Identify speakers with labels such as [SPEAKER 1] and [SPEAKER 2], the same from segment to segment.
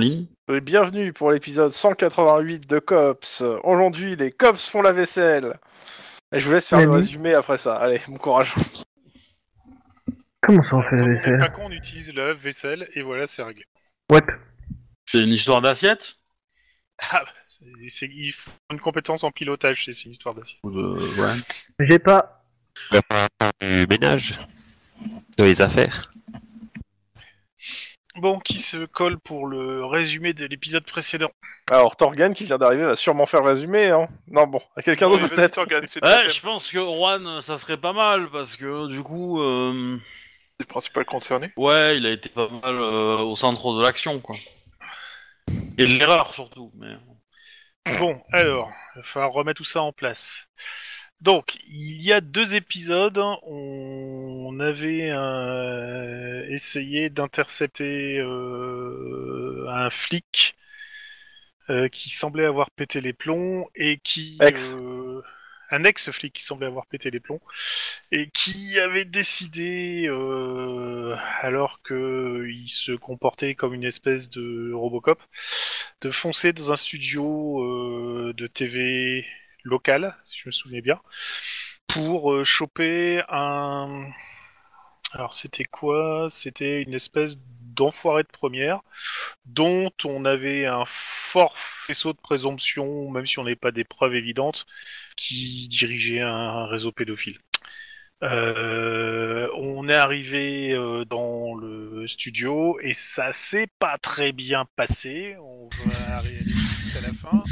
[SPEAKER 1] Et Euh, bienvenue pour l'épisode 188 de Cops. Aujourd'hui, les Cops font la vaisselle. Et je vous laisse faire le
[SPEAKER 2] Mamie.
[SPEAKER 1] résumé après ça. Allez, bon courage.
[SPEAKER 2] Comment ça on fait
[SPEAKER 3] Quand
[SPEAKER 2] la
[SPEAKER 3] on est
[SPEAKER 2] vaisselle
[SPEAKER 3] pas con, on utilise la vaisselle et voilà, c'est réglé.
[SPEAKER 2] What
[SPEAKER 4] C'est une histoire d'assiette
[SPEAKER 3] Ah, bah, c'est- c'est- il faut une compétence en pilotage, c'est c'est une histoire d'acier.
[SPEAKER 4] Ou de- ouais.
[SPEAKER 2] J'ai pas.
[SPEAKER 5] la part du ménage, dans les affaires.
[SPEAKER 3] Bon, qui se colle pour le résumé de l'épisode précédent
[SPEAKER 1] Alors, Torgan qui vient d'arriver va sûrement faire le résumé. Hein. Non, bon, à quelqu'un d'autre peut-être.
[SPEAKER 4] Ouais, je pense que Juan, ça serait pas mal parce que du coup, euh,
[SPEAKER 6] des principales concernées.
[SPEAKER 4] ouais, il a été pas mal euh, au centre de l'action, quoi. Et de l'erreur surtout. Mais...
[SPEAKER 3] Bon, alors, il va falloir remettre tout ça en place. Donc, il y a deux épisodes, on avait euh, essayé d'intercepter euh, un flic euh, qui semblait avoir pété les plombs et qui...
[SPEAKER 1] Ex.
[SPEAKER 3] euh, un ex-flic qui semblait avoir pété les plombs et qui avait décidé, euh, alors qu'il se comportait comme une espèce de Robocop, de foncer dans un studio euh, de TV local, si je me souviens bien, pour euh, choper un. Alors c'était quoi C'était une espèce d'enfoiré de première dont on avait un fort faisceau de présomption, même si on n'avait pas des preuves évidentes, qui dirigeait un réseau pédophile. Euh, on est arrivé euh, dans le studio et ça s'est pas très bien passé. On va arriver à la fin.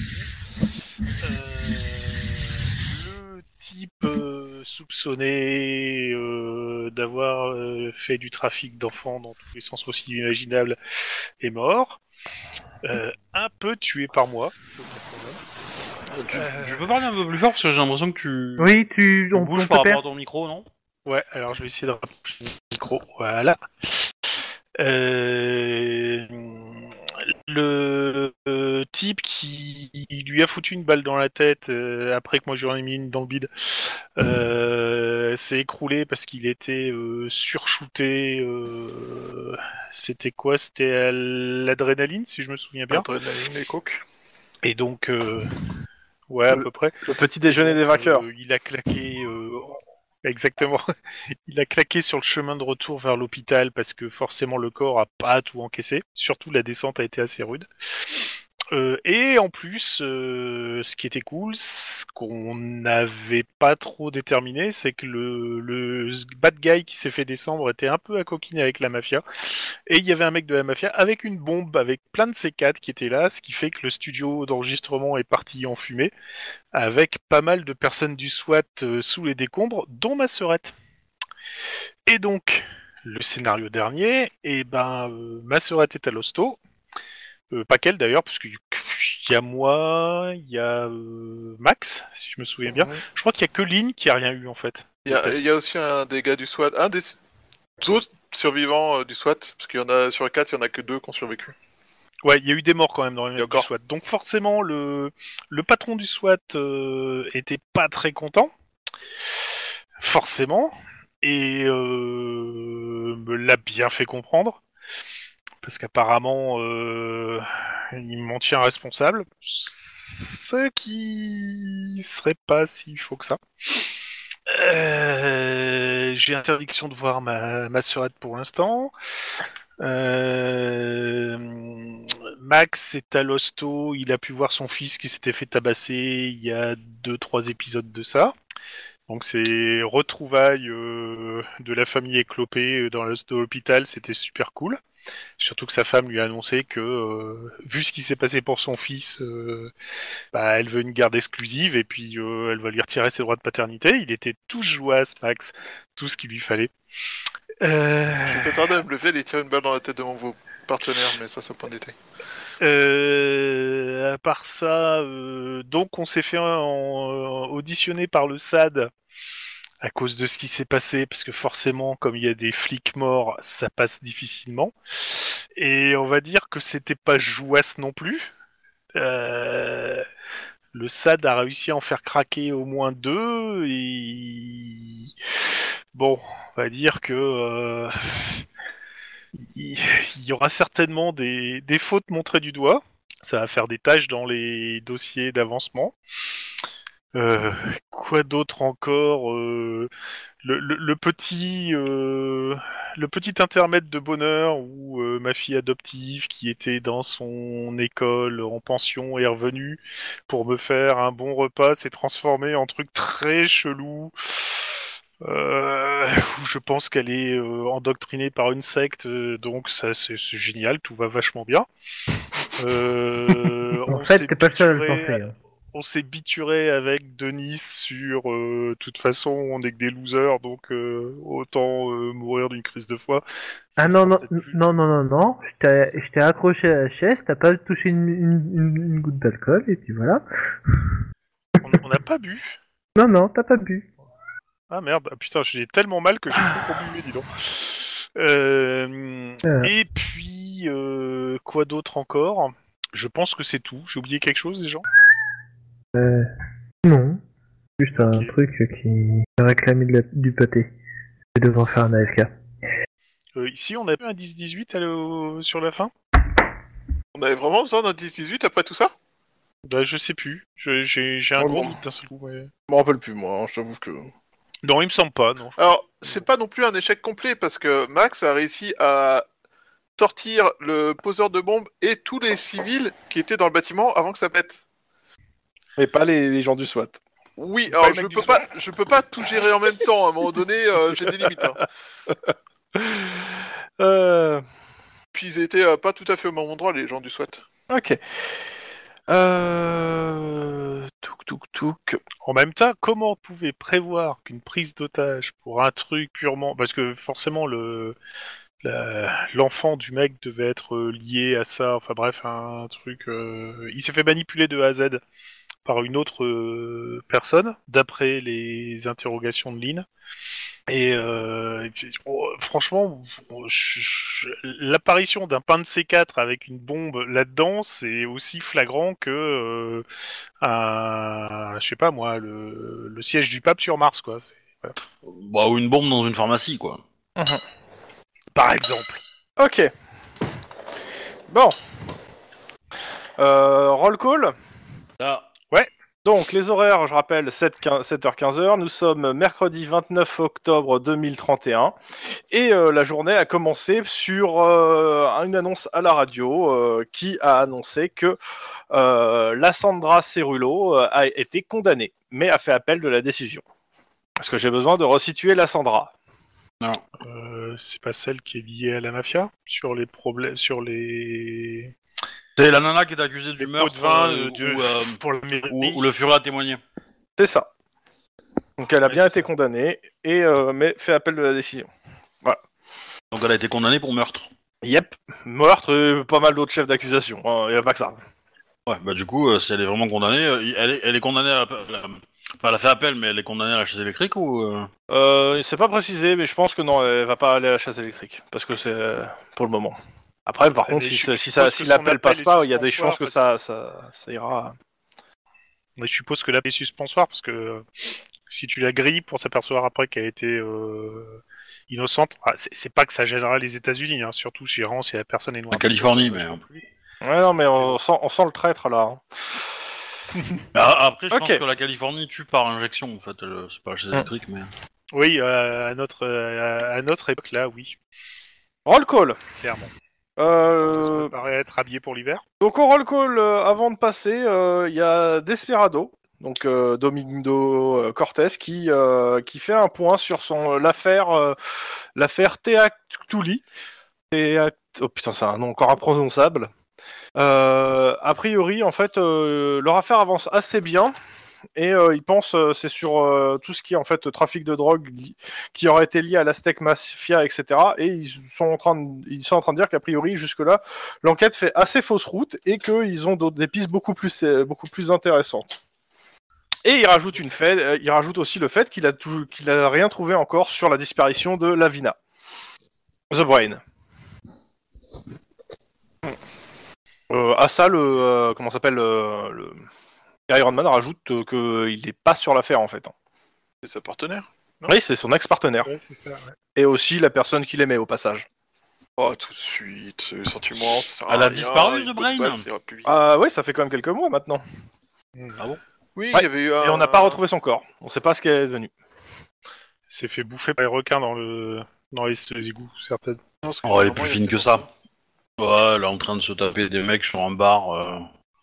[SPEAKER 3] Euh, le type euh, soupçonné euh, d'avoir euh, fait du trafic d'enfants dans tous les sens aussi imaginables est mort. Euh, un peu tué par moi. je crois quand même.
[SPEAKER 4] Tu,
[SPEAKER 3] Euh.
[SPEAKER 4] tu peux parler un peu plus fort parce que j'ai l'impression que tu
[SPEAKER 2] Oui, tu.
[SPEAKER 4] tu
[SPEAKER 2] On, on
[SPEAKER 4] bouges
[SPEAKER 2] te
[SPEAKER 4] par
[SPEAKER 2] perd.
[SPEAKER 4] rapport à ton micro, non
[SPEAKER 3] Ouais, alors je vais essayer de rapprocher le micro. Voilà. Euh, Le euh, type qui lui a foutu une balle dans la tête euh, après que moi j'en ai mis une dans le bide euh, s'est écroulé parce qu'il était euh, surshooté. euh, C'était quoi C'était à l'adrénaline, si je me souviens
[SPEAKER 1] Hein
[SPEAKER 3] bien.
[SPEAKER 6] Adrénaline et coke.
[SPEAKER 3] Et donc, euh, ouais, à peu près.
[SPEAKER 1] Le petit déjeuner des vainqueurs.
[SPEAKER 3] Euh, il a claqué. euh, Exactement. Il a claqué sur le chemin de retour vers l'hôpital parce que forcément le corps a pas tout encaissé. Surtout la descente a été assez rude. Euh, et en plus, euh, ce qui était cool, ce qu'on n'avait pas trop déterminé, c'est que le, le bad guy qui s'est fait descendre était un peu à coquiner avec la mafia. Et il y avait un mec de la mafia avec une bombe, avec plein de C4 qui était là, ce qui fait que le studio d'enregistrement est parti en fumée avec pas mal de personnes du SWAT euh, sous les décombres, dont ma sœurette. Et donc, le scénario dernier, et ben, euh, ma sœurette est à l'hosto. Euh, pas qu'elle d'ailleurs, parce qu'il y a moi, il y a euh, Max, si je me souviens bien.
[SPEAKER 6] Mhm.
[SPEAKER 3] Je crois qu'il y a que Lynn qui a rien eu en fait.
[SPEAKER 6] Il y, a- il y a aussi un des gars du SWAT, un des autres survivants euh, du SWAT, parce qu'il y en a sur les quatre, il y en a que deux qui ont survécu.
[SPEAKER 3] Ouais, il y a eu des morts quand même dans les mecs du
[SPEAKER 6] D'accord.
[SPEAKER 3] SWAT. Donc forcément, le, le patron du SWAT euh, était pas très content. Forcément. Et euh, me l'a bien fait comprendre. Parce qu'apparemment, euh, il m'en tient responsable. Ce qui serait pas si faux que ça. Euh, J'ai interdiction de voir ma, ma sœurette pour l'instant. Euh, Max est à l'hosto, il a pu voir son fils qui s'était fait tabasser il y a deux trois épisodes de ça. Donc c'est retrouvailles euh, de la famille éclopée euh, dans l'hosto hôpital, c'était super cool. Surtout que sa femme lui a annoncé que euh, vu ce qui s'est passé pour son fils, euh, bah, elle veut une garde exclusive et puis euh, elle va lui retirer ses droits de paternité. Il était tout joyeux, Max, tout ce qu'il lui fallait. Euh...
[SPEAKER 6] Je peux tarder à me lever et tirer une balle dans la tête de mon partenaire, mais ça, c'est un point de détail.
[SPEAKER 3] Euh, à part ça, euh, donc on s'est fait en- en- euh, auditionner par le SAD à cause de ce qui s'est passé, parce que forcément, comme il y a des flics morts, ça passe difficilement. Et on va dire que c'était pas jouasse non plus. Euh, le SAD a réussi à en faire craquer au moins deux, et bon, on va dire que euh, il il y aura certainement des, des fautes montrées du doigt. Ça va faire des tâches dans les dossiers d'avancement. Euh, quoi d'autre encore Euh, le, le- le petit euh, le petit intermède de bonheur où euh, ma fille adoptive qui était dans son école en pension est revenue pour me faire un bon repas s'est transformée en truc très chelou. Euh, où je pense qu'elle est euh, endoctrinée par une secte, euh, donc ça c'est c'est génial, tout va vachement bien. Euh,
[SPEAKER 2] En
[SPEAKER 3] on
[SPEAKER 2] fait,
[SPEAKER 3] s'est
[SPEAKER 2] t'es pas le seul à le
[SPEAKER 3] picturé
[SPEAKER 2] penser. hein.
[SPEAKER 3] on s'est bituré avec Denis sur euh, toute façon on est que des losers donc euh, autant euh, mourir d'une crise de foi. Ça,
[SPEAKER 2] Ah non,
[SPEAKER 3] ça
[SPEAKER 2] non,
[SPEAKER 3] peut-être plus-
[SPEAKER 2] non, non, non, non. Je t'ai- je t'ai accroché à la chaise, t'as pas touché une, une- une- une goutte d'alcool, et puis voilà.
[SPEAKER 3] on- On n'a pas bu.
[SPEAKER 2] Non, non, t'as pas bu.
[SPEAKER 3] Ah merde, ah, putain, j'ai tellement mal que j'ai plus qu'on buvait, dis donc. Euh,
[SPEAKER 2] Euh.
[SPEAKER 3] Et puis euh, quoi d'autre encore Je pense que c'est tout. J'ai oublié quelque chose, les gens
[SPEAKER 2] Euh, non. Juste un
[SPEAKER 3] Ok.
[SPEAKER 2] truc qui réclamait de la- du pâté. Je devant faire un AFK.
[SPEAKER 3] Euh, Ici, on a eu un 10-18 à le- sur la fin
[SPEAKER 6] On avait vraiment besoin d'un 10-18 après tout ça
[SPEAKER 3] Bah, je sais plus. Je- J'ai j'ai un
[SPEAKER 1] Oh
[SPEAKER 3] gros
[SPEAKER 1] non.
[SPEAKER 3] doute d'un seul coup. ouais.
[SPEAKER 1] Je me rappelle plus, moi, hein, je t'avoue que.
[SPEAKER 3] Non, il me semble pas, non.
[SPEAKER 6] Alors, c'est pas non plus un échec complet parce que Max a réussi à sortir le poseur de bombes et tous les civils qui étaient dans le bâtiment avant que ça pète.
[SPEAKER 1] Mais pas les, les gens du SWAT.
[SPEAKER 6] Oui,
[SPEAKER 3] Pas
[SPEAKER 6] alors
[SPEAKER 3] le mec
[SPEAKER 6] je
[SPEAKER 3] du
[SPEAKER 6] peux
[SPEAKER 3] soir.
[SPEAKER 6] pas, je peux pas tout gérer en même temps. À un moment donné, euh, j'ai des limites. hein.
[SPEAKER 1] Euh.
[SPEAKER 6] Puis ils étaient euh, pas tout à fait au même endroit, les gens du SWAT.
[SPEAKER 1] Ok. Euh. Touk touk touk.
[SPEAKER 3] En même temps, comment on pouvait prévoir qu'une prise d'otage pour un truc purement... Parce que forcément, le la- l'enfant du mec devait être euh, lié à ça, enfin bref, un truc... euh, Il s'est fait manipuler de A à Z par une autre euh, personne, d'après les interrogations de Lynn. Et euh, c'est- oh, franchement, je- je- l'apparition d'un pain de C4 avec une bombe là-dedans, c'est aussi flagrant que... euh, un- je sais pas moi, le, le siège du pape sur Mars, quoi. c'est-
[SPEAKER 4] Bah, ou une bombe dans une pharmacie, quoi.
[SPEAKER 3] Par exemple.
[SPEAKER 1] Ok. Bon. Euh. Roll call.
[SPEAKER 4] Là,
[SPEAKER 1] Donc, les horaires, je rappelle, 7, 7h-15h. Nous sommes mercredi 29 octobre 2031. Et euh, la journée a commencé sur euh, une annonce à la radio euh, qui a annoncé que euh, la Sandra Cerullo euh, a été condamnée, mais a fait appel de la décision. Parce que j'ai besoin de resituer la Sandra.
[SPEAKER 3] Euh, c'est pas celle qui est liée à la mafia sur les problèmes, sur les
[SPEAKER 4] c'est la nana qui est accusée du
[SPEAKER 3] pots
[SPEAKER 4] meurtre
[SPEAKER 3] de vin
[SPEAKER 4] euh,
[SPEAKER 3] euh, du-
[SPEAKER 4] ou, euh,
[SPEAKER 3] pour le mairie.
[SPEAKER 4] ou- ou le furet a témoigné.
[SPEAKER 1] C'est ça. Donc, elle a
[SPEAKER 3] Ouais,
[SPEAKER 1] bien été
[SPEAKER 3] c'est ça.
[SPEAKER 1] condamnée, et, euh, mais fait appel de la décision.
[SPEAKER 4] Donc elle a été condamnée pour meurtre.
[SPEAKER 1] Yep. Meurtre et pas mal d'autres chefs d'accusation. Il n'y a pas que ça.
[SPEAKER 4] Ouais, bah du coup, euh, si elle est vraiment condamnée, euh, elle est, elle est condamnée à la, la- Enfin, elle a fait appel, mais elle est condamnée à la chaise électrique ou... euh,
[SPEAKER 1] Euh, c'est pas précisé, mais je pense que non, elle va pas aller à la chasse électrique, parce que c'est euh, pour le moment. Après, par
[SPEAKER 3] Mais
[SPEAKER 1] contre,
[SPEAKER 3] je-
[SPEAKER 1] si,
[SPEAKER 3] je
[SPEAKER 1] ça- si
[SPEAKER 3] suppose
[SPEAKER 1] ça,
[SPEAKER 3] que
[SPEAKER 1] si
[SPEAKER 3] son
[SPEAKER 1] l'appel
[SPEAKER 3] appel
[SPEAKER 1] passe
[SPEAKER 3] est
[SPEAKER 1] pas, il y a des
[SPEAKER 3] suspensoire
[SPEAKER 1] chances que ça, ça, ça ira.
[SPEAKER 3] Mais je suppose que la paix est suspensoire parce que euh, si tu la grilles pour s'apercevoir après qu'elle a été euh, innocente, ah, c'est c'est pas que ça gênera les États-Unis, hein, surtout chez Rance si la personne est noire.
[SPEAKER 4] La Californie, mais-
[SPEAKER 1] Ouais, non, mais on sent, on sent le traître là. hein.
[SPEAKER 4] Bah, après, je
[SPEAKER 1] Ok.
[SPEAKER 4] pense que la Californie tue par injection, en fait. euh, C'est pas la chaise électrique, mais...
[SPEAKER 3] Oui, euh, à notre euh, à notre époque là, oui,
[SPEAKER 1] Roll call.
[SPEAKER 3] clairement. Ça se
[SPEAKER 1] Euh,
[SPEAKER 3] préparait à être habillé pour l'hiver.
[SPEAKER 1] donc au roll call, euh, avant de passer, euh, il y a Desperado, donc euh, Domingo euh, Cortés, qui euh, qui fait un point sur son l'affaire euh, l'affaire Teactuli. Teact- Oh putain, c'est un nom encore imprononçable. Euh, a priori, en fait, euh, leur affaire avance assez bien. Et euh, ils pensent, euh, c'est sur euh, tout ce qui est en fait trafic de drogue li- qui aurait été lié à l'Aztec Mafia, etc. Et ils sont en train de, ils sont en train de dire qu'a priori, jusque-là, l'enquête fait assez fausse route et qu'ils ont d'autres- des pistes beaucoup plus, euh, beaucoup plus intéressantes. Et ils rajoutent, une fait, euh, ils rajoutent aussi le fait qu'il a, toujours- qu'il a rien trouvé encore sur la disparition de Lavina. The Brain. Euh, à ça, le. euh, comment ça s'appelle euh, le... Iron Man rajoute euh, qu'il n'est pas sur l'affaire en fait. hein.
[SPEAKER 6] C'est sa partenaire.
[SPEAKER 1] Oui, c'est son ex-partenaire.
[SPEAKER 3] Ouais, c'est ça.
[SPEAKER 1] Et aussi la personne qu'il aimait au passage.
[SPEAKER 6] Oh, tout de suite, ce sentiment. ça sert
[SPEAKER 4] Elle
[SPEAKER 6] à
[SPEAKER 4] a
[SPEAKER 6] rien,
[SPEAKER 4] disparu,
[SPEAKER 6] une
[SPEAKER 4] The
[SPEAKER 6] bonne
[SPEAKER 4] Brain
[SPEAKER 6] balle, ça ira plus vite.
[SPEAKER 1] Ah oui, ça fait quand même quelques mois maintenant.
[SPEAKER 3] Hmm.
[SPEAKER 6] Oui,
[SPEAKER 1] ouais.
[SPEAKER 6] il y avait eu un.
[SPEAKER 1] Et on n'a pas retrouvé son corps. On sait pas ce qu'elle est devenue.
[SPEAKER 3] s'est fait bouffer par les requins dans le dans les égouts, certaines.
[SPEAKER 6] Non, parce que
[SPEAKER 4] Oh, elle est
[SPEAKER 6] vraiment,
[SPEAKER 4] plus
[SPEAKER 6] il y a
[SPEAKER 4] fine
[SPEAKER 6] assez
[SPEAKER 4] que ça. Ouais, elle est en train de se taper des mecs sur un bar. euh,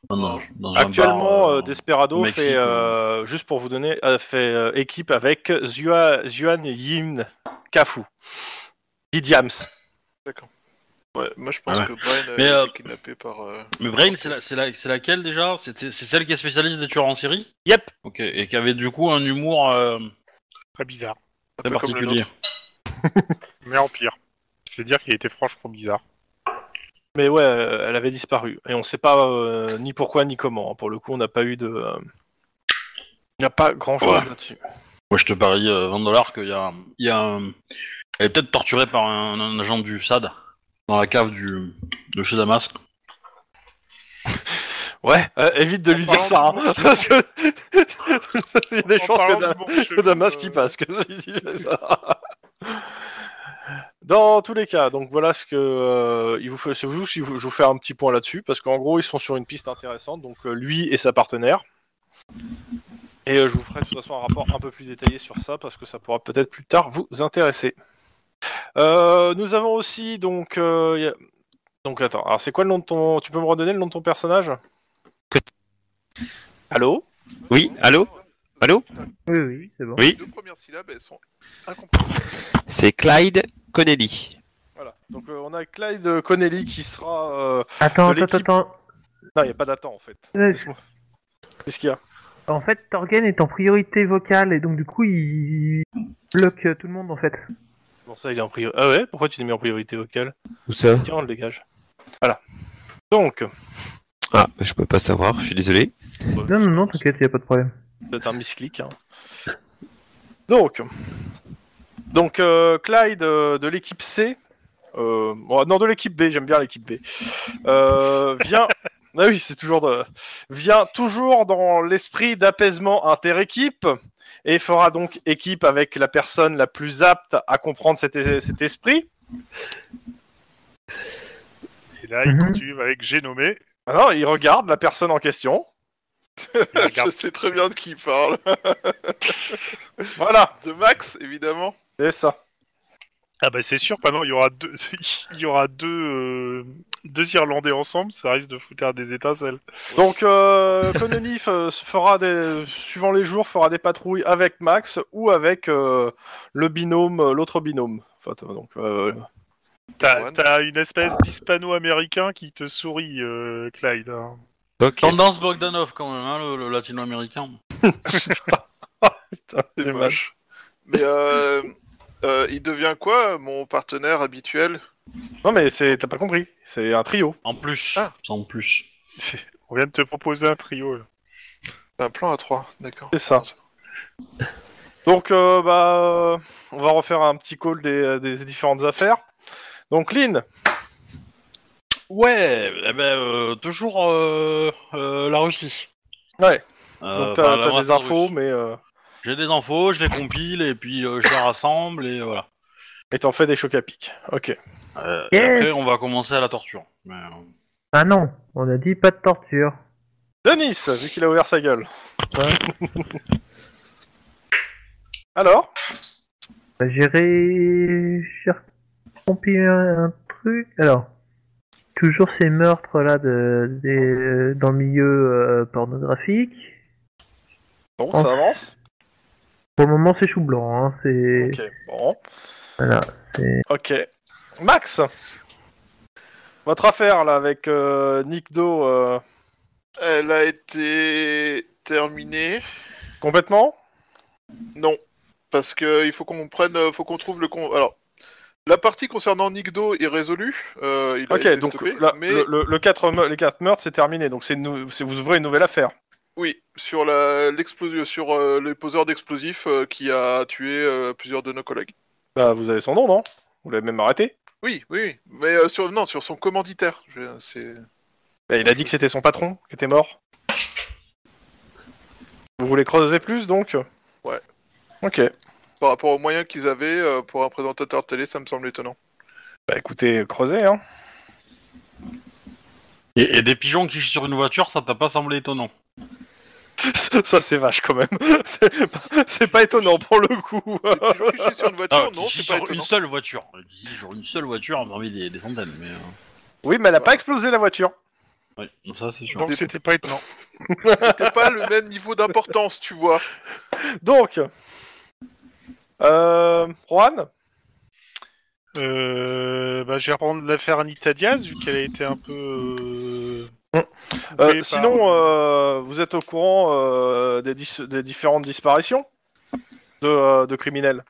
[SPEAKER 4] dans- dans un
[SPEAKER 1] Actuellement,
[SPEAKER 4] bar, euh,
[SPEAKER 1] euh, Desperado
[SPEAKER 4] au Mexique,
[SPEAKER 1] fait, euh, juste pour vous donner, euh, fait euh, équipe avec Zua, Zuan Yin Kafu. Didiams.
[SPEAKER 6] Ouais, moi je pense
[SPEAKER 4] Ah ouais.
[SPEAKER 6] que Brian
[SPEAKER 4] Mais,
[SPEAKER 6] a
[SPEAKER 4] euh,
[SPEAKER 6] été kidnappé par. euh,
[SPEAKER 4] Mais Brain, c'est la- c'est la- c'est laquelle déjà C'est c'est- c'est celle qui est spécialiste des tueurs en série
[SPEAKER 1] Yep.
[SPEAKER 4] Ok, et qui avait du coup un humour euh,
[SPEAKER 3] Très bizarre.
[SPEAKER 6] peu
[SPEAKER 4] très
[SPEAKER 6] comme le
[SPEAKER 4] particulier.
[SPEAKER 3] Mais en pire. C'est-à-dire qu'il était franchement bizarre.
[SPEAKER 1] Mais ouais, euh, elle avait disparu. Et on sait pas euh, ni pourquoi ni comment. Pour le coup, on n'a pas eu de. euh, Il n'y a pas grand chose
[SPEAKER 4] Ouais.
[SPEAKER 1] là-dessus.
[SPEAKER 4] Moi, je te parie euh, 20 dollars qu'il y a, il y a un- Elle est peut-être torturée par un, un agent du SAD dans la cave du, de chez Damas.
[SPEAKER 1] Ouais, euh, évite de
[SPEAKER 3] En
[SPEAKER 1] lui dire ça.
[SPEAKER 3] parlant
[SPEAKER 1] hein, parce que. Il y a des
[SPEAKER 3] En
[SPEAKER 1] chances que
[SPEAKER 3] parlant
[SPEAKER 1] Dam-
[SPEAKER 3] du bon chelou,
[SPEAKER 1] que Damas qui
[SPEAKER 3] euh,
[SPEAKER 1] passe. Que s'il fait ça. Dans tous les cas, donc voilà ce que euh, il vous fait. Je vous, je vous je vous fais un petit point là-dessus parce qu'en gros ils sont sur une piste intéressante, donc euh, lui et sa partenaire. Et euh, je vous ferai de toute façon un rapport un peu plus détaillé sur ça parce que ça pourra peut-être plus tard vous intéresser. Euh, nous avons aussi donc euh, y a- donc attends, alors c'est quoi le nom de ton Tu peux me redonner le nom de ton personnage
[SPEAKER 5] Que-
[SPEAKER 1] Allô
[SPEAKER 5] Oui, allô Allô
[SPEAKER 2] Oui, oui, c'est bon.
[SPEAKER 5] Oui.
[SPEAKER 6] Les deux premières syllabes, elles sont incompréhensibles.
[SPEAKER 5] C'est Clyde Connelly.
[SPEAKER 1] Voilà. Donc euh, on a Clyde Connelly qui sera. euh,
[SPEAKER 2] Attends,
[SPEAKER 1] De
[SPEAKER 2] attends,
[SPEAKER 1] l'équipe.
[SPEAKER 2] attends.
[SPEAKER 1] Non, il a pas d'attente en fait.
[SPEAKER 2] Euh,
[SPEAKER 1] Laisse-moi. Qu'est-ce qu'il y a
[SPEAKER 2] En fait, Torgen est en priorité vocale et donc du coup, il bloque euh, tout le monde en fait.
[SPEAKER 1] Bon, ça, il est en priorité. Ah ouais Pourquoi tu l'as mis en priorité vocale
[SPEAKER 5] Où ça
[SPEAKER 1] Tiens, on le dégage. Voilà. Donc,
[SPEAKER 5] Ah, je peux pas savoir, je suis désolé.
[SPEAKER 2] Non, non, non, t'inquiète, y a pas de problème.
[SPEAKER 1] c'est un misclic. hein. Donc, donc euh, Clyde euh, de l'équipe C. euh, bon, non, de l'équipe B, j'aime bien l'équipe B. Euh, vient. Ah oui, c'est toujours de... vient toujours dans l'esprit d'apaisement interéquipe et fera donc équipe avec la personne la plus apte à comprendre cet, es- cet esprit.
[SPEAKER 3] Et là, il
[SPEAKER 2] Mhm.
[SPEAKER 3] continue avec j'ai nommé.
[SPEAKER 1] Alors, Ah il regarde la personne en question.
[SPEAKER 3] Il
[SPEAKER 6] Je
[SPEAKER 3] regarde
[SPEAKER 6] sais très bien de qui il parle.
[SPEAKER 1] Voilà,
[SPEAKER 6] De Max, évidemment.
[SPEAKER 1] c'est ça.
[SPEAKER 3] Ah bah c'est sûr, maintenant il y aura deux, il y aura deux, euh, deux Irlandais ensemble, ça risque de foutre des étincelles.
[SPEAKER 1] Donc, euh, Connelly f- fera des, suivant les jours, fera des patrouilles avec Max ou avec euh, le binôme, euh, l'autre binôme. Enfin, t- donc, euh,
[SPEAKER 3] T'as,
[SPEAKER 6] Ouais.
[SPEAKER 3] t'as une espèce d'hispano-américain qui te sourit, euh, Clyde. hein.
[SPEAKER 5] Ok.
[SPEAKER 4] Tendance Bogdanov quand même, hein, le, le latino-américain.
[SPEAKER 1] putain,
[SPEAKER 6] C'est
[SPEAKER 1] j'ai mal.
[SPEAKER 6] moche. Mais euh, euh, il devient quoi, mon partenaire habituel
[SPEAKER 1] Non mais c'est, t'as pas compris, c'est un trio.
[SPEAKER 4] En plus.
[SPEAKER 6] Ah.
[SPEAKER 4] c'est En plus.
[SPEAKER 3] On vient de te proposer un trio. euh. là.
[SPEAKER 6] C'est un plan à 3, d'accord.
[SPEAKER 1] C'est ça. Donc, euh, bah, euh, on va refaire un petit call des, euh, des différentes affaires. Donc, Lynn,
[SPEAKER 4] Ouais, eh ben, euh, toujours euh, euh, la Russie.
[SPEAKER 1] Ouais.
[SPEAKER 4] Euh,
[SPEAKER 7] bah,
[SPEAKER 1] donc
[SPEAKER 4] enfin,
[SPEAKER 1] t'as,
[SPEAKER 4] la
[SPEAKER 1] t'as
[SPEAKER 4] race
[SPEAKER 1] des infos,
[SPEAKER 4] russe.
[SPEAKER 1] mais euh,
[SPEAKER 4] J'ai des infos, je les compile et puis euh, je les rassemble et voilà.
[SPEAKER 1] et t'en fais des chocs à pic. Ok.
[SPEAKER 4] Euh,
[SPEAKER 2] Yes.
[SPEAKER 4] et après, on va commencer à la torture. Mais, euh,
[SPEAKER 2] Ah non, on a dit pas de torture.
[SPEAKER 1] Denis, vu qu'il a ouvert sa gueule. Alors
[SPEAKER 2] Bah, J'ai ré... j'ai recompilé un, un truc. Alors, toujours ces meurtres là de, des- dans le milieu euh, pornographique.
[SPEAKER 1] Bon,
[SPEAKER 2] Oh.
[SPEAKER 1] ça avance.
[SPEAKER 2] Pour le moment, c'est chou blanc. Hein. C'est
[SPEAKER 1] Ok, bon.
[SPEAKER 2] Voilà, c'est-
[SPEAKER 1] Ok. Max Votre affaire, là, avec euh, Nick Do, euh,
[SPEAKER 6] Elle a été terminée.
[SPEAKER 1] complètement
[SPEAKER 6] Non, parce que il faut qu'on prenne, euh, faut qu'on trouve le con. Alors, la partie concernant Nikdo est résolue. euh, il a
[SPEAKER 1] Ok,
[SPEAKER 6] été
[SPEAKER 1] donc
[SPEAKER 6] stoppé,
[SPEAKER 1] là,
[SPEAKER 6] mais
[SPEAKER 1] le, le- le quatre me- les quatre meurtres, c'est terminé, donc c'est une nou- c'est- vous ouvrez une nouvelle affaire.
[SPEAKER 6] oui, sur la l'explosion, sur euh, le poseur d'explosifs euh, qui a tué euh, plusieurs de nos collègues.
[SPEAKER 1] Bah, vous avez son nom, non Vous l'avez même arrêté
[SPEAKER 6] Oui, oui, oui. mais euh, sur non, sur son commanditaire. Je- C'est
[SPEAKER 1] Bah, Il a dit que c'était son patron qui était mort. Vous voulez creuser plus, donc
[SPEAKER 6] Ouais.
[SPEAKER 1] Ok.
[SPEAKER 6] par rapport aux moyens qu'ils avaient euh, pour un présentateur de télé, ça me semble étonnant.
[SPEAKER 1] Bah écoutez, creusez, hein.
[SPEAKER 4] Et, et des pigeons qui chient sur une voiture, ça t'a pas semblé étonnant
[SPEAKER 1] Ça c'est vache quand même. C'est pas, c'est pas étonnant pour le coup.
[SPEAKER 6] Pigeon qui chie sur une voiture,
[SPEAKER 4] Ah,
[SPEAKER 6] non,
[SPEAKER 4] qui chient
[SPEAKER 6] c'est
[SPEAKER 4] sur
[SPEAKER 6] pas
[SPEAKER 4] une
[SPEAKER 6] étonnant.
[SPEAKER 4] seule voiture. Qui chient sur une seule voiture parmi des, des centaines, mais... euh,
[SPEAKER 1] Oui, mais elle a pas explosé la voiture.
[SPEAKER 4] ouais, ça c'est sûr.
[SPEAKER 3] Donc c'était pas étonnant.
[SPEAKER 6] C'était pas le même niveau d'importance, tu vois.
[SPEAKER 1] Donc, euh, Juan,
[SPEAKER 3] Euh, bah, je vais reprendre l'affaire Anita Diaz, vu qu'elle a été un peu... euh,
[SPEAKER 1] euh,
[SPEAKER 3] coupée par-
[SPEAKER 1] sinon, euh, vous êtes au courant euh, des, dis- des différentes disparitions de, euh, de criminels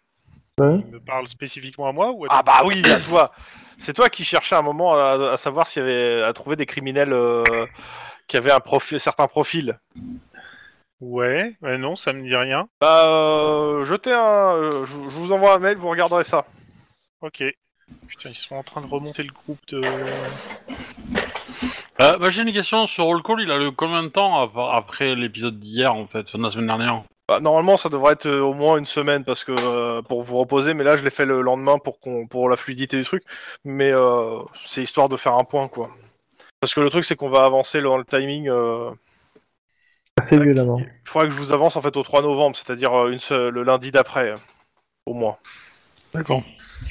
[SPEAKER 3] Il me parle spécifiquement à moi ou à
[SPEAKER 1] Ah bah oui, à toi. C'est toi qui cherchais un moment à, à savoir s'il y avait à trouver des criminels euh, qui avaient un profil, certain profil.
[SPEAKER 3] Ouais, ouais, non, ça me dit rien.
[SPEAKER 1] Bah, euh, jetez un, euh, je, je vous envoie un mail, vous regarderez ça.
[SPEAKER 3] Ok. Putain, ils sont en train de remonter le groupe de...
[SPEAKER 4] Euh, bah, J'ai une question, ce roll call, il a le combien de temps ap- après l'épisode d'hier, en fait, enfin, de la semaine dernière
[SPEAKER 1] Bah, normalement, ça devrait être euh, au moins une semaine parce que euh, pour vous reposer, mais là, je l'ai fait le lendemain pour qu'on pour la fluidité du truc. Mais euh, c'est histoire de faire un point, quoi. Parce que le truc, c'est qu'on va avancer dans le timing. euh,
[SPEAKER 2] C'est mieux là-bas.
[SPEAKER 1] Il faudra que je vous avance en fait au 3 novembre, c'est-à-dire euh, une se- le lundi d'après, euh, au moins.
[SPEAKER 4] D'accord.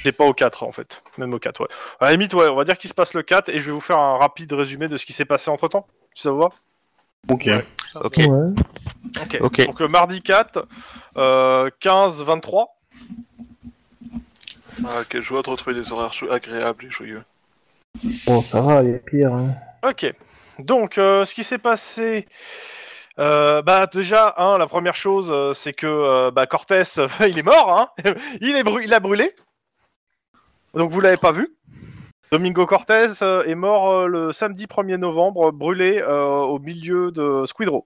[SPEAKER 1] C'est pas au 4 en fait, même au 4, ouais. À la limite, ouais, on va dire qu'il se passe le 4 et je vais vous faire un rapide résumé de ce qui s'est passé entre temps, si ça vous va.
[SPEAKER 4] Ok.
[SPEAKER 5] Ok,
[SPEAKER 2] Ouais.
[SPEAKER 1] Ok.
[SPEAKER 5] ok.
[SPEAKER 1] Donc euh, mardi 4, euh, 15, 23.
[SPEAKER 6] Ah, quelle joie de retrouver des horaires chou- agréables et joyeux.
[SPEAKER 2] Bon, ça va, il est pire. Hein.
[SPEAKER 1] Ok. Donc, euh, ce qui s'est passé, euh, bah déjà, hein, la première chose, euh, c'est que euh, bah, Cortés, euh, il est mort, hein il, est brû- il a brûlé. Donc vous l'avez pas vu. Domingo Cortés euh, est mort euh, le samedi 1er novembre, euh, brûlé euh, au milieu de Squidro.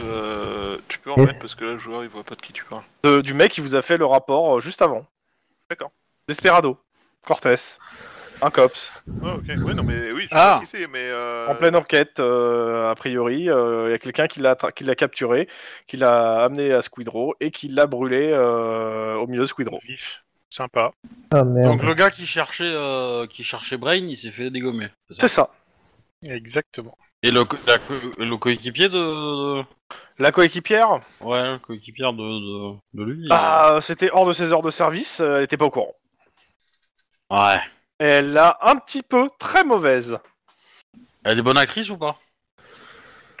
[SPEAKER 6] Euh, tu peux en mettre parce que là, le joueur, il voit pas de qui tu parles.
[SPEAKER 1] De- du mec qui vous a fait le rapport euh, juste avant.
[SPEAKER 6] D'accord.
[SPEAKER 1] Desperado. Cortés. Un cops.
[SPEAKER 6] Ouais, ok. Ouais, non, mais oui, je sais
[SPEAKER 4] Ah.
[SPEAKER 6] pas qui c'est, mais. Euh...
[SPEAKER 1] En pleine enquête, euh, a priori, il y a quelqu'un qui l'a attra- qui l'a capturé, qui l'a amené à Squidro et qui l'a brûlé euh, au milieu de Squidro.
[SPEAKER 3] Vif. Sympa.
[SPEAKER 2] Ah merde.
[SPEAKER 4] Donc le gars qui cherchait, euh, qui cherchait Brain, il s'est fait dégommer. c'est ça
[SPEAKER 1] C'est ça.
[SPEAKER 3] Exactement.
[SPEAKER 4] Et le, co- la co- le coéquipier de... de-
[SPEAKER 1] La coéquipière,
[SPEAKER 4] Ouais, le coéquipier de, de, de lui.
[SPEAKER 1] bah, c'était hors de ses heures de service, euh, elle était pas au courant.
[SPEAKER 4] euh, Ouais.
[SPEAKER 1] Elle l'a un petit peu très mauvaise.
[SPEAKER 4] Elle est bonne actrice ou pas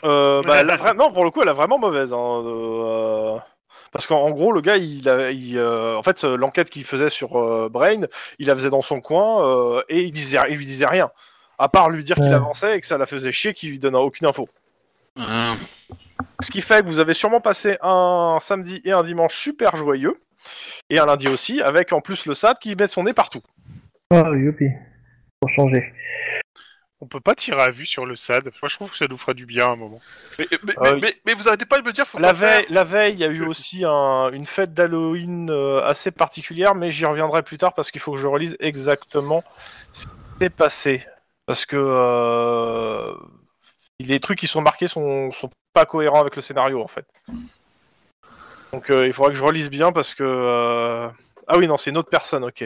[SPEAKER 1] Euh, bah, elle a vra- non, pour le coup, elle a vraiment mauvaise. hein, euh, parce qu'en en gros, le gars, il, a- il, euh, en fait, euh, l'enquête qu'il faisait sur euh, Brain, il la faisait dans son coin euh, et il disait, il lui disait rien. À part lui dire qu'il
[SPEAKER 2] Ouais.
[SPEAKER 1] avançait et que ça la faisait chier, qu'il lui donnait aucune info.
[SPEAKER 4] Euh,
[SPEAKER 1] Ce qui fait que vous avez sûrement passé un samedi et un dimanche super joyeux, et un lundi aussi, avec en plus le SAD qui met son nez partout.
[SPEAKER 2] Oh, youpi. Pour changer.
[SPEAKER 3] On peut pas tirer à vue sur le SAD. Moi, je trouve que ça nous fera du bien à un moment.
[SPEAKER 6] Mais, mais,
[SPEAKER 1] Ah oui.
[SPEAKER 6] mais, mais- mais vous arrêtez pas de me dire, faut
[SPEAKER 1] La
[SPEAKER 6] pas le faire.
[SPEAKER 1] veille, la veille, il y a eu
[SPEAKER 6] C'est-
[SPEAKER 1] aussi un- une fête d'Halloween euh, assez particulière, mais j'y reviendrai plus tard parce qu'il faut que je relise exactement ce qui s'est passé. Parce que euh, les trucs qui sont marqués sont, sont pas cohérents avec le scénario en fait. Donc euh, il faudra que je relise bien parce que. euh, Ah oui, non, c'est une autre personne, ok.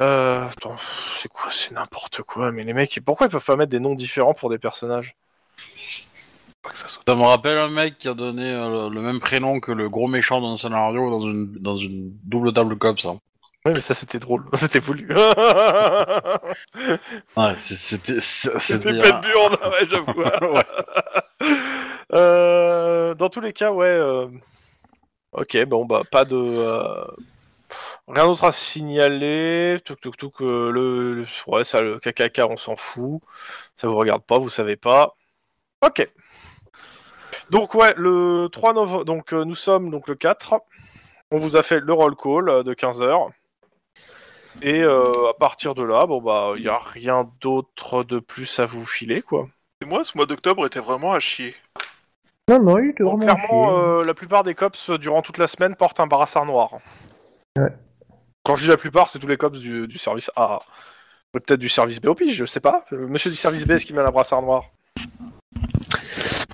[SPEAKER 1] Euh, attends, pff, c'est quoi C'est n'importe quoi, mais les mecs, ils- pourquoi ils peuvent pas mettre des noms différents pour des personnages
[SPEAKER 6] Faut pas que ça saute.
[SPEAKER 4] Ça me rappelle un mec qui a donné euh, le, le même prénom que le gros méchant d'un scénario dans une, dans une double table hein. comme ça.
[SPEAKER 1] Oui, mais ça c'était drôle, c'était voulu.
[SPEAKER 4] Ouais, c'est- c'était... c'est-
[SPEAKER 1] C'était
[SPEAKER 4] c'était,
[SPEAKER 1] pas
[SPEAKER 4] euh,
[SPEAKER 1] de burne, ouais, j'avoue. Euh, dans tous les cas, ouais. euh, Ok, bon, bah, pas de. euh, Rien d'autre à signaler. Tuk tuk tuk, euh, le... le- Ouais, ça, le KKK, on s'en fout. Ça vous regarde pas, vous savez pas. Ok. Donc, ouais, le 3 novembre. Donc, euh, nous sommes donc le 4. On vous a fait le roll call euh, de 15h. Et euh, à partir de là, bon bah, il y a rien d'autre de plus à vous filer, quoi.
[SPEAKER 6] Et moi, ce mois d'octobre était vraiment à chier.
[SPEAKER 2] Non, non, il est
[SPEAKER 1] Donc,
[SPEAKER 2] vraiment
[SPEAKER 1] clairement,
[SPEAKER 2] chier.
[SPEAKER 1] euh, la plupart des cops euh, durant toute la semaine portent un brassard noir.
[SPEAKER 2] Ouais.
[SPEAKER 1] Quand je dis la plupart, c'est tous les cops du, du service A, Ou peut-être du service B au pige, je sais pas. Le Monsieur du service B, est-ce qu'il met un brassard noir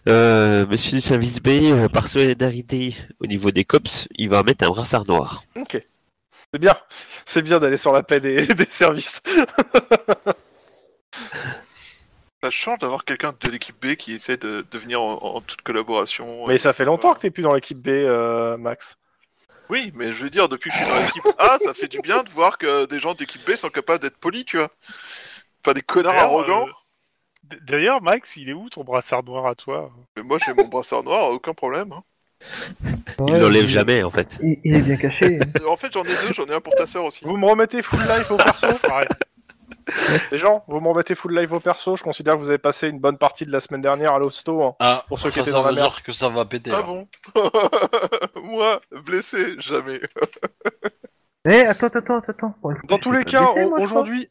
[SPEAKER 5] Euh, monsieur du service B, euh, par solidarité au niveau des cops, il va mettre un brassard noir.
[SPEAKER 1] Ok. C'est bien. C'est bien d'aller sur la paix des, des services.
[SPEAKER 6] Ça change d'avoir quelqu'un de l'équipe B qui essaie de, de venir en, en toute collaboration.
[SPEAKER 1] Mais ça fait longtemps que
[SPEAKER 6] que
[SPEAKER 1] t'es plus dans l'équipe B, euh, Max.
[SPEAKER 6] Oui, mais je veux dire, depuis que je suis dans l'équipe A, ça fait du bien de voir que des gens d'équipe B sont capables d'être polis, tu vois. Pas des connards
[SPEAKER 3] D'ailleurs,
[SPEAKER 6] arrogants.
[SPEAKER 3] euh, d- D'ailleurs, Max, il est où ton brassard noir à toi
[SPEAKER 6] Mais moi, j'ai mon brassard noir, aucun problème. hein.
[SPEAKER 1] euh,
[SPEAKER 5] Il l'enlève jamais en fait.
[SPEAKER 2] Il, il est bien caché.
[SPEAKER 6] Euh, En fait, j'en ai deux, j'en ai un pour ta sœur aussi.
[SPEAKER 1] Vous me remettez full life au perso
[SPEAKER 3] Pareil.
[SPEAKER 1] Les gens, vous me remettez full life au perso. Je considère que vous avez passé une bonne partie de la semaine dernière à l'hosto. hein.
[SPEAKER 4] Ah,
[SPEAKER 1] Pour ceux qui
[SPEAKER 4] ça,
[SPEAKER 1] étaient
[SPEAKER 4] ça
[SPEAKER 1] dans la
[SPEAKER 4] veut
[SPEAKER 1] merde.
[SPEAKER 4] dire que ça va péter.
[SPEAKER 6] Ah
[SPEAKER 4] là.
[SPEAKER 6] bon Moi, blessé, jamais.
[SPEAKER 2] Eh, attends, attends, attends.
[SPEAKER 1] Dans tous les cas, au-
[SPEAKER 2] Laissez-moi, je
[SPEAKER 1] aujourd'hui,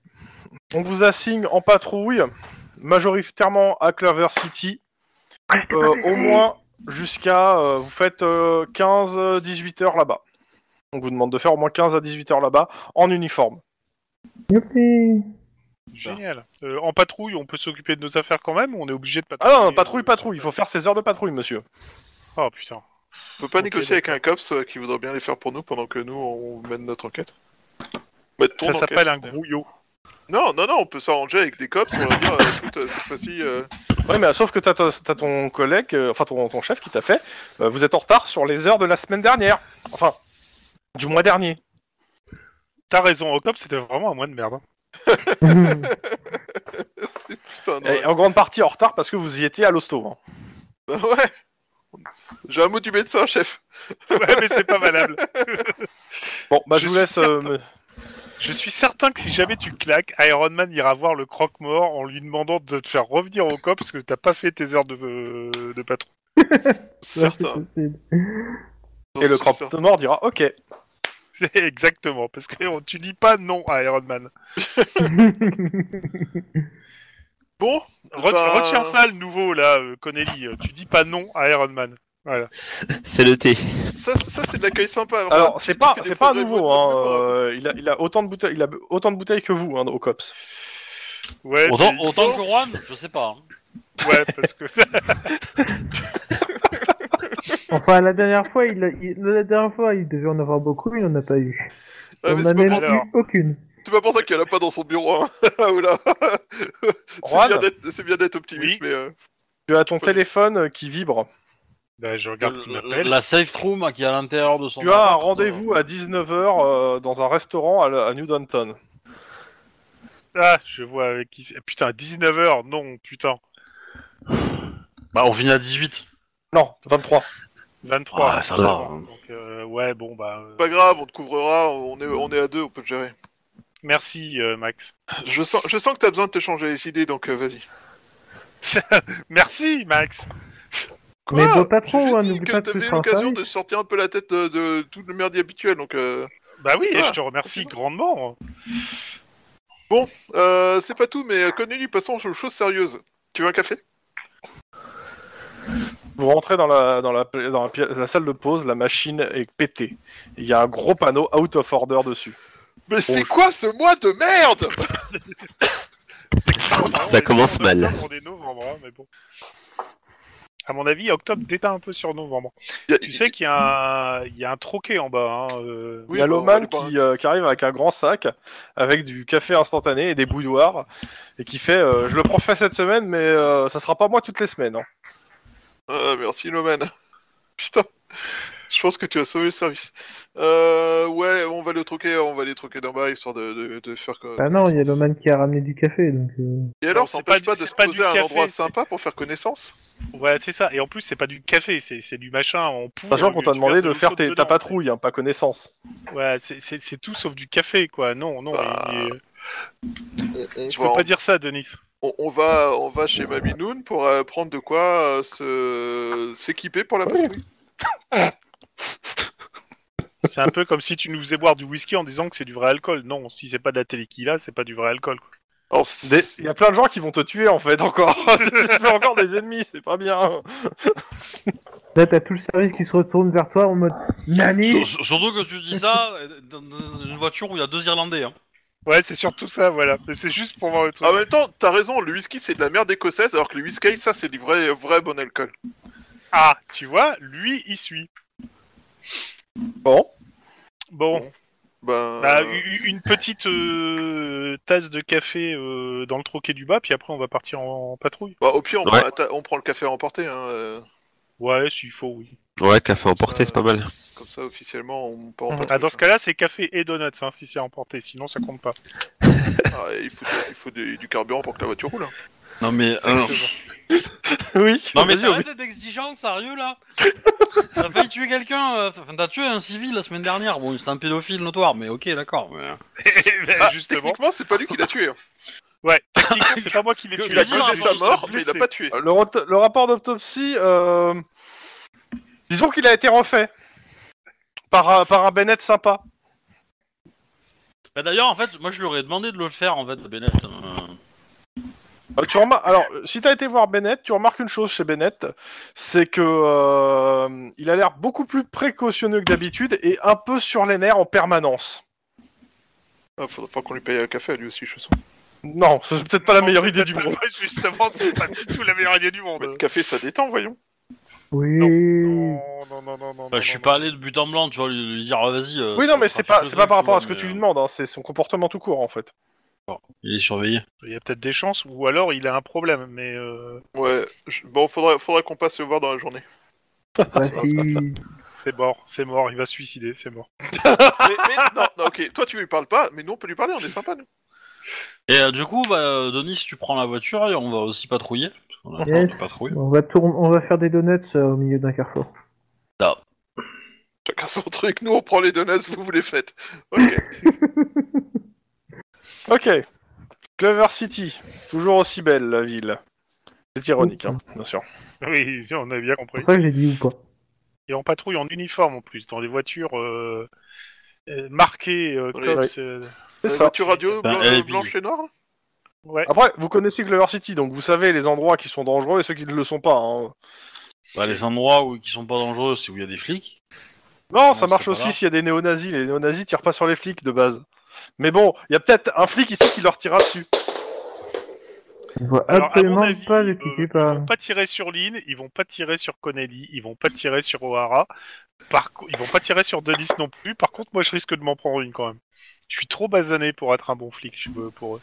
[SPEAKER 1] on vous assigne en patrouille, majoritairement à Clover City,
[SPEAKER 2] crois. Ah, j'étais pas
[SPEAKER 1] euh,
[SPEAKER 2] blessé.
[SPEAKER 1] au moins jusqu'à. euh, vous faites 15-18 heures là-bas. On vous demande de faire au moins 15 à 18 heures là-bas, en uniforme.
[SPEAKER 2] Youpi.
[SPEAKER 3] Génial. Euh, en patrouille, on peut s'occuper de nos affaires quand même ou on est obligé de
[SPEAKER 1] Ah
[SPEAKER 3] patrouiller
[SPEAKER 1] non, patrouille, patrouille, il faut faire 16 heures de patrouille, monsieur.
[SPEAKER 3] Oh putain.
[SPEAKER 6] On peut pas
[SPEAKER 3] Ok,
[SPEAKER 6] négocier avec un cops euh, qui voudrait bien les faire pour nous pendant que nous, on mène notre enquête Bah, ton
[SPEAKER 3] Ça
[SPEAKER 6] enquête,
[SPEAKER 3] s'appelle un
[SPEAKER 6] d'ailleurs.
[SPEAKER 3] grouillot.
[SPEAKER 6] Non, non, non, on peut s'arranger avec des cops pour leur dire, euh, écoute, euh, cette fois-ci, euh,
[SPEAKER 1] Ouais, mais euh, sauf que t'as ton, t'as ton collègue, euh, enfin ton, ton chef qui t'a fait, euh, vous êtes en retard sur les heures de la semaine dernière. Enfin, du mois dernier.
[SPEAKER 3] T'as raison, Ocop, c'était vraiment un mois de merde. hein.
[SPEAKER 6] putain, non,
[SPEAKER 1] Et Eh, en grande partie en retard parce que vous y étiez à l'hosto. hein.
[SPEAKER 6] bah ouais. euh, J'ai un mot du médecin, chef.
[SPEAKER 3] Ouais, mais c'est pas valable.
[SPEAKER 1] Bon, bah
[SPEAKER 3] Je
[SPEAKER 1] je, vous
[SPEAKER 3] suis
[SPEAKER 1] laisse. euh, me-
[SPEAKER 3] Je suis certain que si jamais tu claques, Iron Man ira voir le croque-mort en lui demandant de te faire revenir au cop parce que t'as pas fait tes heures de, euh, de patrouille.
[SPEAKER 2] Ouais, c'est
[SPEAKER 6] Certain.
[SPEAKER 2] possible.
[SPEAKER 1] Et le
[SPEAKER 6] J'en suis
[SPEAKER 1] crampon mort dira Ok.
[SPEAKER 3] C'est exactement, parce que on- tu dis pas non à Iron Man.
[SPEAKER 6] Bon,
[SPEAKER 3] Re-
[SPEAKER 6] Bah-
[SPEAKER 3] Retire ça, le nouveau, là, euh, Connelly. euh, Tu dis pas non à Iron Man.
[SPEAKER 5] C'est noté.
[SPEAKER 6] ça, ça, c'est de l'accueil sympa.
[SPEAKER 1] Alors, c'est pas,
[SPEAKER 6] fais des
[SPEAKER 1] c'est pas
[SPEAKER 6] progrès,
[SPEAKER 1] nouveau.
[SPEAKER 6] moi,
[SPEAKER 1] Hein.
[SPEAKER 6] de plus en plus.
[SPEAKER 1] euh, il, a, il a autant de bouteilles, il a autant de bouteilles que vous hein, au cops.
[SPEAKER 3] Ouais,
[SPEAKER 4] Autant,
[SPEAKER 3] mais-
[SPEAKER 4] autant que Juan, je sais pas. hein.
[SPEAKER 3] Ouais, parce que...
[SPEAKER 2] Enfin, la dernière fois, il, a- il- la dernière fois, il devait en avoir beaucoup, il en a pas eu.
[SPEAKER 6] Ah,
[SPEAKER 2] on
[SPEAKER 6] mais
[SPEAKER 2] n'en
[SPEAKER 6] c'est
[SPEAKER 2] a
[SPEAKER 6] pas
[SPEAKER 2] même
[SPEAKER 6] pour-
[SPEAKER 3] pour- Alors.
[SPEAKER 2] eu aucune.
[SPEAKER 6] c'est pas pour ça qu'elle a pas dans son bureau. Hein. Oula.
[SPEAKER 1] Juan
[SPEAKER 6] c'est bien d'être- c'est bien d'être optimiste,
[SPEAKER 3] Oui.
[SPEAKER 6] mais euh,
[SPEAKER 1] Tu as ton
[SPEAKER 6] Faut-
[SPEAKER 1] téléphone euh, qui vibre.
[SPEAKER 3] Bah, je regarde qui m'appelle.
[SPEAKER 4] La safe room hein, qui est à l'intérieur de son.
[SPEAKER 1] Tu as un
[SPEAKER 4] appart,
[SPEAKER 1] rendez-vous à 19h dans un restaurant à, la- à New Downton.
[SPEAKER 3] Ah, je vois avec qui c'est. Putain, 19h, non, putain.
[SPEAKER 4] euh, Bah, on finit à 18.
[SPEAKER 1] Non, 23.
[SPEAKER 3] 23.
[SPEAKER 4] Ouais, Ah, ça
[SPEAKER 3] je
[SPEAKER 4] va.
[SPEAKER 3] crois. Donc, euh, ouais, bon, bah. euh,
[SPEAKER 6] pas grave, on te couvrera. On est, on est à deux, on peut te gérer.
[SPEAKER 3] Merci, euh, Max.
[SPEAKER 6] Je sens, je sens que t'as besoin de te changer les idées, donc euh, vas-y.
[SPEAKER 3] Merci, Max
[SPEAKER 6] Quoi
[SPEAKER 2] Mais beau
[SPEAKER 6] J'ai
[SPEAKER 2] patron,
[SPEAKER 6] juste
[SPEAKER 2] hein,
[SPEAKER 6] dit
[SPEAKER 2] n'oublie
[SPEAKER 6] que
[SPEAKER 2] pas que tu
[SPEAKER 6] t'avais
[SPEAKER 2] seras
[SPEAKER 6] l'occasion
[SPEAKER 2] sage.
[SPEAKER 6] de sortir un peu la tête de, de tout le merdier habituel, donc euh,
[SPEAKER 3] Bah oui,
[SPEAKER 6] Ça
[SPEAKER 3] et
[SPEAKER 6] va.
[SPEAKER 3] je te remercie grandement.
[SPEAKER 6] euh, c'est pas tout, mais euh, Connelly, passons aux choses sérieuses. Tu veux un café
[SPEAKER 1] Vous rentrez dans la, dans la, dans la pi- la salle de pause, la machine est pétée. Il y a un gros panneau out of order dessus.
[SPEAKER 6] Mais c'est quoi ce mois de merde
[SPEAKER 5] Ça commence
[SPEAKER 3] Ah, On est
[SPEAKER 5] mal.
[SPEAKER 3] octobre, on est novembre, hein, mais bon. À mon avis, octobre déteint un peu sur novembre.
[SPEAKER 6] Y a-
[SPEAKER 3] Tu sais qu'il y, a un- il y a un troquet en bas. Hein, euh,
[SPEAKER 6] Oui,
[SPEAKER 1] il y a
[SPEAKER 6] bah, on
[SPEAKER 1] l'Oman
[SPEAKER 6] va aller boire un
[SPEAKER 1] qui, euh, qui arrive avec un grand sac, avec du café instantané et des bouilloires, et qui fait euh, Je le prends fait cette semaine, mais euh, ça sera pas moi toutes les semaines. hein.
[SPEAKER 6] Ah, merci Loman. Putain, je pense que tu as sauvé le service. Euh, ouais, on va le troquer, on va les troquer d'en bas histoire de, de, de faire. co-
[SPEAKER 2] Ah non, il y a
[SPEAKER 6] connaissance.
[SPEAKER 2] l'oman qui a ramené du café, donc. euh,
[SPEAKER 6] Et alors,
[SPEAKER 3] Non,
[SPEAKER 6] ça
[SPEAKER 3] c'est pas
[SPEAKER 6] n'empêche
[SPEAKER 3] du-
[SPEAKER 6] pas de
[SPEAKER 3] c'est
[SPEAKER 6] se
[SPEAKER 3] pas du
[SPEAKER 6] poser à un
[SPEAKER 3] café,
[SPEAKER 6] endroit
[SPEAKER 3] c'est-
[SPEAKER 6] sympa pour faire connaissance
[SPEAKER 3] Ouais, c'est ça. Et en plus, c'est pas du café, c'est c'est du machin en poudre.
[SPEAKER 1] Sachant qu'on
[SPEAKER 3] que
[SPEAKER 1] t'a
[SPEAKER 3] tu
[SPEAKER 1] demandé
[SPEAKER 3] verses
[SPEAKER 1] de
[SPEAKER 3] l'eau
[SPEAKER 1] faire
[SPEAKER 3] chaude
[SPEAKER 1] tes- ta
[SPEAKER 3] dedans,
[SPEAKER 1] patrouille, hein, pas connaissance.
[SPEAKER 3] c'est- Ouais, c'est- c'est c'est tout sauf du café, quoi. Non, non.
[SPEAKER 6] Bah,
[SPEAKER 3] il est-
[SPEAKER 6] On, on
[SPEAKER 3] Tu
[SPEAKER 6] va,
[SPEAKER 3] peux pas dire ça, Denis.
[SPEAKER 6] on, on va, on va chez Mamie Noon pour euh, prendre de quoi euh, se s'équiper pour la patrouille.
[SPEAKER 3] C'est un peu comme si tu nous faisais boire du whisky en disant que c'est du vrai alcool. Non, si c'est pas de la téléquila, c'est pas du vrai alcool. quoi.
[SPEAKER 6] Alors,
[SPEAKER 1] Des-
[SPEAKER 6] c'est-
[SPEAKER 1] Il y a plein de gens qui vont te tuer en fait encore. tu te fais encore des ennemis, c'est pas bien.
[SPEAKER 2] Là, t'as tout le service qui se retourne vers toi en mode Nani
[SPEAKER 4] S- s- Surtout que tu dis ça euh, dans dans une voiture où il y a deux Irlandais. Hein.
[SPEAKER 3] Ouais, c'est surtout ça, voilà. Mais c'est juste pour voir le truc.
[SPEAKER 6] En même temps, t'as raison, le whisky c'est de la merde écossaise, alors que le whisky ça c'est du vrai, vrai bon alcool.
[SPEAKER 3] Ah, tu vois, lui, il suit.
[SPEAKER 1] Bon,
[SPEAKER 3] Bon.
[SPEAKER 6] Bon. Ben,
[SPEAKER 3] Bah,
[SPEAKER 6] euh,
[SPEAKER 3] u- une petite euh, tasse de café euh, dans le troquet du bas, puis après on va partir en, en patrouille.
[SPEAKER 6] bah, au pire, on,
[SPEAKER 5] Ouais.
[SPEAKER 6] prend la ta- on prend le café à emporter. hein, euh,
[SPEAKER 3] Ouais, s'il faut, oui.
[SPEAKER 5] Ouais, café emporté, c'est pas mal.
[SPEAKER 6] comme ça, officiellement, on part en
[SPEAKER 3] Ah,
[SPEAKER 6] patrouille.
[SPEAKER 3] dans ce cas-là, c'est café et donuts, hein, si c'est emporté, sinon ça compte pas.
[SPEAKER 6] Ah, il faut, il faut du, du carburant pour que la voiture roule. hein.
[SPEAKER 7] Non mais, euh,
[SPEAKER 1] Oui.
[SPEAKER 7] non mais
[SPEAKER 8] Mais
[SPEAKER 7] vas-y,
[SPEAKER 8] arrête d'être exigeant, sérieux là T'as failli tuer quelqu'un, euh, enfin, t'as tué un civil la semaine dernière, bon c'est un pédophile notoire, mais ok d'accord. mais, euh,
[SPEAKER 3] Ben,
[SPEAKER 6] Ah,
[SPEAKER 3] justement,
[SPEAKER 6] Techniquement, c'est pas lui qui l'a tué. hein.
[SPEAKER 3] techniquement, c'est pas moi qui l'ai tué.
[SPEAKER 6] Il a
[SPEAKER 8] l'as dit, hein,
[SPEAKER 6] causé sa
[SPEAKER 8] il
[SPEAKER 3] juste
[SPEAKER 6] mort,
[SPEAKER 3] le
[SPEAKER 6] mais il a
[SPEAKER 3] blessé.
[SPEAKER 6] pas tué.
[SPEAKER 1] Euh, Le, rot- le rapport d'autopsie, euh, disons qu'il a été refait par, un- par un Bennett sympa.
[SPEAKER 7] Bah d'ailleurs, en fait, moi je leur ai demandé de le faire, en fait, à Bennett. euh,
[SPEAKER 1] Euh, tu remar- Alors, euh, si t'as été voir Bennett, tu remarques une chose chez Bennett, c'est que euh, il a l'air beaucoup plus précautionneux que d'habitude et un peu sur les nerfs en permanence.
[SPEAKER 6] Ah, faudra, faudra qu'on lui paye un café à lui aussi, je sens.
[SPEAKER 1] Non, c'est peut-être pas la meilleure idée du
[SPEAKER 3] Pas-
[SPEAKER 1] monde.
[SPEAKER 3] ouais, Justement, c'est pas du tout la meilleure idée du monde.
[SPEAKER 6] Mais le café, ça détend, voyons.
[SPEAKER 2] Oui.
[SPEAKER 3] Non, non, non, non, non.
[SPEAKER 7] Bah, je suis pas allé de but en blanc, tu vois, lui, lui dire ah, vas-y. euh,
[SPEAKER 1] Oui, non,
[SPEAKER 7] tu
[SPEAKER 1] mais
[SPEAKER 7] feras
[SPEAKER 1] c'est pas,
[SPEAKER 7] quelque
[SPEAKER 1] c'est pas par
[SPEAKER 7] chose,
[SPEAKER 1] rapport à ce que
[SPEAKER 7] mais,
[SPEAKER 1] tu lui
[SPEAKER 7] euh,
[SPEAKER 1] demandes, hein, c'est son comportement tout court en fait.
[SPEAKER 7] Il est surveillé.
[SPEAKER 3] Il y a peut-être des chances, ou alors il a un problème, mais. euh,
[SPEAKER 6] Ouais, je- bon, faudra, faudra qu'on passe le voir dans la journée.
[SPEAKER 2] Bah, si...
[SPEAKER 3] C'est mort, c'est mort, il va se suicider, c'est mort.
[SPEAKER 6] mais, mais non, non, ok, toi tu lui parles pas, mais nous on peut lui parler, on est sympa, nous.
[SPEAKER 7] Et euh, du coup, bah, euh, Denis, tu prends la voiture et on va aussi patrouiller. On a
[SPEAKER 2] Yes.
[SPEAKER 7] de patrouille.
[SPEAKER 2] on, va tourner... on va faire des donuts euh, au milieu d'un carrefour.
[SPEAKER 6] Chacun son truc, nous on prend les donuts, vous vous les faites. Ok.
[SPEAKER 1] Ok, Clover City, toujours aussi belle la ville. C'est ironique, hein, bien sûr.
[SPEAKER 3] Oui, on a bien compris.
[SPEAKER 2] C'est pour ça que j'ai dit ou pas.
[SPEAKER 3] Et on patrouille en uniforme en plus, dans des voitures euh, euh, marquées euh,
[SPEAKER 6] Oui,
[SPEAKER 3] cops, euh,
[SPEAKER 1] C'est
[SPEAKER 6] Euh,
[SPEAKER 1] ça.
[SPEAKER 6] voiture radio
[SPEAKER 7] Ben,
[SPEAKER 6] blan-
[SPEAKER 7] elle est
[SPEAKER 6] blanche et noire là
[SPEAKER 3] Ouais.
[SPEAKER 1] Après, vous connaissez Clover City, donc vous savez les endroits qui sont dangereux et ceux qui ne le sont pas. hein.
[SPEAKER 7] Bah, les endroits où, qui sont pas dangereux, c'est où il y a des flics.
[SPEAKER 1] Non, ça
[SPEAKER 7] c'est
[SPEAKER 1] marche
[SPEAKER 7] pas là.
[SPEAKER 1] aussi s'il y a des néo-nazis. Les néo-nazis tirent pas sur les flics de base. Mais bon, il y a peut-être un flic ici qui leur tirera dessus.
[SPEAKER 2] Je vois
[SPEAKER 3] Alors, à mon
[SPEAKER 2] absolument
[SPEAKER 3] avis,
[SPEAKER 2] pas
[SPEAKER 3] euh,
[SPEAKER 2] de qui
[SPEAKER 3] ils
[SPEAKER 2] tu parles.
[SPEAKER 3] vont pas tirer sur Lynn, ils vont pas tirer sur Connelly, ils vont pas tirer sur O'Hara. Par co- ils vont pas tirer sur Denis non plus. Par contre, moi, je risque de m'en prendre une quand même. Je suis trop basané pour être un bon flic je veux, pour eux.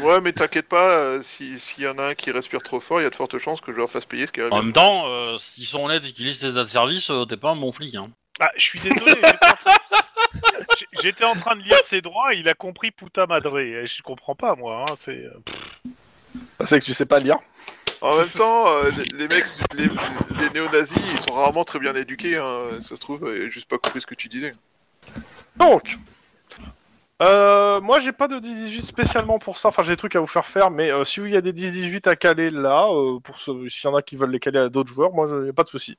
[SPEAKER 6] Ouais, mais t'inquiète pas, euh, si- s'il y en a un qui respire trop fort, il y a de fortes chances que je leur fasse payer ce qui arrive.
[SPEAKER 7] En même temps, euh, s'ils sont honnêtes et qu'ils lisent tes dates de service, euh, t'es pas un bon flic. Hein.
[SPEAKER 3] Ah, je suis désolé. j'étais en train- J'- J'étais en train de lire ses droits, et il a compris puta madre. Eh, Je comprends pas moi. hein, c'est
[SPEAKER 1] C'est que tu sais pas lire.
[SPEAKER 6] En même temps, euh, les, les mecs, les, les néo-nazis, ils sont rarement très bien éduqués, hein, ça se trouve, euh, j'ai juste pas compris ce que tu disais.
[SPEAKER 1] Donc, euh, moi j'ai pas de 10-18 spécialement pour ça. Enfin, j'ai des trucs à vous faire faire, mais euh, si il y a des 10-18 à caler là, euh, pour ceux- s'il y en a qui veulent les caler à d'autres joueurs, moi j'ai pas de souci.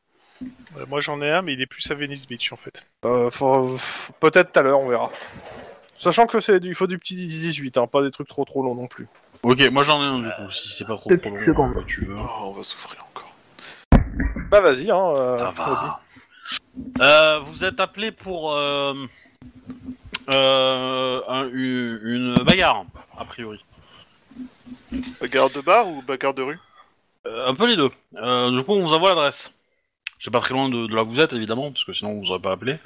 [SPEAKER 3] Euh, moi, j'en ai un, mais il est plus à Venice Beach en fait.
[SPEAKER 1] Euh, faut- Peut-être tout à l'heure, on verra. Sachant que c'est du- il faut du petit 10-18, hein, pas des trucs trop trop longs non plus.
[SPEAKER 7] Ok, moi j'en ai un du coup, si c'est pas trop
[SPEAKER 2] Deux
[SPEAKER 7] trop long,
[SPEAKER 2] petites secondes.
[SPEAKER 7] euh, tu veux.
[SPEAKER 6] Oh, on va souffrir encore.
[SPEAKER 1] Bah vas-y, hein. euh,
[SPEAKER 7] Ça
[SPEAKER 1] vas-y.
[SPEAKER 7] va. Euh, vous êtes appelé pour euh, euh, un- une une bagarre, a priori.
[SPEAKER 6] Bagarre Euh, de bar ou bagarre de rue
[SPEAKER 7] Euh, un peu les deux. Euh, du coup, on vous envoie l'adresse. C'est pas très loin de, de là où vous êtes, évidemment, parce que sinon on vous aurait pas appelé.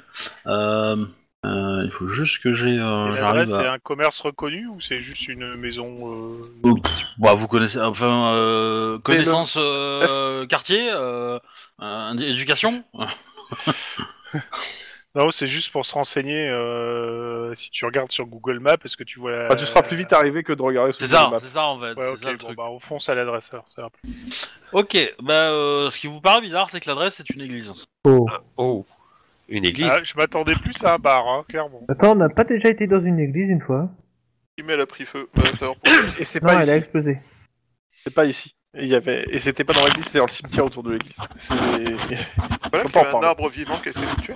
[SPEAKER 7] Euh, euh, il faut juste que j'ai.
[SPEAKER 3] Et
[SPEAKER 7] Euh,
[SPEAKER 3] L'adresse,
[SPEAKER 7] j'arrive
[SPEAKER 3] c'est
[SPEAKER 7] à...
[SPEAKER 3] un commerce reconnu ou c'est juste une maison euh,
[SPEAKER 7] Oh, pff, bah, vous connaissez. Enfin, euh,
[SPEAKER 3] E
[SPEAKER 7] connaissance euh, quartier, euh, euh, éducation.
[SPEAKER 3] Non, c'est juste pour se renseigner. euh, si tu regardes sur Google Maps, est-ce que tu vois.
[SPEAKER 1] Bah, tu seras plus vite arrivé que de regarder sur
[SPEAKER 7] C'est
[SPEAKER 1] Google
[SPEAKER 7] ça,
[SPEAKER 1] Maps.
[SPEAKER 7] c'est ça en fait.
[SPEAKER 3] Ouais,
[SPEAKER 7] c'est
[SPEAKER 3] ok,
[SPEAKER 7] ça, le
[SPEAKER 3] bon,
[SPEAKER 7] truc.
[SPEAKER 3] bah, on fonce à l'adresse alors. ça va.
[SPEAKER 7] Ok, bah, euh, ce qui vous paraît bizarre, c'est que l'adresse c'est une église.
[SPEAKER 2] Oh.
[SPEAKER 5] Oh, une église
[SPEAKER 3] Ah, je m'attendais plus à un bar, hein, clairement.
[SPEAKER 2] Attends, on n'a pas déjà été dans une église une fois
[SPEAKER 6] Email a pris feu, bah, ça va reprendre.
[SPEAKER 1] Et c'est
[SPEAKER 2] Non,
[SPEAKER 1] pas,
[SPEAKER 2] elle a
[SPEAKER 1] ici.
[SPEAKER 2] explosé.
[SPEAKER 1] C'est pas ici. Et il y avait... et c'était pas dans l'église, c'était dans le cimetière autour de l'église. C'est-
[SPEAKER 6] Voilà,
[SPEAKER 1] Faut
[SPEAKER 6] qu'il
[SPEAKER 1] pas en
[SPEAKER 6] y avait un
[SPEAKER 1] parler.
[SPEAKER 6] arbre vivant qui essaie de le tuer.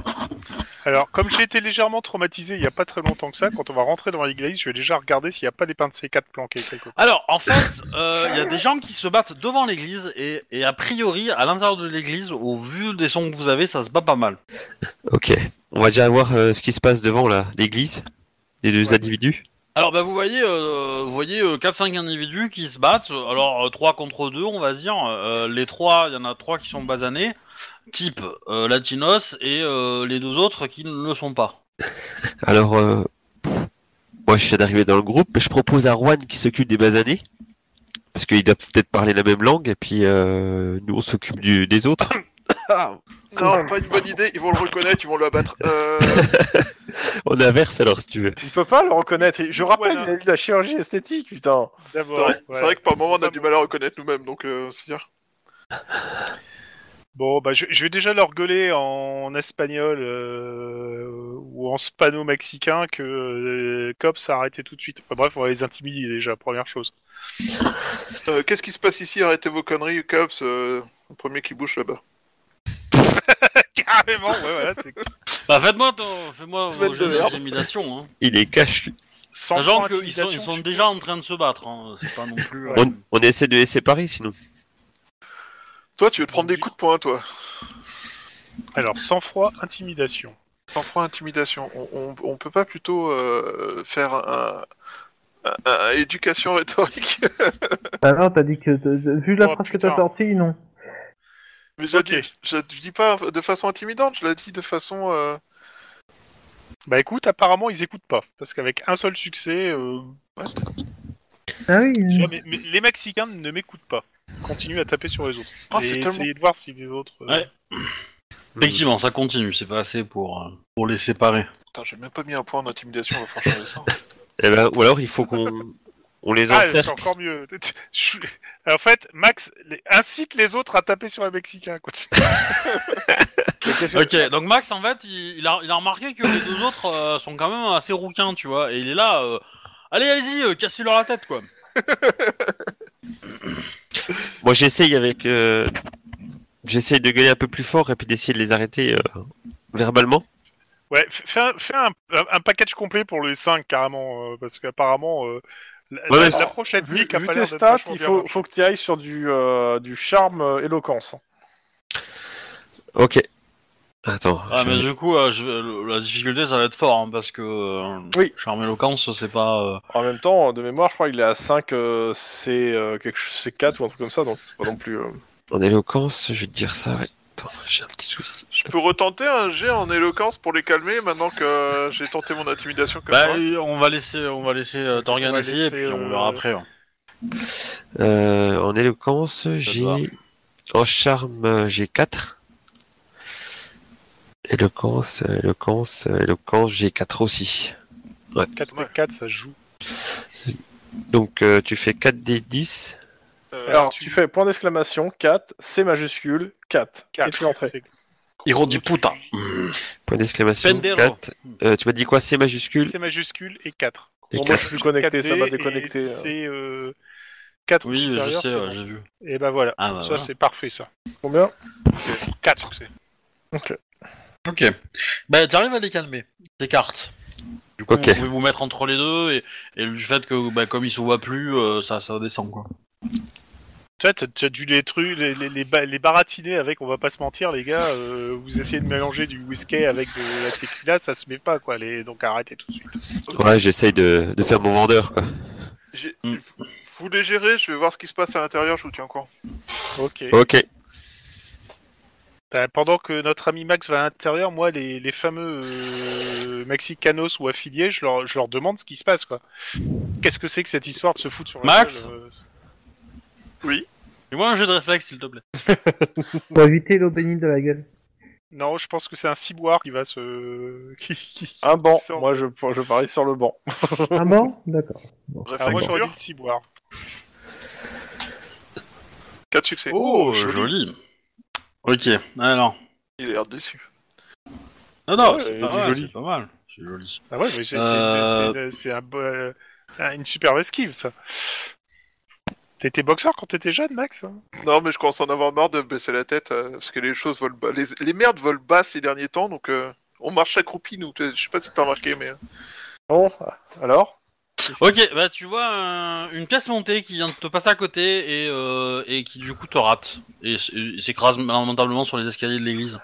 [SPEAKER 3] Alors, comme j'ai été légèrement traumatisé il y a pas très longtemps que ça, quand on va rentrer dans l'église, je vais déjà regarder s'il n'y a pas des pains de C4 planqués quelque part.
[SPEAKER 7] Alors, en fait, euh, il y a des gens qui se battent devant l'église et, et a priori, à l'intérieur de l'église, au vu des sons que vous avez, ça se bat pas mal.
[SPEAKER 5] Ok. On va déjà voir euh, ce qui se passe devant là, l'église, les deux
[SPEAKER 3] Ouais.
[SPEAKER 5] individus.
[SPEAKER 7] Alors, bah, vous voyez, euh, vous voyez euh, 4-5 individus qui se battent. Alors, 3 contre 2, on va dire. Euh, les 3, il y en a 3 qui sont basanés, type euh, Latinos, et euh, les deux autres qui ne le sont pas.
[SPEAKER 5] Alors, euh, moi, je viens d'arriver dans le groupe, mais je propose à Juan qui s'occupe des basanés, parce qu'il doit peut-être parler la même langue, et puis euh, nous, on s'occupe du- des autres.
[SPEAKER 6] Ah. Non, pas une bonne idée, ils vont le reconnaître, ils vont le abattre. Euh,
[SPEAKER 5] On inverse alors, si tu veux.
[SPEAKER 1] Il peut pas le reconnaître. Je rappelle,
[SPEAKER 3] Voilà.
[SPEAKER 1] il a eu de la chirurgie esthétique, putain.
[SPEAKER 3] D'abord.
[SPEAKER 6] c'est
[SPEAKER 3] voilà.
[SPEAKER 6] vrai que par moment on a du mal à reconnaître nous-mêmes, donc euh, c'est bien.
[SPEAKER 3] Bon, bah, je, je vais déjà leur gueuler en espagnol euh, ou en spano-mexicain que euh, Cops a arrêté tout de suite. Enfin, bref, on va les intimider déjà, première chose.
[SPEAKER 6] Euh, Qu'est-ce qui se passe ici Arrêtez vos conneries, cops. euh, le premier qui bouge là-bas.
[SPEAKER 3] Carrément, ouais, voilà, c'est
[SPEAKER 7] Bah faites-moi ton- fais-moi
[SPEAKER 6] Bête
[SPEAKER 7] vos
[SPEAKER 6] de
[SPEAKER 7] jets
[SPEAKER 6] merde.
[SPEAKER 7] d'intimidation. Hein.
[SPEAKER 5] Il est cash. lui.
[SPEAKER 3] sans
[SPEAKER 7] Sachant
[SPEAKER 3] point
[SPEAKER 7] qu'ils sont, ils
[SPEAKER 3] intimidation,
[SPEAKER 7] sont
[SPEAKER 3] tu
[SPEAKER 7] déjà en train de se battre. Hein. C'est pas non plus. euh,
[SPEAKER 5] On, on essaie de les séparer, sinon.
[SPEAKER 6] Toi, tu veux te prendre des coups de poing, toi.
[SPEAKER 3] penses. Alors, sang-froid, intimidation.
[SPEAKER 6] Sans froid, intimidation. On, on, on peut pas plutôt euh, faire un, un- un- éducation rhétorique
[SPEAKER 2] Ah non, t'as dit que t'as- vu la
[SPEAKER 3] Oh,
[SPEAKER 2] phrase que
[SPEAKER 3] putain.
[SPEAKER 2] t'as sortie, non.
[SPEAKER 6] Mais je,
[SPEAKER 3] Ok.
[SPEAKER 6] dis, je dis pas de façon intimidante, je la dis de façon. euh,
[SPEAKER 3] Bah écoute, apparemment, ils écoutent pas. Parce qu'avec un seul succès, euh,
[SPEAKER 6] what
[SPEAKER 2] Ah oui.
[SPEAKER 3] tu vois, mais- mais les Mexicains ne m'écoutent pas. Continuent à taper sur les autres.
[SPEAKER 6] Ah,
[SPEAKER 3] Et
[SPEAKER 6] c'est
[SPEAKER 3] essayez
[SPEAKER 6] tellement-
[SPEAKER 3] de voir si les autres... euh,
[SPEAKER 7] Ouais. Effectivement, ça continue. C'est pas assez pour, euh, pour les séparer.
[SPEAKER 6] Putain, j'ai même pas mis un point en intimidation, va falloir changer ça.
[SPEAKER 5] Eh ben, ou alors, il faut qu'on on les
[SPEAKER 3] Ah, c'est
[SPEAKER 5] encercle.
[SPEAKER 3] encore mieux. Je suis- En fait, Max les- incite les autres à taper sur les Mexicains. Quoi.
[SPEAKER 7] Ok, donc Max, en fait, il, il a, il a remarqué que les deux autres euh, sont quand même assez rouquins, tu vois. Et il est là. euh, allez, allez-y, euh, cassez-leur la tête, quoi.
[SPEAKER 5] Moi, j'essaye avec. euh, J'essaye de gueuler un peu plus fort et puis d'essayer de les arrêter euh, verbalement.
[SPEAKER 3] Ouais, f- fais, un, fais un, un- un package complet pour les 5, carrément. euh, parce qu'apparemment, euh, la-
[SPEAKER 5] Ouais,
[SPEAKER 3] la-
[SPEAKER 5] mais-
[SPEAKER 3] l'approche
[SPEAKER 1] Vu,
[SPEAKER 3] ethnique a
[SPEAKER 1] vu
[SPEAKER 3] pas
[SPEAKER 1] tes
[SPEAKER 3] l'air d'être
[SPEAKER 1] stats,
[SPEAKER 3] vachement
[SPEAKER 1] il
[SPEAKER 3] bien
[SPEAKER 1] faut,
[SPEAKER 3] marchée.
[SPEAKER 1] faut que tu ailles sur du, euh, du charme euh, éloquence.
[SPEAKER 5] Ok. Attends.
[SPEAKER 7] Ah,
[SPEAKER 5] je-
[SPEAKER 7] mais du coup, euh, je- le- la difficulté, ça va être fort. hein, parce que. euh,
[SPEAKER 1] Oui.
[SPEAKER 7] Charme éloquence, c'est pas. euh,
[SPEAKER 1] En même temps, de mémoire, je crois qu'il est à 5 C, euh, quelque chose- C4 ou un truc comme ça, donc c'est pas non plus. euh.
[SPEAKER 5] En éloquence, je vais te dire ça. ouais. Attends, j'ai un petit souci.
[SPEAKER 6] Je peux retenter un jet en éloquence pour les calmer maintenant que euh, j'ai tenté mon intimidation comme
[SPEAKER 7] Bah,
[SPEAKER 6] ça.
[SPEAKER 7] euh, on va laisser, on va laisser euh, Torgan
[SPEAKER 3] On va
[SPEAKER 7] essayer,
[SPEAKER 3] laisser,
[SPEAKER 7] puis on
[SPEAKER 3] euh,
[SPEAKER 7] verra après. hein.
[SPEAKER 5] Euh, en éloquence,
[SPEAKER 7] doit.
[SPEAKER 5] j'ai. En charme, euh, j'ai 4. Éloquence, euh, éloquence, euh, éloquence, j'ai 4 aussi.
[SPEAKER 3] 4 et 4, ça se joue.
[SPEAKER 5] Donc euh, tu fais 4 des 10.
[SPEAKER 6] Euh,
[SPEAKER 1] Alors, tu... fais point d'exclamation, 4, C majuscule, 4. Et tu l'entrée.
[SPEAKER 3] c'est-
[SPEAKER 7] Hiro dit putain.
[SPEAKER 5] Point d'exclamation.
[SPEAKER 7] Pendero.
[SPEAKER 5] 4. Euh, tu m'as dit quoi C majuscule
[SPEAKER 3] C'est majuscule et 4.
[SPEAKER 5] et
[SPEAKER 1] Bon, moi, je
[SPEAKER 5] 4.
[SPEAKER 1] suis connecté,
[SPEAKER 3] 4D,
[SPEAKER 1] ça m'a
[SPEAKER 3] et
[SPEAKER 1] déconnecté.
[SPEAKER 3] si
[SPEAKER 1] euh.
[SPEAKER 3] C'est euh, 4
[SPEAKER 7] Oui,
[SPEAKER 3] ou
[SPEAKER 7] je
[SPEAKER 3] supérieur,
[SPEAKER 7] sais,
[SPEAKER 3] c'est
[SPEAKER 7] ouais,
[SPEAKER 3] bon.
[SPEAKER 7] j'ai vu.
[SPEAKER 3] Et bah voilà.
[SPEAKER 7] Ah, bah,
[SPEAKER 3] ça,
[SPEAKER 7] voilà.
[SPEAKER 3] c'est parfait, ça.
[SPEAKER 1] Combien
[SPEAKER 3] 4 succès.
[SPEAKER 7] Ok. Bah, t'arrives à les calmer, tes cartes. Du coup,
[SPEAKER 5] Ok.
[SPEAKER 7] vous pouvez vous mettre entre les deux, et, et le fait que, bah, comme ils se voient plus, euh, ça, ça descend, quoi.
[SPEAKER 3] Tu vois, t'as- t'as dû les trucs, les, les, les, ba- les baratiner avec, on va pas se mentir, les gars, euh, vous essayez de mélanger du whisky avec de la tequila, ça se met pas, quoi, les, donc arrêtez tout de suite.
[SPEAKER 5] Ouais, j'essaye de, de faire mon vendeur quoi.
[SPEAKER 6] j'ai-
[SPEAKER 3] hmm.
[SPEAKER 7] Mm.
[SPEAKER 6] Vous les gérez, je vais voir ce qui se passe à l'intérieur, je vous tiens au courant.
[SPEAKER 3] Ok.
[SPEAKER 5] Ok.
[SPEAKER 3] Euh, Pendant que notre ami Max va à l'intérieur, moi, les, les fameux euh, Mexicanos ou affiliés, je leur, je leur demande ce qui se passe, quoi. Qu'est-ce que c'est que cette histoire de se foutre sur la
[SPEAKER 7] Max
[SPEAKER 3] gueule, euh,
[SPEAKER 7] Fais-moi un jeu de réflexe, s'il te plaît.
[SPEAKER 2] Pour éviter l'eau bénite de la gueule.
[SPEAKER 3] Non, je pense que c'est un ciboire qui va se... qui- qui-
[SPEAKER 1] Un banc.
[SPEAKER 3] Sans-
[SPEAKER 1] Moi, je, je parie sur le banc.
[SPEAKER 2] Ah bon D'accord.
[SPEAKER 3] Ah, moi,
[SPEAKER 6] Réflexe
[SPEAKER 3] j'aurais dit
[SPEAKER 6] pur,
[SPEAKER 3] le ciboire.
[SPEAKER 6] 4 succès.
[SPEAKER 3] Oh.
[SPEAKER 7] Oh, joli. Ok, alors.
[SPEAKER 6] Il a l'air déçu.
[SPEAKER 7] Non, non,
[SPEAKER 1] Ouais,
[SPEAKER 7] c'est
[SPEAKER 1] il
[SPEAKER 7] pas,
[SPEAKER 1] est
[SPEAKER 7] mal,
[SPEAKER 1] joli.
[SPEAKER 7] c'est pas mal. C'est joli.
[SPEAKER 3] Ah ouais, mais c'est
[SPEAKER 7] Euh.
[SPEAKER 3] c'est une- c'est un bo- euh, un- une superbe esquive, ça. T'étais boxeur quand t'étais jeune, Max hein
[SPEAKER 6] Non, mais je commence à en avoir marre de baisser la tête euh, parce que les choses volent bas. Les, les merdes volent bas ces derniers temps, donc euh, on marche accroupi, nous. Je sais pas si t'as remarqué, mais. euh,
[SPEAKER 1] Bon, alors
[SPEAKER 7] Ok, bah, tu vois un- une pièce montée qui vient de te passer à côté, et, euh, et qui, du coup, te rate. Et, s- et s'écrase lamentablement sur les escaliers de l'église.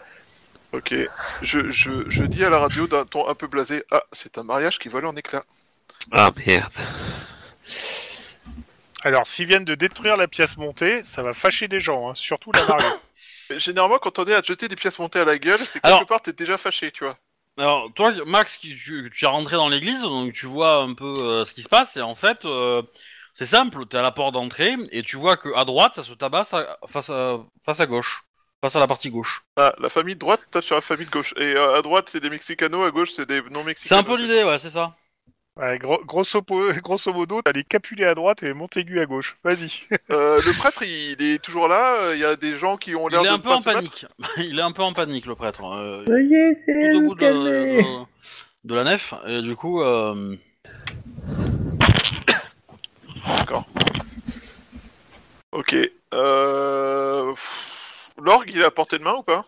[SPEAKER 6] Ok. Je, je, je dis à la radio d'un ton un peu blasé Ah, c'est un mariage qui vole en éclats.
[SPEAKER 5] Ah merde.
[SPEAKER 3] Alors, s'ils viennent de détruire la pièce montée, ça va fâcher des gens, hein, surtout la mariée.
[SPEAKER 6] Généralement, quand on est à te jeter des pièces montées à la gueule, c'est quelque
[SPEAKER 7] Alors-
[SPEAKER 6] part t'es déjà fâché, tu vois.
[SPEAKER 7] Alors, toi, Max, qui- tu, tu es rentré dans l'église, donc tu vois un peu euh, ce qui se passe, et en fait, euh, c'est simple, t'es à la porte d'entrée, et tu vois que à droite, ça se tabasse à- face, à, face à gauche, face à la partie gauche.
[SPEAKER 6] Ah, la famille de droite tape sur la famille de gauche. Et euh, à droite, c'est des Mexicanos, à gauche, c'est des
[SPEAKER 7] C'est
[SPEAKER 6] non-Mexicanos.
[SPEAKER 7] un peu l'idée, ouais, c'est ça.
[SPEAKER 3] Ouais, gro- grosso, po- grosso modo, t'as les Capulet à droite et les Montaigu à gauche. Vas-y.
[SPEAKER 6] Euh, le prêtre, il est toujours là. euh, Il y a des gens qui ont
[SPEAKER 7] Il
[SPEAKER 6] l'air
[SPEAKER 7] est
[SPEAKER 6] de
[SPEAKER 7] un
[SPEAKER 6] ne
[SPEAKER 7] peu
[SPEAKER 6] pas
[SPEAKER 7] en
[SPEAKER 6] se battre.
[SPEAKER 7] panique. Il est un peu en panique, le prêtre. euh,
[SPEAKER 2] Voyez, c'est
[SPEAKER 7] tout au
[SPEAKER 2] elle,
[SPEAKER 7] bout de,
[SPEAKER 2] calmez.
[SPEAKER 7] de- de la nef, et du coup... euh,
[SPEAKER 6] Ok. Euh... pff, L'orgue, il est à portée de main ou pas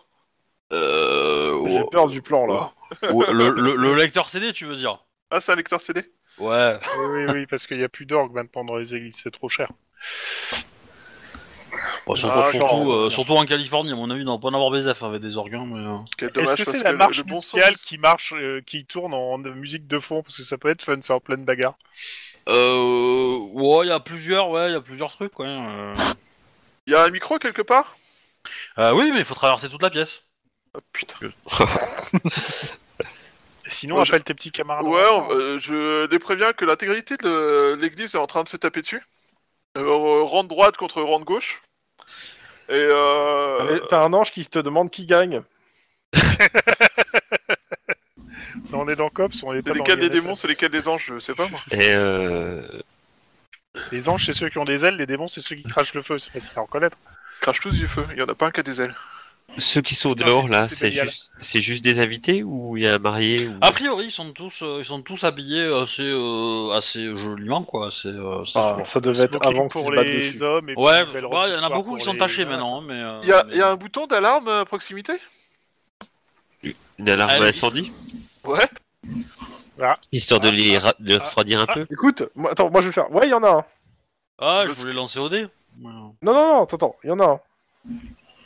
[SPEAKER 7] euh,
[SPEAKER 1] J'ai peur du plan là.
[SPEAKER 7] ou- le, le- le lecteur CD, tu veux dire
[SPEAKER 6] Ah, c'est un lecteur CD
[SPEAKER 7] Ouais.
[SPEAKER 3] oui, oui, oui, parce qu'il n'y a plus d'orgue maintenant dans les églises, c'est trop cher.
[SPEAKER 7] Bon, Oh, surtout,
[SPEAKER 6] Ah,
[SPEAKER 7] surtout,
[SPEAKER 6] genre,
[SPEAKER 7] euh, surtout en Californie, à mon avis, ils n'ont pas en avoir baisé avec des organes. Mais, euh.
[SPEAKER 6] Quel
[SPEAKER 3] Est-ce
[SPEAKER 6] dommage,
[SPEAKER 3] que
[SPEAKER 6] parce
[SPEAKER 3] c'est
[SPEAKER 6] que
[SPEAKER 3] la
[SPEAKER 6] le-
[SPEAKER 3] marche
[SPEAKER 6] le bon sens...
[SPEAKER 3] nuptiale qui marche, euh, qui tourne en euh, musique de fond Parce que ça peut être fun, c'est en pleine bagarre.
[SPEAKER 7] Euh, ouais, il y a plusieurs, ouais, il y a plusieurs trucs, ouais. euh.
[SPEAKER 6] Il y a un micro quelque part
[SPEAKER 7] Euh, oui, mais il faut traverser toute la pièce.
[SPEAKER 6] Ah, Putain.
[SPEAKER 3] Sinon,
[SPEAKER 6] Ouais, je-
[SPEAKER 3] appelle tes petits camarades.
[SPEAKER 6] Ouais, on- euh, je les préviens que l'intégralité de euh, l'église est en train de se taper dessus. Euh, rente droite contre rente gauche. Et euh...
[SPEAKER 1] T'as un ange qui te demande qui gagne.
[SPEAKER 3] Non, on est dans Cops, on est
[SPEAKER 6] C'est
[SPEAKER 3] pas dans
[SPEAKER 6] lesquels des
[SPEAKER 3] INSS.
[SPEAKER 6] démons, c'est lesquels des anges, je sais pas moi.
[SPEAKER 5] Et euh...
[SPEAKER 3] Les anges, c'est ceux qui ont des ailes, les démons, c'est ceux qui crachent le feu, c'est facile à reconnaître.
[SPEAKER 6] Crache tous du feu, il y en a pas un qui a des ailes.
[SPEAKER 5] ceux qui sont
[SPEAKER 3] Non,
[SPEAKER 5] dehors
[SPEAKER 3] c'est-
[SPEAKER 5] là,
[SPEAKER 3] c'est
[SPEAKER 5] c'est
[SPEAKER 3] Bélial.
[SPEAKER 5] juste, c'est juste des invités ou il y a un marié ou...
[SPEAKER 3] Ah,
[SPEAKER 7] A priori, ils sont tous, euh, ils sont tous habillés assez, euh, assez joliment, quoi. C'est, euh, c'est
[SPEAKER 1] Ah,
[SPEAKER 7] sûr.
[SPEAKER 1] ça devait être
[SPEAKER 3] Smoking
[SPEAKER 1] avant qu'ils se
[SPEAKER 3] pour
[SPEAKER 1] battent
[SPEAKER 3] les
[SPEAKER 1] dessus.
[SPEAKER 3] hommes.
[SPEAKER 7] Ouais,
[SPEAKER 3] Et puis
[SPEAKER 7] je
[SPEAKER 3] une
[SPEAKER 7] sais
[SPEAKER 3] belle
[SPEAKER 7] pas,
[SPEAKER 3] robe
[SPEAKER 7] il y en
[SPEAKER 3] de
[SPEAKER 7] a
[SPEAKER 3] soir
[SPEAKER 7] beaucoup
[SPEAKER 3] pour
[SPEAKER 7] qui sont
[SPEAKER 3] les-
[SPEAKER 7] tachés
[SPEAKER 3] Ouais.
[SPEAKER 7] maintenant, hein, mais. euh,
[SPEAKER 6] Il y a,
[SPEAKER 7] mais-
[SPEAKER 6] il y a un bouton d'alarme à proximité
[SPEAKER 5] Une alarme
[SPEAKER 7] Allez.
[SPEAKER 5] à incendie
[SPEAKER 6] Ouais.
[SPEAKER 5] Histoire de les ra- de
[SPEAKER 3] ah,
[SPEAKER 5] refroidir un peu
[SPEAKER 1] Écoute, moi, attends, moi je vais le faire. Ouais, il y en a un.
[SPEAKER 7] Ah, je
[SPEAKER 6] parce
[SPEAKER 7] voulais lancer au dé.
[SPEAKER 1] Non, non, non, attends, attends, il y en a un.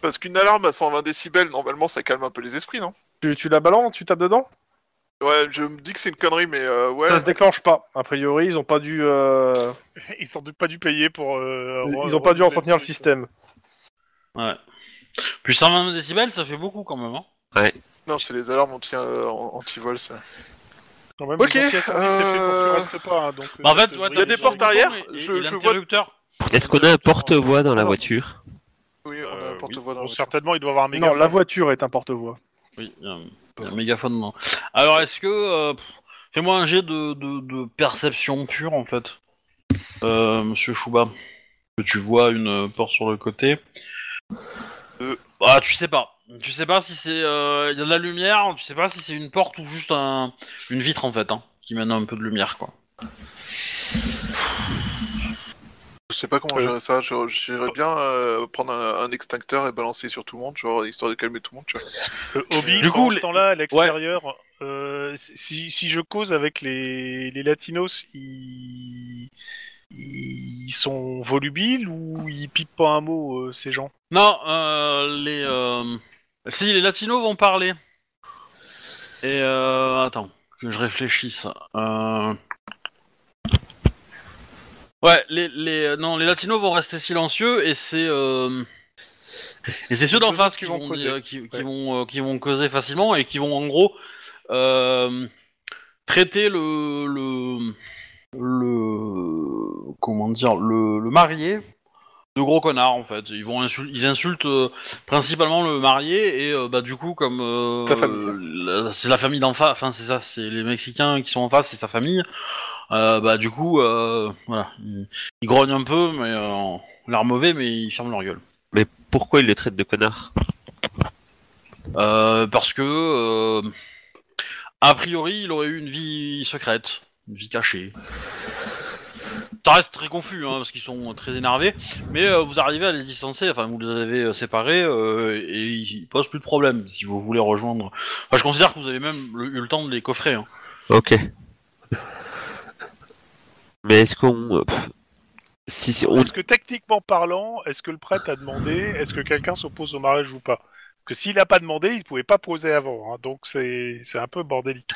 [SPEAKER 6] Parce qu'une alarme à 120 décibels, normalement ça calme un peu les esprits, non
[SPEAKER 1] Tu, tu la balances, tu tapes dedans
[SPEAKER 6] Ouais, je me dis que c'est une connerie, mais euh, ouais.
[SPEAKER 1] Ça se déclenche pas. A priori, ils ont pas dû, euh,
[SPEAKER 3] Ils sont pas dû payer pour. euh,
[SPEAKER 1] ils,
[SPEAKER 3] re-
[SPEAKER 1] ils ont pas dû
[SPEAKER 3] renouveler
[SPEAKER 1] entretenir le
[SPEAKER 3] truc.
[SPEAKER 1] système.
[SPEAKER 7] Ouais. Puis 120 décibels, ça fait beaucoup quand même. Hein.
[SPEAKER 6] Non, c'est les alarmes anti- euh, anti-vol, ça.
[SPEAKER 3] Quand même,
[SPEAKER 6] Ok,
[SPEAKER 3] les anciens services, c'est fait pour que
[SPEAKER 6] euh,
[SPEAKER 3] tu restes pas, hein, donc,
[SPEAKER 7] Bah, en
[SPEAKER 3] euh,
[SPEAKER 7] fait,
[SPEAKER 3] te
[SPEAKER 7] ouais,
[SPEAKER 3] briller
[SPEAKER 7] t'as
[SPEAKER 6] des
[SPEAKER 3] les
[SPEAKER 6] portes
[SPEAKER 3] oreilles.
[SPEAKER 7] l'horizon
[SPEAKER 6] arrière,
[SPEAKER 7] et- et-
[SPEAKER 6] je-
[SPEAKER 7] et
[SPEAKER 6] je vois-
[SPEAKER 7] l'interrupteur.
[SPEAKER 5] Est-ce qu'on a un porte-voix dans la voiture
[SPEAKER 6] Oui, Ah, on a
[SPEAKER 7] Euh,
[SPEAKER 6] un porte-voix dans
[SPEAKER 3] Bon,
[SPEAKER 6] la voiture.
[SPEAKER 3] certainement, il doit avoir un méga.
[SPEAKER 1] Non, la voiture est un porte-voix.
[SPEAKER 7] Oui, il y a un- il y a un mégaphone. non. Alors, est-ce que. euh, pff, Fais-moi un jet de, de- de perception pure, en fait, euh, monsieur Chouba. Que tu vois une euh, porte sur le côté. Euh, ah, tu sais pas. Tu sais pas si c'est. euh, Il y a de la lumière, tu sais pas si c'est une porte ou juste un, une vitre, en fait, hein, qui mène un peu de lumière, quoi.
[SPEAKER 6] Je sais pas comment
[SPEAKER 3] Euh.
[SPEAKER 6] gérer ça. je- J'irais bien euh, prendre un, un extincteur et balancer sur tout le monde, genre histoire de calmer tout le monde. Tu vois.
[SPEAKER 3] Euh, Obi,
[SPEAKER 7] Du
[SPEAKER 3] du
[SPEAKER 7] coup,
[SPEAKER 3] coup,
[SPEAKER 7] les-
[SPEAKER 3] ce temps-là, à l'extérieur, euh, si, si je cause avec les, les Latinos, ils... ils sont volubiles ou ils piquent pas un mot, euh, ces gens
[SPEAKER 7] Non, euh, les. euh, Si, les latinos vont parler. Et. Euh... Attends, que je réfléchisse. Euh... Ouais, les, les. euh, Non, les latinos vont rester silencieux et c'est. euh, Et c'est ceux d'en
[SPEAKER 3] Ceux
[SPEAKER 7] face
[SPEAKER 3] qui
[SPEAKER 7] qui
[SPEAKER 3] vont
[SPEAKER 7] vont,
[SPEAKER 3] causer.
[SPEAKER 7] dire- qui, qui
[SPEAKER 3] Ouais.
[SPEAKER 7] vont, euh, qui vont causer facilement et qui vont en gros euh, traiter le, le le comment dire le, le marié de gros connards en fait. Ils vont insul- ils insultent euh, principalement le marié et euh, bah du coup comme euh,
[SPEAKER 1] Sa famille. hein.
[SPEAKER 7] euh, la- c'est la famille d'en face, enfin c'est ça, c'est les Mexicains qui sont en face, c'est sa famille. euh, bah du coup euh, voilà, ils, ils grognent un peu mais euh, en- l'air mauvais mais ils ferment leur gueule.
[SPEAKER 5] Mais pourquoi ils le traitent de connard
[SPEAKER 7] Euh, parce que, euh, a priori, il aurait eu une vie secrète, une vie cachée. Ça reste très confus, hein, parce qu'ils sont très énervés, mais euh, vous arrivez à les distancer, enfin vous les avez euh, séparés, euh, et ils ils posent plus de problème si vous voulez rejoindre. Enfin, je considère que vous avez même le- eu le temps de les coffrer. hein.
[SPEAKER 5] Ok. Mais est-ce qu'on... pff, Si, si on...
[SPEAKER 3] Est-ce que techniquement parlant, est-ce que le prêtre a demandé, est-ce que quelqu'un s'oppose au mariage ou pas Parce que s'il a pas demandé, il pouvait pas poser avant, hein, donc c'est c'est un peu bordélique.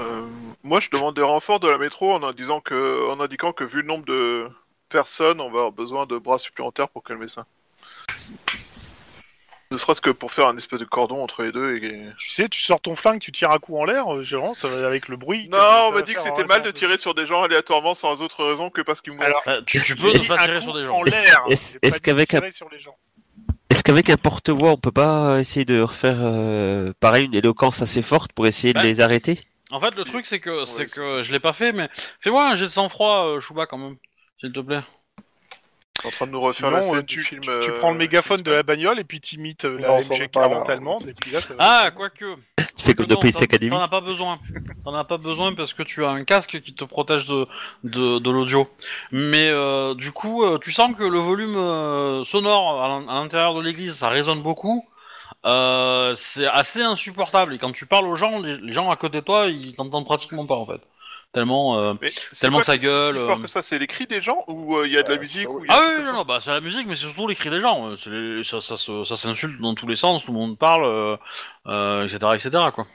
[SPEAKER 6] Euh, moi, je demande des renforts de la métro en, en disant que, en indiquant que vu le nombre de personnes, on va avoir besoin de bras supplémentaires pour calmer ça. Ne serait-ce que pour faire un espèce de cordon entre les deux et...
[SPEAKER 3] Tu sais, tu sors ton flingue, tu tires un coup en l'air, euh, Jérôme, ça va avec le bruit. que ça
[SPEAKER 6] Non, on
[SPEAKER 3] va
[SPEAKER 6] m'a dit
[SPEAKER 3] faire
[SPEAKER 6] que
[SPEAKER 3] en
[SPEAKER 6] c'était mal de
[SPEAKER 3] résonance.
[SPEAKER 6] tirer sur des gens aléatoirement sans autre raison que parce qu'ils m'ont...
[SPEAKER 3] Alors,
[SPEAKER 7] Bah, tu, tu peux ne
[SPEAKER 5] Est-ce-
[SPEAKER 7] pas
[SPEAKER 3] un
[SPEAKER 7] tirer
[SPEAKER 3] coup
[SPEAKER 7] sur des gens.
[SPEAKER 3] En
[SPEAKER 5] Est-ce-
[SPEAKER 3] l'air.
[SPEAKER 5] est-ce-
[SPEAKER 3] J'ai pas
[SPEAKER 5] est-ce
[SPEAKER 3] dit
[SPEAKER 5] qu'avec
[SPEAKER 3] tirer sur les gens.
[SPEAKER 5] Est-ce qu'avec un porte-voix, on peut pas essayer de refaire euh, pareil une éloquence assez forte pour essayer de
[SPEAKER 7] Bah.
[SPEAKER 5] les arrêter
[SPEAKER 7] En fait, le truc, c'est que,
[SPEAKER 6] Ouais,
[SPEAKER 7] c'est
[SPEAKER 6] c'est
[SPEAKER 7] que je l'ai pas fait, mais fais-moi un jet de sang-froid, euh, Chouba, quand même, s'il te plaît.
[SPEAKER 6] en train de nous refaire
[SPEAKER 3] Sinon,
[SPEAKER 6] la scène
[SPEAKER 3] euh,
[SPEAKER 6] du film...
[SPEAKER 3] Tu
[SPEAKER 6] euh,
[SPEAKER 3] prends le mégaphone
[SPEAKER 6] Kingsman.
[SPEAKER 3] de la bagnole et puis t'imites euh, la
[SPEAKER 1] Non, ça va pas, là.
[SPEAKER 3] MG40 allemande et puis là ça va.
[SPEAKER 7] Ah, quoique.
[SPEAKER 5] Tu fais comme
[SPEAKER 7] Non,
[SPEAKER 5] dans Police
[SPEAKER 7] t'en-
[SPEAKER 5] Academy
[SPEAKER 7] T'en as pas besoin. T'en as pas besoin parce que tu as un casque qui te protège de, de, de l'audio. Mais euh, du coup, euh, tu sens que le volume euh, sonore à l'in- à l'intérieur de l'église, ça résonne beaucoup. Euh, c'est assez insupportable. Et quand tu parles aux gens, les, les gens à côté de toi, ils t'entendent pratiquement pas en fait. Tellement. euh,
[SPEAKER 6] Mais c'est
[SPEAKER 7] Tellement
[SPEAKER 6] quoi
[SPEAKER 7] que ça
[SPEAKER 6] qui-
[SPEAKER 7] gueule,
[SPEAKER 6] Si fort
[SPEAKER 7] euh.
[SPEAKER 6] que ça, c'est les cris des gens ou euh, il y a de la
[SPEAKER 1] Ouais,
[SPEAKER 6] musique
[SPEAKER 1] ça,
[SPEAKER 6] ou
[SPEAKER 1] oui.
[SPEAKER 6] il y a
[SPEAKER 7] Ah
[SPEAKER 6] des trucs
[SPEAKER 7] oui,
[SPEAKER 6] comme
[SPEAKER 7] non, non, bah, c'est la musique, mais c'est surtout les cris des gens. euh, c'est les- ça, ça, se- ça s'insulte dans tous les sens, tout le monde parle, euh, euh, etc., etc. Quoi.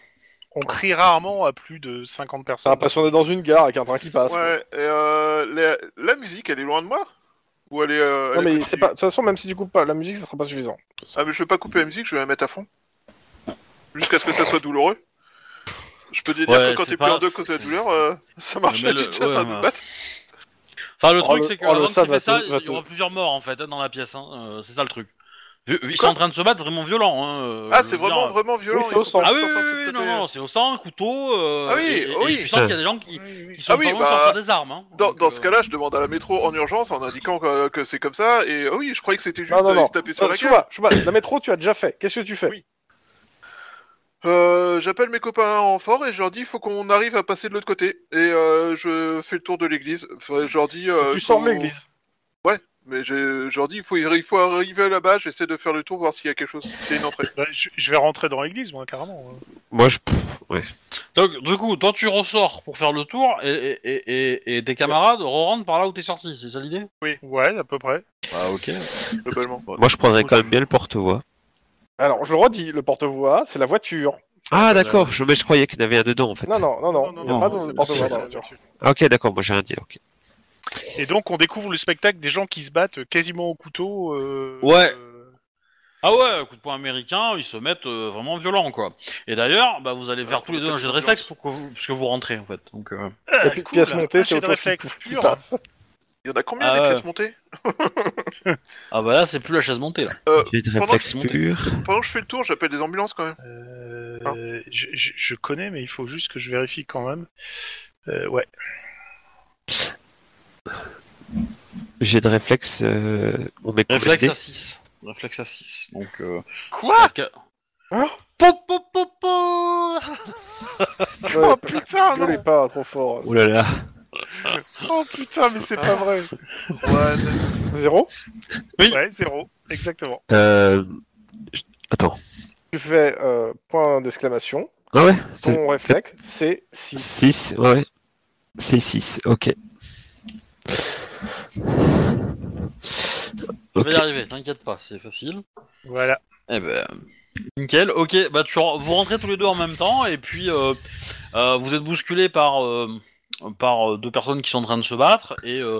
[SPEAKER 3] On crie rarement à plus de 50
[SPEAKER 1] T'as
[SPEAKER 3] personnes.
[SPEAKER 1] l'impression d'être dans une gare avec un train qui passe.
[SPEAKER 6] ça.
[SPEAKER 1] quoi.
[SPEAKER 6] Ouais, et, euh, la, la musique, elle est loin de moi Ou elle est...
[SPEAKER 1] Non,
[SPEAKER 6] euh, elle est
[SPEAKER 1] mais
[SPEAKER 6] continue
[SPEAKER 1] c'est pas... de toute façon, même si tu coupes pas la musique, ça sera pas suffisant.
[SPEAKER 6] Ah mais je vais pas couper la musique, je vais la mettre à fond. Jusqu'à ce que ça soit douloureux. Je peux te dire
[SPEAKER 7] Ouais,
[SPEAKER 6] que quand
[SPEAKER 7] c'est
[SPEAKER 6] t'es
[SPEAKER 7] pas-
[SPEAKER 6] plus en deux cause de la douleur, euh, ça marche
[SPEAKER 7] Mais
[SPEAKER 6] pas
[SPEAKER 7] le-
[SPEAKER 6] du tout, t'es en
[SPEAKER 7] ouais,
[SPEAKER 6] train de
[SPEAKER 7] ouais.
[SPEAKER 6] me battre.
[SPEAKER 7] Enfin, le
[SPEAKER 1] Oh,
[SPEAKER 7] truc,
[SPEAKER 1] le-
[SPEAKER 7] c'est que
[SPEAKER 1] oh, le
[SPEAKER 7] avant
[SPEAKER 1] ça
[SPEAKER 7] qu'il
[SPEAKER 1] va
[SPEAKER 7] fait ça,
[SPEAKER 1] te-
[SPEAKER 7] il
[SPEAKER 1] va
[SPEAKER 7] y
[SPEAKER 1] te-
[SPEAKER 7] aura plusieurs morts en fait hein, dans la pièce. hein, euh, c'est ça le truc. Vu- Ils sont
[SPEAKER 6] Quoi
[SPEAKER 7] en train de se battre vraiment violent. hein, euh,
[SPEAKER 6] Ah
[SPEAKER 7] je
[SPEAKER 6] c'est
[SPEAKER 7] veux dire,
[SPEAKER 6] vraiment
[SPEAKER 7] euh,
[SPEAKER 6] vraiment violent.
[SPEAKER 1] oui, c'est
[SPEAKER 6] ils
[SPEAKER 1] au
[SPEAKER 6] sont
[SPEAKER 1] centre.
[SPEAKER 7] Ah
[SPEAKER 6] pas
[SPEAKER 7] oui,
[SPEAKER 6] en train de
[SPEAKER 7] oui,
[SPEAKER 6] se
[SPEAKER 7] oui,
[SPEAKER 6] taper.
[SPEAKER 7] non, non, c'est au sang, couteau. euh,
[SPEAKER 6] Ah oui,
[SPEAKER 7] et- et-
[SPEAKER 6] oui.
[SPEAKER 7] et tu sens qu'il y a des gens qui, qui sont
[SPEAKER 6] Ah oui,
[SPEAKER 7] pas loin de
[SPEAKER 6] bah,
[SPEAKER 7] sortir des armes. hein,
[SPEAKER 6] Dans,
[SPEAKER 7] donc,
[SPEAKER 6] dans
[SPEAKER 7] euh,
[SPEAKER 6] ce cas-là, je demande à la métro en urgence en indiquant que, que c'est comme ça. Et ah oui, je croyais que c'était juste
[SPEAKER 1] Non, non,
[SPEAKER 6] euh,
[SPEAKER 1] non.
[SPEAKER 6] ils se taper sur
[SPEAKER 1] Non,
[SPEAKER 6] la gueule.
[SPEAKER 1] Chouba, Chouba, la métro, tu as déjà fait. Qu'est-ce que tu fais
[SPEAKER 6] Oui. Euh, J'appelle mes copains en fort et je leur dis faut qu'on arrive à passer de l'autre côté. Et euh, je fais le tour de l'église. Enfin, je leur dis. euh,
[SPEAKER 1] Tu sors de
[SPEAKER 6] qu'on-
[SPEAKER 1] l'église.
[SPEAKER 6] Mais je, je leur dis il faut, il faut arriver là-bas. J'essaie de faire le tour voir s'il y a quelque chose. S'il y a une entrée.
[SPEAKER 3] Bah, je, je vais rentrer dans l'église, moi, carrément. hein.
[SPEAKER 5] Moi, je...
[SPEAKER 7] Donc, du coup, toi tu ressors pour faire le tour et, et- et- et- et tes camarades rentrent par là où t'es sorti, c'est ça l'idée
[SPEAKER 3] Ouais, à peu près.
[SPEAKER 7] Bah, ok.
[SPEAKER 6] globalement.
[SPEAKER 5] Moi, je prendrais quand même bien le porte-voix.
[SPEAKER 1] Alors, je le redis, le porte-voix, c'est la voiture.
[SPEAKER 5] Ah, d'accord. Je, mais je croyais qu'il y en avait un dedans, en fait.
[SPEAKER 1] Non, non, non, non, il n'y a
[SPEAKER 7] non,
[SPEAKER 1] pas
[SPEAKER 7] non,
[SPEAKER 1] de
[SPEAKER 7] c'est-
[SPEAKER 1] porte-voix
[SPEAKER 7] c'est-
[SPEAKER 1] dans la
[SPEAKER 3] c'est- Bah,
[SPEAKER 1] voiture.
[SPEAKER 5] Ah, ok, d'accord. Moi, j'ai rien dit. ok.
[SPEAKER 3] Et donc, on découvre le spectacle des gens qui se battent euh, quasiment au couteau. euh,
[SPEAKER 7] Ouais.
[SPEAKER 3] euh,
[SPEAKER 7] Ah ouais, coup de poing américain, ils se mettent euh, vraiment violents quoi. Et d'ailleurs, bah, vous allez faire
[SPEAKER 6] Alors,
[SPEAKER 7] tous les deux un jet de
[SPEAKER 6] ambiance.
[SPEAKER 7] réflexe pour que vous, parce que vous rentrez en fait. Donc, euh,
[SPEAKER 1] Et puis,
[SPEAKER 3] cool,
[SPEAKER 1] pièce montée,
[SPEAKER 3] un
[SPEAKER 1] c'est
[SPEAKER 3] jet de
[SPEAKER 1] autre chose qui-
[SPEAKER 3] réflexe
[SPEAKER 1] qui
[SPEAKER 3] pur.
[SPEAKER 1] passe.
[SPEAKER 6] Il y en a combien
[SPEAKER 7] Ah
[SPEAKER 6] des
[SPEAKER 7] ouais.
[SPEAKER 6] pièces montées
[SPEAKER 7] Ah bah là, c'est plus la chaise montée là.
[SPEAKER 5] J'ai de
[SPEAKER 6] pendant
[SPEAKER 5] réflexe
[SPEAKER 7] Euh, que-
[SPEAKER 5] pur.
[SPEAKER 6] Pendant que je fais le tour, j'appelle des ambulances quand même.
[SPEAKER 3] Euh, je, je- je connais, mais il faut juste que je vérifie quand même. Euh, ouais.
[SPEAKER 5] J'ai de réflexe. euh, On met combien de
[SPEAKER 7] Réflexe
[SPEAKER 5] dés
[SPEAKER 7] à 6. Réflexe à 6. Donc, euh,
[SPEAKER 6] Quoi
[SPEAKER 7] c'est-
[SPEAKER 1] Hein
[SPEAKER 7] Po, po, po, po
[SPEAKER 1] Ouais,
[SPEAKER 6] Oh putain, non
[SPEAKER 1] gueulez pas trop fort.
[SPEAKER 5] Oh là là.
[SPEAKER 1] Oh putain, mais c'est pas vrai.
[SPEAKER 6] Ouais,
[SPEAKER 1] Zéro
[SPEAKER 7] Oui.
[SPEAKER 3] Ouais, zéro. Exactement.
[SPEAKER 5] Euh... je- Attends.
[SPEAKER 1] Tu fais euh, point d'exclamation.
[SPEAKER 5] Ah ouais
[SPEAKER 1] Ton réflexe, c'est si.
[SPEAKER 5] 6, ouais. ouais. C'est 6, ok.
[SPEAKER 7] Je
[SPEAKER 5] Ok.
[SPEAKER 7] vais y arriver, t'inquiète pas, c'est facile.
[SPEAKER 3] Voilà.
[SPEAKER 7] Eh ben. Nickel, ok, bah tu, re- vous rentrez tous les deux en même temps, et puis euh, euh, vous êtes bousculés par, euh, par euh, deux personnes qui sont en train de se battre, et, euh,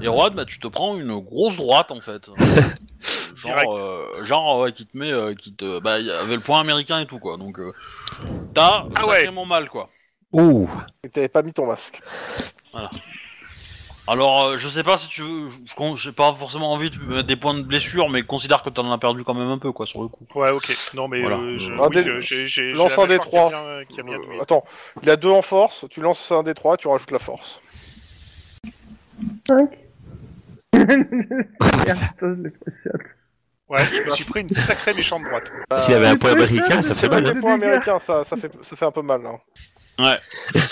[SPEAKER 7] et Rod, bah tu te prends une grosse droite en fait.
[SPEAKER 3] Direct.
[SPEAKER 7] genre, euh, genre ouais, qui te met, euh, qui te. Bah, il y avait le point américain et tout quoi, donc euh, t'as
[SPEAKER 3] Ah ouais.
[SPEAKER 7] sacrément mal quoi.
[SPEAKER 5] Ouh
[SPEAKER 1] Et T'avais pas mis ton masque.
[SPEAKER 7] Alors, euh, je sais pas si tu veux, je- je con- j'ai pas forcément envie de mettre des points de blessure, mais considère que t'en as perdu quand même un peu, quoi, sur le coup.
[SPEAKER 3] Ouais, ok. Non, mais
[SPEAKER 7] Voilà.
[SPEAKER 3] euh, je-
[SPEAKER 7] Ah,
[SPEAKER 3] oui,
[SPEAKER 1] des-
[SPEAKER 3] euh, j'ai- j'ai- j'ai
[SPEAKER 1] l'ensemble
[SPEAKER 3] la
[SPEAKER 1] des
[SPEAKER 3] mémoire
[SPEAKER 1] trois.
[SPEAKER 3] qui a bien- qui a bien doublé.
[SPEAKER 1] Euh, attends, il a deux en force, tu lances un des trois, tu rajoutes la force.
[SPEAKER 3] Ouais, je me suis pris une sacrée méchante droite.
[SPEAKER 5] S'il avait un
[SPEAKER 1] Euh,
[SPEAKER 5] point américain, ça fait mal.
[SPEAKER 1] Les
[SPEAKER 5] hein.
[SPEAKER 1] points américains, ça, ça, fait, ça fait un peu mal. Hein.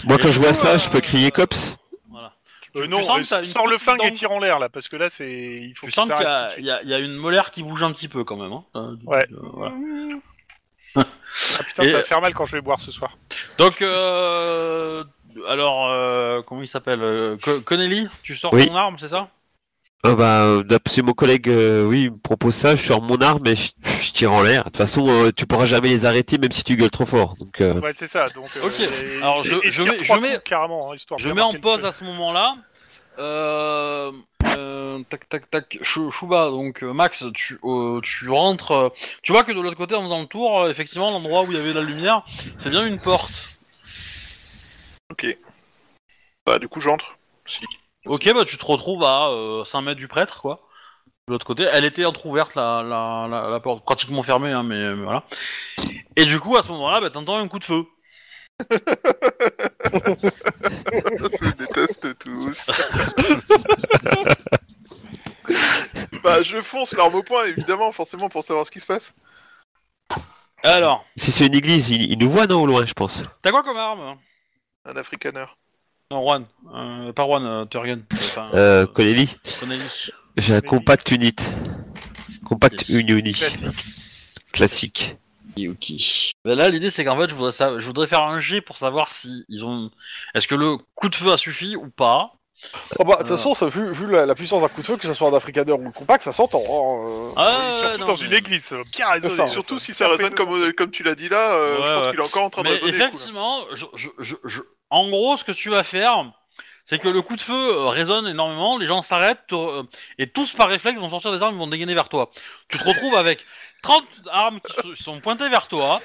[SPEAKER 5] Moi, quand je vois
[SPEAKER 7] Et
[SPEAKER 5] ça,
[SPEAKER 7] du
[SPEAKER 5] je
[SPEAKER 7] coup,
[SPEAKER 5] peux crier
[SPEAKER 7] euh,
[SPEAKER 5] cops.
[SPEAKER 3] Euh,
[SPEAKER 7] tu
[SPEAKER 3] non,
[SPEAKER 7] sens
[SPEAKER 3] euh,
[SPEAKER 7] que t'as une
[SPEAKER 3] sors le
[SPEAKER 7] petite
[SPEAKER 3] flingue
[SPEAKER 7] dent.
[SPEAKER 3] et tire en l'air là, parce que là c'est. Il faut
[SPEAKER 7] Tu
[SPEAKER 3] que
[SPEAKER 7] sens
[SPEAKER 3] ça
[SPEAKER 7] qu'il y
[SPEAKER 3] s'arrête
[SPEAKER 7] a,
[SPEAKER 3] tout de
[SPEAKER 7] il y a- il y a une molaire qui bouge un petit peu quand même. hein. Euh, du-
[SPEAKER 3] Ouais.
[SPEAKER 7] euh, voilà.
[SPEAKER 3] suite. Ah, putain,
[SPEAKER 7] et-
[SPEAKER 3] ça va faire mal quand je vais boire ce soir.
[SPEAKER 7] Donc, euh, alors, euh, comment il s'appelle euh, Co- Connelly, tu sors
[SPEAKER 5] Oui.
[SPEAKER 7] ton arme, c'est ça
[SPEAKER 5] Ah bah, euh, d'après c'est mon collègue, euh, oui, il me propose ça, je sors mon arme et je, je tire en l'air. De toute façon, euh, tu pourras jamais les arrêter, même si tu gueules trop fort. Donc, euh,
[SPEAKER 3] Ouais, c'est ça. Donc. euh,
[SPEAKER 7] Ok.
[SPEAKER 3] et-
[SPEAKER 7] Alors, je-
[SPEAKER 3] et
[SPEAKER 7] je
[SPEAKER 3] tire
[SPEAKER 7] mets-
[SPEAKER 3] trois
[SPEAKER 7] je mets-
[SPEAKER 3] coups carrément, hein, histoire
[SPEAKER 7] Je
[SPEAKER 3] de
[SPEAKER 7] mets en
[SPEAKER 3] marquer le
[SPEAKER 7] pause
[SPEAKER 3] feu.
[SPEAKER 7] à ce moment-là. Euh, euh, tac, tac, tac. Chou- Chouba, donc euh, Max, tu, euh, tu rentres. euh, tu vois que de l'autre côté, en faisant le tour, euh, effectivement, l'endroit où il y avait de la lumière, c'est bien une porte.
[SPEAKER 6] Bah, du coup, j'entre.
[SPEAKER 7] Ok, bah tu te retrouves à euh, 5 mètres du prêtre, quoi. De l'autre côté, elle était entrouverte, la, la, la, la porte, pratiquement fermée, hein, mais, mais voilà. Et du coup, à ce moment-là, bah, t'entends un coup de feu.
[SPEAKER 6] Je déteste tous. bah, je fonce l'arme au point, évidemment, forcément, pour savoir ce qui se passe.
[SPEAKER 7] Alors,
[SPEAKER 5] Si c'est une église, il, il nous voit non au loin, je pense.
[SPEAKER 7] t'as quoi comme arme
[SPEAKER 6] Un africaner.
[SPEAKER 7] Non, Juan. Euh, pas Juan, euh, Turgen. Enfin,
[SPEAKER 5] Euh, Connelly,
[SPEAKER 7] Connelly.
[SPEAKER 5] j'ai un
[SPEAKER 3] Connelly.
[SPEAKER 5] compact unit. Compact ununi. Classique.
[SPEAKER 7] Ok, ok. Ben là, l'idée, c'est qu'en fait, je voudrais, sa- je voudrais faire un G pour savoir si ils ont. Est-ce que le coup de feu a suffi ou pas
[SPEAKER 1] Oh bah, De
[SPEAKER 5] Ah.
[SPEAKER 1] toute façon, ça, vu, vu la, la puissance d'un coup de feu, que ce soit un Afrikaner ou le compact, ça s'entend. hein, euh.
[SPEAKER 7] Ah,
[SPEAKER 3] Oui,
[SPEAKER 7] ouais,
[SPEAKER 3] surtout
[SPEAKER 7] non,
[SPEAKER 3] dans
[SPEAKER 7] mais-
[SPEAKER 3] une église, euh, ça va
[SPEAKER 7] Ah,
[SPEAKER 3] bien résonner.
[SPEAKER 1] ça,
[SPEAKER 6] Et surtout si ça résonne comme, euh, comme tu l'as dit là, euh,
[SPEAKER 7] Ouais,
[SPEAKER 6] je pense
[SPEAKER 7] ouais.
[SPEAKER 6] qu'il est encore en train de
[SPEAKER 7] Mais
[SPEAKER 6] résonner. le coup, là.
[SPEAKER 7] effectivement, je, je- je- je- en gros, ce que tu vas faire, c'est que le coup de feu euh, résonne énormément, les gens s'arrêtent te- euh, et tous par réflexe vont sortir des armes, ils vont dégainer vers toi. Tu te retrouves avec 30 armes qui se- sont pointées vers toi.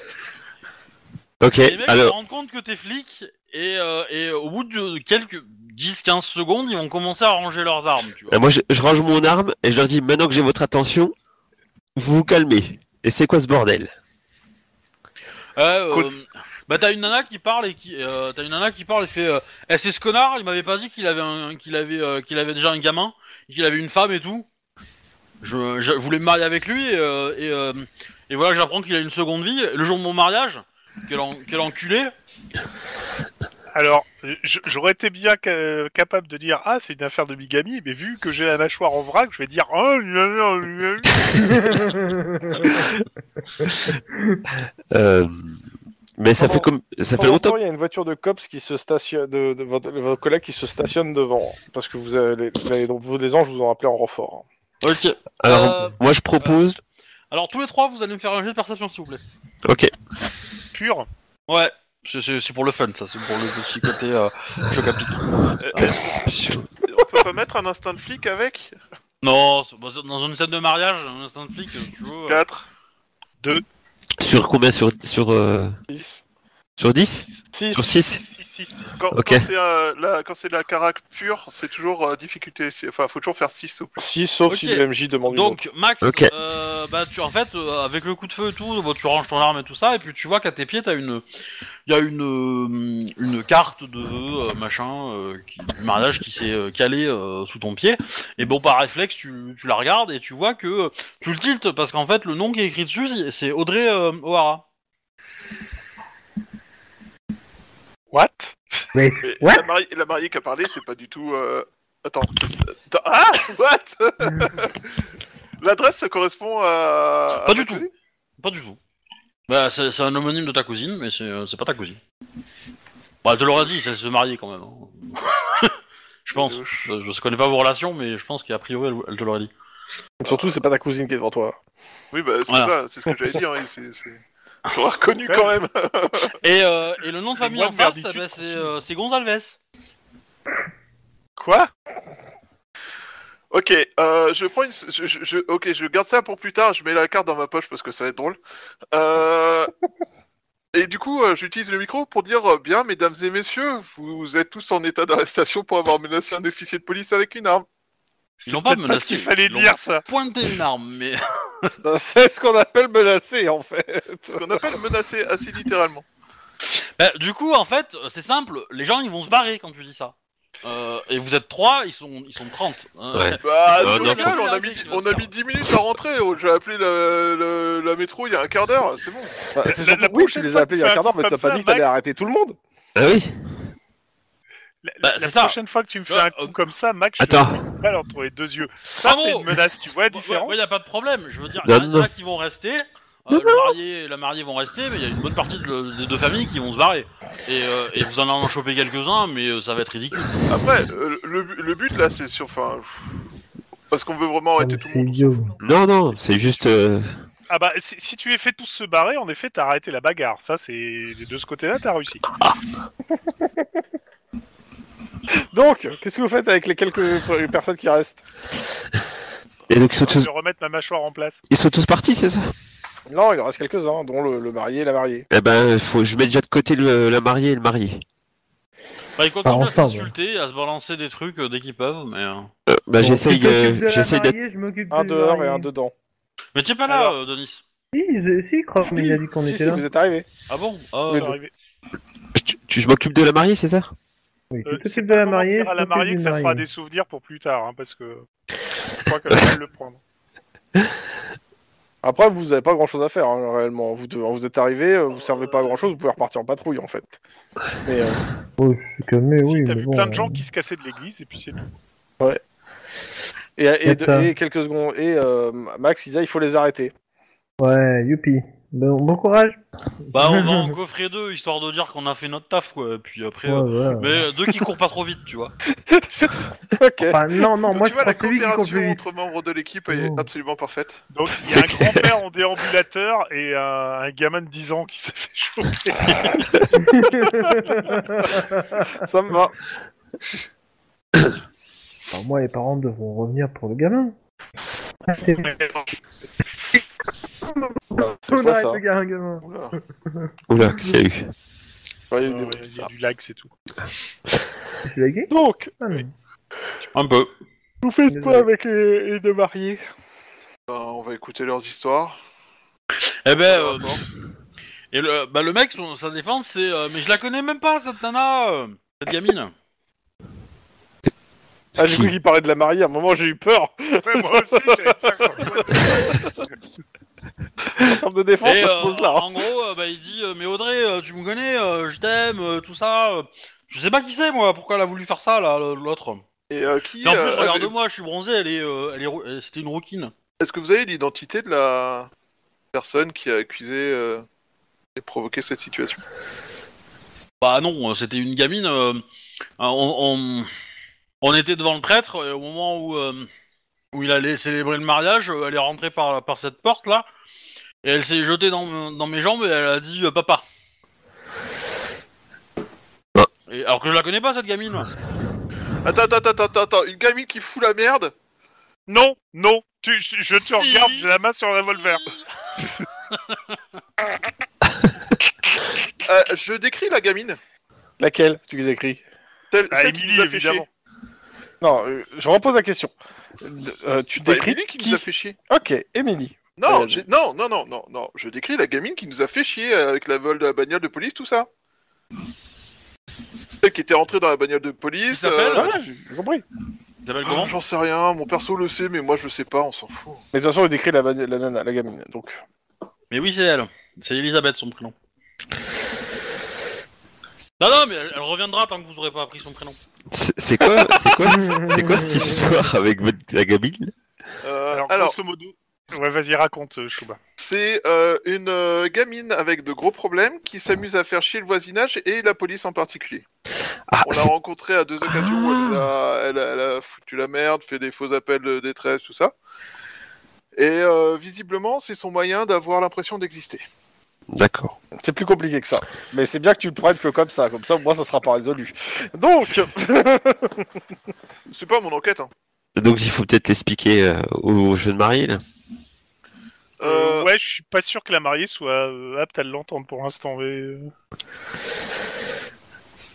[SPEAKER 5] Ok,
[SPEAKER 7] Et les mecs se
[SPEAKER 5] alors,
[SPEAKER 7] rendent compte que t'es flic et, euh, et au bout de quelques 10-15 secondes, ils vont commencer à ranger leurs armes. Tu vois.
[SPEAKER 5] euh, moi je, je range mon arme et je leur dis maintenant que j'ai votre attention, vous vous calmez. Et c'est quoi ce bordel
[SPEAKER 7] Ouais, euh,
[SPEAKER 6] Cool.
[SPEAKER 7] bah t'as une nana qui parle et qui euh, t'as une nana qui parle et fait euh, Eh, c'est ce connard il m'avait pas dit qu'il avait un- qu'il avait euh, qu'il avait déjà un gamin et qu'il avait une femme et tout je, je voulais me marier avec lui et euh, et, euh, et voilà que j'apprends qu'il a une seconde vie le jour de mon mariage quel, en- quel enculé
[SPEAKER 3] Alors, je- j'aurais été bien ca- capable de dire Ah, c'est une affaire de bigamie, mais vu que j'ai la mâchoire en vrac, je vais dire Oh, gna, gna, gna, gna.
[SPEAKER 5] Euh, Mais ça
[SPEAKER 1] Pendant-
[SPEAKER 5] fait comme ça fait
[SPEAKER 1] Pendant ce
[SPEAKER 5] longtemps.
[SPEAKER 1] temps, Il y a une voiture de cops qui se stationne, de, de votre, de votre collègue qui se stationne devant, hein, parce que vous avez, les, vous, les anges vous ont appelé en renfort. hein.
[SPEAKER 7] ok
[SPEAKER 5] Alors
[SPEAKER 7] Euh,
[SPEAKER 5] moi je propose.
[SPEAKER 7] alors tous les trois vous allez me faire un jeu de perception s'il vous plaît
[SPEAKER 5] Ok.
[SPEAKER 3] Pur.
[SPEAKER 7] ouais c'est- c'est c'est pour le fun ça c'est pour le petit côté euh, choc à pic.
[SPEAKER 5] Perception.
[SPEAKER 6] On peut pas mettre un instinct de flic avec
[SPEAKER 7] non c'est- bah, c'est- dans une scène de mariage un instant de flic euh, tu vois
[SPEAKER 6] 4.
[SPEAKER 5] Sur combien sur sur euh, sur 10
[SPEAKER 1] 6,
[SPEAKER 5] Sur 6
[SPEAKER 6] Quand,
[SPEAKER 5] Ok.
[SPEAKER 6] quand c'est euh, la, quand c'est de la carac pure, c'est toujours euh, difficulté. c'est- Enfin, faut toujours faire 6 ou plus.
[SPEAKER 1] 6 sauf
[SPEAKER 7] Ok.
[SPEAKER 1] si le MJ demande une autre.
[SPEAKER 7] Donc Max,
[SPEAKER 5] Ok.
[SPEAKER 7] euh, bah tu en fait euh, avec le coup de feu et tout, bon, tu ranges ton arme et tout ça, et puis tu vois qu'à tes pieds t'as une, il y a une euh, une carte de vœux euh, machin euh, qui- du mariage qui s'est euh, calée euh, sous ton pied. Et bon par réflexe tu, tu la regardes et tu vois que euh, tu le tiltes parce qu'en fait le nom qui est écrit dessus c'est- c'est Audrey euh, O'Hara.
[SPEAKER 3] What
[SPEAKER 2] Mais
[SPEAKER 6] Mais
[SPEAKER 2] what
[SPEAKER 6] la, mariée, la mariée qui a parlé, c'est pas du tout. euh, Attends. c'est- attends, Ah What L'adresse, ça correspond à. à
[SPEAKER 7] Pas du
[SPEAKER 6] votre
[SPEAKER 7] tout.
[SPEAKER 6] cousine
[SPEAKER 7] Pas du tout. Bah c'est c'est un homonyme de ta cousine, mais c'est euh, c'est pas ta cousine. Bah elle te l'aurait dit, elle se marier quand même. hein. Je pense. Je, je connais pas vos relations, mais je pense qu'a priori elle, elle te l'aurait dit.
[SPEAKER 1] Surtout, c'est pas ta cousine qui est devant toi.
[SPEAKER 6] Oui, bah, c'est
[SPEAKER 7] Voilà. Ah.
[SPEAKER 6] ça, c'est ce que j'allais dire. hein, c'est- c'est- J'aurais reconnu quand même.
[SPEAKER 7] Et, euh, et le nom de famille
[SPEAKER 3] moine
[SPEAKER 7] en face,
[SPEAKER 3] verditude
[SPEAKER 7] bah, c'est euh, c'est Gonzalves.
[SPEAKER 3] Quoi
[SPEAKER 6] Ok, euh, je prends une. Je, je- je- ok, je garde ça pour plus tard. Je mets la carte dans ma poche parce que ça va être drôle. Euh, et du coup, euh, j'utilise le micro pour dire euh, bien, mesdames et messieurs, vous êtes tous en état d'arrestation pour avoir menacé un officier de police avec une arme.
[SPEAKER 7] Ils
[SPEAKER 3] C'est
[SPEAKER 7] l'ont pas
[SPEAKER 3] peut-être
[SPEAKER 7] menacé,
[SPEAKER 3] ce qu'il fallait
[SPEAKER 7] ils l'ont-
[SPEAKER 3] dire, ça.
[SPEAKER 7] Pointer une arme, mais.
[SPEAKER 1] Bah, c'est ce qu'on appelle menacer en fait.
[SPEAKER 6] Ce qu'on appelle menacé assez littéralement.
[SPEAKER 7] Bah, du coup, en fait, euh, c'est simple, les gens ils vont se barrer quand tu dis ça. Euh, et vous êtes trois, ils sont, ils sont 30. hein.
[SPEAKER 5] Ouais.
[SPEAKER 6] Bah,
[SPEAKER 5] Euh,
[SPEAKER 6] au
[SPEAKER 5] non,
[SPEAKER 6] final,
[SPEAKER 7] faut-
[SPEAKER 6] on a mis, on a mis 10 minutes à rentrer. Oh, J'ai appelé la, la- la métro il y a un quart d'heure, c'est bon.
[SPEAKER 1] Bah, c'est
[SPEAKER 3] La-
[SPEAKER 1] surtout
[SPEAKER 3] la
[SPEAKER 1] oui, tu
[SPEAKER 3] prochaine
[SPEAKER 1] les as
[SPEAKER 3] fois
[SPEAKER 1] appelés il y a un
[SPEAKER 3] que tu
[SPEAKER 1] quart d'heure,
[SPEAKER 3] fais
[SPEAKER 1] mais
[SPEAKER 3] un
[SPEAKER 1] t'as
[SPEAKER 3] truc
[SPEAKER 1] pas
[SPEAKER 3] comme
[SPEAKER 1] dit que t'allais
[SPEAKER 3] ça, Max.
[SPEAKER 1] arrêter tout le monde.
[SPEAKER 5] Ah oui.
[SPEAKER 3] La,
[SPEAKER 7] Bah,
[SPEAKER 3] la-
[SPEAKER 7] c'est
[SPEAKER 3] la
[SPEAKER 7] ça.
[SPEAKER 3] prochaine fois que tu me fais un
[SPEAKER 7] Euh,
[SPEAKER 3] coup comme ça, Max, je te
[SPEAKER 5] Attends.
[SPEAKER 3] mets une balle entre les deux yeux.
[SPEAKER 7] Ah
[SPEAKER 3] Ça,
[SPEAKER 7] bon
[SPEAKER 3] c'est une menace, tu vois la différence
[SPEAKER 7] Ouais, ouais, y a pas de problème. Je veux dire, il
[SPEAKER 5] Non,
[SPEAKER 7] y en a
[SPEAKER 5] non.
[SPEAKER 7] qui vont rester. euh,
[SPEAKER 5] Non,
[SPEAKER 7] le marié et la mariée vont rester, mais il y a une bonne partie de le- des deux familles qui vont se barrer. Et, euh, et vous en allez en choper quelques-uns, mais euh, ça va être ridicule.
[SPEAKER 6] Après, euh, le, bu- le but là, c'est sur. Enfin, parce qu'on veut vraiment arrêter tout le
[SPEAKER 2] C'est
[SPEAKER 6] monde.
[SPEAKER 2] idiot.
[SPEAKER 5] Non non, c'est juste euh,
[SPEAKER 3] Ah bah, si, si tu les fais tous se barrer, en effet, t'as arrêté la bagarre. Ça, c'est... De ce côté-là, t'as réussi.
[SPEAKER 1] Donc, qu'est-ce que vous faites avec les quelques personnes qui restent
[SPEAKER 5] Et donc ils sont
[SPEAKER 3] Je
[SPEAKER 5] tous,
[SPEAKER 3] vais remettre ma mâchoire en place.
[SPEAKER 5] ils sont tous partis, c'est ça
[SPEAKER 1] Non, il en reste quelques-uns, dont le, le marié et la mariée.
[SPEAKER 5] Eh ben, faut, je mets déjà de côté le- la mariée et le marié.
[SPEAKER 7] Bah, ils continuent à
[SPEAKER 2] ensemble.
[SPEAKER 7] s'insulter, à se balancer des trucs euh, dès qu'ils peuvent, mais. euh,
[SPEAKER 5] Euh, bah j'essaye,
[SPEAKER 2] Tu t'occupes
[SPEAKER 5] euh,
[SPEAKER 2] de la
[SPEAKER 5] j'essaye d'être.
[SPEAKER 2] mariée, Je m'occupe
[SPEAKER 1] Un
[SPEAKER 2] du
[SPEAKER 1] dehors et
[SPEAKER 2] marié.
[SPEAKER 1] un dedans.
[SPEAKER 7] Mais t'es pas là,
[SPEAKER 1] Alors.
[SPEAKER 7] euh, Denis.
[SPEAKER 2] Si, je- si, Croc, mais il a dit qu'on
[SPEAKER 1] Si,
[SPEAKER 2] était
[SPEAKER 1] si,
[SPEAKER 2] là.
[SPEAKER 1] vous êtes arrivés.
[SPEAKER 7] Ah bon Ah,
[SPEAKER 1] Oui,
[SPEAKER 3] C'est arrivé.
[SPEAKER 5] tu- tu- Je m'occupe de la mariée, c'est ça
[SPEAKER 2] Oui, tu
[SPEAKER 3] Euh, c'est
[SPEAKER 2] t'occupes de la
[SPEAKER 3] Comment
[SPEAKER 2] mariée.
[SPEAKER 3] dire à
[SPEAKER 2] je
[SPEAKER 3] la
[SPEAKER 2] m'occupe
[SPEAKER 3] mariée
[SPEAKER 2] du
[SPEAKER 3] que ça fera
[SPEAKER 2] marié.
[SPEAKER 3] des souvenirs pour plus tard, hein, parce que je crois qu'elle va le prendre.
[SPEAKER 1] Après, vous n'avez pas grand-chose à faire, hein, réellement. Vous, deux, vous êtes arrivés, euh, vous servez pas à grand-chose, vous pouvez repartir en patrouille, en fait. Mais, euh,
[SPEAKER 2] Oh, je suis calmé,
[SPEAKER 3] Si,
[SPEAKER 2] oui.
[SPEAKER 3] T'as
[SPEAKER 2] mais
[SPEAKER 3] vu
[SPEAKER 2] bon,
[SPEAKER 3] plein de gens
[SPEAKER 2] euh,
[SPEAKER 3] qui se cassaient de l'église et puis c'est tout.
[SPEAKER 1] et, et, de-
[SPEAKER 2] C'est ça.
[SPEAKER 1] et quelques secondes. Et euh, Max, Isa, il faut les arrêter.
[SPEAKER 2] Ouais, youpi. Bon, bon courage.
[SPEAKER 7] Bah, on va en coffrer deux, histoire de dire qu'on a fait notre taf, quoi. Et puis après. euh,
[SPEAKER 2] Ouais, voilà.
[SPEAKER 7] Mais euh, deux qui courent pas trop vite, tu vois.
[SPEAKER 1] Ok.
[SPEAKER 2] Enfin, non, non,
[SPEAKER 6] Donc,
[SPEAKER 2] Ah, moi
[SPEAKER 6] tu
[SPEAKER 2] je
[SPEAKER 6] vois,
[SPEAKER 2] crois
[SPEAKER 6] la
[SPEAKER 2] que lui qui compte
[SPEAKER 6] coopération
[SPEAKER 2] lui.
[SPEAKER 6] entre membres de l'équipe est
[SPEAKER 2] Oh.
[SPEAKER 6] absolument parfaite.
[SPEAKER 3] Donc il y a
[SPEAKER 5] C'est
[SPEAKER 3] un grand-père en déambulateur et un, un gamin de 10 ans qui s'est fait choper.
[SPEAKER 1] Ça me va.
[SPEAKER 2] Enfin, moi, les parents devront revenir pour le gamin. C'est
[SPEAKER 1] C'est quoi ça
[SPEAKER 2] un gamin.
[SPEAKER 6] Oula.
[SPEAKER 5] Oula, qu'est-ce qu'il y a eu
[SPEAKER 1] Ouais, il y a eu
[SPEAKER 3] Euh, Ah Il
[SPEAKER 1] des bruits
[SPEAKER 3] y a
[SPEAKER 1] bizarres.
[SPEAKER 3] du lag, c'est tout.
[SPEAKER 2] Tu l'as gay
[SPEAKER 1] Donc,
[SPEAKER 2] Ah, non.
[SPEAKER 7] Un peu.
[SPEAKER 1] vous faites quoi
[SPEAKER 2] Désolé.
[SPEAKER 1] avec les, les deux mariés
[SPEAKER 6] Ben, on va écouter leurs histoires.
[SPEAKER 7] Eh ben. euh, et le, bah, le mec, son- sa défense, c'est. euh, mais je la connais même pas, cette nana, euh, cette gamine.
[SPEAKER 1] Ah, j'ai cru qu'il parlait de la mariée, à un moment j'ai eu peur.
[SPEAKER 3] Ouais, moi aussi, j'allais dire, quoi.
[SPEAKER 1] En termes de défense,
[SPEAKER 7] Et,
[SPEAKER 1] ça
[SPEAKER 7] euh,
[SPEAKER 1] se pose là. hein.
[SPEAKER 7] En gros, euh, bah, il dit euh, Mais Audrey, euh, tu me connais, euh, je t'aime, euh, tout ça. euh, je sais pas qui c'est, moi, pourquoi elle a voulu faire ça, là, l'autre.
[SPEAKER 6] Et euh, qui
[SPEAKER 7] Et en
[SPEAKER 6] euh,
[SPEAKER 7] plus,
[SPEAKER 6] avait-
[SPEAKER 7] regarde-moi, je suis bronzé, elle est, euh, elle est, rou- euh, c'était une rouquine.
[SPEAKER 6] Est-ce que vous avez l'identité de la personne qui a accusé euh, et provoqué cette situation
[SPEAKER 7] Bah non, euh, c'était une gamine. euh, euh, on, on, on était devant le prêtre et au moment où, euh, où il allait célébrer le mariage, euh, elle est rentrée par, par cette porte là et elle s'est jetée dans, dans mes jambes et elle a dit euh, papa.
[SPEAKER 5] Ah.
[SPEAKER 7] Et, alors que je la connais pas cette gamine.
[SPEAKER 6] Attends, attends, attends, attends, attends, une gamine qui fout la merde
[SPEAKER 3] Non, non, tu- je, je te
[SPEAKER 7] Si.
[SPEAKER 3] regarde, j'ai la main sur le revolver.
[SPEAKER 6] Euh, Je décris la gamine,
[SPEAKER 1] Laquelle Tu les écris
[SPEAKER 6] celle,
[SPEAKER 3] Ah,
[SPEAKER 6] celle qui
[SPEAKER 3] Emily,
[SPEAKER 6] nous a fait
[SPEAKER 3] évidemment.
[SPEAKER 6] chier.
[SPEAKER 1] Non, euh, je repose la question. Euh, tu
[SPEAKER 6] Bah,
[SPEAKER 1] décris
[SPEAKER 6] Emily qui,
[SPEAKER 1] qui Euh,
[SPEAKER 6] nous a fait chier.
[SPEAKER 1] Ok, Émilie.
[SPEAKER 6] Non,
[SPEAKER 1] Ouais,
[SPEAKER 6] j'ai- non, non, non, non, non, je décris la gamine qui nous a fait chier euh, avec la vol de la bagnole de police, tout ça. Celle qui était rentrée dans la bagnole de police. euh,
[SPEAKER 7] Qui s'appelle
[SPEAKER 1] Voilà, Ah, j'ai j'ai compris.
[SPEAKER 7] Elle s'appelle
[SPEAKER 6] Ah,
[SPEAKER 7] comment
[SPEAKER 6] J'en sais rien, mon perso le sait, mais moi je le sais pas, on s'en fout.
[SPEAKER 1] Mais de toute façon, il décrit la, va- la nana, la gamine. Donc,
[SPEAKER 7] Mais oui, c'est elle. C'est Elisabeth son prénom. Non, non, mais elle, elle reviendra tant que vous aurez pas appris son prénom.
[SPEAKER 5] C'est c'est quoi, c'est quoi, c'est quoi cette histoire avec votre, la gamine
[SPEAKER 6] Euh,
[SPEAKER 3] Alors,
[SPEAKER 6] alors,
[SPEAKER 3] grosso modo. Ouais, vas-y, raconte, euh, Chouba.
[SPEAKER 6] C'est euh, une euh, gamine avec de gros problèmes qui s'amuse à faire chier le voisinage et la police en particulier.
[SPEAKER 5] Ah,
[SPEAKER 6] On l'a
[SPEAKER 5] c'est-
[SPEAKER 6] rencontrée à deux occasions. où Elle a, elle a- elle a foutu la merde, fait des faux appels de détresse, tout ça. Et euh, visiblement, c'est son moyen d'avoir l'impression d'exister.
[SPEAKER 5] D'accord.
[SPEAKER 1] c'est plus compliqué que ça. Mais c'est bien que tu le prennes que comme ça. Comme ça, au moins, ça sera pas résolu. Donc,
[SPEAKER 6] C'est pas mon enquête. Hein.
[SPEAKER 5] Donc il faut peut-être l'expliquer euh, aux jeunes mariés là.
[SPEAKER 6] Euh,
[SPEAKER 3] Euh, ouais, je suis pas sûr que la mariée soit euh, apte à l'entendre pour l'instant. Mais... euh,
[SPEAKER 6] Euh,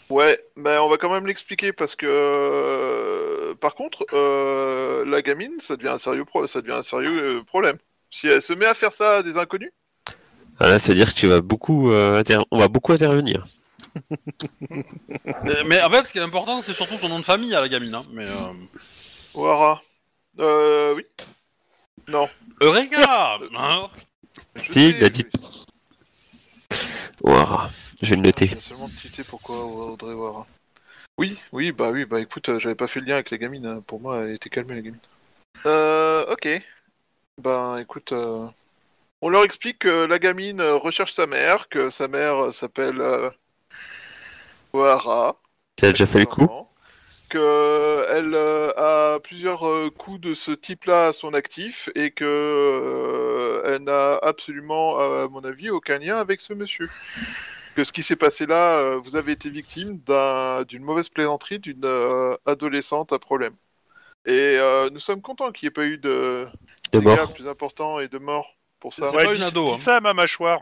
[SPEAKER 6] Ouais, mais on va quand même l'expliquer parce que, euh, par contre, euh, la gamine, ça devient un sérieux, pro- ça devient un sérieux euh, problème. Si elle se met à faire ça à des inconnus.
[SPEAKER 5] Ah, là, ça veut dire que tu vas beaucoup, euh, inter- on va beaucoup intervenir.
[SPEAKER 7] Mais, Euh, mais en fait, ce qui est important, c'est surtout son nom de famille à la gamine. Hein. Mais, euh...
[SPEAKER 6] Ouara. Euh, oui. Non.
[SPEAKER 7] Eureka Hein
[SPEAKER 6] Je
[SPEAKER 5] Si,
[SPEAKER 6] sais,
[SPEAKER 5] il a dit-
[SPEAKER 6] oui.
[SPEAKER 5] Ouara, je vais le noter.
[SPEAKER 6] Je vais seulement titiller pourquoi Audrey Ouara. Oui, oui, bah oui, bah écoute, euh, j'avais pas fait le lien avec la gamine. hein. Pour moi, elle était calmée, la gamine. Euh, ok. Ben écoute, euh, on leur explique que la gamine euh, recherche sa mère, que sa mère euh, s'appelle euh, Ouara.
[SPEAKER 5] Il a déjà fait le coup.
[SPEAKER 6] que elle euh, a plusieurs euh, coups de ce type-là à son actif et que euh, elle n'a absolument, à mon avis, aucun lien avec ce monsieur. Que que ce qui s'est passé là, euh, vous avez été victime d'un- d'une mauvaise plaisanterie d'une euh, adolescente à problème. Et euh, nous sommes contents qu'il n'y ait pas eu de
[SPEAKER 5] De
[SPEAKER 6] dégâts
[SPEAKER 5] mort.
[SPEAKER 6] plus importants et de morts pour ça.
[SPEAKER 7] C'est
[SPEAKER 3] Ouais,
[SPEAKER 7] pas
[SPEAKER 3] dis-
[SPEAKER 7] une ado,
[SPEAKER 3] dis
[SPEAKER 7] hein.
[SPEAKER 3] ça à ma mâchoire.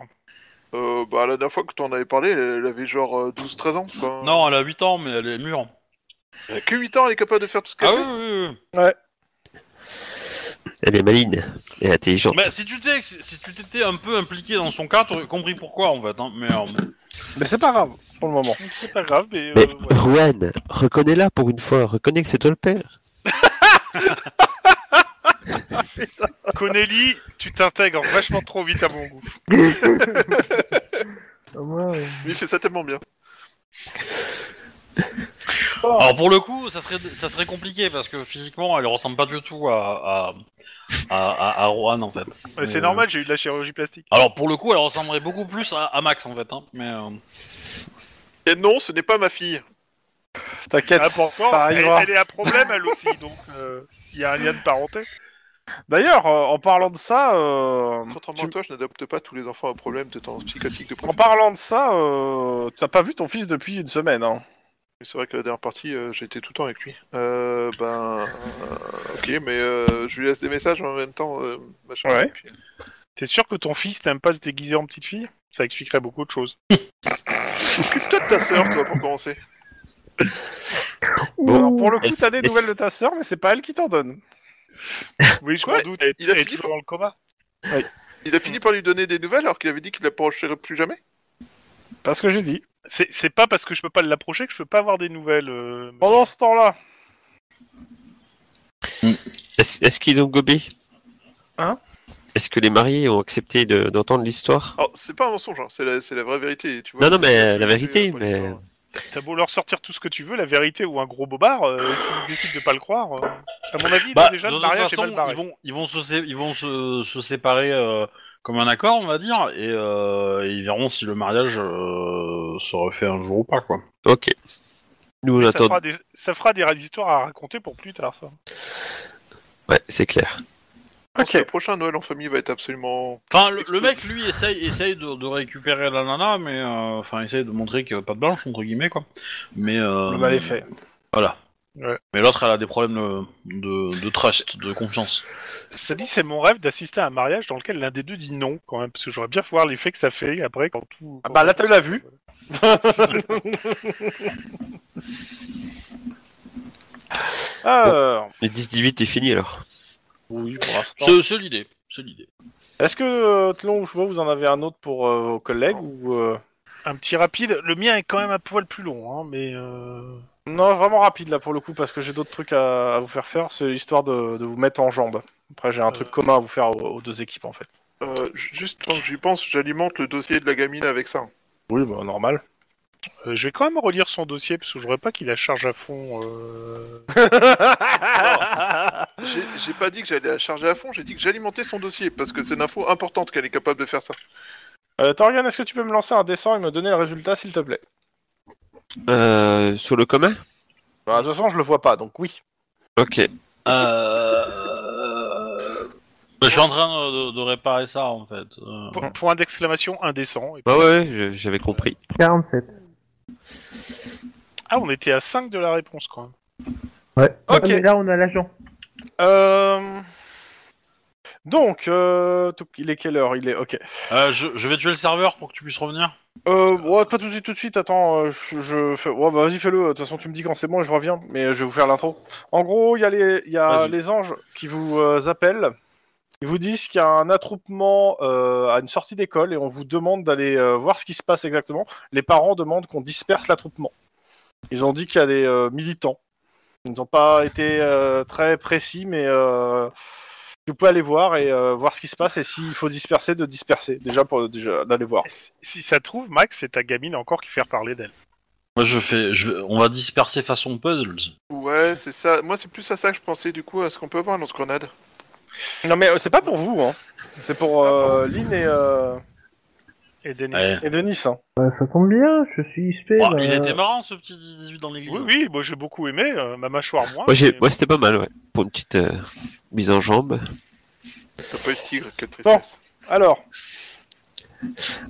[SPEAKER 6] Euh, bah, la dernière fois que tu en avais parlé, elle avait genre euh, 12-13 ans. enfin.
[SPEAKER 7] Non, elle a 8 ans, mais elle est mûre.
[SPEAKER 6] Elle a Que 8 ans, elle est capable de faire tout ce qu'elle
[SPEAKER 7] Ah
[SPEAKER 6] fait.
[SPEAKER 7] oui, oui, oui.
[SPEAKER 5] Elle est maligne et intelligente.
[SPEAKER 7] Bah, si tu t'es, si tu t'étais un peu impliqué dans son cas, t'aurais compris pourquoi en fait. Hein. Mais euh,
[SPEAKER 1] Mais c'est pas grave pour le moment.
[SPEAKER 3] C'est pas grave, mais. euh,
[SPEAKER 5] Mais
[SPEAKER 3] ouais.
[SPEAKER 5] Rouen, reconnais-la pour une fois, reconnais que c'est toi le père.
[SPEAKER 3] Connelly, tu t'intègres vachement trop vite à mon goût.
[SPEAKER 2] Ah, moi, euh,
[SPEAKER 6] Mais il fait ça tellement bien.
[SPEAKER 7] Alors pour le coup, ça serait, ça serait compliqué parce que physiquement, elle ressemble pas du tout à, à, à, à, à Rohan en fait.
[SPEAKER 3] Mais c'est
[SPEAKER 7] Euh,
[SPEAKER 3] normal, j'ai eu de la chirurgie plastique.
[SPEAKER 7] Alors pour le coup, elle ressemblerait beaucoup plus à, à Max en fait. Hein. Mais euh,
[SPEAKER 6] Et non, ce n'est pas ma fille.
[SPEAKER 1] T'inquiète.
[SPEAKER 3] Ah, pourtant,
[SPEAKER 1] ça
[SPEAKER 3] elle,
[SPEAKER 1] arrivera.
[SPEAKER 3] elle est à problème, elle aussi, donc euh, il y a un lien de parenté.
[SPEAKER 1] D'ailleurs, euh, en parlant de ça, euh,
[SPEAKER 6] Contrairement
[SPEAKER 1] tu-
[SPEAKER 6] à toi, je n'adopte pas tous les enfants à problème de tendance psychotique de
[SPEAKER 1] en
[SPEAKER 6] profil.
[SPEAKER 1] parlant de ça, euh, t'as pas vu ton fils depuis une semaine. Hein.
[SPEAKER 6] Mais C'est vrai que la dernière partie, euh, j'étais tout le temps avec lui. Euh, ben, euh, ok, mais euh, je lui laisse des messages en même temps. euh, machin.
[SPEAKER 1] Ouais.
[SPEAKER 6] Et puis-
[SPEAKER 3] T'es sûr que ton fils n'aime pas se déguiser en petite fille Ça expliquerait beaucoup de choses.
[SPEAKER 6] Occupe-toi de ta sœur, toi, pour commencer.
[SPEAKER 5] Bon.
[SPEAKER 1] Alors pour le coup,
[SPEAKER 5] Est-ce-
[SPEAKER 1] t'as des
[SPEAKER 5] est-ce-
[SPEAKER 1] nouvelles de ta sœur, mais c'est pas elle qui t'en donne.
[SPEAKER 3] Oui, je
[SPEAKER 6] Ouais,
[SPEAKER 3] m'en doute, elle,
[SPEAKER 6] il a
[SPEAKER 3] elle est
[SPEAKER 6] fini
[SPEAKER 3] toujours dans le coma.
[SPEAKER 6] Il a fini par lui donner des nouvelles alors qu'il avait dit qu'il l'approcherait plus jamais.
[SPEAKER 1] Parce que j'ai dit.
[SPEAKER 3] C'est c'est pas parce que je peux pas l'approcher que je peux pas avoir des nouvelles. euh,
[SPEAKER 1] Pendant ce temps-là,
[SPEAKER 5] Est-ce est-ce qu'ils ont gobé
[SPEAKER 1] Hein
[SPEAKER 5] Est-ce que les mariés ont accepté de- d'entendre l'histoire
[SPEAKER 6] Alors, c'est pas un mensonge, hein, c'est la, c'est la vraie vérité. Tu vois,
[SPEAKER 5] Non, non, mais euh, la
[SPEAKER 6] C'est
[SPEAKER 5] vérité,
[SPEAKER 6] bonne
[SPEAKER 5] mais-
[SPEAKER 6] histoire.
[SPEAKER 3] T'as beau leur sortir tout ce que tu veux, la vérité ou un gros bobard, euh, s'ils décident de pas le croire, euh, à mon avis,
[SPEAKER 7] bah,
[SPEAKER 3] déjà
[SPEAKER 7] de
[SPEAKER 3] le
[SPEAKER 7] toute
[SPEAKER 3] mariage est
[SPEAKER 7] façon,
[SPEAKER 3] mal barré.
[SPEAKER 7] ils vont, ils vont se, sé- ils vont se, se séparer euh, comme un accord, on va dire, et euh, ils verront si le mariage euh, se refait un jour ou pas quoi.
[SPEAKER 5] Ok. Nous, on
[SPEAKER 3] Ça,
[SPEAKER 5] attend.
[SPEAKER 3] fera des, ça fera des histoires à raconter pour plus tard, ça.
[SPEAKER 5] Ouais, c'est clair.
[SPEAKER 6] Je pense que
[SPEAKER 1] Ok.
[SPEAKER 6] Le prochain Noël en famille va être absolument.
[SPEAKER 7] Enfin, le, le mec lui essaye, essaye de, de récupérer la nana, mais euh, enfin essaye de montrer qu'il n'y a pas de blanche entre guillemets quoi. Mais euh,
[SPEAKER 1] le mal est fait.
[SPEAKER 7] Voilà.
[SPEAKER 3] Ouais.
[SPEAKER 7] Mais l'autre, elle a des problèmes de, de, de trust, de confiance.
[SPEAKER 3] Ça dit, c'est mon rêve d'assister à un mariage dans lequel l'un des deux dit non, quand même, parce que j'aurais bien voir l'effet que ça fait après quand tout.
[SPEAKER 1] Ah bah là, tu l'as vu. Alors,
[SPEAKER 5] Le 10-18 est fini alors.
[SPEAKER 1] oui, Euh, pour l'instant.
[SPEAKER 7] C'est c'est l'idée. C'est l'idée.
[SPEAKER 1] Est-ce que euh, Tlon ou Chouba, vous en avez un autre pour euh, vos collègues ou euh,
[SPEAKER 3] Un petit rapide. Le mien est quand même un poil plus long, hein, mais. euh,
[SPEAKER 1] Non, vraiment rapide là pour le coup, parce que j'ai d'autres trucs à, à vous faire faire. C'est histoire de, de vous mettre en jambe. Après, j'ai un
[SPEAKER 3] Euh.
[SPEAKER 1] truc commun à vous faire aux, aux deux équipes en fait.
[SPEAKER 6] Euh, ju- juste tant que j'y pense, j'alimente le dossier de la gamine avec ça.
[SPEAKER 1] Oui, bah normal.
[SPEAKER 3] euh, je vais quand même relire son dossier parce que je voudrais pas qu'il la charge à fond. euh.
[SPEAKER 6] J'ai j'ai pas dit que j'allais la charger à fond, j'ai dit que j'alimentais son dossier parce que c'est une info importante qu'elle est capable de faire ça.
[SPEAKER 1] Euh, Torian, est-ce que tu peux me lancer un dessin et me donner le résultat s'il te plaît
[SPEAKER 5] Euh, sur le commun
[SPEAKER 1] Bah, De toute façon, je le vois pas, donc oui.
[SPEAKER 5] Ok.
[SPEAKER 7] Euh... Je suis en train de, de réparer ça en fait. Euh,
[SPEAKER 3] Po- Point d'exclamation indécent. Et puis-
[SPEAKER 5] Mhm. Bah ouais, ouais, je- j'avais compris.
[SPEAKER 2] 47.
[SPEAKER 3] Ah, on était à 5 de la réponse quand même.
[SPEAKER 2] Ouais.
[SPEAKER 1] Ok.
[SPEAKER 2] Ah, mais là, on a l'agent.
[SPEAKER 1] Euh... Donc, euh... tout- il est quelle heure Il est ok.
[SPEAKER 7] euh, je, je vais tuer le serveur pour que tu puisses revenir.
[SPEAKER 1] Euh, ouais, pas tout de suite, tout de suite. Attends, euh, je, je fais. Ouais, bah vas-y, fais-le. De toute façon, tu me dis quand c'est bon et je reviens. Mais euh, je vais vous faire l'intro. En gros, il y a les, il y a
[SPEAKER 7] Vas-y.
[SPEAKER 1] les anges qui vous euh, appellent. Ils vous disent qu'il y a un attroupement euh, à une sortie d'école et on vous demande d'aller euh, voir ce qui se passe exactement. Les parents demandent qu'on disperse l'attroupement. Ils ont dit qu'il y a des euh, militants. Ils n'ont pas été euh, très précis, mais euh, vous pouvez aller voir et euh, voir ce qui se passe et s'il faut disperser, de disperser. Déjà pour déjà d'aller voir.
[SPEAKER 3] Si- Si ça trouve, Max, c'est ta gamine encore qui fait parler d'elle.
[SPEAKER 7] Moi je fais, je, vais- on va disperser façon puzzles.
[SPEAKER 6] Ouais, c'est ça. Moi, c'est plus à ça que je pensais du coup. Est-ce qu'on peut avoir un lance-grenade
[SPEAKER 1] Non mais euh, c'est pas pour vous, hein. C'est pour euh, Lynn et, euh,
[SPEAKER 3] Et Denis.
[SPEAKER 7] Ouais.
[SPEAKER 1] et Denis. Hein.
[SPEAKER 2] Bah, ça tombe bien, je suis suspect.
[SPEAKER 7] Oh,
[SPEAKER 2] là.
[SPEAKER 7] il était marrant ce petit 18 dans l'église.
[SPEAKER 3] Oui, oui, moi j'ai beaucoup aimé, euh, ma mâchoire moins.
[SPEAKER 5] Moi, j'ai...
[SPEAKER 3] mais-
[SPEAKER 5] moi c'était pas mal, ouais. Pour une petite euh, mise en jambe.
[SPEAKER 6] T'as pas eu le tigre, quelle tristesse.
[SPEAKER 1] Alors,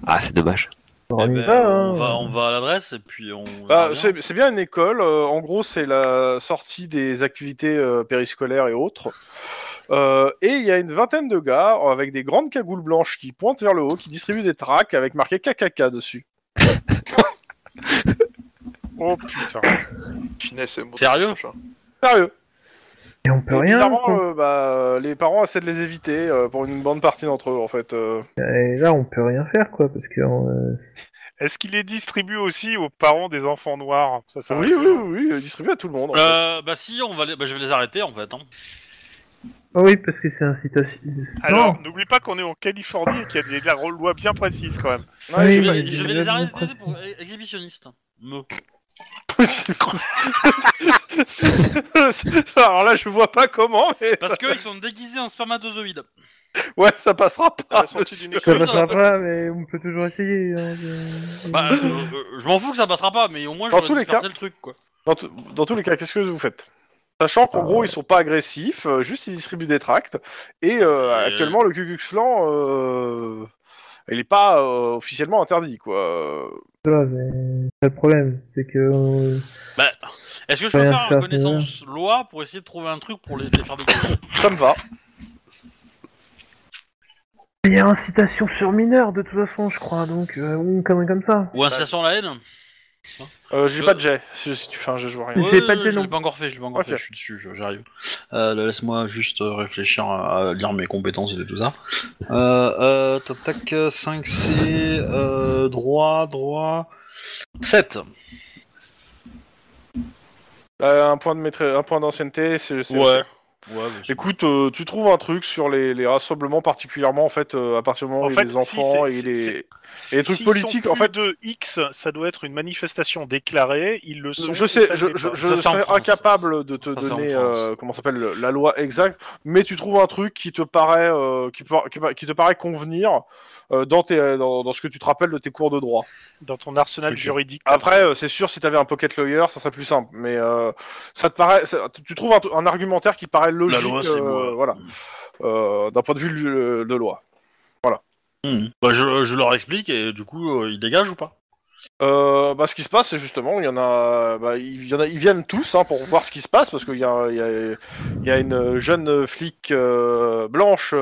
[SPEAKER 5] Ah, c'est dommage.
[SPEAKER 2] On
[SPEAKER 7] Eh
[SPEAKER 2] y
[SPEAKER 7] ben,
[SPEAKER 2] va,
[SPEAKER 7] on,
[SPEAKER 2] hein.
[SPEAKER 7] va, on va à l'adresse et puis on.
[SPEAKER 1] Bah,
[SPEAKER 7] on revient.
[SPEAKER 1] c'est c'est bien une école. euh, en gros, c'est la sortie des activités euh, périscolaires et autres. Euh, et il y a une vingtaine de gars euh, avec des grandes cagoules blanches qui pointent vers le haut, qui distribuent des tracts avec marqué KKK dessus.
[SPEAKER 3] Oh putain.
[SPEAKER 6] Finesse et mot- hein.
[SPEAKER 7] Sérieux
[SPEAKER 6] machin.
[SPEAKER 1] Sérieux.
[SPEAKER 2] Et on peut
[SPEAKER 1] Donc,
[SPEAKER 2] rien.
[SPEAKER 1] bizarrement,
[SPEAKER 2] quoi.
[SPEAKER 1] euh, bah, les parents essaient de les éviter euh, pour une bonne partie d'entre eux, en fait. euh.
[SPEAKER 2] Et là, on peut rien faire, quoi, parce que. euh,
[SPEAKER 3] Est-ce qu'il est distribué aussi aux parents des enfants noirs ça, ça
[SPEAKER 1] Oui, oui, oui, oui, euh, distribué à tout le monde. en fait.
[SPEAKER 7] Euh, bah si, on va les- bah, je vais les arrêter en fait. hein.
[SPEAKER 2] Ah oui, parce que c'est incitation.
[SPEAKER 3] Alors, n'oublie pas qu'on est en Californie et qu'il y a des la- lois bien précises quand même.
[SPEAKER 1] Ouais,
[SPEAKER 2] oui, bah,
[SPEAKER 7] Je
[SPEAKER 1] j'ai pas-
[SPEAKER 2] mais-
[SPEAKER 7] vais, je vais les arrêter pour ex- hein. exhibitionniste. Me.
[SPEAKER 1] Alors là, je vois pas comment, mais
[SPEAKER 7] Parce qu'ils sont déguisés en spermatozoïdes.
[SPEAKER 1] ouais, ça passera
[SPEAKER 6] À
[SPEAKER 3] Ah,
[SPEAKER 1] pas.
[SPEAKER 6] la sortie d'une
[SPEAKER 2] Ça
[SPEAKER 6] école.
[SPEAKER 7] va
[SPEAKER 2] passera
[SPEAKER 7] pas-
[SPEAKER 2] pas, mais on peut toujours essayer. hein, je-
[SPEAKER 7] Bah, je, euh, je m'en fous que ça passera pas, mais au moins
[SPEAKER 1] Dans
[SPEAKER 7] je
[SPEAKER 1] tous
[SPEAKER 7] vais
[SPEAKER 1] les cas.
[SPEAKER 7] le truc quoi.
[SPEAKER 1] Dans, tout- dans tous les cas, qu'est-ce que vous faites Sachant qu'en
[SPEAKER 2] Ah,
[SPEAKER 1] gros, ils sont pas agressifs, euh, juste ils distribuent des tracts. Et euh,
[SPEAKER 7] Euh.
[SPEAKER 1] actuellement, le Ku Klux Klan, euh, il est pas euh, officiellement interdit, quoi.
[SPEAKER 2] Voilà, mais c'est le problème, c'est que. euh,
[SPEAKER 7] Bah, est-ce que je
[SPEAKER 2] Ouais,
[SPEAKER 7] peux faire
[SPEAKER 2] ça,
[SPEAKER 7] une
[SPEAKER 2] c'est
[SPEAKER 7] connaissance loi pour essayer de trouver un truc pour les, les faire déguiser
[SPEAKER 1] Ça me va.
[SPEAKER 2] Il y a incitation sur mineur, de toute façon, je crois, donc, euh, ou comme, comme ça.
[SPEAKER 7] Ou incitation à la haine
[SPEAKER 1] Euh, j'ai
[SPEAKER 7] Je-
[SPEAKER 1] pas de jet. Si, si tu fais un jet, je vois rien.
[SPEAKER 2] Ouais. l'ai pas fait,
[SPEAKER 7] je
[SPEAKER 2] non.
[SPEAKER 7] l'ai pas encore fait, je l'ai pas encore
[SPEAKER 1] Ok.
[SPEAKER 7] fait, je suis dessus, je- j'arrive. Euh, là, Laisse-moi juste euh, réfléchir à, à lire mes compétences et tout ça. Euh, euh, top tac, 5C, euh, droit, droit, 7.
[SPEAKER 1] Euh, un point de maîtrise, un point d'ancienneté, c'est. c'est-
[SPEAKER 7] Ouais, bah, mais-
[SPEAKER 1] Écoute, euh, tu trouves un truc sur les, les rassemblements particulièrement en fait euh, à partir du moment
[SPEAKER 3] En
[SPEAKER 1] où il y a
[SPEAKER 3] fait,
[SPEAKER 1] des
[SPEAKER 3] si,
[SPEAKER 1] enfants
[SPEAKER 3] c'est-
[SPEAKER 1] et
[SPEAKER 3] c'est-
[SPEAKER 1] les.
[SPEAKER 3] Si-
[SPEAKER 1] les trucs
[SPEAKER 3] s'ils sont
[SPEAKER 1] politiques, en
[SPEAKER 3] plus
[SPEAKER 1] fait-
[SPEAKER 3] de X, ça doit être une manifestation déclarée. Ils le sont.
[SPEAKER 1] Je
[SPEAKER 3] et
[SPEAKER 1] sais,
[SPEAKER 3] ça
[SPEAKER 1] je,
[SPEAKER 3] ne l'est
[SPEAKER 1] je,
[SPEAKER 3] pas.
[SPEAKER 1] je
[SPEAKER 7] Ça, c'est en
[SPEAKER 1] serais
[SPEAKER 7] France.
[SPEAKER 1] incapable de te
[SPEAKER 7] Ça, c'est en
[SPEAKER 1] donner
[SPEAKER 7] France.
[SPEAKER 1] euh, comment s'appelle le- la loi exacte, mais tu trouves un truc qui te paraît euh, qui, par- qui par- qui te paraît convenir euh, dans, tes, euh, dans, dans ce que tu te rappelles de tes cours de droit.
[SPEAKER 3] Dans ton arsenal
[SPEAKER 1] Ok.
[SPEAKER 3] juridique.
[SPEAKER 1] Après, euh, c'est sûr si t'avais un pocket lawyer, ça serait plus simple, mais euh, ça te paraît, ça- tu- tu trouves un, un argumentaire qui paraît logique,
[SPEAKER 7] La loi, c'est
[SPEAKER 1] euh,
[SPEAKER 7] moi.
[SPEAKER 1] voilà, euh, d'un point de vue de, de loi.
[SPEAKER 7] Hmm. Bah, je, je leur explique et du coup, euh, ils dégagent ou pas
[SPEAKER 1] Euh, bah, ce qui se passe, c'est justement, il y en a, bah, il y en a, ils viennent tous hein, pour voir ce qui se passe parce qu'il y a, il y, a, il y a une jeune flic euh, blanche euh,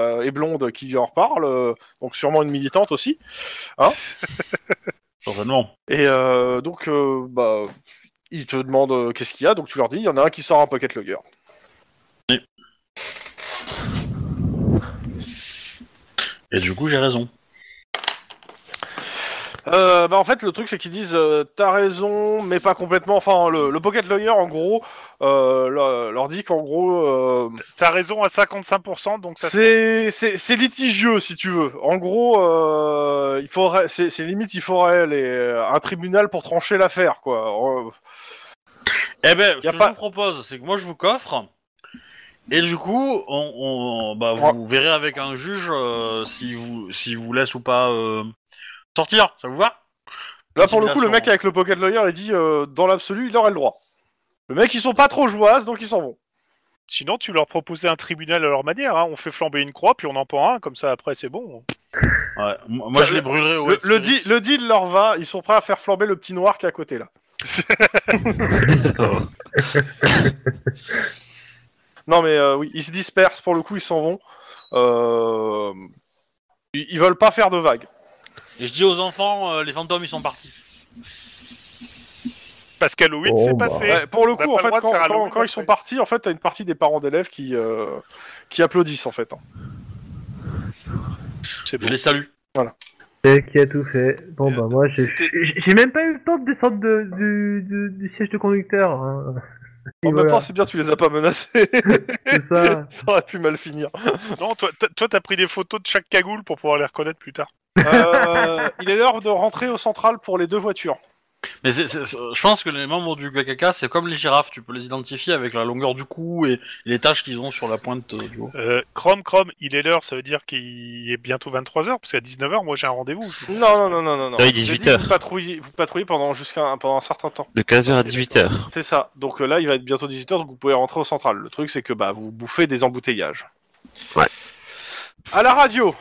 [SPEAKER 1] euh, et blonde qui leur parle, euh, donc sûrement une militante aussi.
[SPEAKER 7] Certainement.
[SPEAKER 1] Et euh, donc, euh, bah, ils te demandent euh, qu'est-ce qu'il y a, donc tu leur dis, il y en a un qui sort un pocket logger.
[SPEAKER 7] Et du coup, j'ai raison.
[SPEAKER 1] Euh, bah en fait le truc c'est qu'ils disent euh, t'as raison mais pas complètement enfin le, le pocket lawyer en gros euh, leur- leur dit qu'en gros euh,
[SPEAKER 3] T'as raison à 55%, donc ça
[SPEAKER 1] C'est c'est c'est litigieux si tu veux. En gros, euh, il faudrait, c'est c'est limite il faudrait les, euh, un tribunal pour trancher l'affaire quoi. Euh,
[SPEAKER 7] Eh ben, ce
[SPEAKER 1] Y a
[SPEAKER 7] que
[SPEAKER 1] pas-
[SPEAKER 7] je vous propose, c'est que moi, je vous coffre. Et du coup, on, on- bah,
[SPEAKER 1] Ouais.
[SPEAKER 7] vous verrez avec un juge euh, si vous, si vous laisse ou pas euh, sortir. Ça vous va
[SPEAKER 1] Là pour le coup, le
[SPEAKER 7] Intimidation.
[SPEAKER 1] mec avec le pocket lawyer, il dit euh, dans l'absolu, il aurait le droit. Le mec, ils sont pas trop joyeux donc ils s'en vont.
[SPEAKER 3] Sinon, tu leur proposais un tribunal à leur manière. hein. On fait flamber une croix, puis on en pend un. Comme ça, après, c'est bon.
[SPEAKER 7] Ouais. m- Moi, je les brûlerai au
[SPEAKER 1] Le,
[SPEAKER 7] web
[SPEAKER 1] le,
[SPEAKER 7] spirit.
[SPEAKER 1] deal, le deal leur va, ils sont prêts à faire flamber le petit noir qui est à côté là. Non mais euh, oui, ils se dispersent pour le coup, ils s'en vont. Euh, ils, ils veulent pas faire de vagues.
[SPEAKER 7] Et je dis aux enfants, euh, les fantômes, ils sont partis.
[SPEAKER 3] Parce qu'Halloween,
[SPEAKER 2] Oh,
[SPEAKER 3] c'est
[SPEAKER 2] bah.
[SPEAKER 3] passé.
[SPEAKER 1] Ouais, pour le
[SPEAKER 3] on n'a
[SPEAKER 1] coup, en
[SPEAKER 3] pas le
[SPEAKER 1] fait,
[SPEAKER 3] droit de
[SPEAKER 1] quand,
[SPEAKER 3] faire
[SPEAKER 1] quand-
[SPEAKER 3] Halloween
[SPEAKER 1] quand ils
[SPEAKER 3] après.
[SPEAKER 1] sont partis, en fait, t'as une partie des parents d'élèves qui euh, qui applaudissent en fait. hein.
[SPEAKER 3] C'est
[SPEAKER 7] Je
[SPEAKER 3] bon.
[SPEAKER 7] les salue.
[SPEAKER 2] C'est qui a tout fait. Bon, bah, moi, j'ai
[SPEAKER 6] C'était-
[SPEAKER 2] j'ai même pas eu le temps de descendre de, du, du- du siège de conducteur. hein. Et
[SPEAKER 1] En même
[SPEAKER 2] voilà,
[SPEAKER 1] temps, c'est bien, tu les as pas menacés.
[SPEAKER 2] c'est ça.
[SPEAKER 1] ça aurait pu mal finir.
[SPEAKER 3] Non, toi, t'as- toi, t'as pris des photos de chaque cagoule pour pouvoir les reconnaître plus tard.
[SPEAKER 1] Euh, il est l'heure de rentrer au central pour les deux voitures.
[SPEAKER 7] Mais c'est- c'est- c'est- je pense que les membres du KKK, c'est comme les girafes, tu peux les identifier avec la longueur du cou et les taches qu'ils ont sur la pointe euh, du haut.
[SPEAKER 3] Euh, Chrome, Chrome, il est l'heure. Ça veut dire qu'il est bientôt 23h. Parce qu'à 19h, moi, j'ai un rendez-vous.
[SPEAKER 1] Non, non, non, non, non. non.
[SPEAKER 5] Oui,
[SPEAKER 1] J'ai dit,
[SPEAKER 5] 18 heures.
[SPEAKER 1] Vous patrouillez, vous patrouillez pendant jusqu'à un- pendant un certain temps.
[SPEAKER 5] De 15h à 18h.
[SPEAKER 1] C'est ça. Donc euh, là, il va être bientôt 18h, donc vous pouvez rentrer au central. Le truc, c'est que bah vous bouffez des embouteillages.
[SPEAKER 5] Ouais.
[SPEAKER 1] À la radio.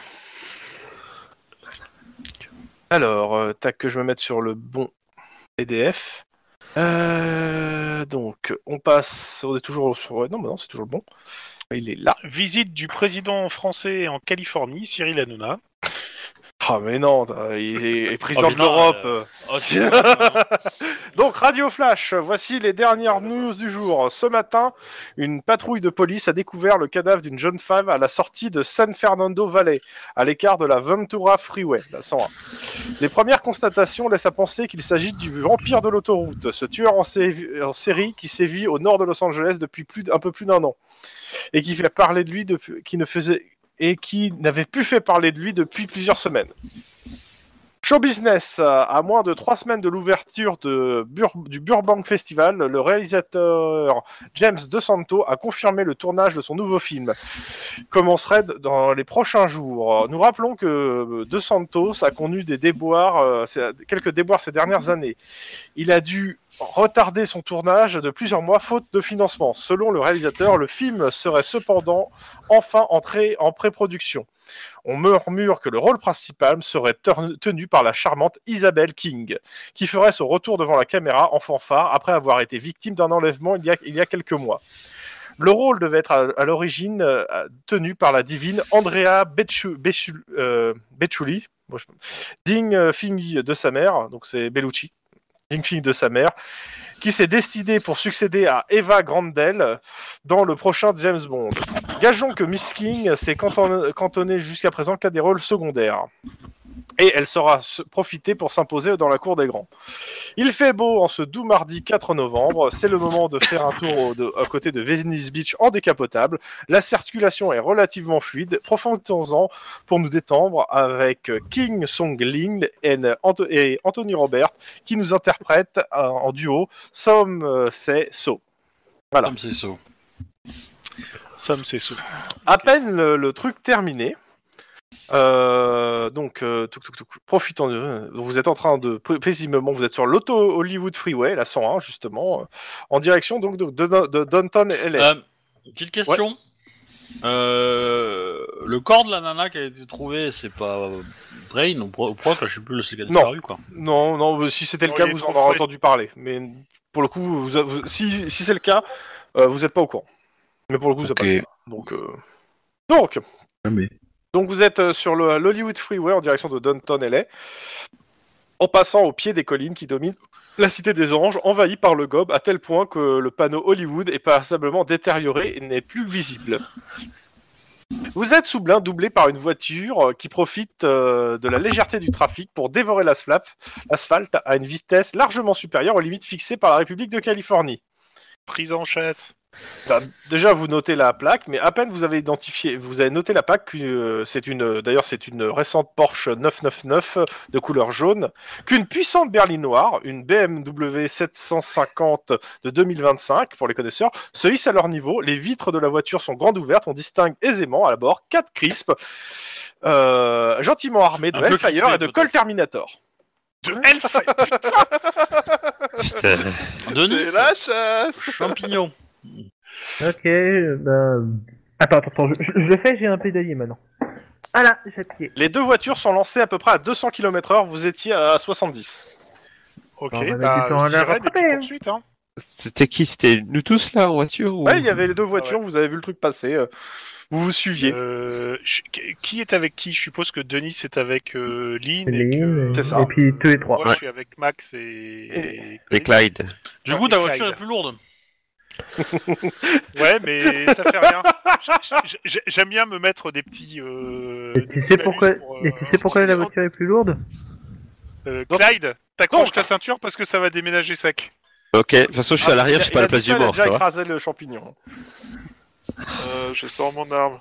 [SPEAKER 1] Alors, euh, tac, que je me mette sur le bon PDF. Euh, donc, on passe. On est toujours sur. Non, bah non, c'est toujours le bon. Il est là.
[SPEAKER 3] Visite du président français en Californie, Cyril Hanouna.
[SPEAKER 1] Ah, mais non, t'as- il est, président
[SPEAKER 7] Oh,
[SPEAKER 1] de
[SPEAKER 7] mais non,
[SPEAKER 1] l'Europe.
[SPEAKER 7] euh, Oh, c'est-
[SPEAKER 1] Donc Radio Flash, voici les dernières news du jour. Ce matin, une patrouille de police a découvert le cadavre d'une jeune femme à la sortie de San Fernando Valley, à l'écart de la Ventura Freeway, la 101. Les premières constatations laissent à penser qu'il s'agit du vampire de l'autoroute, ce tueur en, sé- en série qui sévit au nord de Los Angeles depuis plus d- un peu plus d'un an et qui fait parler de lui depuis, qui ne faisait et qui n'avait plus fait parler de lui depuis plusieurs semaines. Show Business, euh, à moins de trois semaines de l'ouverture de Bur- du Burbank Festival, le réalisateur James DeSanto a confirmé le tournage de son nouveau film. Commencerait d- dans les prochains jours. Nous rappelons que euh, DeSantos a connu des déboires, euh, ces- quelques déboires ces dernières années. Il a dû retarder son tournage de plusieurs mois faute de financement. Selon le réalisateur, le film serait cependant enfin entré en pré-production. On murmure que le rôle principal serait ter- tenu par la charmante Isabelle King, qui ferait son retour devant la caméra en fanfare après avoir été victime d'un enlèvement il y, a, il y a quelques mois. Le rôle devait être à, à l'origine euh, tenu par la divine Andrea Becciu- Becciu- euh, Becciuli, bon, je- digne euh, fille de sa mère, donc c'est Bellucci, digne fille de sa mère, qui s'est destinée pour succéder à Eva Grandel dans le prochain James Bond. Gageons que Miss King s'est canton- cantonnée jusqu'à présent qu'à des rôles secondaires. Et elle saura se- profiter pour s'imposer dans la cour des grands. Il fait beau en ce doux mardi 4 novembre. C'est le moment de faire un tour au- de- à côté de Venice Beach en décapotable. La circulation est relativement fluide. Profitons-en pour nous détendre avec King Song Ling et, Anto- et Anthony Robert qui nous interprètent euh, en duo Some euh, Say So.
[SPEAKER 7] Comme c'est ça.
[SPEAKER 3] Sam Sessou.
[SPEAKER 1] À peine le, le truc terminé. euh, donc, euh, touc, touc, touc, profitant de. euh, Vous êtes en train de. pré- Paisiblement, vous êtes sur l'auto Hollywood Freeway, la 101, justement, euh, en direction donc de, de, de Downton LA.
[SPEAKER 7] Euh, petite question. Euh, le corps de la nana qui a été trouvé, c'est pas euh, Brain ou Pro- ou Proc, là, je sais plus lequel a
[SPEAKER 1] Non.
[SPEAKER 7] disparu quoi.
[SPEAKER 1] Non, non, mais si c'était le
[SPEAKER 3] Oh,
[SPEAKER 1] cas,
[SPEAKER 3] il est
[SPEAKER 1] vous en
[SPEAKER 3] trop
[SPEAKER 1] aurez
[SPEAKER 3] frais.
[SPEAKER 1] entendu parler. Mais pour le coup, vous, a- vous- si, si c'est le cas, euh, vous n'êtes pas au courant. Mais pour le coup, vous
[SPEAKER 7] Ok.
[SPEAKER 1] n'êtes pas le cas. Donc, euh, donc Donc vous êtes euh, sur le l'Hollywood Freeway en direction de Downton LA, en passant au pied des collines qui dominent la cité des anges, envahie par le gobe à tel point que le panneau Hollywood est passablement détérioré et n'est plus visible. Vous êtes sous blin doublé par une voiture euh, qui profite euh, de la légèreté du trafic pour dévorer l'asfla- l'asphalte à une vitesse largement supérieure aux limites fixées par la République de Californie.
[SPEAKER 3] Prise en chasse.
[SPEAKER 1] Bah, déjà, vous notez la plaque, mais à peine vous avez identifié, vous avez noté la plaque que euh, c'est une, euh, d'ailleurs, c'est une récente Porsche 999 euh, de couleur jaune, qu'une puissante berline noire, une BMW 750 de 2025 pour les connaisseurs, se hisse à leur niveau. Les vitres de la voiture sont grandes ouvertes, on distingue aisément à la bord quatre crispes, euh, gentiment armés de
[SPEAKER 7] Un peu
[SPEAKER 1] Hellfire
[SPEAKER 7] crispés,
[SPEAKER 1] et de
[SPEAKER 7] peut-être.
[SPEAKER 1] Col Terminator.
[SPEAKER 3] De Elf
[SPEAKER 5] Putain.
[SPEAKER 7] Denis,
[SPEAKER 6] C'est la chasse
[SPEAKER 7] champignon.
[SPEAKER 2] Ok, ben... Attends, attends, attends, je, je- je le fais, j'ai un pédalier maintenant. Ah là, j'ai appuyé.
[SPEAKER 1] Les deux voitures sont lancées à peu près à 200 km/h, vous étiez à 70.
[SPEAKER 3] Ok,
[SPEAKER 2] Bon, bah,
[SPEAKER 3] bah,
[SPEAKER 2] mettez-toi en l'air
[SPEAKER 3] sirène et puis
[SPEAKER 2] après, hein.
[SPEAKER 3] poursuite, hein.
[SPEAKER 5] C'était qui C'était nous tous là en voiture ou...
[SPEAKER 1] Ouais, il y avait les
[SPEAKER 3] Ah
[SPEAKER 1] deux voitures, vous avez vu le truc passer, euh, vous vous suiviez.
[SPEAKER 3] Euh, je- qui est avec qui Je suppose que Denis est avec euh, Lynn. et
[SPEAKER 2] Lynn,
[SPEAKER 3] que-
[SPEAKER 1] c'est ça.
[SPEAKER 2] Et puis tous les trois.
[SPEAKER 3] Moi, je suis avec Max et.
[SPEAKER 5] Les Clyde.
[SPEAKER 7] Du
[SPEAKER 3] Ouais,
[SPEAKER 7] coup, ta
[SPEAKER 3] et
[SPEAKER 7] voiture
[SPEAKER 3] Clyde.
[SPEAKER 7] est plus lourde.
[SPEAKER 3] Ouais, mais ça fait rien. J'ai- j'ai- J'aime bien me mettre des petits. euh,
[SPEAKER 2] Et
[SPEAKER 3] des
[SPEAKER 2] tu
[SPEAKER 3] petits
[SPEAKER 2] sais pourquoi,
[SPEAKER 3] malus pour, euh,
[SPEAKER 2] et tu sais pourquoi la
[SPEAKER 3] stimulant.
[SPEAKER 2] voiture est plus lourde
[SPEAKER 3] Euh, Clyde, t'accroches
[SPEAKER 1] Donc-
[SPEAKER 3] ta ceinture parce que ça va déménager sac.
[SPEAKER 5] Ok, de toute façon, je suis à
[SPEAKER 1] Ah,
[SPEAKER 5] l'arrière, je suis pas à la place du mort,
[SPEAKER 1] J'ai
[SPEAKER 5] ça va.
[SPEAKER 1] écrasé le champignon.
[SPEAKER 6] Euh, Je sors mon arme.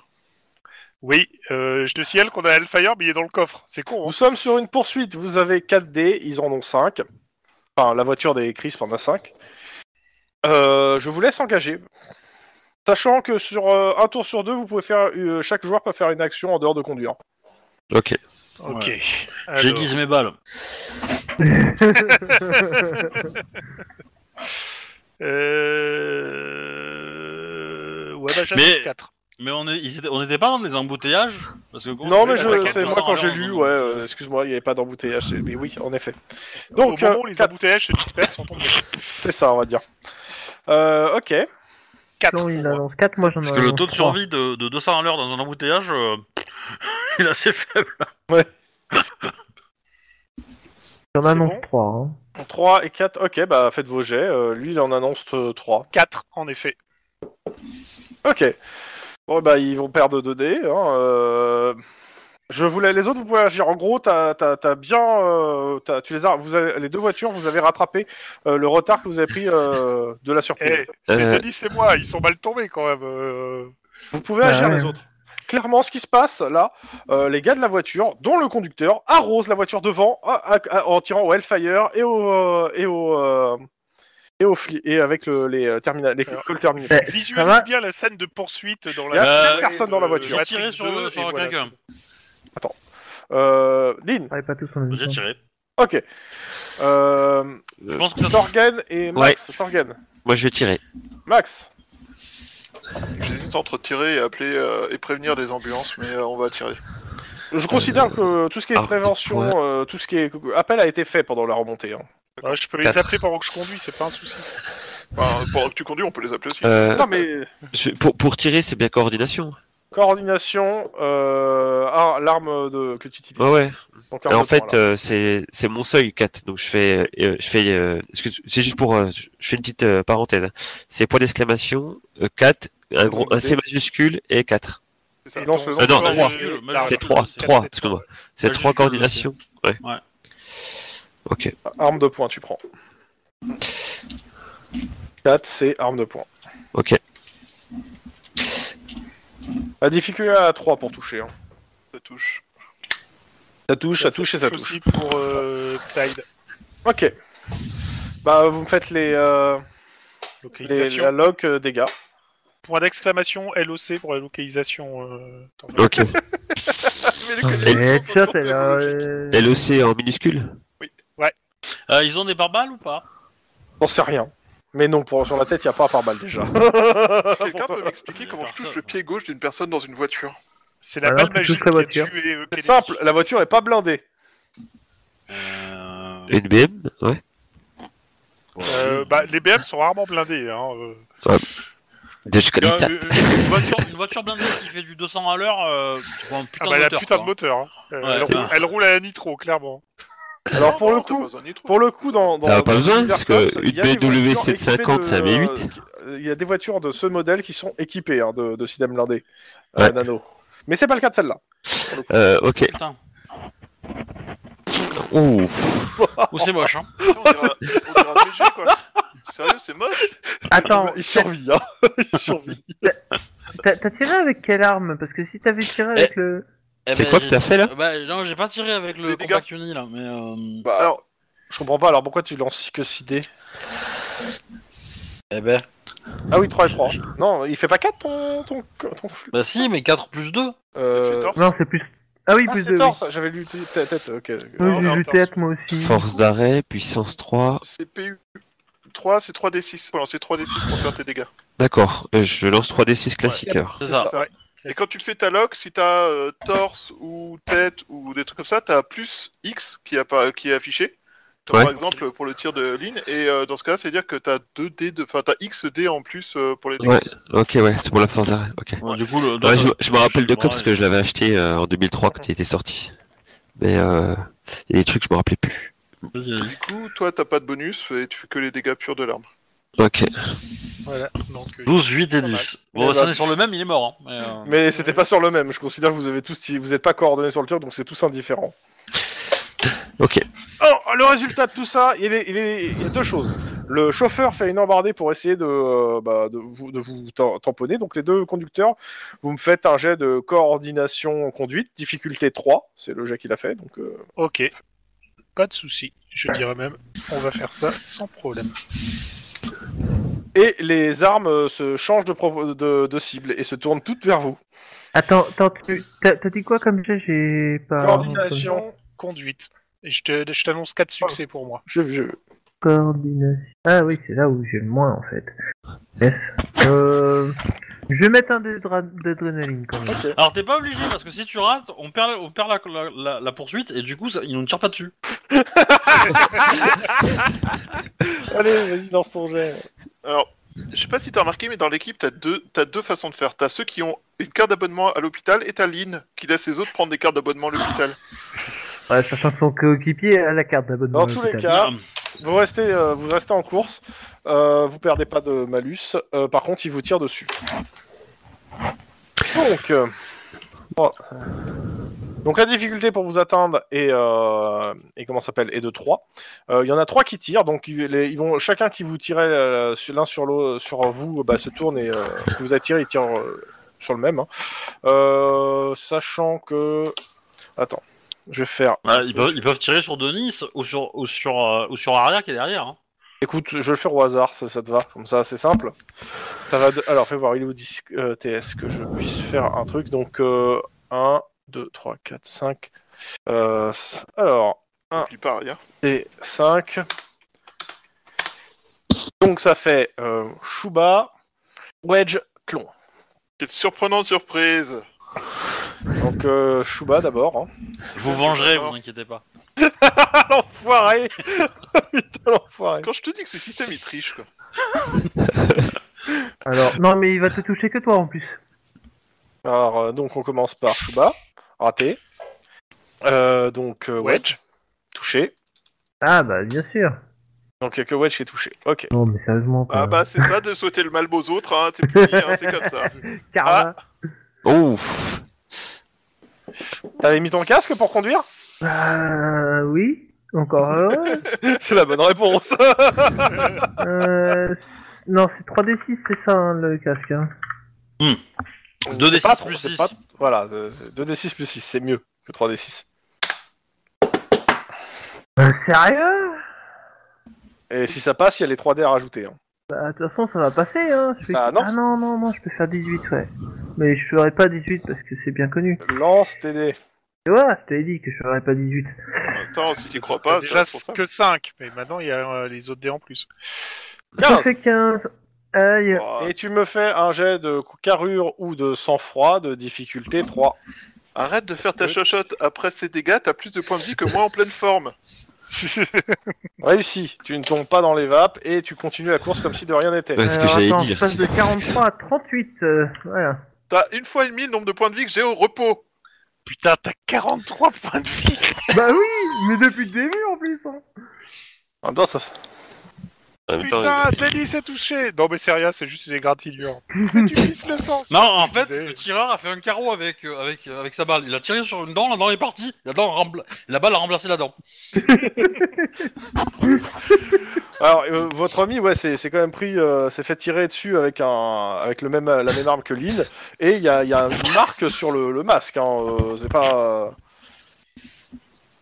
[SPEAKER 3] Oui, euh, je te signale qu'on a Hellfire, mais il est dans le coffre. C'est con.
[SPEAKER 1] Nous
[SPEAKER 3] hein.
[SPEAKER 1] sommes sur une poursuite. Vous avez 4 dés, ils en ont 5. Enfin, la voiture des Chris en a 5. Euh, je vous laisse engager. Sachant que sur euh, un tour sur deux, vous pouvez faire euh, chaque joueur peut faire une action en dehors de conduire.
[SPEAKER 5] Ok.
[SPEAKER 3] Ok. Alors,
[SPEAKER 7] J'aiguise mes balles.
[SPEAKER 3] euh... Ouais, bah, j'en euh,
[SPEAKER 7] Mais-
[SPEAKER 3] bah, ai 4.
[SPEAKER 7] Mais on est- ils étaient- on n'était pas dans les embouteillages Parce que quand
[SPEAKER 1] Non,
[SPEAKER 7] on
[SPEAKER 1] mais
[SPEAKER 7] fait la
[SPEAKER 1] je,
[SPEAKER 7] plaquette,
[SPEAKER 1] c'est
[SPEAKER 7] on
[SPEAKER 1] moi quand
[SPEAKER 7] en
[SPEAKER 3] hein,
[SPEAKER 1] j'ai
[SPEAKER 7] est
[SPEAKER 1] lu,
[SPEAKER 7] en-
[SPEAKER 1] ouais, euh, excuse-moi, il n'y avait pas d'embouteillage, c'est- mais oui, en effet.
[SPEAKER 3] Donc,
[SPEAKER 1] Donc,
[SPEAKER 3] Au
[SPEAKER 1] euh,
[SPEAKER 3] moment où les
[SPEAKER 1] quatre-
[SPEAKER 3] embouteillages se dispersent, on tombe
[SPEAKER 1] c'est ça, on va dire. Euh, ok.
[SPEAKER 3] 4.
[SPEAKER 2] Non, il annonce 4, moi j'en ai
[SPEAKER 7] Parce que le taux de survie de, de 200 à l'heure dans un embouteillage, euh, il est assez faible.
[SPEAKER 2] J'en
[SPEAKER 3] c'est
[SPEAKER 2] annonce
[SPEAKER 3] bon.
[SPEAKER 2] 3. Hein.
[SPEAKER 1] 3 et 4, ok, bah faites vos jets. euh, lui, il en annonce 3.
[SPEAKER 3] 4, en effet.
[SPEAKER 1] Ok. Bon, bah, ils vont perdre 2 dés. hein, euh, Je voulais, les autres, vous pouvez agir. En gros, t'as, t'as- t'as bien, euh, t'as- tu les as, vous avez, les deux voitures, vous avez rattrapé euh, le retard que vous avez pris euh, de la surprise.
[SPEAKER 3] Eh, c'est
[SPEAKER 5] Euh.
[SPEAKER 3] Denis et moi, ils sont mal tombés quand même. euh.
[SPEAKER 1] Vous pouvez
[SPEAKER 2] Bah
[SPEAKER 1] agir
[SPEAKER 2] ouais.
[SPEAKER 1] les autres. Clairement, ce qui se passe là, euh, les gars de la voiture, dont le conducteur, arrose la voiture devant à- à- à- en tirant au Hellfire et au euh, et au euh, et au fli- et avec le, les euh, termina- les
[SPEAKER 3] Alors,
[SPEAKER 1] cols terminés.
[SPEAKER 2] Eh, ça
[SPEAKER 3] Visualise
[SPEAKER 2] va
[SPEAKER 3] bien la scène de poursuite dans
[SPEAKER 1] Il y a
[SPEAKER 3] la.
[SPEAKER 7] Euh,
[SPEAKER 1] quatre personnes dans la voiture.
[SPEAKER 7] J'ai tiré sur, le- sur quelqu'un.
[SPEAKER 1] Euh, Lynn,
[SPEAKER 2] Allez, pas tous en même
[SPEAKER 7] J'ai
[SPEAKER 2] temps.
[SPEAKER 7] tiré.
[SPEAKER 1] ok. Euh,
[SPEAKER 7] Je pense que ça
[SPEAKER 1] Torgen et Max. Torgen,
[SPEAKER 5] Moi, je vais tirer.
[SPEAKER 1] Max.
[SPEAKER 6] J'hésite entre tirer et appeler euh, et prévenir des ambulances, mais euh, on va tirer.
[SPEAKER 1] Je considère que tout ce qui est
[SPEAKER 5] alors,
[SPEAKER 1] prévention,
[SPEAKER 5] dites-moi-
[SPEAKER 1] euh, tout ce qui est appel a été fait pendant la remontée. hein.
[SPEAKER 3] Ouais, Ah, je peux les
[SPEAKER 5] Quatre.
[SPEAKER 3] appeler pendant que je conduis, c'est pas un souci.
[SPEAKER 6] Enfin, pendant que tu conduis, on peut les appeler aussi.
[SPEAKER 5] Euh,
[SPEAKER 1] Non mais
[SPEAKER 5] je- pour, pour tirer, c'est bien coordination.
[SPEAKER 1] coordination, euh, ah, l'arme de que tu utilises.
[SPEAKER 5] Ouais, ouais.
[SPEAKER 1] Donc,
[SPEAKER 5] Et
[SPEAKER 1] arme
[SPEAKER 5] en
[SPEAKER 1] de poing,
[SPEAKER 5] fait,
[SPEAKER 1] là.
[SPEAKER 5] euh, c'est c'est mon seuil 4. Donc je fais, euh, je fais, euh, excuse- c'est juste pour, euh, je je fais une petite euh, parenthèse. hein. C'est point d'exclamation euh, 4, un gros, un C majuscule et 4.
[SPEAKER 6] C'est ça.
[SPEAKER 1] Et lance
[SPEAKER 6] Ton-
[SPEAKER 1] le
[SPEAKER 5] Ah non,
[SPEAKER 6] ton-
[SPEAKER 5] trois.
[SPEAKER 6] euh,
[SPEAKER 7] Ah,
[SPEAKER 5] C'est
[SPEAKER 7] oui,
[SPEAKER 5] 3,
[SPEAKER 7] c'est-
[SPEAKER 5] 3,
[SPEAKER 3] c'est
[SPEAKER 5] excuse-moi. C'est
[SPEAKER 7] Majuscule,
[SPEAKER 5] 3 coordinations. Ouais.
[SPEAKER 7] Ouais.
[SPEAKER 5] Ok.
[SPEAKER 1] Arme de poing, tu prends. 4, c'est arme de poing.
[SPEAKER 5] Ok.
[SPEAKER 1] La difficulté à 3 pour toucher. Hein.
[SPEAKER 6] Ça touche.
[SPEAKER 1] Ça touche, ça touche et ça touche.
[SPEAKER 3] Aussi pour euh, Tide.
[SPEAKER 1] Ok. Bah, vous me faites les, euh, les
[SPEAKER 3] Localisation.
[SPEAKER 1] la log euh, dégâts.
[SPEAKER 3] Point d'exclamation LOC pour la localisation. euh, t'en veux.
[SPEAKER 5] Ok.
[SPEAKER 6] Mais
[SPEAKER 2] Ah,
[SPEAKER 6] les connexions
[SPEAKER 2] mais
[SPEAKER 6] sont
[SPEAKER 2] Headshot,
[SPEAKER 6] toujours
[SPEAKER 2] elle a.
[SPEAKER 6] technologiques.
[SPEAKER 2] euh,
[SPEAKER 5] LOC en minuscule.
[SPEAKER 7] Euh, ils ont des pare-balles ou pas
[SPEAKER 1] J'en sais rien. Mais non, pour, sur la tête, il a pas un pare-balles déjà. Euh,
[SPEAKER 6] Quelqu'un peut m'expliquer comment je touche le pied gauche d'une personne dans une voiture
[SPEAKER 3] C'est la
[SPEAKER 2] Alors,
[SPEAKER 3] balle
[SPEAKER 2] tu touches
[SPEAKER 3] magique
[SPEAKER 2] la
[SPEAKER 3] qui a
[SPEAKER 2] voiture.
[SPEAKER 3] tué euh,
[SPEAKER 1] C'est
[SPEAKER 3] Kennedy.
[SPEAKER 1] simple, la voiture est pas blindée.
[SPEAKER 7] euh...
[SPEAKER 5] Une BM. Ouais.
[SPEAKER 3] Euh, bah, les BM sont rarement blindés. Hein. euh.
[SPEAKER 5] De- je connais
[SPEAKER 7] Euh,
[SPEAKER 5] quatre.
[SPEAKER 7] une, une voiture, une voiture blindée qui fait du 200 à l'heure, euh, tu prends un putain
[SPEAKER 3] Ah bah,
[SPEAKER 7] de
[SPEAKER 3] elle a
[SPEAKER 7] moteur.
[SPEAKER 3] putain
[SPEAKER 7] quoi.
[SPEAKER 3] de moteur. hein. Euh,
[SPEAKER 7] Ouais,
[SPEAKER 3] elle,
[SPEAKER 5] c'est
[SPEAKER 3] roule,
[SPEAKER 7] vrai.
[SPEAKER 3] elle roule à la nitro, clairement.
[SPEAKER 1] Alors, pour le
[SPEAKER 6] Non, t'as
[SPEAKER 1] coup,
[SPEAKER 6] pas besoin d'y trouver.
[SPEAKER 1] pour le coup, dans. dans
[SPEAKER 5] Ça va
[SPEAKER 1] dans
[SPEAKER 5] pas besoin,
[SPEAKER 1] l'univers
[SPEAKER 5] parce que
[SPEAKER 1] Cops,
[SPEAKER 5] une
[SPEAKER 1] il y a des
[SPEAKER 5] BMW
[SPEAKER 1] voitures
[SPEAKER 5] 750, c'est un
[SPEAKER 1] équipées de-
[SPEAKER 5] V8.
[SPEAKER 1] euh, Il y a des voitures de ce modèle qui sont équipées hein, de, de système blindé, euh,
[SPEAKER 5] Ouais.
[SPEAKER 1] nano. Mais c'est pas le cas de celle-là.
[SPEAKER 5] Euh, ok.
[SPEAKER 7] Putain.
[SPEAKER 5] Ouh.
[SPEAKER 7] Ou c'est moche, hein.
[SPEAKER 6] Putain, On dirait on dirait un léger, quoi. Sérieux, c'est moche
[SPEAKER 2] Attends,
[SPEAKER 1] il survit, hein. il survit.
[SPEAKER 2] t'as t'as tiré avec quelle arme Parce que si t'avais tiré avec le.
[SPEAKER 7] Eh
[SPEAKER 5] C'est
[SPEAKER 7] ben,
[SPEAKER 5] quoi que
[SPEAKER 7] j'ai-
[SPEAKER 5] t'as fait, là
[SPEAKER 7] Bah, non, j'ai pas tiré avec le
[SPEAKER 6] Les dégâts.
[SPEAKER 7] compact uni là, mais euh...
[SPEAKER 3] Bah.
[SPEAKER 1] alors, je comprends pas, alors pourquoi tu lances que 6 dés
[SPEAKER 7] Eh ben.
[SPEAKER 1] Ah oui, 3 et 3. Non, il fait pas 4 ton. ton, ton flux
[SPEAKER 7] Bah si, mais 4 plus 2.
[SPEAKER 1] euh...
[SPEAKER 6] torse.
[SPEAKER 2] Non, c'est plus. Ah oui,
[SPEAKER 1] Ah,
[SPEAKER 2] plus
[SPEAKER 1] c'est
[SPEAKER 2] 2.
[SPEAKER 1] torse, j'avais lu t- ta tête, ok.
[SPEAKER 2] Oui,
[SPEAKER 3] Non,
[SPEAKER 2] j'ai
[SPEAKER 3] c'est
[SPEAKER 2] lu
[SPEAKER 3] torse.
[SPEAKER 2] tête moi aussi.
[SPEAKER 5] Force d'arrêt, puissance 3.
[SPEAKER 6] C'est PU. 3, c'est 3D6. Faut lancer 3D6 pour faire tes dégâts.
[SPEAKER 5] D'accord. Euh, Je lance 3D6 classique. alors.
[SPEAKER 7] C'est
[SPEAKER 6] C'est
[SPEAKER 7] ça.
[SPEAKER 6] ça. Et quand tu fais ta lock, si t'as euh, torse ou tête ou des trucs comme ça, t'as plus X qui, appa- qui est affiché. Comme
[SPEAKER 5] Ouais.
[SPEAKER 6] Par exemple, pour le tir de ligne. Et euh, dans ce cas-là, c'est-à-dire que t'as 2 dés de... Enfin, t'as X dés en plus euh, pour les dégâts.
[SPEAKER 5] Ouais. Ok, ouais. C'est pour la force d'arrêt. Ok.
[SPEAKER 7] Bon, Du coup, le,
[SPEAKER 5] Ouais, je, je me rappelle de
[SPEAKER 7] Ouais,
[SPEAKER 5] Cops parce que je l'avais acheté euh, en 2003 quand il était sorti. Mais euh, il y a des trucs que je me rappelais plus.
[SPEAKER 6] Du coup, toi, t'as pas de bonus et tu fais que les dégâts purs de l'arme.
[SPEAKER 5] Ok.
[SPEAKER 3] Voilà. Donc, euh,
[SPEAKER 7] 12, 8 et
[SPEAKER 3] Pas mal.
[SPEAKER 7] 10. Bon,
[SPEAKER 1] Eh
[SPEAKER 7] si
[SPEAKER 1] ben.
[SPEAKER 7] on est bah, sur le même, il est mort. Hein. Mais, euh,
[SPEAKER 1] Mais c'était pas sur le même, je considère que vous avez tous, vous êtes pas coordonnés sur le tir, donc c'est tous indifférents.
[SPEAKER 5] Ok.
[SPEAKER 1] Oh, le résultat de tout ça, il, est, il, est- il y a deux choses. Le chauffeur fait une embardée pour essayer de, euh, bah, de vous, de vous tam- tamponner, donc les deux conducteurs, vous me faites un jet de coordination conduite, difficulté 3, c'est le jet qu'il a fait, donc... euh,
[SPEAKER 3] ok. Pas de souci. Je dirais même, on va faire ça sans problème.
[SPEAKER 1] Et les armes euh, se changent de, pro- de, de cible et se tournent toutes vers vous.
[SPEAKER 2] Attends, attends, tu- t'as t'as dit quoi comme j'ai J'ai pas.
[SPEAKER 1] Coordination.
[SPEAKER 3] Conduite. Et je te- je t'annonce 4 succès pour moi.
[SPEAKER 1] Je, je-
[SPEAKER 2] Coordination. Ah oui, c'est là où j'ai le moins en fait. Yes. Euh, Je vais mettre un dé d'adra- d'adrénaline quand même.
[SPEAKER 1] Ok.
[SPEAKER 7] Alors t'es pas obligé parce que si tu rates, on perd, on perd la, la- la- la poursuite et du coup ça- ils nous tirent pas dessus.
[SPEAKER 1] Allez, vas-y, lance ton jet.
[SPEAKER 6] Alors, je sais pas si t'as remarqué, mais dans l'équipe, t'as deux, t'as deux façons de faire. T'as ceux qui ont une carte d'abonnement à l'hôpital et t'as Lynn qui laisse les autres prendre des cartes d'abonnement à l'hôpital.
[SPEAKER 2] Ouais, sachant que son coéquipier a la carte d'abonnement.
[SPEAKER 1] Dans tous les
[SPEAKER 2] putain.
[SPEAKER 1] cas, vous restez, euh, vous restez en course, euh, vous perdez pas de malus. euh, par contre, il vous tire dessus. Donc, euh, oh. donc la difficulté pour vous atteindre est, euh, est comment ça s'appelle est de 3. Il y en a trois qui tirent, donc ils, les- ils vont chacun qui vous tirait euh, sur- l'un sur l'autre sur vous bah, se tourne et euh, qui vous attire, il tire euh, sur le même. hein. Euh, sachant que attends, je vais faire.
[SPEAKER 7] Ah, ils, peuvent, ils peuvent tirer sur Denis ou sur ou sur euh, ou sur Aria qui est derrière. hein.
[SPEAKER 1] Écoute, je vais le faire au hasard, ça, ça te va, comme ça c'est simple. Ça va de- Alors fais voir, il est au disque euh, TS que je puisse faire un truc. Donc euh, 1, 2, 3, 4, 5. Euh, Alors, Ah.
[SPEAKER 6] Puis par ailleurs.
[SPEAKER 1] c'est 5. Donc ça fait euh, Shuba, Wedge, Clon.
[SPEAKER 6] Quelle surprenante surprise
[SPEAKER 1] Donc euh, Shuba d'abord. Hein.
[SPEAKER 7] Vous vengerez, vous inquiétez pas.
[SPEAKER 1] Ah, l'enfoiré Putain, l'enfoiré
[SPEAKER 6] Quand je te dis que ce système il triche, quoi.
[SPEAKER 2] Alors, non, mais il va te toucher que toi en plus.
[SPEAKER 1] Alors, euh, donc on commence par Shuba, raté. Euh, donc euh, Wedge, touché.
[SPEAKER 2] Ah bah bien sûr.
[SPEAKER 1] Donc il n'y a que Wedge qui est touché. Ok.
[SPEAKER 2] Non mais sérieusement. quoi.
[SPEAKER 6] Ah bah, c'est ça de souhaiter le mal aux autres, hein, t'es puni, hein, c'est comme ça.
[SPEAKER 2] Carla.
[SPEAKER 5] Ouf.
[SPEAKER 1] T'avais mis ton casque pour conduire ah.
[SPEAKER 2] Bah oui. Encore heureux.
[SPEAKER 1] C'est la bonne réponse.
[SPEAKER 2] Euh, Non, c'est 3D6, c'est ça hein, le casque. hein.
[SPEAKER 7] 2d6
[SPEAKER 1] C'est pas-
[SPEAKER 7] plus
[SPEAKER 1] c'est
[SPEAKER 7] 6.
[SPEAKER 1] pas- voilà, euh, 2d6 plus 6, c'est mieux que 3d6.
[SPEAKER 2] Euh, sérieux
[SPEAKER 1] Et si ça passe, il y a les 3d à rajouter. hein.
[SPEAKER 2] Bah de toute façon ça va passer hein. Je fais-
[SPEAKER 1] Ah, non.
[SPEAKER 2] ah non non non, je peux faire 18 ouais. Mais je ferai pas 18 parce que c'est bien connu.
[SPEAKER 1] Lance tes dés.
[SPEAKER 2] Tu vois, je t'avais dit que je ferais pas 18.
[SPEAKER 6] Attends, si t'y crois pas,
[SPEAKER 3] Déjà
[SPEAKER 6] c'est pour ça.
[SPEAKER 3] que 5, mais maintenant il y a euh, les autres dés en plus.
[SPEAKER 2] Ça
[SPEAKER 1] 15
[SPEAKER 2] fait 15. Aïe.
[SPEAKER 6] Oh,
[SPEAKER 1] Et tu me fais un jet de carrure ou de sang-froid de difficulté 3.
[SPEAKER 6] Arrête de faire ta chochotte, après ces dégâts, t'as plus de points de vie que moi en pleine forme.
[SPEAKER 1] Réussi, tu ne tombes pas dans les vapes et tu continues la course comme si de rien n'était.
[SPEAKER 5] Ouais. C'est ce que
[SPEAKER 2] Alors,
[SPEAKER 5] j'allais
[SPEAKER 2] Euh, attends,
[SPEAKER 5] dire,
[SPEAKER 2] Je passe
[SPEAKER 5] c'est-
[SPEAKER 2] de 43 à 38. euh, voilà.
[SPEAKER 6] T'as une fois et demie le nombre de points de vie que j'ai au repos.
[SPEAKER 3] Putain, t'as 43 points de vie
[SPEAKER 2] bah oui, mais depuis le début en plus. Hein.
[SPEAKER 1] En même temps, ça-
[SPEAKER 5] En même temps,
[SPEAKER 3] Putain, Ah, Denis est touché Non mais c'est rien, c'est juste des gratinures. Mais tu pisses le sang c'est
[SPEAKER 7] Non,
[SPEAKER 3] ce que
[SPEAKER 7] en
[SPEAKER 3] je
[SPEAKER 7] fait,
[SPEAKER 3] disais.
[SPEAKER 7] le tireur a fait un carreau avec, euh, avec, euh, avec sa balle. Il a tiré sur une dent, la dent est partie. La, dent a rembla- la balle a remplacé la dent.
[SPEAKER 1] Alors, euh, votre ami, ouais, c'est c'est quand même pris, euh, s'est fait tirer dessus avec un, avec le même, la même arme que Lynn, et il y a, il y a une marque sur le, le masque. Hein, euh, c'est pas, euh,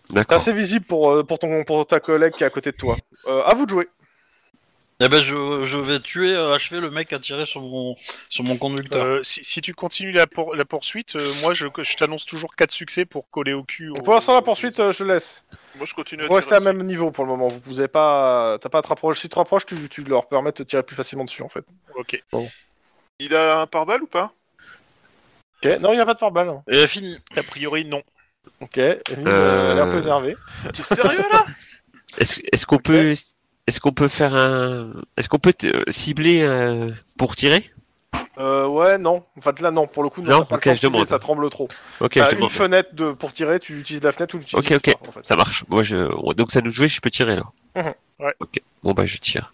[SPEAKER 1] c'est
[SPEAKER 5] d'accord.
[SPEAKER 1] assez visible pour euh, pour ton, pour ta collègue qui est à côté de toi. Euh, à vous de jouer.
[SPEAKER 7] Eh ben, je, je vais tuer, euh, achever le mec qui a tiré sur mon, sur mon conducteur.
[SPEAKER 3] Euh, si, si tu continues la, pour- la poursuite, euh, moi je, je t'annonce toujours 4 succès pour coller au cul.
[SPEAKER 1] Donc,
[SPEAKER 3] au-
[SPEAKER 1] pour l'instant, la poursuite, euh, je laisse.
[SPEAKER 6] Moi, je continue à
[SPEAKER 1] Vous restez à
[SPEAKER 6] tirer
[SPEAKER 1] même niveau pour le moment. Vous pouvez pas, t'as pas à te rapprocher. Si tu te rapproches, tu, tu leur permets de te tirer plus facilement dessus, en fait.
[SPEAKER 3] Ok.
[SPEAKER 6] dessus. Il a un pare-balles ou pas
[SPEAKER 1] Ok. Non, il y a pas de pare-balles. hein.
[SPEAKER 7] Et fini.
[SPEAKER 3] A priori, non.
[SPEAKER 1] Ok. Lynn, euh, Elle est un peu énervée.
[SPEAKER 6] T'es sérieux là
[SPEAKER 5] Est-ce est-ce qu'on peut, est-ce qu'on peut faire un, est-ce qu'on peut euh, cibler euh, pour tirer
[SPEAKER 1] Euh, ouais, non. En fait, là, non. Pour le coup, non.
[SPEAKER 5] Non,
[SPEAKER 1] t'as pas
[SPEAKER 5] ok,
[SPEAKER 1] le temps de
[SPEAKER 5] je
[SPEAKER 1] tirer,
[SPEAKER 5] demande.
[SPEAKER 1] Ça tremble trop.
[SPEAKER 5] Ok,
[SPEAKER 1] T'as
[SPEAKER 3] Bah,
[SPEAKER 5] je
[SPEAKER 1] une
[SPEAKER 5] demande.
[SPEAKER 1] fenêtre de, pour tirer, tu utilises la fenêtre ou l'utilises
[SPEAKER 5] Ok, ok.
[SPEAKER 1] pas, en fait.
[SPEAKER 5] Ça marche. Moi, je, donc ça nous jouait, je peux tirer alors.
[SPEAKER 1] Mhm,
[SPEAKER 3] ouais.
[SPEAKER 5] Ok. Bon bah je tire.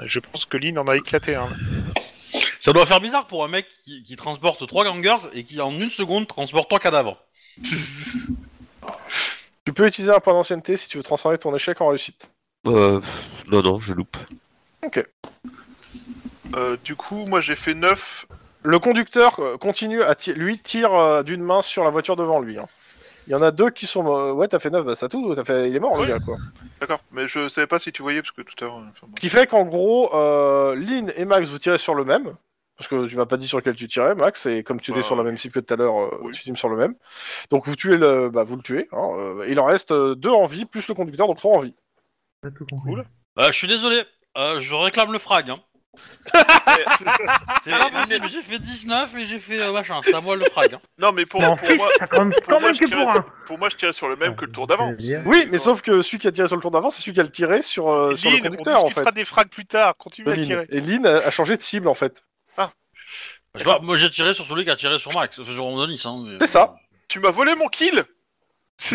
[SPEAKER 3] Je pense que Lynn en a éclaté un.
[SPEAKER 7] Ça doit faire bizarre pour un mec qui, qui transporte trois gangers et qui, en une seconde, transporte trois cadavres.
[SPEAKER 1] Tu peux utiliser un point d'ancienneté si tu veux transformer ton échec en réussite.
[SPEAKER 5] Euh, pff, non non, je loupe.
[SPEAKER 6] Euh, Du coup, moi j'ai fait 9.
[SPEAKER 1] Le conducteur euh, continue à ti- lui tire euh, d'une main sur la voiture devant lui. hein. Il y en a deux qui sont euh, ouais t'as fait neuf bah ça tout t'as fait il est mort
[SPEAKER 6] Ouais.
[SPEAKER 1] le gars quoi.
[SPEAKER 6] D'accord, mais je savais pas si tu voyais parce que tout à l'heure. enfin, bon.
[SPEAKER 1] Ce qui fait qu'en gros euh, Lynn et Max vous tirez sur le même parce que tu m'as pas dit sur lequel tu tirais Max et comme tu étais
[SPEAKER 6] Bah,
[SPEAKER 1] sur la même cible que tout à l'heure euh,
[SPEAKER 6] oui.
[SPEAKER 1] tu times sur le même donc vous tuez le bah vous le tuez hein, euh, il en reste euh, deux en vie plus le conducteur donc trois en vie.
[SPEAKER 2] T'as tout compris.
[SPEAKER 7] Euh, je suis désolé. Euh, je réclame le frag. Hein. C'est pas possible, j'ai fait 19 et j'ai fait euh, machin, ça voit le frag. hein.
[SPEAKER 6] Non, mais pour,
[SPEAKER 2] M'en
[SPEAKER 6] pour
[SPEAKER 2] fiche,
[SPEAKER 6] moi,
[SPEAKER 2] ça compte
[SPEAKER 6] pour
[SPEAKER 2] quand
[SPEAKER 6] moi,
[SPEAKER 2] même
[SPEAKER 6] je
[SPEAKER 2] que
[SPEAKER 6] tirais
[SPEAKER 2] pour
[SPEAKER 6] sur-
[SPEAKER 2] un.
[SPEAKER 6] pour moi, je tirais sur le même que le tour d'avant.
[SPEAKER 2] Je veux dire.
[SPEAKER 1] Oui, mais sauf que celui qui a tiré sur le tour d'avant, c'est celui qui a le tiré sur, euh, sur le
[SPEAKER 3] Lynn,
[SPEAKER 1] conducteur,
[SPEAKER 3] on
[SPEAKER 1] en fait.
[SPEAKER 3] discutera des frags plus tard, continue
[SPEAKER 1] de
[SPEAKER 3] à
[SPEAKER 1] Lynn.
[SPEAKER 3] tirer.
[SPEAKER 1] Et Lynn a, a changé de cible, en fait.
[SPEAKER 7] Je sais pas, moi j'ai tiré sur celui qui a tiré sur Max, enfin, sur Andonis. Hein, mais-
[SPEAKER 1] C'est ça.
[SPEAKER 6] Tu m'as volé mon kill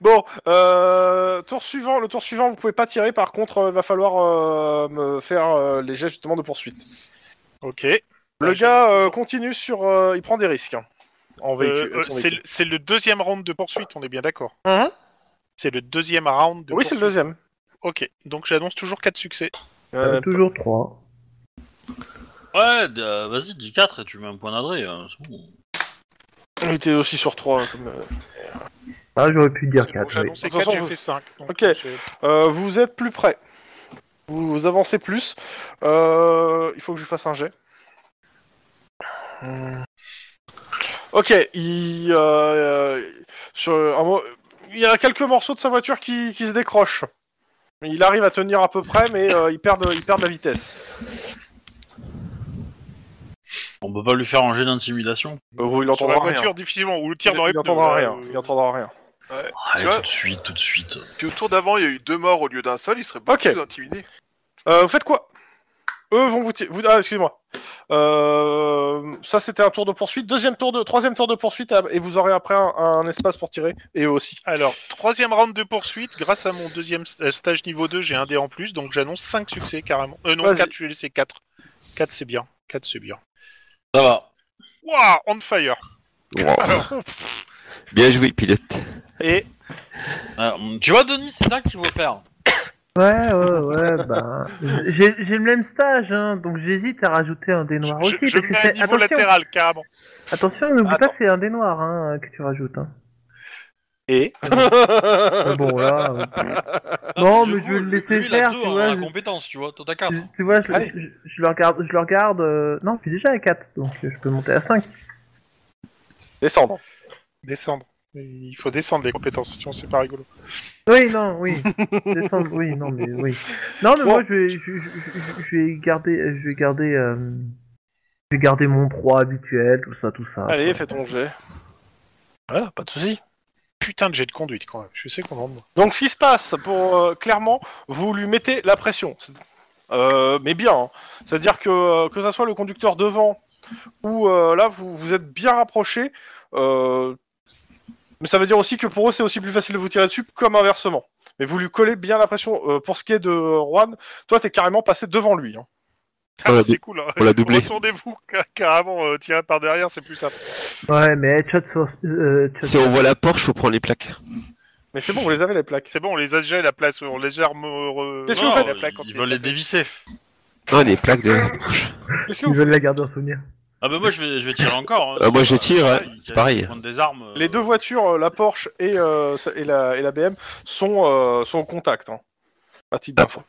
[SPEAKER 1] Bon, euh, tour suivant, le tour suivant, vous pouvez pas tirer, par contre, euh, va falloir euh, me faire euh, les jets justement de poursuite.
[SPEAKER 3] Ok.
[SPEAKER 1] Le
[SPEAKER 3] Ouais,
[SPEAKER 1] gars euh, continue sur. euh, il prend des risques. hein, en véhicule.
[SPEAKER 3] Euh, euh,
[SPEAKER 1] son
[SPEAKER 3] c'est le-
[SPEAKER 1] véhicule.
[SPEAKER 3] c'est le deuxième round de poursuite, on est bien d'accord.
[SPEAKER 1] Hein
[SPEAKER 3] C'est le deuxième round de
[SPEAKER 1] Oui, c'est
[SPEAKER 3] poursuite.
[SPEAKER 1] le deuxième.
[SPEAKER 3] Ok, donc j'annonce toujours 4 succès.
[SPEAKER 2] J'en ai
[SPEAKER 1] Euh,
[SPEAKER 2] toujours trois.
[SPEAKER 7] Ouais, d- euh, vas-y, dis 4 et tu mets un point d'adresse. hein, c'est bon.
[SPEAKER 1] il était aussi sur hein, 3.
[SPEAKER 2] Ah, j'aurais pu dire
[SPEAKER 3] Bon,
[SPEAKER 2] quatre.
[SPEAKER 3] J'ai
[SPEAKER 2] oui.
[SPEAKER 3] annoncé
[SPEAKER 1] De toute
[SPEAKER 3] 4, j'ai
[SPEAKER 1] façon,
[SPEAKER 3] fait 5.
[SPEAKER 1] Ok. Euh, vous êtes plus près. Vous, vous avancez plus. Euh, il faut que je fasse un jet. Hmm. Ok, il, euh, sur un mo- il y a quelques morceaux de sa voiture qui, qui se décrochent. Il arrive à tenir à peu près, mais euh, il, perd de, il perd de la vitesse.
[SPEAKER 7] On peut pas lui faire un jet d'intimidation.
[SPEAKER 1] Euh, il
[SPEAKER 3] Sur la voiture, difficilement, ou le tir dans les
[SPEAKER 1] il
[SPEAKER 3] pneus,
[SPEAKER 1] entendra
[SPEAKER 3] là,
[SPEAKER 1] rien.
[SPEAKER 3] euh,
[SPEAKER 1] Il entendra rien.
[SPEAKER 7] Allez,
[SPEAKER 6] vois
[SPEAKER 7] tout de suite, tout de suite.
[SPEAKER 6] Si au tour d'avant, il y a eu deux morts au lieu d'un seul, il serait beaucoup
[SPEAKER 1] Ok.
[SPEAKER 6] plus intimidé.
[SPEAKER 1] Euh, vous faites quoi Eux vont vous, ti- vous ah excusez-moi. Euh, ça c'était un tour de poursuite, deuxième tour de troisième tour de poursuite ah, et vous aurez après un, un espace pour tirer et eux aussi.
[SPEAKER 3] Alors, troisième round de poursuite, grâce à mon deuxième st- euh, stage niveau 2, j'ai un dé en plus, donc j'annonce 5 succès carrément. Euh, non,
[SPEAKER 1] Vas-y.
[SPEAKER 3] 4, je vais laisser 4. 4, c'est bien. 4, c'est bien.
[SPEAKER 7] Ça va.
[SPEAKER 3] Waouh, on fire
[SPEAKER 5] Bien joué, pilote.
[SPEAKER 3] Et
[SPEAKER 7] Euh, tu vois, Denis, c'est ça qu'il faut faire.
[SPEAKER 2] Ouais, ouais, ouais, bah. J'ai j'ai le même stage, hein, donc j'hésite à rajouter un dé
[SPEAKER 3] je,
[SPEAKER 2] noir
[SPEAKER 3] je-
[SPEAKER 2] aussi.
[SPEAKER 3] je
[SPEAKER 2] parce que
[SPEAKER 3] mets un
[SPEAKER 2] c'est-
[SPEAKER 3] niveau
[SPEAKER 2] attention,
[SPEAKER 3] latéral, carrément.
[SPEAKER 2] attention, n'oublie pas
[SPEAKER 1] Attends.
[SPEAKER 2] que c'est un dé noir hein, que tu rajoutes. Hein.
[SPEAKER 1] Et
[SPEAKER 2] Ah bon, là. euh, Non, mais
[SPEAKER 7] Du
[SPEAKER 2] je vais
[SPEAKER 7] coup,
[SPEAKER 2] le laisser
[SPEAKER 7] lui, il a
[SPEAKER 2] faire,
[SPEAKER 7] deux,
[SPEAKER 2] tu
[SPEAKER 7] hein,
[SPEAKER 2] vois.
[SPEAKER 7] la
[SPEAKER 2] je-
[SPEAKER 7] compétence, tu vois, toi t'as 4.
[SPEAKER 2] je- Tu vois, je,
[SPEAKER 1] Allez.
[SPEAKER 2] je, je le regarde, je le regarde. euh, Non, je suis déjà à 4, donc je peux monter à 5.
[SPEAKER 1] descendre.
[SPEAKER 3] Descendre. Il faut descendre les compétences, sinon c'est pas rigolo.
[SPEAKER 2] Oui, non, oui. Descendre, oui, non, mais oui. Non, mais
[SPEAKER 1] Bon.
[SPEAKER 2] moi, je vais, je, je- je- je vais garder, je vais garder, euh, je vais garder mon 3 habituel, tout ça, tout ça.
[SPEAKER 1] Allez, fais ton jet. Voilà, pas de souci.
[SPEAKER 3] Putain de jet de conduite, quand même. Je sais qu'on en demande.
[SPEAKER 1] Donc ce qui se passe pour euh, clairement, vous lui mettez la pression. C'est- Euh, mais bien, hein. c'est-à-dire que euh, que ça soit le conducteur devant ou euh, là vous vous êtes bien rapproché. euh, mais ça veut dire aussi que pour eux c'est aussi plus facile de vous tirer dessus comme inversement. Mais vous lui collez bien la pression. Euh, pour ce qui est de Juan, toi t'es carrément passé devant lui. hein.
[SPEAKER 3] Ah,
[SPEAKER 5] On l'a
[SPEAKER 3] c'est
[SPEAKER 5] dou-
[SPEAKER 3] cool. hein.
[SPEAKER 5] on l'a doublé.
[SPEAKER 3] Retournez-vous ca- carrément euh, tiré par derrière, c'est plus simple.
[SPEAKER 2] Ouais, mais headshot sur. Euh, headshot
[SPEAKER 5] Si on voit la Porsche, faut prendre les plaques.
[SPEAKER 1] Mais c'est bon, vous les avez les plaques.
[SPEAKER 3] C'est bon, on les a déjà à la place, on les a remo- re-
[SPEAKER 1] Qu'est-ce que vous faites
[SPEAKER 3] la plaque quand
[SPEAKER 7] euh, Ils
[SPEAKER 3] il est
[SPEAKER 7] veulent les
[SPEAKER 3] passé.
[SPEAKER 7] dévisser.
[SPEAKER 5] Non, les Ah, plaques de la Porsche.
[SPEAKER 1] Qu'est-ce que
[SPEAKER 2] Ils
[SPEAKER 1] vous-
[SPEAKER 2] veulent la garder en souvenir.
[SPEAKER 7] Ah bah moi je vais, je vais tirer encore. hein.
[SPEAKER 5] Ah, moi, je
[SPEAKER 7] Euh,
[SPEAKER 5] tire,
[SPEAKER 7] voilà,
[SPEAKER 5] hein.
[SPEAKER 7] il-
[SPEAKER 5] C'est
[SPEAKER 7] il-
[SPEAKER 5] pareil.
[SPEAKER 7] il prend des armes. euh,
[SPEAKER 1] Les deux voitures, euh, la Porsche et, euh, et, la, et la BM, sont, euh, sont en contact. Hein. À titre d'info.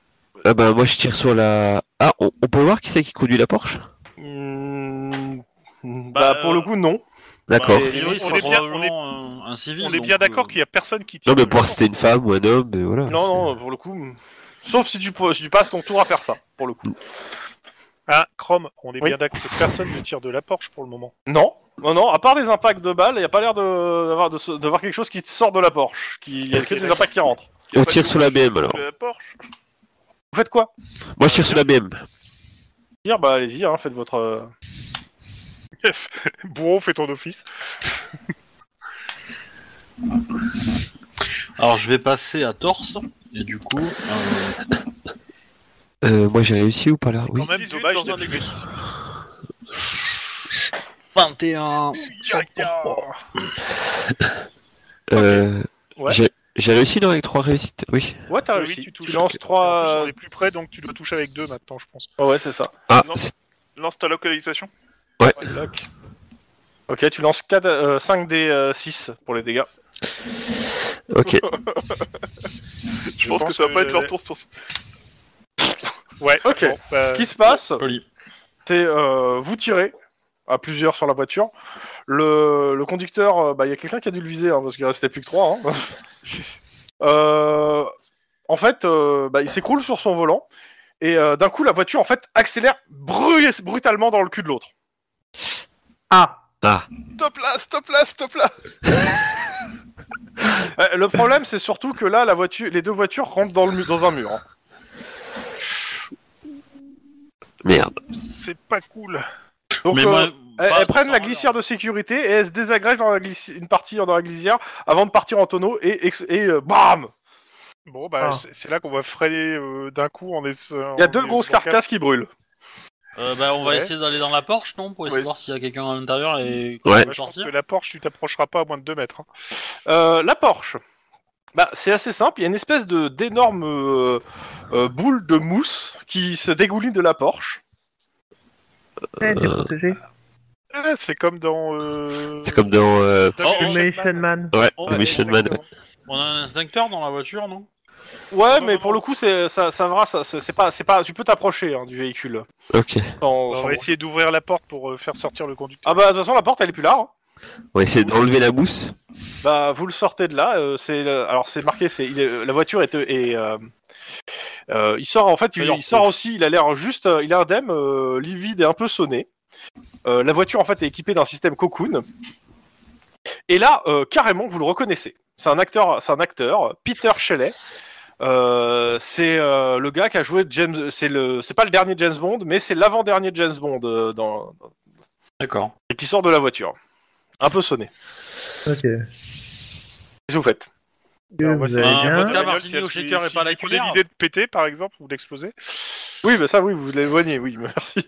[SPEAKER 5] Ah bah moi je tire sur la. Ah, on, on peut voir qui c'est qui conduit la Porsche
[SPEAKER 1] Hmm,
[SPEAKER 7] Bah,
[SPEAKER 1] bah, pour le coup, non.
[SPEAKER 5] D'accord.
[SPEAKER 7] bah, a priori, c'est
[SPEAKER 3] On est bien-
[SPEAKER 7] probablement, euh, un civil.
[SPEAKER 3] On est
[SPEAKER 7] donc,
[SPEAKER 3] bien d'accord
[SPEAKER 7] euh,
[SPEAKER 3] qu'il y a personne qui tire.
[SPEAKER 5] Non mais pour voir si c'était une femme ou un homme, mais voilà.
[SPEAKER 1] Non,
[SPEAKER 5] Ah, c'est-
[SPEAKER 1] non, pour le coup. hmm. Sauf si tu, si tu passes ton tour à faire ça, pour le coup.
[SPEAKER 3] Ah, Chrome, on est
[SPEAKER 1] Oui.
[SPEAKER 3] bien d'accord que personne ne tire de la Porsche pour le moment.
[SPEAKER 1] Non, non, non, à part des impacts de balles, il n'y a pas l'air de, d'avoir, de, se- de voir quelque chose qui sort de la Porsche. Il n'y a que des impacts qui rentrent.
[SPEAKER 5] On tire sur la BM alors.
[SPEAKER 6] La Euh, Porsche.
[SPEAKER 1] Vous faites quoi
[SPEAKER 5] Moi je tire sur la BM.
[SPEAKER 1] Dire, bah allez-y, hein, faites votre. euh,
[SPEAKER 3] Bourreau, fais ton office.
[SPEAKER 7] Alors je vais passer à torse. Et du coup, euh,
[SPEAKER 5] Euh, moi j'ai réussi ou pas là Oui.
[SPEAKER 6] Quand même,
[SPEAKER 3] 18
[SPEAKER 6] dommage,
[SPEAKER 3] dans
[SPEAKER 6] t'as
[SPEAKER 3] un
[SPEAKER 6] plus-
[SPEAKER 7] 21.
[SPEAKER 5] Euh,
[SPEAKER 3] Ouais.
[SPEAKER 5] j'ai- J'ai réussi non avec trois réussites. Oui.
[SPEAKER 1] Ouais, t'as
[SPEAKER 3] Oui,
[SPEAKER 1] réussi. tu,
[SPEAKER 3] tu touches.
[SPEAKER 1] lances
[SPEAKER 3] En plus, on
[SPEAKER 1] trois. euh,
[SPEAKER 3] est plus près, donc tu dois toucher avec deux maintenant, je pense.
[SPEAKER 1] Ah ouais, c'est ça.
[SPEAKER 5] Ah,
[SPEAKER 6] Non.
[SPEAKER 5] c'est-
[SPEAKER 6] Lance ta localisation.
[SPEAKER 5] ouais.
[SPEAKER 1] Ok, tu lances 4, euh, 5 des euh, 6 pour les dégâts.
[SPEAKER 5] Ok.
[SPEAKER 6] Je, pense, que ça va pas être leur tour sur ce-
[SPEAKER 3] Ouais,
[SPEAKER 1] Ok.
[SPEAKER 3] bon, bah,
[SPEAKER 1] Ce qui se passe,
[SPEAKER 7] Euh, Poli.
[SPEAKER 1] c'est euh, vous tirez à plusieurs sur la voiture. Le, le conducteur, euh, bah, il y a quelqu'un qui a dû le viser hein, parce qu'il restait plus que trois. hein. Euh, en fait, euh, bah, il s'écroule sur son volant Et euh, d'un coup, la voiture, en fait, accélère bru- brutalement dans le cul de l'autre.
[SPEAKER 2] Ah
[SPEAKER 5] Ah,
[SPEAKER 6] Top là, stop là, Ah, stop là
[SPEAKER 1] Ouais, Euh, le problème, c'est surtout que là, la voiture, les deux voitures rentrent dans, le mu- dans un mur. hein.
[SPEAKER 5] merde.
[SPEAKER 3] C'est pas cool.
[SPEAKER 1] Donc,
[SPEAKER 7] Mais
[SPEAKER 1] euh,
[SPEAKER 7] moi,
[SPEAKER 1] elles,
[SPEAKER 7] pas-
[SPEAKER 1] elles prennent
[SPEAKER 7] ça
[SPEAKER 1] la
[SPEAKER 7] va,
[SPEAKER 1] glissière de sécurité et elles se désagrègent dans la glissi- une partie dans la glissière avant de partir en tonneau et, ex- et, euh, bam
[SPEAKER 3] Bon, bah,
[SPEAKER 2] Ah.
[SPEAKER 3] c'est c'est là qu'on va freiner euh, d'un coup en est.
[SPEAKER 1] Il y a deux grosses carcasses qui brûlent.
[SPEAKER 7] Euh, bah, on va
[SPEAKER 3] Ouais.
[SPEAKER 7] essayer d'aller dans la Porsche, non Pour essayer
[SPEAKER 6] Ouais.
[SPEAKER 7] de voir s'il y a quelqu'un à l'intérieur et qu'on
[SPEAKER 5] Ouais.
[SPEAKER 7] peut
[SPEAKER 3] Bah, Je pense
[SPEAKER 7] sortir.
[SPEAKER 3] que la Porsche, tu t'approcheras pas à moins de 2 mètres. hein.
[SPEAKER 1] Euh, la Porsche. Bah, c'est assez simple, il y a une espèce de d'énorme euh, euh, boule de mousse qui se dégouline de la Porsche.
[SPEAKER 2] Ouais, Eh,
[SPEAKER 5] Euh,
[SPEAKER 2] t'es protégé.
[SPEAKER 3] Ah, c'est comme dans. euh,
[SPEAKER 5] C'est comme dans euh,
[SPEAKER 3] dans
[SPEAKER 7] Oh,
[SPEAKER 2] Demolition Man.
[SPEAKER 5] ouais,
[SPEAKER 7] Oh,
[SPEAKER 5] The Mission Man.
[SPEAKER 3] exactement.
[SPEAKER 7] On a un instincteur dans la voiture, non
[SPEAKER 1] Ouais,
[SPEAKER 3] Non,
[SPEAKER 1] mais
[SPEAKER 3] non,
[SPEAKER 1] pour
[SPEAKER 3] non.
[SPEAKER 1] le coup, c'est ça, ça va, ça, c'est c'est pas, c'est pas, tu peux t'approcher hein, du véhicule.
[SPEAKER 5] Ok.
[SPEAKER 1] Sans-
[SPEAKER 3] On
[SPEAKER 1] sans-
[SPEAKER 3] va essayer d'ouvrir la porte pour euh, faire sortir le conducteur.
[SPEAKER 1] Ah bah de toute façon, la porte, elle est plus là. hein.
[SPEAKER 5] On va essayer d'enlever la mousse.
[SPEAKER 1] Bah, vous le sortez de là. euh, c'est le- alors c'est marqué, c'est il est- la voiture est et euh, euh, il sort en fait, il, il sort aussi. Il a l'air juste, euh, il est indemne, euh, livide et un peu sonné. Euh, la voiture en fait est équipée d'un système cocoon. Et là, euh, carrément, vous le reconnaissez. C'est un acteur, c'est un acteur, Peter Shelley. Euh, c'est euh, le gars qui a joué James. C'est le, c'est pas le dernier James Bond, mais c'est l'avant-dernier James Bond euh, dans,
[SPEAKER 7] D'accord.
[SPEAKER 1] et qui sort de la voiture, un peu sonné.
[SPEAKER 2] Ok.
[SPEAKER 1] Qu'est-ce que vous faites Ah,
[SPEAKER 3] Alors, on va
[SPEAKER 2] Vous
[SPEAKER 3] essayer
[SPEAKER 2] allez
[SPEAKER 3] de-
[SPEAKER 7] bien
[SPEAKER 3] la
[SPEAKER 7] Vodka
[SPEAKER 3] bagnole,
[SPEAKER 7] martini
[SPEAKER 3] si elle-
[SPEAKER 7] au shaker
[SPEAKER 3] si-
[SPEAKER 7] et
[SPEAKER 3] si
[SPEAKER 7] pas hein. à la
[SPEAKER 3] vous avez
[SPEAKER 7] cuillère.
[SPEAKER 3] l'idée de péter, par exemple, ou d'exploser.
[SPEAKER 1] Oui, bah ça, oui, vous l'éloignez, oui, bah, merci.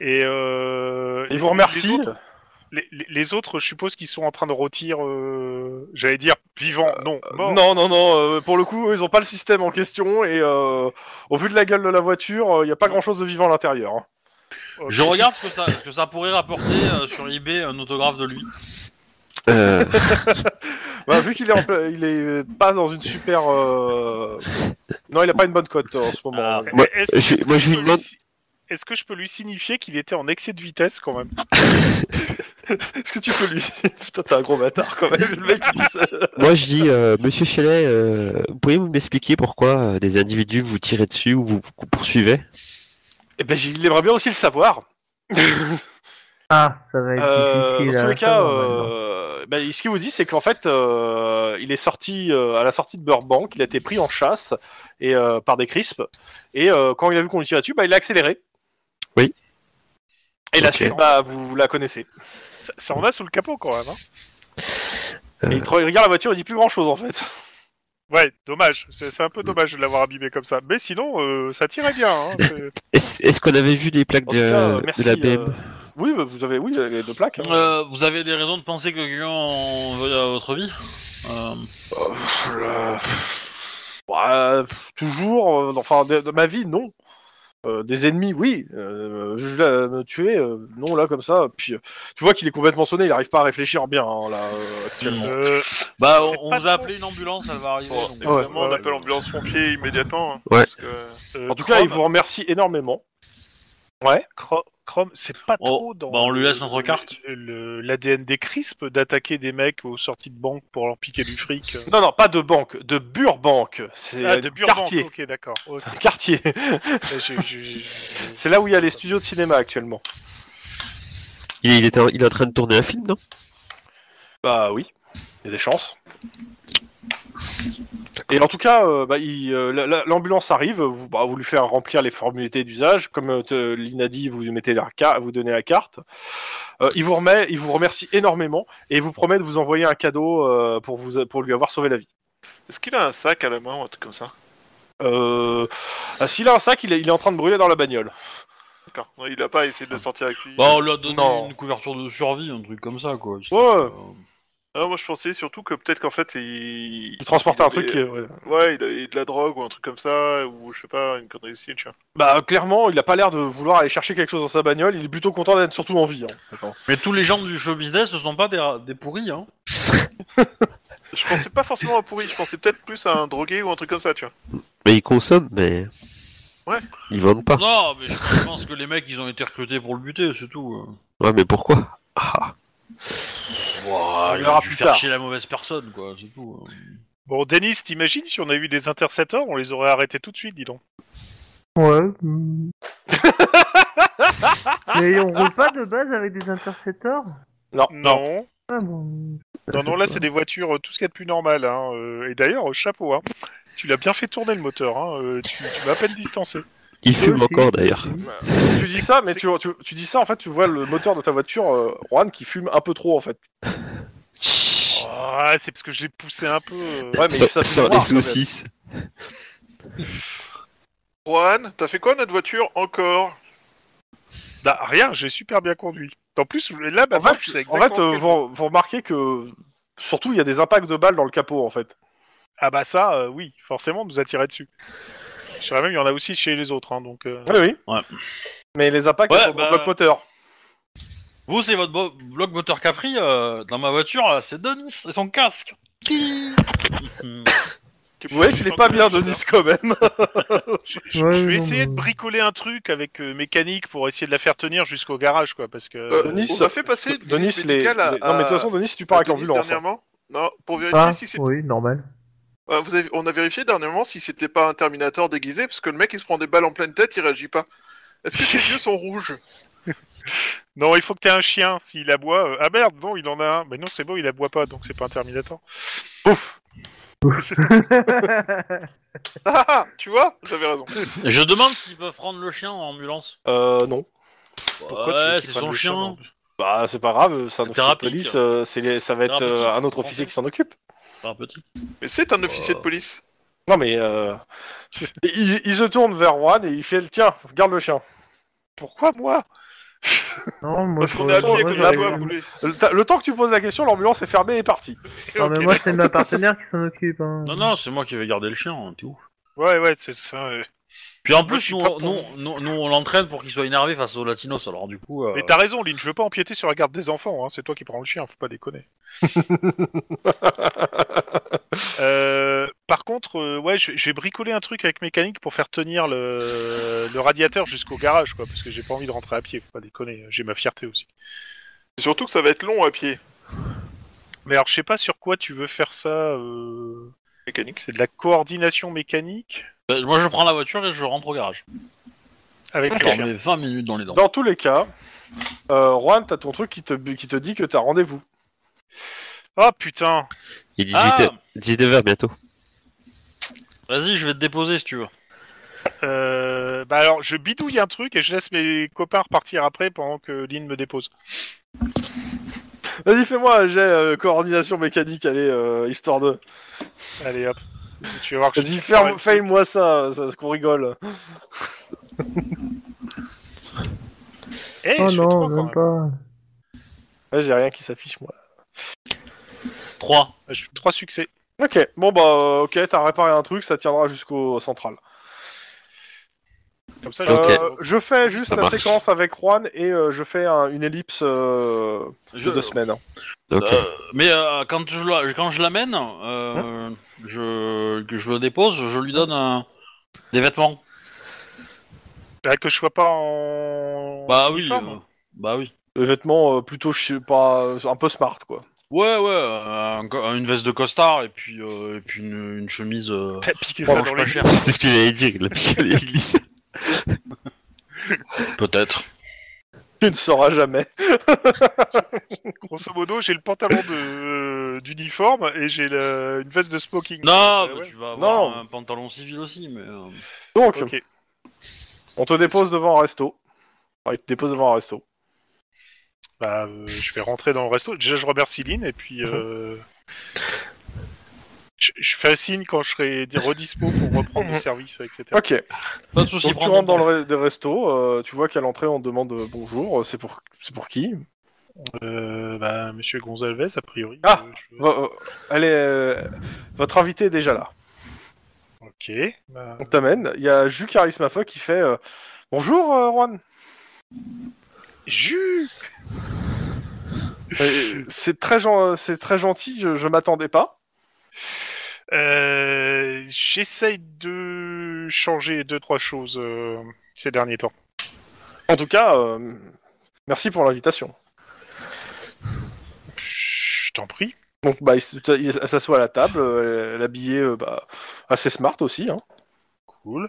[SPEAKER 3] Et, euh,
[SPEAKER 1] Et vous remercie.
[SPEAKER 3] Les autres, les- les- les autres, je suppose qu'ils sont en train de rôtir, euh, j'allais dire vivants,
[SPEAKER 6] Euh,
[SPEAKER 3] non, morts.
[SPEAKER 1] Non, non, non, euh, pour le coup, eux, ils ont pas le système en question et euh, au vu de la gueule de la voiture, euh, il n'y a pas grand chose de vivant à l'intérieur. hein.
[SPEAKER 3] Ok.
[SPEAKER 7] Je regarde ce que ça, ce que ça pourrait rapporter euh, sur eBay un autographe de lui.
[SPEAKER 5] Euh,
[SPEAKER 1] Bah, vu qu'il est, en pla- il est pas dans une super. euh, Non, il a pas une bonne cote euh, en ce moment.
[SPEAKER 7] Ah.
[SPEAKER 1] hein.
[SPEAKER 5] Moi,
[SPEAKER 3] Est-ce-
[SPEAKER 5] je suis-
[SPEAKER 3] est-ce
[SPEAKER 5] moi,
[SPEAKER 3] que
[SPEAKER 5] je lui
[SPEAKER 3] peux
[SPEAKER 5] demande-
[SPEAKER 3] si- Est-ce que je peux lui signifier qu'il était en excès de vitesse quand même
[SPEAKER 1] Est-ce que tu peux lui. Putain, t'es un gros bâtard quand même, le mec il dit ça.
[SPEAKER 5] moi je dis, euh, Monsieur Chelet, euh, vous pouvez vous m'expliquer pourquoi euh, des individus vous tirez dessus ou vous vous poursuivez
[SPEAKER 1] Eh ben, il aimerait bien aussi le savoir.
[SPEAKER 2] Ah, ça va être
[SPEAKER 1] Euh,
[SPEAKER 2] difficile.
[SPEAKER 1] dans
[SPEAKER 2] hein.
[SPEAKER 1] tous
[SPEAKER 2] à
[SPEAKER 1] les cas,
[SPEAKER 2] savoir, maintenant.
[SPEAKER 1] euh, ben, ce qu'il vous dit, c'est qu'en fait, euh, il est sorti euh, à la sortie de Burbank, il a été pris en chasse et euh, par des crisps, et euh, quand il a vu qu'on lui tirait dessus, bah, il a accéléré.
[SPEAKER 5] Oui.
[SPEAKER 1] Et la
[SPEAKER 5] Ok.
[SPEAKER 1] suite, bah, vous la connaissez.
[SPEAKER 3] ça, ça en a sous le capot quand même. hein.
[SPEAKER 5] Euh.
[SPEAKER 1] Et il te- il regarde la voiture, il dit plus grand chose en fait.
[SPEAKER 3] ouais, dommage. C'est c'est un
[SPEAKER 1] Mm.
[SPEAKER 3] peu dommage de l'avoir abîmé comme ça. Mais sinon, euh, ça tirait bien. hein. C'est-
[SPEAKER 5] Est-ce est-ce qu'on avait vu les plaques
[SPEAKER 1] En
[SPEAKER 5] de,
[SPEAKER 1] tout cas, euh,
[SPEAKER 5] de la
[SPEAKER 1] merci,
[SPEAKER 5] BM
[SPEAKER 1] euh, Oui, bah, vous avez oui les deux plaques. hein.
[SPEAKER 7] Euh, vous avez des raisons de penser que quelqu'un en veuille à votre vie Euh,
[SPEAKER 1] Euh, bah, pff, toujours, euh, enfin, de, de ma vie, non. Euh, des ennemis, oui. Euh, je l'ai- me tuer, euh, non, là, comme ça. Puis, euh, tu vois qu'il est complètement sonné, il arrive pas à réfléchir bien, hein, là, euh, actuellement.
[SPEAKER 3] Euh,
[SPEAKER 7] Bah,
[SPEAKER 3] c'est
[SPEAKER 7] on, on
[SPEAKER 3] pas
[SPEAKER 7] vous a
[SPEAKER 3] trop-
[SPEAKER 7] appelé une ambulance, elle va arriver.
[SPEAKER 6] Bon,
[SPEAKER 7] donc. euh,
[SPEAKER 6] évidemment,
[SPEAKER 1] ouais,
[SPEAKER 6] on
[SPEAKER 1] ouais.
[SPEAKER 6] appelle ambulance pompier immédiatement. hein,
[SPEAKER 5] Ouais.
[SPEAKER 6] parce que-
[SPEAKER 3] euh,
[SPEAKER 1] En tout cas,
[SPEAKER 3] Chrome-
[SPEAKER 1] il vous remercie énormément. Ouais.
[SPEAKER 3] Chrome, Chrome, c'est pas
[SPEAKER 7] Oh,
[SPEAKER 3] trop dans.
[SPEAKER 7] bah, on lui laisse
[SPEAKER 3] le-
[SPEAKER 7] notre carte.
[SPEAKER 3] le- le- L'ADN des crisps d'attaquer des mecs aux sorties de banque pour leur piquer du fric.
[SPEAKER 1] Non, non, pas de banque, de Burbank. C'est
[SPEAKER 3] Ah,
[SPEAKER 1] euh,
[SPEAKER 3] de pure
[SPEAKER 1] quartier.
[SPEAKER 3] banque. Ok, d'accord. Ok. Bah,
[SPEAKER 1] Un quartier.
[SPEAKER 3] J'ai- j'ai- j'ai- j'ai-
[SPEAKER 1] C'est là où il y a les studios de cinéma actuellement.
[SPEAKER 5] il, il était en- il est en train de tourner un film, non
[SPEAKER 1] Bah oui, il y a des chances. Et en tout cas, euh, bah, il, euh, la- la- l'ambulance arrive, vous, bah, vous lui faites remplir les formalités d'usage, comme euh, te- Lina dit, vous lui mettez la carte, vous donnez la carte. Euh, il vous remet, il vous remercie énormément et il vous promet de vous envoyer un cadeau euh, pour vous pour lui avoir sauvé la vie.
[SPEAKER 6] Est-ce qu'il a un sac à la main ou un truc comme ça
[SPEAKER 1] Euh, ah, S'il a un sac, il est, il est en train de brûler dans la bagnole.
[SPEAKER 6] D'accord. Non, il a pas essayé de le sortir avec lui.
[SPEAKER 7] Bah, on lui a donné
[SPEAKER 1] Non.
[SPEAKER 7] une couverture de survie, un truc comme ça, quoi. Euh,
[SPEAKER 1] Ouais, ouais.
[SPEAKER 6] Ah, moi, je pensais surtout que peut-être qu'en fait, il.
[SPEAKER 1] Il transporte
[SPEAKER 6] il
[SPEAKER 1] un
[SPEAKER 6] avait-
[SPEAKER 1] truc. qui est- ouais.
[SPEAKER 6] Ouais, il avait de la drogue ou un truc comme ça, ou je sais pas, une connerie ici, tu vois.
[SPEAKER 1] Bah clairement, il a pas l'air de vouloir aller chercher quelque chose dans sa bagnole. Il est plutôt content d'être surtout en vie. hein.
[SPEAKER 7] Mais tous les gens du show business ne sont pas des, ra- des pourris, hein.
[SPEAKER 6] Je pensais pas forcément à pourri, je pensais peut-être plus à un drogué ou un truc comme ça, tu vois.
[SPEAKER 5] Mais ils consomment, mais
[SPEAKER 6] Ouais.
[SPEAKER 5] ils vendent pas.
[SPEAKER 7] Non, mais je pense que les mecs, ils ont été recrutés pour le buter, c'est tout. hein.
[SPEAKER 5] Ouais, mais pourquoi Ah.
[SPEAKER 7] Ouah,
[SPEAKER 1] On
[SPEAKER 7] il
[SPEAKER 1] verra
[SPEAKER 7] a dû
[SPEAKER 1] plus
[SPEAKER 7] faire
[SPEAKER 1] tard.
[SPEAKER 7] chier la mauvaise personne, quoi, c'est tout. hein.
[SPEAKER 3] Bon, Denis, t'imagines si on a eu des intercepteurs, on les aurait arrêtés tout de suite, dis donc.
[SPEAKER 2] Ouais. hmm. Mais on roule pas de base avec des intercepteurs
[SPEAKER 1] Non.
[SPEAKER 3] Non,
[SPEAKER 2] ah, bon.
[SPEAKER 3] non, non, là c'est des voitures, euh, tout ce qu'il y a de plus normal. Hein. euh, Et d'ailleurs, euh, chapeau, hein. tu l'as bien fait tourner le moteur, hein. euh, tu, tu m'as à peine distancé.
[SPEAKER 5] Il fume
[SPEAKER 2] aussi.
[SPEAKER 5] encore d'ailleurs.
[SPEAKER 1] Tu dis ça, mais tu, tu, tu dis ça, en fait, tu vois le moteur de ta voiture, euh, Juan, qui fume un peu trop, en fait.
[SPEAKER 5] Sans
[SPEAKER 3] Ah, c'est parce que je l'ai poussé un peu. euh.
[SPEAKER 1] Ouais, mais ça fait
[SPEAKER 5] sans
[SPEAKER 1] noir,
[SPEAKER 5] les
[SPEAKER 1] quand même.
[SPEAKER 5] saucisses.
[SPEAKER 6] Juan, t'as fait quoi notre voiture encore
[SPEAKER 3] Bah, rien, j'ai super bien conduit. En plus, je- là, bah,
[SPEAKER 1] En fait,
[SPEAKER 3] je sais
[SPEAKER 1] en
[SPEAKER 3] exactement.
[SPEAKER 1] fait
[SPEAKER 3] ce
[SPEAKER 1] euh,
[SPEAKER 3] qu'elle
[SPEAKER 1] vous, vous remarquez que, surtout, il y a des impacts de balles dans le capot, en fait.
[SPEAKER 3] fait. Ah, bah, ça, euh, oui, forcément, on nous a tiré dessus. Je dirais même, il y en a aussi chez les autres, hein, donc. euh,
[SPEAKER 1] Oui, oui.
[SPEAKER 7] Ouais.
[SPEAKER 1] Mais les impacts
[SPEAKER 7] Ouais,
[SPEAKER 1] sont dans
[SPEAKER 7] bah-
[SPEAKER 1] le bloc moteur.
[SPEAKER 7] Vous, c'est votre bo- bloc moteur Capri. euh, dans ma voiture, euh, c'est Denis et son casque.
[SPEAKER 1] Vous voyez qu'il est pas bien, Denis, quand même.
[SPEAKER 3] Je,
[SPEAKER 2] Ouais,
[SPEAKER 3] je vais
[SPEAKER 2] non,
[SPEAKER 3] essayer de
[SPEAKER 2] mais-
[SPEAKER 3] bricoler un truc avec euh, mécanique pour essayer de la faire tenir jusqu'au garage, quoi, parce que.
[SPEAKER 6] Euh,
[SPEAKER 1] Denis,
[SPEAKER 6] on a fait passer une
[SPEAKER 1] Denis,
[SPEAKER 6] visite
[SPEAKER 1] les...
[SPEAKER 6] médicale à-
[SPEAKER 1] les- Non, mais de toute façon, Denis, si tu pars
[SPEAKER 6] à
[SPEAKER 1] avec
[SPEAKER 6] Denis
[SPEAKER 1] l'ambulance. hein.
[SPEAKER 6] dernièrement Non, pour vérifier
[SPEAKER 2] Ah,
[SPEAKER 6] si c'est.
[SPEAKER 2] oui, normal.
[SPEAKER 6] Euh, vous avez- On a vérifié dernièrement si c'était pas un Terminator déguisé, parce que le mec il se prend des balles en pleine tête, il réagit pas. Est-ce que ses yeux sont rouges
[SPEAKER 3] Non, il faut que t'aies un chien. S'il aboie, euh, ah merde, non, il en a un. Mais non, c'est bon, il aboie pas, donc c'est pas un Terminator.
[SPEAKER 6] Ah ah, tu vois J'avais raison.
[SPEAKER 7] Je demande s'ils peuvent prendre le chien en ambulance.
[SPEAKER 1] Euh, non.
[SPEAKER 3] Pourquoi tu veux
[SPEAKER 7] ouais,
[SPEAKER 3] qu'ils
[SPEAKER 7] c'est
[SPEAKER 3] prennent
[SPEAKER 7] son
[SPEAKER 3] le
[SPEAKER 7] chien.
[SPEAKER 3] chien
[SPEAKER 1] Bah, c'est pas grave, ça
[SPEAKER 7] C'est
[SPEAKER 1] officier de
[SPEAKER 7] thérapeutique.
[SPEAKER 1] police, euh, c'est les- ça va être euh,
[SPEAKER 7] Thérapeutique,
[SPEAKER 1] un autre
[SPEAKER 7] vous
[SPEAKER 1] officier
[SPEAKER 7] pensez
[SPEAKER 1] qui s'en occupe.
[SPEAKER 7] Pas un petit.
[SPEAKER 6] Mais c'est un officier de police.
[SPEAKER 1] Non, mais. euh, il, il se tourne vers Juan et il fait Tiens, garde le chien.
[SPEAKER 6] Pourquoi moi
[SPEAKER 2] Non, moi,
[SPEAKER 6] Parce
[SPEAKER 2] je-
[SPEAKER 6] qu'on est habillé
[SPEAKER 2] moi,
[SPEAKER 6] comme
[SPEAKER 2] je-
[SPEAKER 1] la
[SPEAKER 6] un
[SPEAKER 1] j'avais-
[SPEAKER 6] doigt boulet.
[SPEAKER 1] Le, ta- Euh, le temps que tu poses la question, l'ambulance est fermée et est partie.
[SPEAKER 2] Non, mais
[SPEAKER 6] Ok,
[SPEAKER 2] moi, c'est ma partenaire qui s'en occupe. Hein.
[SPEAKER 3] Mm.
[SPEAKER 7] Non, non, c'est moi qui vais garder le chien, hein, t'es ouf.
[SPEAKER 3] Ouais, ouais, c'est ça. euh.
[SPEAKER 7] Puis en
[SPEAKER 3] Moi, je
[SPEAKER 7] plus,
[SPEAKER 3] suis
[SPEAKER 7] nous,
[SPEAKER 3] pas pour-
[SPEAKER 7] nous, nous- nous, on l'entraîne pour qu'il soit énervé face aux Latinos, alors du coup... euh,
[SPEAKER 3] Mais t'as raison, Lynn, je veux pas empiéter sur la garde des enfants, hein, c'est toi qui prends le chien, faut pas déconner. Euh, par contre, euh, ouais, je, je vais bricoler un truc avec mécanique pour faire tenir le, le radiateur jusqu'au garage, quoi, parce que j'ai pas envie de rentrer à pied, faut pas déconner, j'ai ma fierté aussi.
[SPEAKER 6] Surtout que ça va être long à pied.
[SPEAKER 3] Mais alors, je sais pas sur quoi tu veux faire ça, euh,
[SPEAKER 6] Mécanique.
[SPEAKER 3] c'est de la coordination mécanique
[SPEAKER 7] bah, moi, je prends la voiture et je rentre au garage.
[SPEAKER 3] avec
[SPEAKER 7] Je
[SPEAKER 3] le
[SPEAKER 7] leur
[SPEAKER 3] chien.
[SPEAKER 7] mets 20 minutes dans les dents.
[SPEAKER 1] Dans tous les cas, euh, Juan, t'as ton truc qui te, qui te dit que t'as rendez-vous.
[SPEAKER 3] Oh putain,
[SPEAKER 5] Il est 18
[SPEAKER 7] Ah
[SPEAKER 5] 19h bientôt.
[SPEAKER 7] Vas-y, je vais te déposer si tu veux.
[SPEAKER 3] Euh, bah alors, je bidouille un truc et je laisse mes copains repartir après pendant que Lynn me dépose.
[SPEAKER 1] Vas-y, fais-moi j'ai coordination mécanique, allez, euh, histoire de.
[SPEAKER 3] Allez hop. Tu vas voir que je
[SPEAKER 1] Vas-y,
[SPEAKER 3] suis
[SPEAKER 1] ferme-
[SPEAKER 3] quand même-
[SPEAKER 1] fais-moi ça, ça ce qu'on rigole.
[SPEAKER 3] Eh,
[SPEAKER 2] Oh
[SPEAKER 3] je fais
[SPEAKER 2] non,
[SPEAKER 3] trois, quand
[SPEAKER 2] même
[SPEAKER 3] même.
[SPEAKER 2] pas.
[SPEAKER 1] Ouais, J'ai rien qui s'affiche, moi.
[SPEAKER 7] 3.
[SPEAKER 3] Je fais trois succès.
[SPEAKER 1] Ok, bon bah, euh, ok, t'as réparé un truc, ça tiendra jusqu'au central.
[SPEAKER 3] Comme ça,
[SPEAKER 5] Ok.
[SPEAKER 1] Euh, je fais juste
[SPEAKER 5] Ça
[SPEAKER 1] la
[SPEAKER 5] marche.
[SPEAKER 1] séquence avec Juan et euh, je fais un- une ellipse euh, de deux semaines.
[SPEAKER 5] Ok.
[SPEAKER 7] Euh, mais euh, quand je la- quand je l'amène, euh,
[SPEAKER 3] Hein
[SPEAKER 7] je que je le dépose, je lui donne un- des vêtements.
[SPEAKER 3] je- ah, que je sois pas en.
[SPEAKER 7] Bah oui.
[SPEAKER 3] uniforme.
[SPEAKER 7] euh, bah oui.
[SPEAKER 1] Des vêtements euh, plutôt, je sais pas, euh, un peu smart, quoi.
[SPEAKER 7] Ouais ouais, euh, un co- une veste de costard et puis euh, et puis une, une chemise. euh,
[SPEAKER 3] T'as piqué
[SPEAKER 7] qui
[SPEAKER 3] ça
[SPEAKER 7] mange
[SPEAKER 3] dans
[SPEAKER 7] pas
[SPEAKER 3] les
[SPEAKER 7] cher.
[SPEAKER 5] C'est ce que j'allais dire, il a piqué à l'église.
[SPEAKER 7] Peut-être.
[SPEAKER 1] Tu ne sauras jamais.
[SPEAKER 3] Grosso modo, j'ai le pantalon de euh, d'uniforme et j'ai la- une veste de smoking.
[SPEAKER 7] Non,
[SPEAKER 3] Euh,
[SPEAKER 7] mais
[SPEAKER 3] ouais.
[SPEAKER 7] tu vas avoir
[SPEAKER 1] Non.
[SPEAKER 7] un pantalon civil aussi, mais. euh,
[SPEAKER 1] Donc,
[SPEAKER 3] Ok.
[SPEAKER 1] on te dépose devant un resto. Enfin, il te dépose devant un resto.
[SPEAKER 3] Bah, euh, je vais rentrer dans le resto. Déjà, je remercie Lynn et puis. euh, Je, je fais un signe quand je serai redispo pour reprendre le service, etc.
[SPEAKER 1] Ok,
[SPEAKER 7] Pas de soucis.
[SPEAKER 1] donc tu
[SPEAKER 7] prends ton
[SPEAKER 1] rentres dans
[SPEAKER 7] temps.
[SPEAKER 1] le re- des restos, euh, tu vois qu'à l'entrée on demande euh, bonjour, euh, c'est pour, c'est pour qui
[SPEAKER 3] Euh, bah, Monsieur Gonzalez, a priori.
[SPEAKER 1] Ah
[SPEAKER 3] euh, je-
[SPEAKER 1] Va- euh, elle est, euh, Votre invité est déjà là.
[SPEAKER 3] Ok. Bah,
[SPEAKER 1] On t'amène, il y a Jus Charismafo qui fait euh, Bonjour euh, Juan
[SPEAKER 3] jus
[SPEAKER 1] Euh, C'est très, gen- c'est très gentil, je, je m'attendais pas.
[SPEAKER 3] Euh, J'essaye de changer deux trois choses euh, ces derniers temps.
[SPEAKER 1] En tout cas, euh, merci pour l'invitation.
[SPEAKER 3] Je t'en prie.
[SPEAKER 1] Donc bah, il s- il- elle s'assoit à la table, euh, elle est habillée euh, bah, assez smart aussi. hein.
[SPEAKER 3] Cool.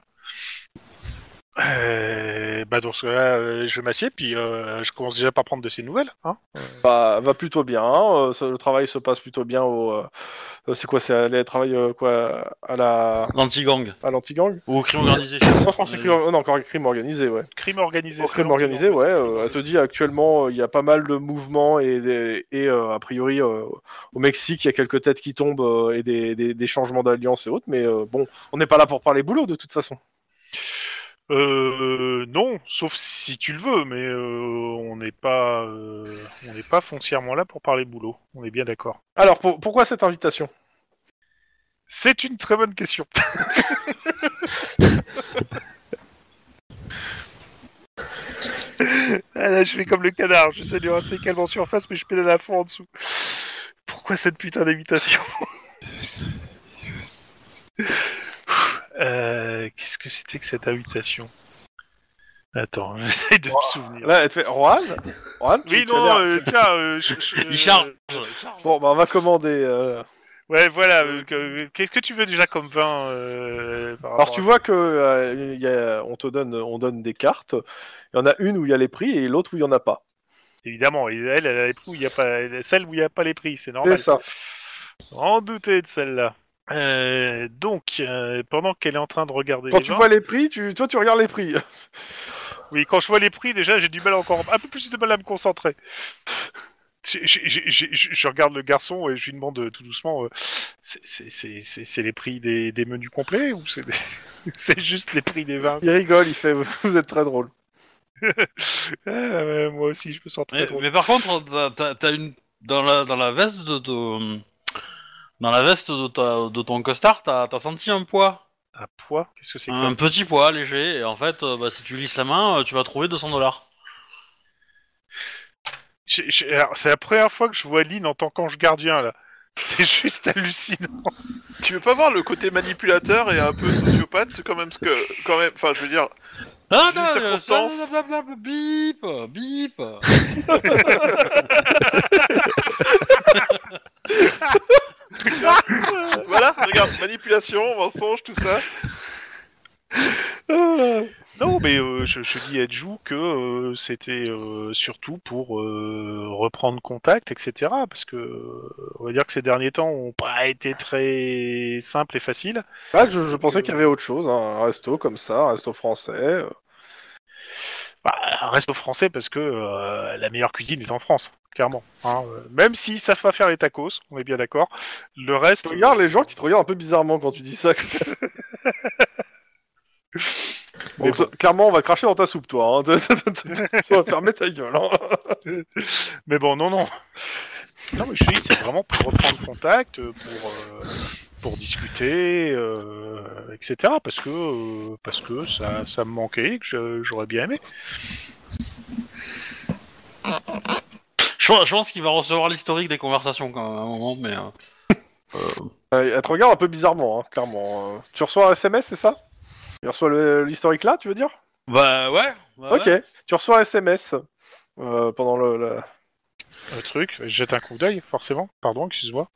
[SPEAKER 3] Euh, bah dans ce cas-là, euh, je m'assieds, puis euh, je commence déjà par prendre de ses nouvelles. Hein
[SPEAKER 1] Bah, va plutôt bien. hein, euh, ça- le travail se passe plutôt bien au. euh, euh, c'est quoi C'est le travail euh, quoi à la
[SPEAKER 7] L'anti-gang.
[SPEAKER 1] à l'anti-gang
[SPEAKER 7] Ou au crime organisé.
[SPEAKER 1] Non, je pense que c'est crime- non, encore crime organisé, ouais.
[SPEAKER 3] crime organisé.
[SPEAKER 1] Au
[SPEAKER 3] c'est
[SPEAKER 1] crime
[SPEAKER 3] gentil,
[SPEAKER 1] organisé,
[SPEAKER 3] non,
[SPEAKER 1] ouais.
[SPEAKER 3] parce que-
[SPEAKER 1] euh, elle te dit actuellement, euh, il y a pas mal de mouvements et, des- et euh, a priori, euh, au Mexique, il y a quelques têtes qui tombent euh, et des, des- des changements d'alliance et autres. Mais euh, bon, on n'est pas là pour parler boulot de toute façon.
[SPEAKER 3] Euh, non, sauf si tu le veux, mais euh, on n'est pas, euh, on n'est pas foncièrement là pour parler boulot. On est bien d'accord.
[SPEAKER 1] Alors, pour- pourquoi cette invitation
[SPEAKER 3] C'est une très bonne question. Ah là, je fais comme le canard, j'essaie de rester calme en surface, mais je pédale à fond en dessous. Pourquoi cette putain d'invitation Euh, Qu'est-ce que c'était que cette invitation Attends, j'essaie de me souvenir.
[SPEAKER 1] Là, elle te fait Juan Juan, tu-
[SPEAKER 3] Oui,
[SPEAKER 1] tu as
[SPEAKER 3] non,
[SPEAKER 1] l'air-
[SPEAKER 3] euh, tiens, euh, je- je-
[SPEAKER 7] Il charge.
[SPEAKER 1] Bon, bah, on va commander. euh,
[SPEAKER 3] Ouais, voilà. euh, que- Qu'est-ce que tu veux déjà comme vin euh, par
[SPEAKER 1] Alors
[SPEAKER 3] rapport
[SPEAKER 1] tu
[SPEAKER 3] à-
[SPEAKER 1] vois que euh, il y a- on te donne, on donne des cartes. Il y en a une où il y a les prix et l'autre où il y en a pas.
[SPEAKER 3] Évidemment, et elle, elle a les prix où il y a pas, elle- celle où il n'y a pas les prix, c'est
[SPEAKER 1] C'est
[SPEAKER 3] normal.
[SPEAKER 1] ça.
[SPEAKER 3] En douter de celle-là. Euh, donc, euh, pendant qu'elle est en train de regarder
[SPEAKER 1] Quand
[SPEAKER 3] les
[SPEAKER 1] tu
[SPEAKER 3] vins-
[SPEAKER 1] vois les prix, tu, toi tu regardes les prix.
[SPEAKER 3] oui, quand je vois les prix, déjà, j'ai du mal encore, un peu plus de mal à me concentrer. Je, je- je- je- je- je regarde le garçon et je lui demande euh, tout doucement, euh, c'est- c'est- c'est c'est- c'est les prix des, des menus complets ou c'est des- c'est juste les prix des vins
[SPEAKER 1] Il rigole, il fait vous êtes très drôle.
[SPEAKER 3] Ah, ouais, Moi aussi, je me sens très
[SPEAKER 7] Mais,
[SPEAKER 3] drôle.
[SPEAKER 7] mais par contre, t'as- t'as- t'as une dans la dans la veste de ton dans la veste de, ta- de ton costard, t'as t'as senti un poids,
[SPEAKER 3] Un poids Qu'est-ce que c'est que ça
[SPEAKER 7] un petit poids léger. Et en fait, euh, bah, si tu lisses la main, euh, tu vas trouver 200 dollars.
[SPEAKER 3] J'ai- j'ai- alors, C'est la première fois que je vois Lynn en tant qu'ange gardien, là. C'est juste hallucinant.
[SPEAKER 6] Tu veux pas voir le côté manipulateur et un peu sociopathe quand même ce que quand même enfin je veux dire
[SPEAKER 7] Ah
[SPEAKER 6] Juste
[SPEAKER 7] non,
[SPEAKER 6] la
[SPEAKER 7] euh,
[SPEAKER 6] constance.
[SPEAKER 7] blablabla, bip, bip.
[SPEAKER 6] voilà regarde manipulation mensonge tout ça
[SPEAKER 3] Non, mais euh, je, je dis à Jou que euh, c'était euh, surtout pour euh, reprendre contact, etc. Parce que euh, on va dire que ces derniers temps ont pas été très simples et faciles.
[SPEAKER 1] Ah, je, je pensais qu'il y avait autre chose, hein, un resto comme ça, un resto français. euh.
[SPEAKER 3] Bah, reste aux Français parce que euh, la meilleure cuisine est en France, clairement. hein. Euh, Même s'ils savent pas faire les tacos, on est bien d'accord. Le reste.
[SPEAKER 1] Tu regardes les gens qui te regardent un peu bizarrement quand tu dis ça.
[SPEAKER 3] Mais
[SPEAKER 1] Donc, Clairement, on va cracher dans ta soupe, toi. Hein. tu vas fermer ta gueule. hein.
[SPEAKER 3] Mais bon, non, non. Non, mais je suis, c'est vraiment pour reprendre contact, euh, pour, euh, pour discuter, euh, etc. Parce que, euh, parce que ça, ça me manquait, que je- j'aurais bien aimé.
[SPEAKER 7] Je, je pense qu'il va recevoir l'historique des conversations quand même à un moment, mais. euh,
[SPEAKER 1] Euh, elle te regarde un peu bizarrement, hein, clairement. euh. Tu reçois un SMS, c'est ça Il reçoit le- l'historique là, tu veux dire
[SPEAKER 7] Bah ouais. bah ouais.
[SPEAKER 1] Ok, tu reçois un SMS euh, pendant le, le-
[SPEAKER 3] Le truc, je jette un coup d'œil, forcément. Pardon, excuse-moi.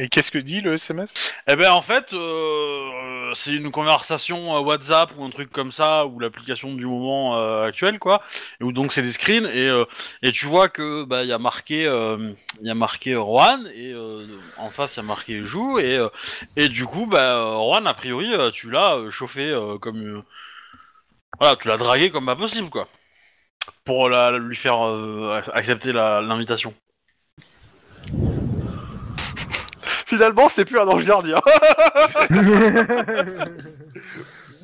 [SPEAKER 3] Et qu'est-ce que dit le SMS
[SPEAKER 7] Eh ben en fait, euh, c'est une conversation euh, WhatsApp ou un truc comme ça, ou l'application du moment euh, actuel, quoi. Et où donc c'est des screens et, euh, et tu vois que bah il y a marqué euh, il y a marqué Juan et euh, en face il y a marqué Jou et euh, et du coup bah euh, Juan a priori euh, tu l'as euh, chauffé euh, comme euh, voilà tu l'as dragué comme pas possible quoi pour la, lui faire euh, ac- accepter la- l'invitation.
[SPEAKER 1] Finalement, c'est plus un ange gardien.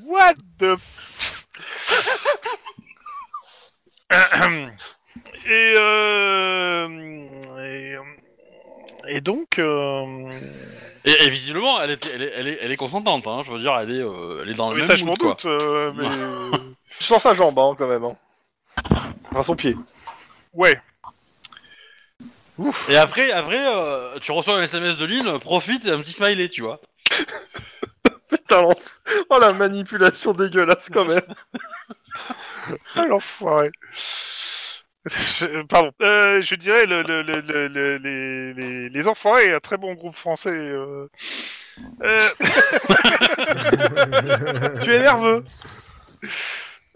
[SPEAKER 3] What the et, euh, et, et donc, euh,
[SPEAKER 7] Et, et visiblement elle était elle est elle est, elle est consentante hein, je veux dire elle est euh, elle est dans le
[SPEAKER 3] Oui,
[SPEAKER 7] même
[SPEAKER 3] ça, je
[SPEAKER 7] mood, quoi.
[SPEAKER 3] m'en doute, euh, mais...
[SPEAKER 1] Je sens sa jambe, hein, quand même. Hein. Enfin, son pied.
[SPEAKER 3] ouais.
[SPEAKER 7] Et après, après euh, tu reçois un SMS de Lynn, profite et un petit smiley, tu vois.
[SPEAKER 1] Putain, l'en- oh la manipulation dégueulasse, quand même.
[SPEAKER 3] Ah, l'enfoiré. Je- Pardon. Euh, je dirais le, le- le- le- le- les, les, les Enfoirés, un très bon groupe français. euh, Euh,
[SPEAKER 1] Tu es nerveux.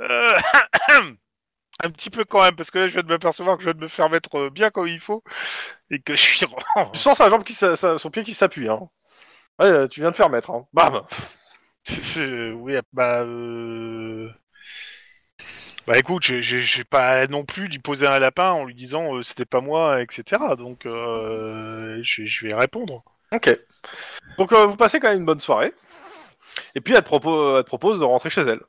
[SPEAKER 3] euh, un petit peu quand même, parce que là, je viens de m'apercevoir que je viens de me faire mettre euh, bien comme il faut et que je suis. rond.
[SPEAKER 1] Tu sens sa jambe qui s'a- sa- son pied qui s'appuie. Hein. Ouais, tu viens de faire mettre. Hein. Bam.
[SPEAKER 3] Euh, oui, bah. euh, Bah écoute, j'ai- j'ai j'ai pas non plus lui poser un lapin en lui disant euh, c'était pas moi, etc. Donc euh, je je vais répondre.
[SPEAKER 1] Ok. Donc euh, vous passez quand même une bonne soirée. Et puis elle te, propose, elle te propose de rentrer chez elle.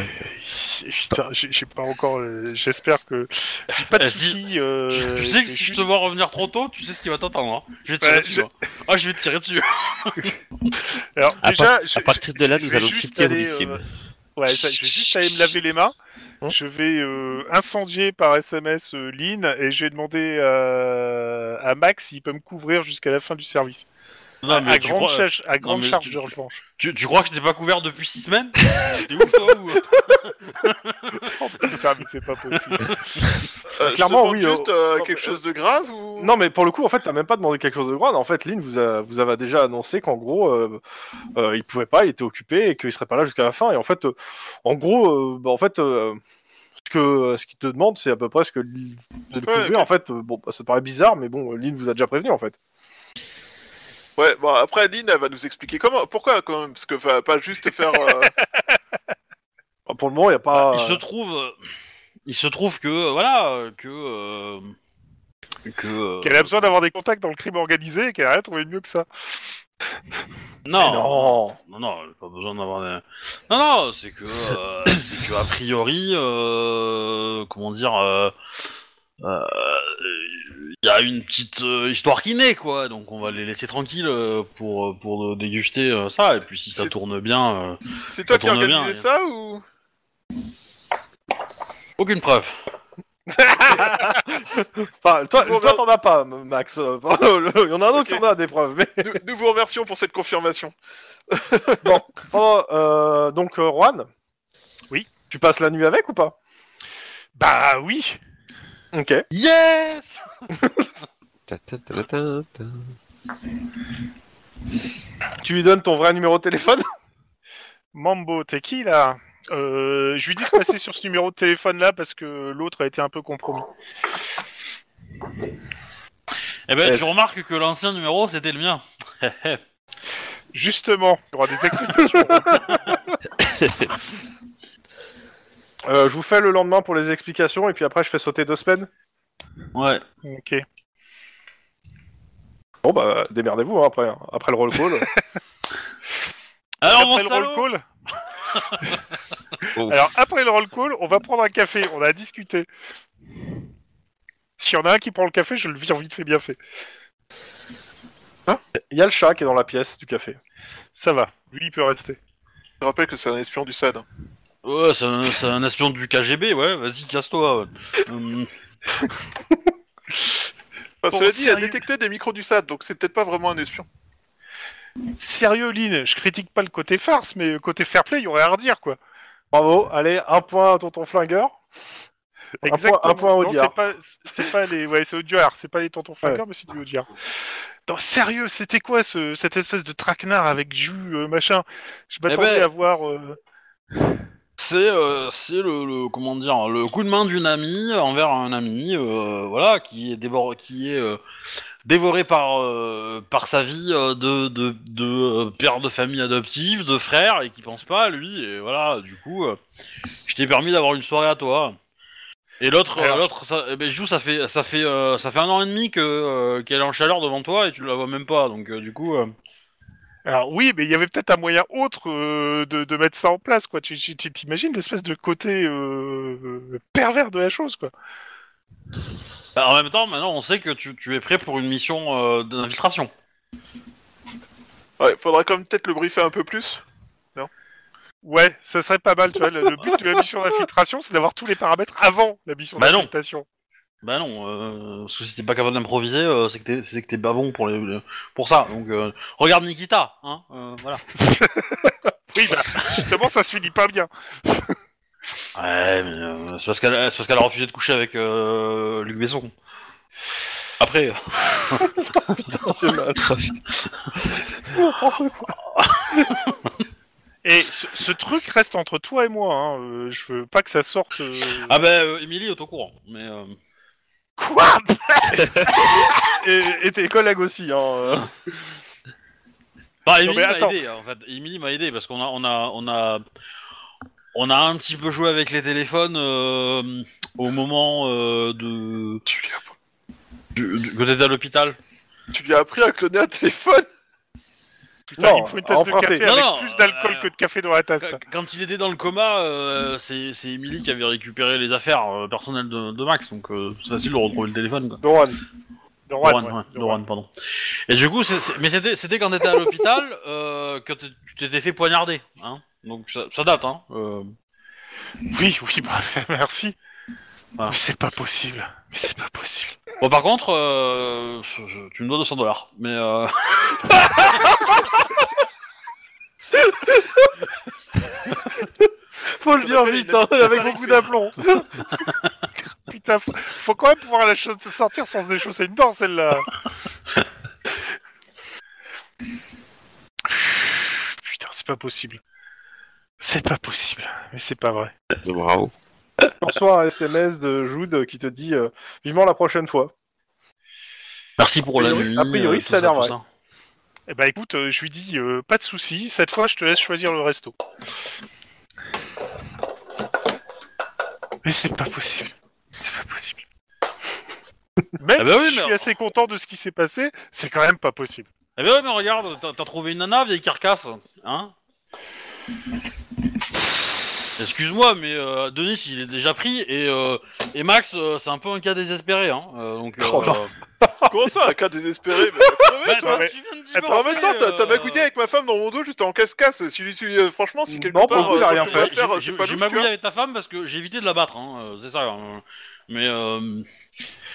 [SPEAKER 3] Putain, j'ai j'ai pas encore. euh, J'espère que. Pas de
[SPEAKER 7] Elle se dit-
[SPEAKER 3] soucis. euh,
[SPEAKER 7] tu sais que si je
[SPEAKER 3] juste-
[SPEAKER 7] te vois revenir trop tôt, tu sais ce qui va t'attendre. Hein. Je vais te tirer
[SPEAKER 3] Ouais,
[SPEAKER 7] dessus.
[SPEAKER 3] je-
[SPEAKER 7] hein. Ah, je vais te tirer dessus.
[SPEAKER 3] Alors,
[SPEAKER 5] À
[SPEAKER 3] déjà, je-
[SPEAKER 5] À partir de là,
[SPEAKER 3] je
[SPEAKER 5] nous
[SPEAKER 3] vais
[SPEAKER 5] allons
[SPEAKER 3] juste
[SPEAKER 5] quitter
[SPEAKER 3] aller,
[SPEAKER 5] Rodissime.
[SPEAKER 3] euh, Ouais, ça, je vais juste aller me laver les mains.
[SPEAKER 1] Hein
[SPEAKER 3] je vais euh, incendier par SMS euh, Lynn et je vais demander euh, à Max s'il peut me couvrir jusqu'à la fin du service.
[SPEAKER 7] Non,
[SPEAKER 3] à,
[SPEAKER 7] tu
[SPEAKER 3] grande
[SPEAKER 7] crois-
[SPEAKER 3] charge, à grande
[SPEAKER 7] mais
[SPEAKER 3] charge
[SPEAKER 7] tu-
[SPEAKER 3] de revanche.
[SPEAKER 7] Tu, tu crois que je t'ai pas couvert depuis 6 semaines T'es ouf hein, euh, toi ou
[SPEAKER 3] Oh, putain, mais c'est pas possible.
[SPEAKER 6] Euh, je
[SPEAKER 1] Clairement,
[SPEAKER 6] demande
[SPEAKER 1] oui,
[SPEAKER 6] Juste
[SPEAKER 1] euh,
[SPEAKER 6] euh,
[SPEAKER 1] non,
[SPEAKER 6] quelque
[SPEAKER 1] mais-
[SPEAKER 6] chose de grave ou
[SPEAKER 1] Non mais pour le coup, en fait, t'as même pas demandé quelque chose de grave. En fait, Lynn vous, a- vous avait déjà annoncé qu'en gros, euh, euh, il pouvait pas, il était occupé et qu'il serait pas là jusqu'à la fin. Et en fait, euh, en gros, euh, bah, en fait, euh, ce que ce qu'il te demande, c'est à peu près ce que Lynn- de le
[SPEAKER 6] Ouais,
[SPEAKER 1] couvrir. En fait, euh, bon, bah, ça te paraît bizarre, mais bon, Lynn vous a déjà prévenu en fait.
[SPEAKER 6] Ouais, bon, après, Lynn, elle va nous expliquer comment, pourquoi quand même, parce que va pas juste faire. euh,
[SPEAKER 1] Pour le moment, il y a pas.
[SPEAKER 3] Ah,
[SPEAKER 7] Il se trouve, euh, il se trouve que euh, voilà euh, que euh, que euh,
[SPEAKER 3] qu'elle a besoin d'avoir des contacts dans le crime organisé et qu'elle a rien trouvé de mieux que ça.
[SPEAKER 7] non,
[SPEAKER 1] non.
[SPEAKER 7] non, non, pas besoin d'avoir. des- Non, non, c'est que, euh, c'est que a priori, euh, comment dire, euh, euh, il y a une petite euh, histoire qui naît, quoi. Donc on va les laisser tranquilles euh, pour pour déguster euh, ça. Et puis si ça
[SPEAKER 6] C'est-
[SPEAKER 7] tourne bien, euh,
[SPEAKER 6] C'est toi
[SPEAKER 7] Ça
[SPEAKER 6] qui as
[SPEAKER 7] tourne bien,
[SPEAKER 6] organisé
[SPEAKER 7] hein.
[SPEAKER 6] ça ou
[SPEAKER 7] aucune preuve.
[SPEAKER 1] Enfin, toi, toi
[SPEAKER 6] Toujours vers-
[SPEAKER 1] t'en as pas, Max. Euh, Il y en a un autre qui
[SPEAKER 6] Ok.
[SPEAKER 1] en a des preuves. Mais...
[SPEAKER 6] nous, nous vous remercions pour cette confirmation.
[SPEAKER 1] Oh, euh, donc, euh, Juan
[SPEAKER 3] Oui.
[SPEAKER 1] Tu passes la nuit avec ou pas
[SPEAKER 3] Bah oui.
[SPEAKER 1] Ok.
[SPEAKER 7] Yes.
[SPEAKER 5] Ta, ta, ta, ta, ta, ta.
[SPEAKER 1] Tu lui donnes ton vrai numéro de téléphone
[SPEAKER 3] Mambo, t'es qui là Euh, Je lui dis de passer sur ce numéro de téléphone là parce que l'autre a été un peu compromis.
[SPEAKER 7] Eh ben
[SPEAKER 1] Ouais.
[SPEAKER 7] tu remarques que l'ancien numéro c'était le mien.
[SPEAKER 3] Justement, il y aura des explications.
[SPEAKER 1] Euh, Je vous fais le lendemain pour les explications et puis après je fais sauter deux semaines.
[SPEAKER 7] Ouais.
[SPEAKER 3] ok.
[SPEAKER 1] Bon bah démerdez-vous hein, après, hein. après le roll call.
[SPEAKER 7] Alors mon
[SPEAKER 3] après le
[SPEAKER 7] salaud.
[SPEAKER 3] roll call Alors après le roll call, on va prendre un café, on a discuté. S'il y en a un qui prend le café, je le vire vite fait bien fait.
[SPEAKER 1] Il y a le chat qui est dans la pièce du café.
[SPEAKER 3] Ça va, lui il peut rester.
[SPEAKER 6] Je rappelle que c'est un espion du SAD. hein.
[SPEAKER 7] Ouais, c'est un, c'est un espion du KGB, ouais, vas-y, casse-toi. ouais. Hum,
[SPEAKER 6] Enfin,
[SPEAKER 3] Bon,
[SPEAKER 6] cela dit, il a
[SPEAKER 3] sérieux
[SPEAKER 6] détecté des micros du SAD, donc c'est peut-être pas vraiment un espion.
[SPEAKER 3] Sérieux Lynn, je critique pas le côté farce, mais côté fair play, il y aurait à redire quoi.
[SPEAKER 1] Bravo, allez, un point à tonton flingueur. Un point- un point au
[SPEAKER 3] Non,
[SPEAKER 1] diard.
[SPEAKER 3] C'est pas, c'est pas les, ouais, c'est au diard, c'est pas les tontons flingueurs, mais c'est du au diard. Non, sérieux, c'était quoi ce, cette espèce de traquenard avec jus, euh, machin Je
[SPEAKER 1] Eh
[SPEAKER 3] m'attendais
[SPEAKER 7] ben-
[SPEAKER 3] à voir. euh,
[SPEAKER 7] c'est euh, c'est le, le- comment dire le coup de main d'une amie envers un ami, euh, voilà, qui est dévoré, qui est euh, dévoré par euh, par sa vie euh, de de, de, euh, père de famille adoptive, de frère, et qui pense pas à lui, et voilà, du coup, euh, je t'ai permis d'avoir une soirée à toi. Et l'autre, euh,
[SPEAKER 3] Alors-
[SPEAKER 7] l'autre, ça, eh ben, Jou, ça fait ça fait euh, ça fait un an et demi que euh, qu'elle est en chaleur devant toi et tu la vois même pas, donc euh, du coup. euh,
[SPEAKER 3] Alors oui, mais il y avait peut-être un moyen autre euh, de, de mettre ça en place, quoi. Tu tu- tu t'imagines l'espèce de côté euh, pervers de la chose, quoi.
[SPEAKER 7] Bah, en même temps, maintenant, on sait que tu, tu es prêt pour une mission euh, d'infiltration.
[SPEAKER 6] Ouais, faudra quand même peut-être le briefer un peu plus.
[SPEAKER 3] Ouais, ça serait pas mal, tu vois. Le, le but de la mission d'infiltration, c'est d'avoir tous les paramètres avant la mission
[SPEAKER 7] Bah non.
[SPEAKER 3] d'infiltration.
[SPEAKER 7] Bah non, euh, parce que si t'es pas capable d'improviser, euh, c'est que t'es c'est que t'es pas bon pour, les, les- pour ça. Donc, euh, regarde Nikita, hein, euh, voilà.
[SPEAKER 3] Oui, bah, justement, ça se finit pas bien.
[SPEAKER 7] Ouais, mais euh, c'est parce qu'elle c'est parce qu'elle a refusé de coucher avec euh, Luc Besson. Après,
[SPEAKER 1] Ah,
[SPEAKER 5] Oh, putain.
[SPEAKER 3] Et ce, ce truc reste entre toi et moi. Hein. euh, je veux pas que ça sorte. euh,
[SPEAKER 7] ah ben, euh, Emily est au courant, mais euh,
[SPEAKER 6] Quoi
[SPEAKER 1] Et, et tes collègues aussi. Hein, euh.
[SPEAKER 7] Bah,
[SPEAKER 3] Non,
[SPEAKER 7] Emily
[SPEAKER 3] mais
[SPEAKER 7] m'a
[SPEAKER 3] attends.
[SPEAKER 7] aidé, en fait. Emily m'a aidé parce qu'on a, on a, on a, on a un petit peu joué avec les téléphones euh, au moment euh, de. Du, du, quand t'étais à l'hôpital.
[SPEAKER 6] Tu lui as appris à cloner un téléphone
[SPEAKER 3] Putain,
[SPEAKER 1] non,
[SPEAKER 3] il me faut une tasse de
[SPEAKER 1] emprunter.
[SPEAKER 3] café
[SPEAKER 7] Non,
[SPEAKER 3] avec
[SPEAKER 7] non,
[SPEAKER 3] plus d'alcool
[SPEAKER 7] euh,
[SPEAKER 3] que de café dans la tasse.
[SPEAKER 7] Qu- Quand il était dans le coma, euh, c'est c'est Emily qui avait récupéré les affaires euh, personnelles de, de Max, donc euh, c'est facile de retrouver le téléphone. Quoi.
[SPEAKER 1] Doran.
[SPEAKER 3] De Rouen,
[SPEAKER 7] Doran,
[SPEAKER 3] ouais,
[SPEAKER 7] ouais,
[SPEAKER 3] de
[SPEAKER 7] Doran,
[SPEAKER 3] Rouen.
[SPEAKER 7] pardon. Et du coup, c'est- c'est- mais c'était c'était quand t'étais à l'hôpital euh, que t- tu t'étais fait poignarder, hein. Donc ça, ça date, hein. euh.
[SPEAKER 3] Oui, oui, bah, merci.
[SPEAKER 7] Ah.
[SPEAKER 3] Mais c'est pas possible. Mais c'est pas possible.
[SPEAKER 7] Bon, par contre, euh, je- je- tu me dois 200 dollars. Mais euh,
[SPEAKER 1] Faut le dire vite, hein, avec beaucoup d'aplomb.
[SPEAKER 3] Putain, faut, faut quand même pouvoir la cho- sortir sans se déchausser une dent, celle-là. Putain, c'est pas possible. C'est pas possible. Mais c'est pas vrai.
[SPEAKER 5] Bravo.
[SPEAKER 1] Tu reçois un SMS de Jude qui te dit euh, vivement la prochaine fois.
[SPEAKER 7] merci pour
[SPEAKER 1] A
[SPEAKER 7] la
[SPEAKER 1] priori-
[SPEAKER 7] nuit.
[SPEAKER 1] a priori,
[SPEAKER 7] euh,
[SPEAKER 1] ça a
[SPEAKER 7] tout
[SPEAKER 1] l'air
[SPEAKER 7] tout
[SPEAKER 1] vrai.
[SPEAKER 7] ça.
[SPEAKER 3] Eh bah écoute, euh, je lui dis euh, pas de soucis, cette fois je te laisse choisir le resto. Mais c'est pas possible. C'est pas possible. Même
[SPEAKER 7] Ah bah oui,
[SPEAKER 3] si je
[SPEAKER 7] mais-
[SPEAKER 3] suis assez content de ce qui s'est passé, c'est quand même pas possible.
[SPEAKER 7] Eh bien, mais regarde, t'as t'as trouvé une nana vieille carcasse, hein Excuse-moi, mais euh, Denis, il est déjà pris et, euh, et Max, euh, c'est un peu un cas désespéré, hein. euh, donc. euh,
[SPEAKER 1] Oh, non.
[SPEAKER 6] Comment ça, un cas désespéré Mais va crever,
[SPEAKER 7] bah,
[SPEAKER 3] non,
[SPEAKER 6] toi
[SPEAKER 3] mais-
[SPEAKER 7] tu viens de
[SPEAKER 3] Attends,
[SPEAKER 6] En même
[SPEAKER 7] divorcer,
[SPEAKER 6] temps, t'as- t'as
[SPEAKER 7] euh,
[SPEAKER 6] magouillé avec ma femme dans mon dos, j'étais en casse-casse. Si, si- euh, franchement, si quelque
[SPEAKER 1] Non, pour
[SPEAKER 6] part,
[SPEAKER 1] le coup, il a rien
[SPEAKER 6] tu
[SPEAKER 1] fait.
[SPEAKER 6] vas
[SPEAKER 7] J'ai-
[SPEAKER 6] faire,
[SPEAKER 7] j'ai-
[SPEAKER 6] c'est pas
[SPEAKER 7] J'ai
[SPEAKER 6] louche, tu
[SPEAKER 7] magouillé
[SPEAKER 6] vois.
[SPEAKER 7] avec ta femme parce que j'ai évité de la battre, hein, euh, c'est ça. euh, mais euh,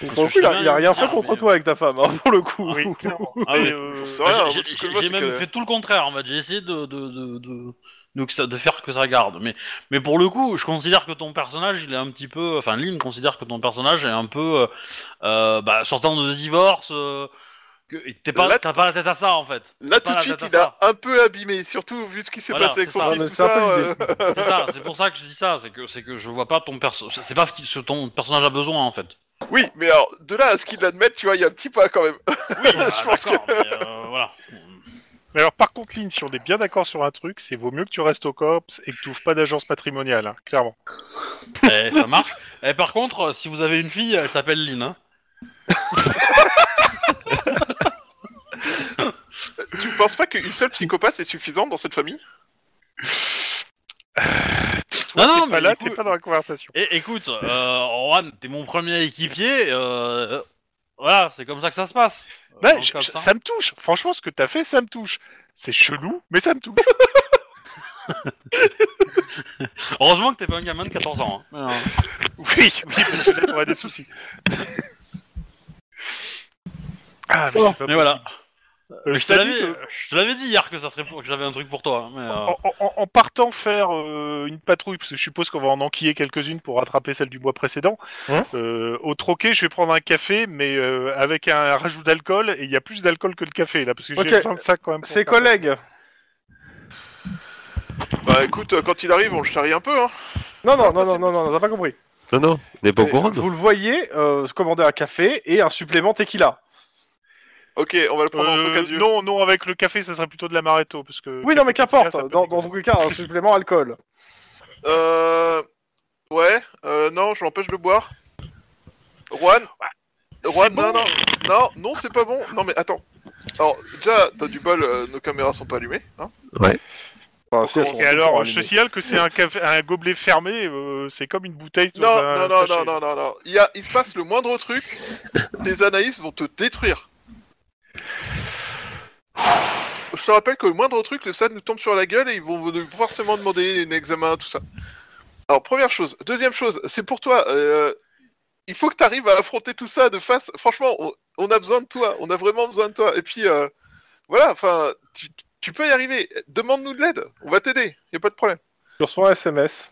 [SPEAKER 1] Pour
[SPEAKER 7] que
[SPEAKER 1] le coup,
[SPEAKER 7] je
[SPEAKER 1] il
[SPEAKER 7] te
[SPEAKER 1] a, il a
[SPEAKER 7] mets-
[SPEAKER 1] rien fait
[SPEAKER 7] Ah,
[SPEAKER 1] contre
[SPEAKER 7] mais-
[SPEAKER 1] toi avec ta femme, hein, pour le coup.
[SPEAKER 3] Oui, clairement.
[SPEAKER 7] Ah oui.
[SPEAKER 3] Mais, euh,
[SPEAKER 6] Ça va,
[SPEAKER 7] j'ai-
[SPEAKER 6] moi, ce que
[SPEAKER 7] j'ai
[SPEAKER 6] je vois,
[SPEAKER 7] j'ai
[SPEAKER 6] c'est
[SPEAKER 7] même
[SPEAKER 6] que-
[SPEAKER 7] fait tout le contraire, en fait. J'ai essayé de, de, de, de- de que ça- de faire que ça garde. Mais, mais pour le coup, je considère que ton personnage, il est un petit peu. Enfin, Lynn considère que ton personnage est un peu. euh, euh, bah, sortant de divorce. euh, que et t'es pas-
[SPEAKER 6] Là-
[SPEAKER 7] T'as pas la tête à ça, en fait.
[SPEAKER 6] Là,
[SPEAKER 7] C'est
[SPEAKER 6] tout
[SPEAKER 7] pas
[SPEAKER 6] de
[SPEAKER 7] la
[SPEAKER 6] suite,
[SPEAKER 7] tata
[SPEAKER 6] il a un peu abîmé, surtout vu ce qui s'est
[SPEAKER 7] Voilà,
[SPEAKER 6] passé avec
[SPEAKER 7] c'est
[SPEAKER 6] son
[SPEAKER 7] ça.
[SPEAKER 1] Ah,
[SPEAKER 6] fils,
[SPEAKER 1] mais
[SPEAKER 6] tout
[SPEAKER 1] c'est un
[SPEAKER 6] ça.
[SPEAKER 1] peu
[SPEAKER 6] euh,
[SPEAKER 1] l'idée.
[SPEAKER 7] C'est ça, c'est pour ça que je dis ça. C'est que, c'est que je vois pas ton perso. C'est pas ce, qui, ce ton personnage a besoin, en fait.
[SPEAKER 6] Oui, mais alors, de là à ce qu'il l'admette, tu vois, il y a un petit pas quand même.
[SPEAKER 7] Oui, bah,
[SPEAKER 6] Je pense
[SPEAKER 7] d'accord, mais, euh, voilà.
[SPEAKER 3] mais alors par contre, Lynn, si on est bien d'accord sur un truc, c'est vaut mieux que tu restes au COPS et que tu ouvres pas d'agence matrimoniale, hein, clairement.
[SPEAKER 7] Eh, ça marche. Et par contre, euh, si vous avez une fille, elle s'appelle Lynn. hein.
[SPEAKER 6] Tu penses pas qu'une seule psychopathe est suffisante dans cette famille
[SPEAKER 3] Toi,
[SPEAKER 7] Non,
[SPEAKER 3] t'es
[SPEAKER 7] non,
[SPEAKER 3] pas
[SPEAKER 7] mais
[SPEAKER 3] là,
[SPEAKER 7] du coup-
[SPEAKER 3] t'es pas dans la conversation.
[SPEAKER 7] Et écoute, euh, Juan, t'es mon premier équipier. euh, voilà, c'est comme ça que ça se passe. Euh,
[SPEAKER 3] Bah,
[SPEAKER 7] dans le
[SPEAKER 3] je-
[SPEAKER 7] cops,
[SPEAKER 3] je-
[SPEAKER 7] hein.
[SPEAKER 3] ça me touche. Franchement, ce que t'as fait, ça me touche. C'est chelou, mais ça me touche.
[SPEAKER 7] Heureusement que t'es pas un gamin de 14 ans. hein.
[SPEAKER 3] Oui, oui, parce que là, t'aurais des soucis. Ah, mais c'est pas
[SPEAKER 7] Mais voilà,
[SPEAKER 3] Euh,
[SPEAKER 7] je te
[SPEAKER 3] t'ai dit
[SPEAKER 7] l'avais-
[SPEAKER 3] que-
[SPEAKER 7] je te l'avais dit hier que ça serait pour que j'avais un truc pour toi. hein, Mais, euh,
[SPEAKER 3] en, en- en partant faire euh, une patrouille, parce que je suppose qu'on va en enquiller quelques-unes pour rattraper celle du mois précédent,
[SPEAKER 1] Hein
[SPEAKER 3] euh, au troquet, je vais prendre un café, mais euh, avec un rajout d'alcool, et il y a plus d'alcool que de café, là, parce que j'ai
[SPEAKER 1] Ok.
[SPEAKER 3] besoin de ça quand même. pour
[SPEAKER 1] Ses
[SPEAKER 3] faire-
[SPEAKER 1] collègues.
[SPEAKER 6] Bah écoute, euh, quand il arrive, on le charrie un peu, hein.
[SPEAKER 1] Non, non, non, non, non, non, t'as pas compris.
[SPEAKER 5] Non, non, on n'est pas au courant, nous.
[SPEAKER 1] Vous le voyez euh, commander un café et un supplément tequila.
[SPEAKER 6] Ok, on va le prendre entre
[SPEAKER 3] Euh,
[SPEAKER 6] quatre yeux.
[SPEAKER 3] non, non, avec le café, ça serait plutôt de l'amaretto, parce que...
[SPEAKER 1] Oui, non, mais qu'importe.
[SPEAKER 3] ça peut
[SPEAKER 1] Dans,
[SPEAKER 3] être
[SPEAKER 1] dans tous les cas, un supplément alcool.
[SPEAKER 6] Euh... Ouais, euh, non, je l'empêche de boire. Juan Juan, non, non, non, non, c'est pas bon. Non, mais attends. Alors, déjà, t'as du bol, euh, nos caméras sont pas allumées, hein.
[SPEAKER 1] Enfin, si, elles sont
[SPEAKER 3] Et alors,
[SPEAKER 1] toujours
[SPEAKER 3] je te
[SPEAKER 1] allumées.
[SPEAKER 3] signale que c'est un, café- un gobelet fermé, euh, c'est comme une bouteille. dans
[SPEAKER 6] Non,
[SPEAKER 3] un
[SPEAKER 6] non, non,
[SPEAKER 3] sachet.
[SPEAKER 6] non, non, non, non. Il, y a, il se passe le moindre truc, tes analystes vont te détruire. Je te rappelle que le moindre truc, le SAD nous tombe sur la gueule et ils vont nous- forcément demander un examen, tout ça. Alors, première chose. Deuxième chose, c'est pour toi. euh, il faut que tu arrives à affronter tout ça de face. Franchement, on, on a besoin de toi. On a vraiment besoin de toi. Et puis, euh, voilà, enfin, tu, tu peux y arriver. Demande-nous de l'aide. On va t'aider. Y a pas de problème.
[SPEAKER 1] Tu reçois un SMS.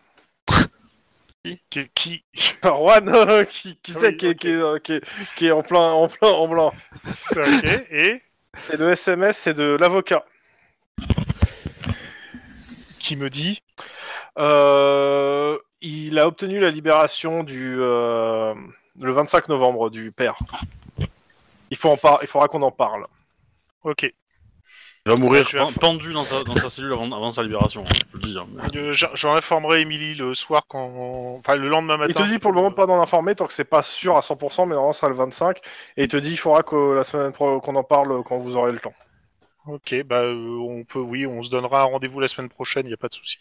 [SPEAKER 3] Qui, qui-
[SPEAKER 1] Enfin, Juan, euh, qui, qui
[SPEAKER 3] Ah
[SPEAKER 1] c'est
[SPEAKER 3] oui,
[SPEAKER 1] qui, est-
[SPEAKER 3] ok.
[SPEAKER 1] qui est, euh, qui est- qui est en plein, en plein, en blanc.
[SPEAKER 3] Ok, et
[SPEAKER 1] C'est de SMS, c'est de l'avocat.
[SPEAKER 3] qui me dit
[SPEAKER 1] Euh, il a obtenu la libération du euh, le 25 novembre du père. Il faut en par- il faudra qu'on en parle.
[SPEAKER 3] Ok,
[SPEAKER 7] Il va mourir
[SPEAKER 3] Je vais à
[SPEAKER 7] pen- pendu dans sa, dans sa cellule avant, avant sa libération, hein, je peux le dire. mais-
[SPEAKER 3] euh, j'en j'en informerai Émilie le soir quand. Enfin, le lendemain
[SPEAKER 1] Il
[SPEAKER 3] matin.
[SPEAKER 1] te dit pour le moment pas d'en informer tant que c'est pas sûr à 100%, mais normalement c'est le 25. Et il te dit il faudra que la semaine pro- qu'on en parle quand vous aurez le temps.
[SPEAKER 3] Ok, bah euh, on peut, oui, on se donnera un rendez-vous la semaine prochaine, il n'y a pas de souci.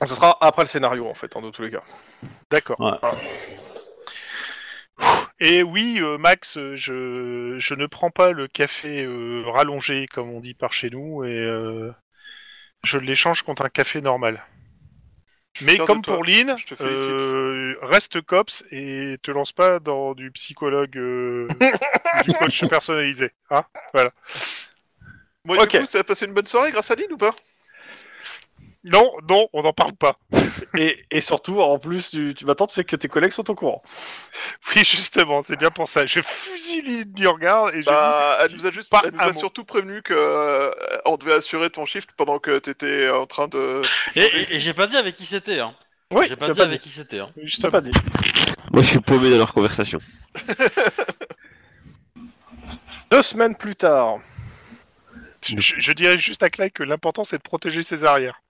[SPEAKER 1] Donc, Ce sera après le scénario en fait, en de tous les cas.
[SPEAKER 3] D'accord.
[SPEAKER 7] Ouais.
[SPEAKER 3] Voilà. Ouh. Et oui, euh, Max, euh, je, je ne prends pas le café euh, rallongé, comme on dit par chez nous, et euh, je l'échange contre un café normal. Mais
[SPEAKER 6] fier de
[SPEAKER 3] comme
[SPEAKER 6] toi.
[SPEAKER 3] pour Lynn,
[SPEAKER 6] Je te félicite.
[SPEAKER 3] euh, reste cops et te lance pas dans du psychologue, euh, du coach personnalisé. Hein
[SPEAKER 6] Moi,
[SPEAKER 1] Ok.
[SPEAKER 6] du coup, t'as passé une bonne soirée grâce à Lynn ou pas
[SPEAKER 3] non, non, on n'en parle pas.
[SPEAKER 1] Et, et surtout, en plus, tu, tu m'attends, tu sais que tes collègues sont au courant.
[SPEAKER 3] Oui, justement, c'est bien pour ça. Je fusille Lynn du regard et je
[SPEAKER 6] Bah, elle nous a juste,
[SPEAKER 3] Pas
[SPEAKER 6] elle nous
[SPEAKER 3] un mot.
[SPEAKER 6] a surtout prévenu que euh, on devait assurer ton shift pendant que t'étais en train de.
[SPEAKER 1] Ah,
[SPEAKER 7] Et, et- et j'ai pas dit avec qui c'était, hein.
[SPEAKER 1] Oui,
[SPEAKER 7] J'ai pas
[SPEAKER 1] tu as
[SPEAKER 7] dit avec qui c'était, hein.
[SPEAKER 1] dit. Tu as pas dit.
[SPEAKER 5] Moi, je suis paumé dans leur conversation.
[SPEAKER 1] Deux semaines plus tard,
[SPEAKER 3] Je, je dirais juste à Clyde que l'important c'est de protéger ses arrières.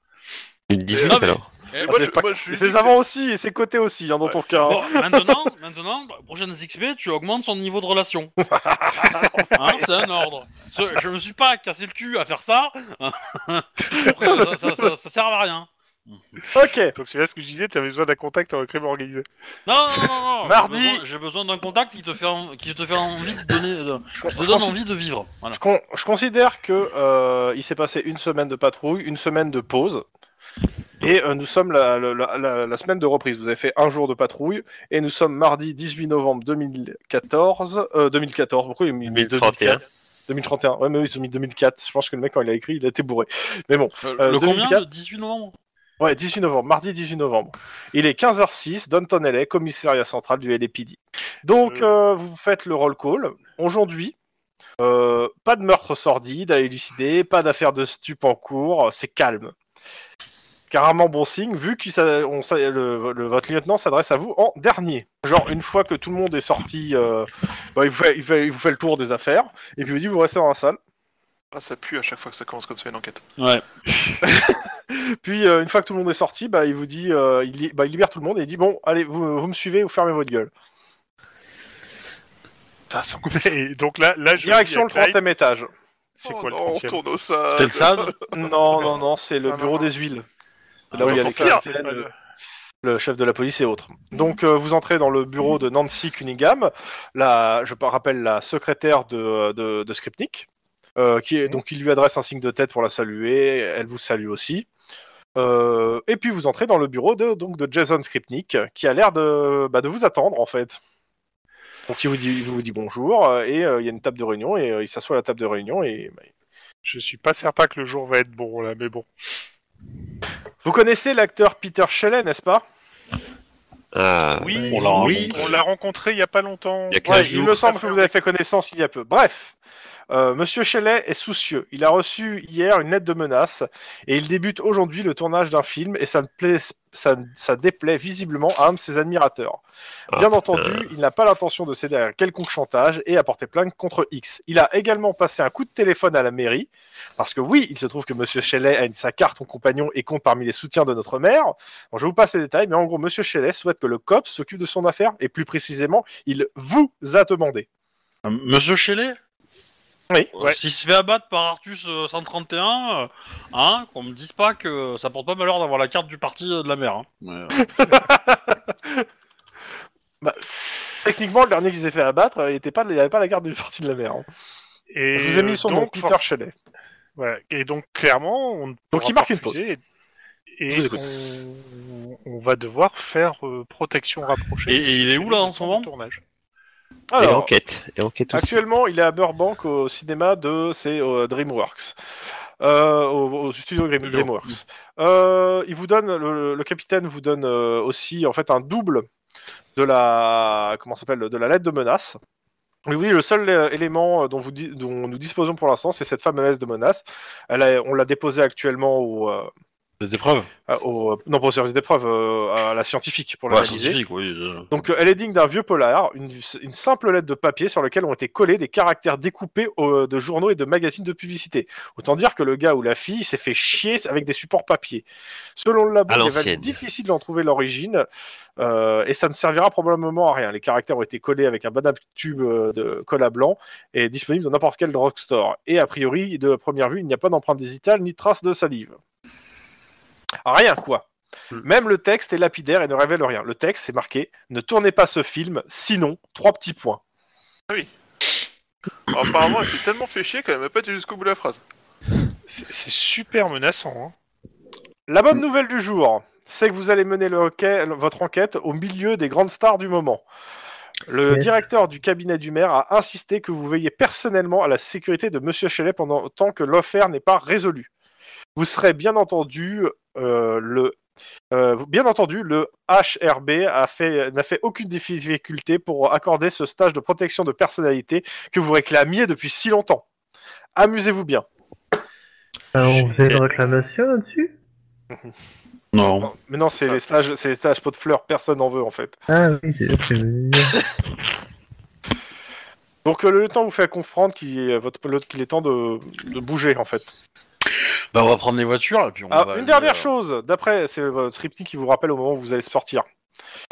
[SPEAKER 5] Une 18
[SPEAKER 1] Ah,
[SPEAKER 7] Non, mais-
[SPEAKER 5] alors.
[SPEAKER 7] Et
[SPEAKER 6] moi,
[SPEAKER 7] bah,
[SPEAKER 6] je, moi, je lui ai dit
[SPEAKER 1] ses
[SPEAKER 6] que
[SPEAKER 1] avants aussi et ses côtés aussi, hein, dans
[SPEAKER 6] Ouais,
[SPEAKER 1] ton
[SPEAKER 6] c'est
[SPEAKER 1] cas. hein.
[SPEAKER 7] bon, maintenant, maintenant, bah, prochaines XP, tu augmentes son niveau de relation. Hein, c'est un ordre. Ce- je me suis pas cassé le cul à faire ça. ça, ça- ça- ça sert à rien.
[SPEAKER 1] Ok.
[SPEAKER 3] Donc c'est là ce que je disais, t'avais besoin d'un contact en crime organisé.
[SPEAKER 7] Non, non, non, non.
[SPEAKER 1] Mardi.
[SPEAKER 7] J'ai besoin, j'ai besoin d'un contact qui te fait, en- qui te fait envie de donner, de-
[SPEAKER 1] Je,
[SPEAKER 7] te
[SPEAKER 1] je
[SPEAKER 7] donne
[SPEAKER 1] consi-
[SPEAKER 7] envie de vivre. Voilà.
[SPEAKER 1] je con- je considère que euh, il s'est passé une semaine de patrouille, une semaine de pause, et euh, nous sommes la, la- la- la- la semaine de reprise. Vous avez fait un jour de patrouille, et nous sommes mardi 18 novembre 2014. euh, 2014, pourquoi il a mis
[SPEAKER 5] 2031.
[SPEAKER 1] 2031, ouais, mais oui, ils ont mis 2004. Je pense que le mec, quand il a écrit, il a été bourré. Mais bon,
[SPEAKER 7] Euh, Le, le combien
[SPEAKER 1] 2004?
[SPEAKER 7] le 18 novembre
[SPEAKER 1] ouais, 18 novembre, mardi 18 novembre. Il est 15h06, Danton LA, commissariat central du LAPD. Donc, euh, vous faites le roll call. Aujourd'hui, euh, pas de meurtre sordide à élucider, pas d'affaire de stup en cours, c'est calme. Carrément bon signe, vu que le, le- votre lieutenant s'adresse à vous en dernier. Genre, une fois que tout le monde est sorti, euh, bah, il, vous fait, il fait- il vous fait le tour des affaires, et puis il vous dit, vous restez dans la salle.
[SPEAKER 6] Ah, ça pue à chaque fois que ça commence comme ça une enquête.
[SPEAKER 7] Ouais.
[SPEAKER 1] Puis euh, une fois que tout le monde est sorti, bah, il vous dit, euh, il, li- bah, il libère tout le monde et il dit bon, allez, vous, vous me suivez, vous fermez votre gueule.
[SPEAKER 6] Ça, c'est
[SPEAKER 3] Et donc là, là je
[SPEAKER 1] Direction le
[SPEAKER 3] dis à Clyde,
[SPEAKER 1] 30 étage.
[SPEAKER 3] C'est
[SPEAKER 6] Oh
[SPEAKER 3] quoi
[SPEAKER 6] non,
[SPEAKER 3] le
[SPEAKER 6] on
[SPEAKER 3] 30
[SPEAKER 6] tourne au sable.
[SPEAKER 7] C'est le sable
[SPEAKER 1] Non, non, non, c'est le
[SPEAKER 6] Ah,
[SPEAKER 1] bureau
[SPEAKER 6] non, non.
[SPEAKER 1] des huiles.
[SPEAKER 7] Ah,
[SPEAKER 1] Là où
[SPEAKER 6] ça
[SPEAKER 1] il y a
[SPEAKER 6] sent
[SPEAKER 1] les
[SPEAKER 6] pire.
[SPEAKER 1] Clarence, le chef de la police et autres. Donc euh, vous entrez dans le bureau de Nancy Cunningham, la, je rappelle la secrétaire de, de, de Skripnik, euh, qui est, donc il lui adresse un signe de tête pour la saluer, elle vous salue aussi. Euh, et puis vous entrez dans le bureau de, donc, de Jason Skripnik, qui a l'air de, bah, de vous attendre en fait. Donc il vous dit, il vous dit bonjour, euh, et euh, il y a une table de réunion, et euh, il s'assoit à la table de réunion, et bah,
[SPEAKER 3] Je suis pas certain que le jour va être bon là, mais bon.
[SPEAKER 1] vous connaissez l'acteur Peter Shelley, n'est-ce pas
[SPEAKER 5] Ah,
[SPEAKER 3] Oui,
[SPEAKER 7] on l'a
[SPEAKER 3] oui,
[SPEAKER 7] rencontré.
[SPEAKER 3] on l'a rencontré il y a pas longtemps.
[SPEAKER 5] il y a 15
[SPEAKER 1] Ouais, il
[SPEAKER 5] jours.
[SPEAKER 1] me semble que vous avez fait connaissance il y a peu. Bref, euh, Monsieur Shelley est soucieux. Il a reçu hier une lettre de menace et il débute aujourd'hui le tournage d'un film et ça, ne plaît- ça, ça déplaît visiblement à un de ses admirateurs. Bien
[SPEAKER 5] Ah,
[SPEAKER 1] entendu, il n'a pas l'intention de céder à quelconque chantage et a porté plainte contre X. Il a également passé un coup de téléphone à la mairie parce que oui, il se trouve que Monsieur Shelley a une, sa carte en compagnon et compte parmi les soutiens de notre maire. Bon, je vous passe les détails, mais en gros, Monsieur Shelley souhaite que le COP s'occupe de son affaire et plus précisément, il vous a demandé.
[SPEAKER 7] Euh, Monsieur Shelley
[SPEAKER 1] Oui,
[SPEAKER 7] Euh,
[SPEAKER 3] ouais.
[SPEAKER 7] S'il se fait abattre par Artus euh, 131, euh, hein, qu'on me dise pas que ça porte pas malheur d'avoir la carte du parti euh, de la mer. Hein. Mais, euh,
[SPEAKER 1] Techniquement, le dernier qui s'est fait abattre, euh, il était pas, il avait pas la garde du parti de la mer. hein.
[SPEAKER 3] Et
[SPEAKER 1] je vous ai
[SPEAKER 3] euh,
[SPEAKER 1] mis son
[SPEAKER 3] donc,
[SPEAKER 1] nom, Peter
[SPEAKER 3] forc-
[SPEAKER 1] Shelley.
[SPEAKER 3] voilà. Et donc clairement, on ne
[SPEAKER 1] Donc,
[SPEAKER 3] pourra
[SPEAKER 1] il marque
[SPEAKER 3] pas
[SPEAKER 1] une pause.
[SPEAKER 3] refuser Et,
[SPEAKER 1] Je vous
[SPEAKER 3] et on, on va devoir faire euh, protection rapprochée.
[SPEAKER 7] Et, et il est où là en ce moment
[SPEAKER 3] tournage.
[SPEAKER 5] Et
[SPEAKER 1] Alors,
[SPEAKER 5] enquête. Et enquête aussi.
[SPEAKER 1] actuellement, il est à Burbank au cinéma de c'est euh, DreamWorks. euh, au, au studio Grim-
[SPEAKER 3] Toujours.
[SPEAKER 1] DreamWorks. Euh, il vous donne, le, le capitaine vous donne euh, aussi en fait un double de la, comment ça s'appelle, de la lettre de menace. Mais oui, le seul euh, élément euh, dont, vous di- dont nous disposons pour l'instant, c'est cette fameuse lettre de menace. Elle a- on l'a déposée actuellement au, euh,
[SPEAKER 7] Des épreuves
[SPEAKER 1] au- non pas au service d'épreuve, euh, à la scientifique pour
[SPEAKER 7] Ouais,
[SPEAKER 1] l'analyser.
[SPEAKER 7] scientifique, oui. euh.
[SPEAKER 1] Donc euh, elle est digne d'un vieux polar, une, une simple lettre de papier sur laquelle ont été collés des caractères découpés euh, de journaux et de magazines de publicité. Autant dire que le gars ou la fille s'est fait chier avec des supports papier. Selon le labo,
[SPEAKER 5] À
[SPEAKER 1] il va
[SPEAKER 5] l'ancienne.
[SPEAKER 1] être difficile d'en trouver l'origine euh, et ça ne servira probablement à rien. Les caractères ont été collés avec un banal tube euh, de cola blanc et est disponible dans n'importe quel drugstore. Et a priori, de première vue, il n'y a pas d'empreinte digitale ni de trace de salive. Rien quoi. Mm. Même le texte est lapidaire et ne révèle rien. Le texte, c'est marqué Ne tournez pas ce film, sinon, trois petits points.
[SPEAKER 6] Alors, apparemment, elle s'est tellement fait chier qu'elle m'a pas dit jusqu'au bout de la phrase.
[SPEAKER 3] C'est c'est super menaçant. hein.
[SPEAKER 1] La bonne nouvelle du jour, c'est que vous allez mener le enquête- votre enquête au milieu des grandes stars du moment. Le
[SPEAKER 2] Ouais.
[SPEAKER 1] directeur du cabinet du maire a insisté que vous veillez personnellement à la sécurité de Monsieur Chelet pendant tant que l'affaire n'est pas résolue. Vous serez bien entendu euh, le euh, bien entendu le HRB a fait- n'a fait aucune difficulté pour accorder ce stage de protection de personnalité que vous réclamiez depuis si longtemps. Amusez-vous bien.
[SPEAKER 2] Alors, Ah, on faisait
[SPEAKER 5] Eh.
[SPEAKER 2] une réclamation là-dessus
[SPEAKER 7] Non.
[SPEAKER 1] Mais non, c'est
[SPEAKER 6] Ça.
[SPEAKER 1] les stages, c'est les stages pot de fleurs, personne n'en veut en fait.
[SPEAKER 2] Ah oui, c'est ce que je voulais dire.
[SPEAKER 1] Donc euh, le temps vous fait comprendre qu'il est, votre pilote- qu'il est temps de, de bouger en fait.
[SPEAKER 7] Bah, on va prendre les voitures et puis on
[SPEAKER 1] Ah,
[SPEAKER 7] va.
[SPEAKER 1] une
[SPEAKER 7] aller,
[SPEAKER 1] dernière
[SPEAKER 7] euh,
[SPEAKER 1] chose, d'après, c'est votre scripting qui vous rappelle au moment où vous allez sortir.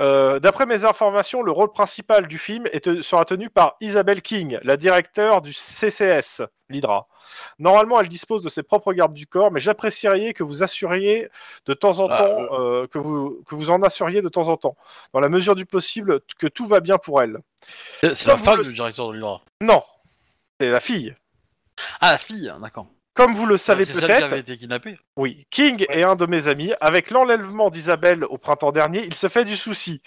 [SPEAKER 1] Euh, d'après mes informations, le rôle principal du film est te- sera tenu par Isabelle King, la directeur du CCS, l'Hydra. Normalement, elle dispose de ses propres gardes du corps, mais j'apprécierais que vous assuriez de temps en
[SPEAKER 7] Ah,
[SPEAKER 1] temps, euh, que, vous, que vous en assuriez de temps en temps, dans la mesure du possible, t- que tout va bien pour elle.
[SPEAKER 7] C'est c'est la
[SPEAKER 1] Comme vous
[SPEAKER 7] femme
[SPEAKER 1] le-
[SPEAKER 7] du directeur de l'Ira.
[SPEAKER 1] Non, c'est la fille.
[SPEAKER 7] Ah, la fille, hein, d'accord.
[SPEAKER 1] Comme vous le savez
[SPEAKER 7] C'est celle qui avait
[SPEAKER 1] peut-être,
[SPEAKER 7] été kidnappée.
[SPEAKER 1] oui, King est un de mes amis. Avec l'enlèvement d'Isabelle au printemps dernier, il se fait du souci.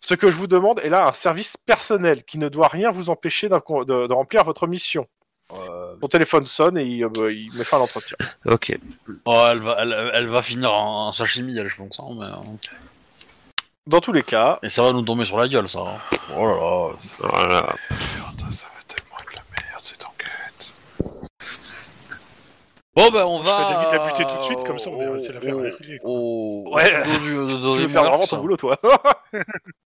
[SPEAKER 1] Ce que je vous demande est là un service personnel qui ne doit rien vous empêcher d'un- de, de remplir votre mission.
[SPEAKER 7] Euh,
[SPEAKER 1] Son téléphone sonne et il, euh, il met fin à l'entretien.
[SPEAKER 5] Ok.
[SPEAKER 7] oh, elle va, elle, elle va finir en, en sashimi, elle, je pense. hein, mais, euh,
[SPEAKER 1] Dans tous les cas,
[SPEAKER 7] Et ça va nous tomber sur la gueule, ça. hein. Oh là là. c'est-
[SPEAKER 6] Bah,
[SPEAKER 5] Voilà.
[SPEAKER 6] ça va tellement être la merde cette enquête.
[SPEAKER 7] Bon, bah, on
[SPEAKER 3] Je vais
[SPEAKER 7] va.
[SPEAKER 3] limite la buter tout de suite, comme ça on verra
[SPEAKER 7] au-
[SPEAKER 3] si l'affaire est
[SPEAKER 7] au-
[SPEAKER 3] réglée.
[SPEAKER 7] au-
[SPEAKER 1] Ouais.
[SPEAKER 7] oh, au studio du- de- de-
[SPEAKER 1] tu
[SPEAKER 7] de-
[SPEAKER 1] veux perdre vraiment
[SPEAKER 7] Marx.
[SPEAKER 1] ton boulot, toi.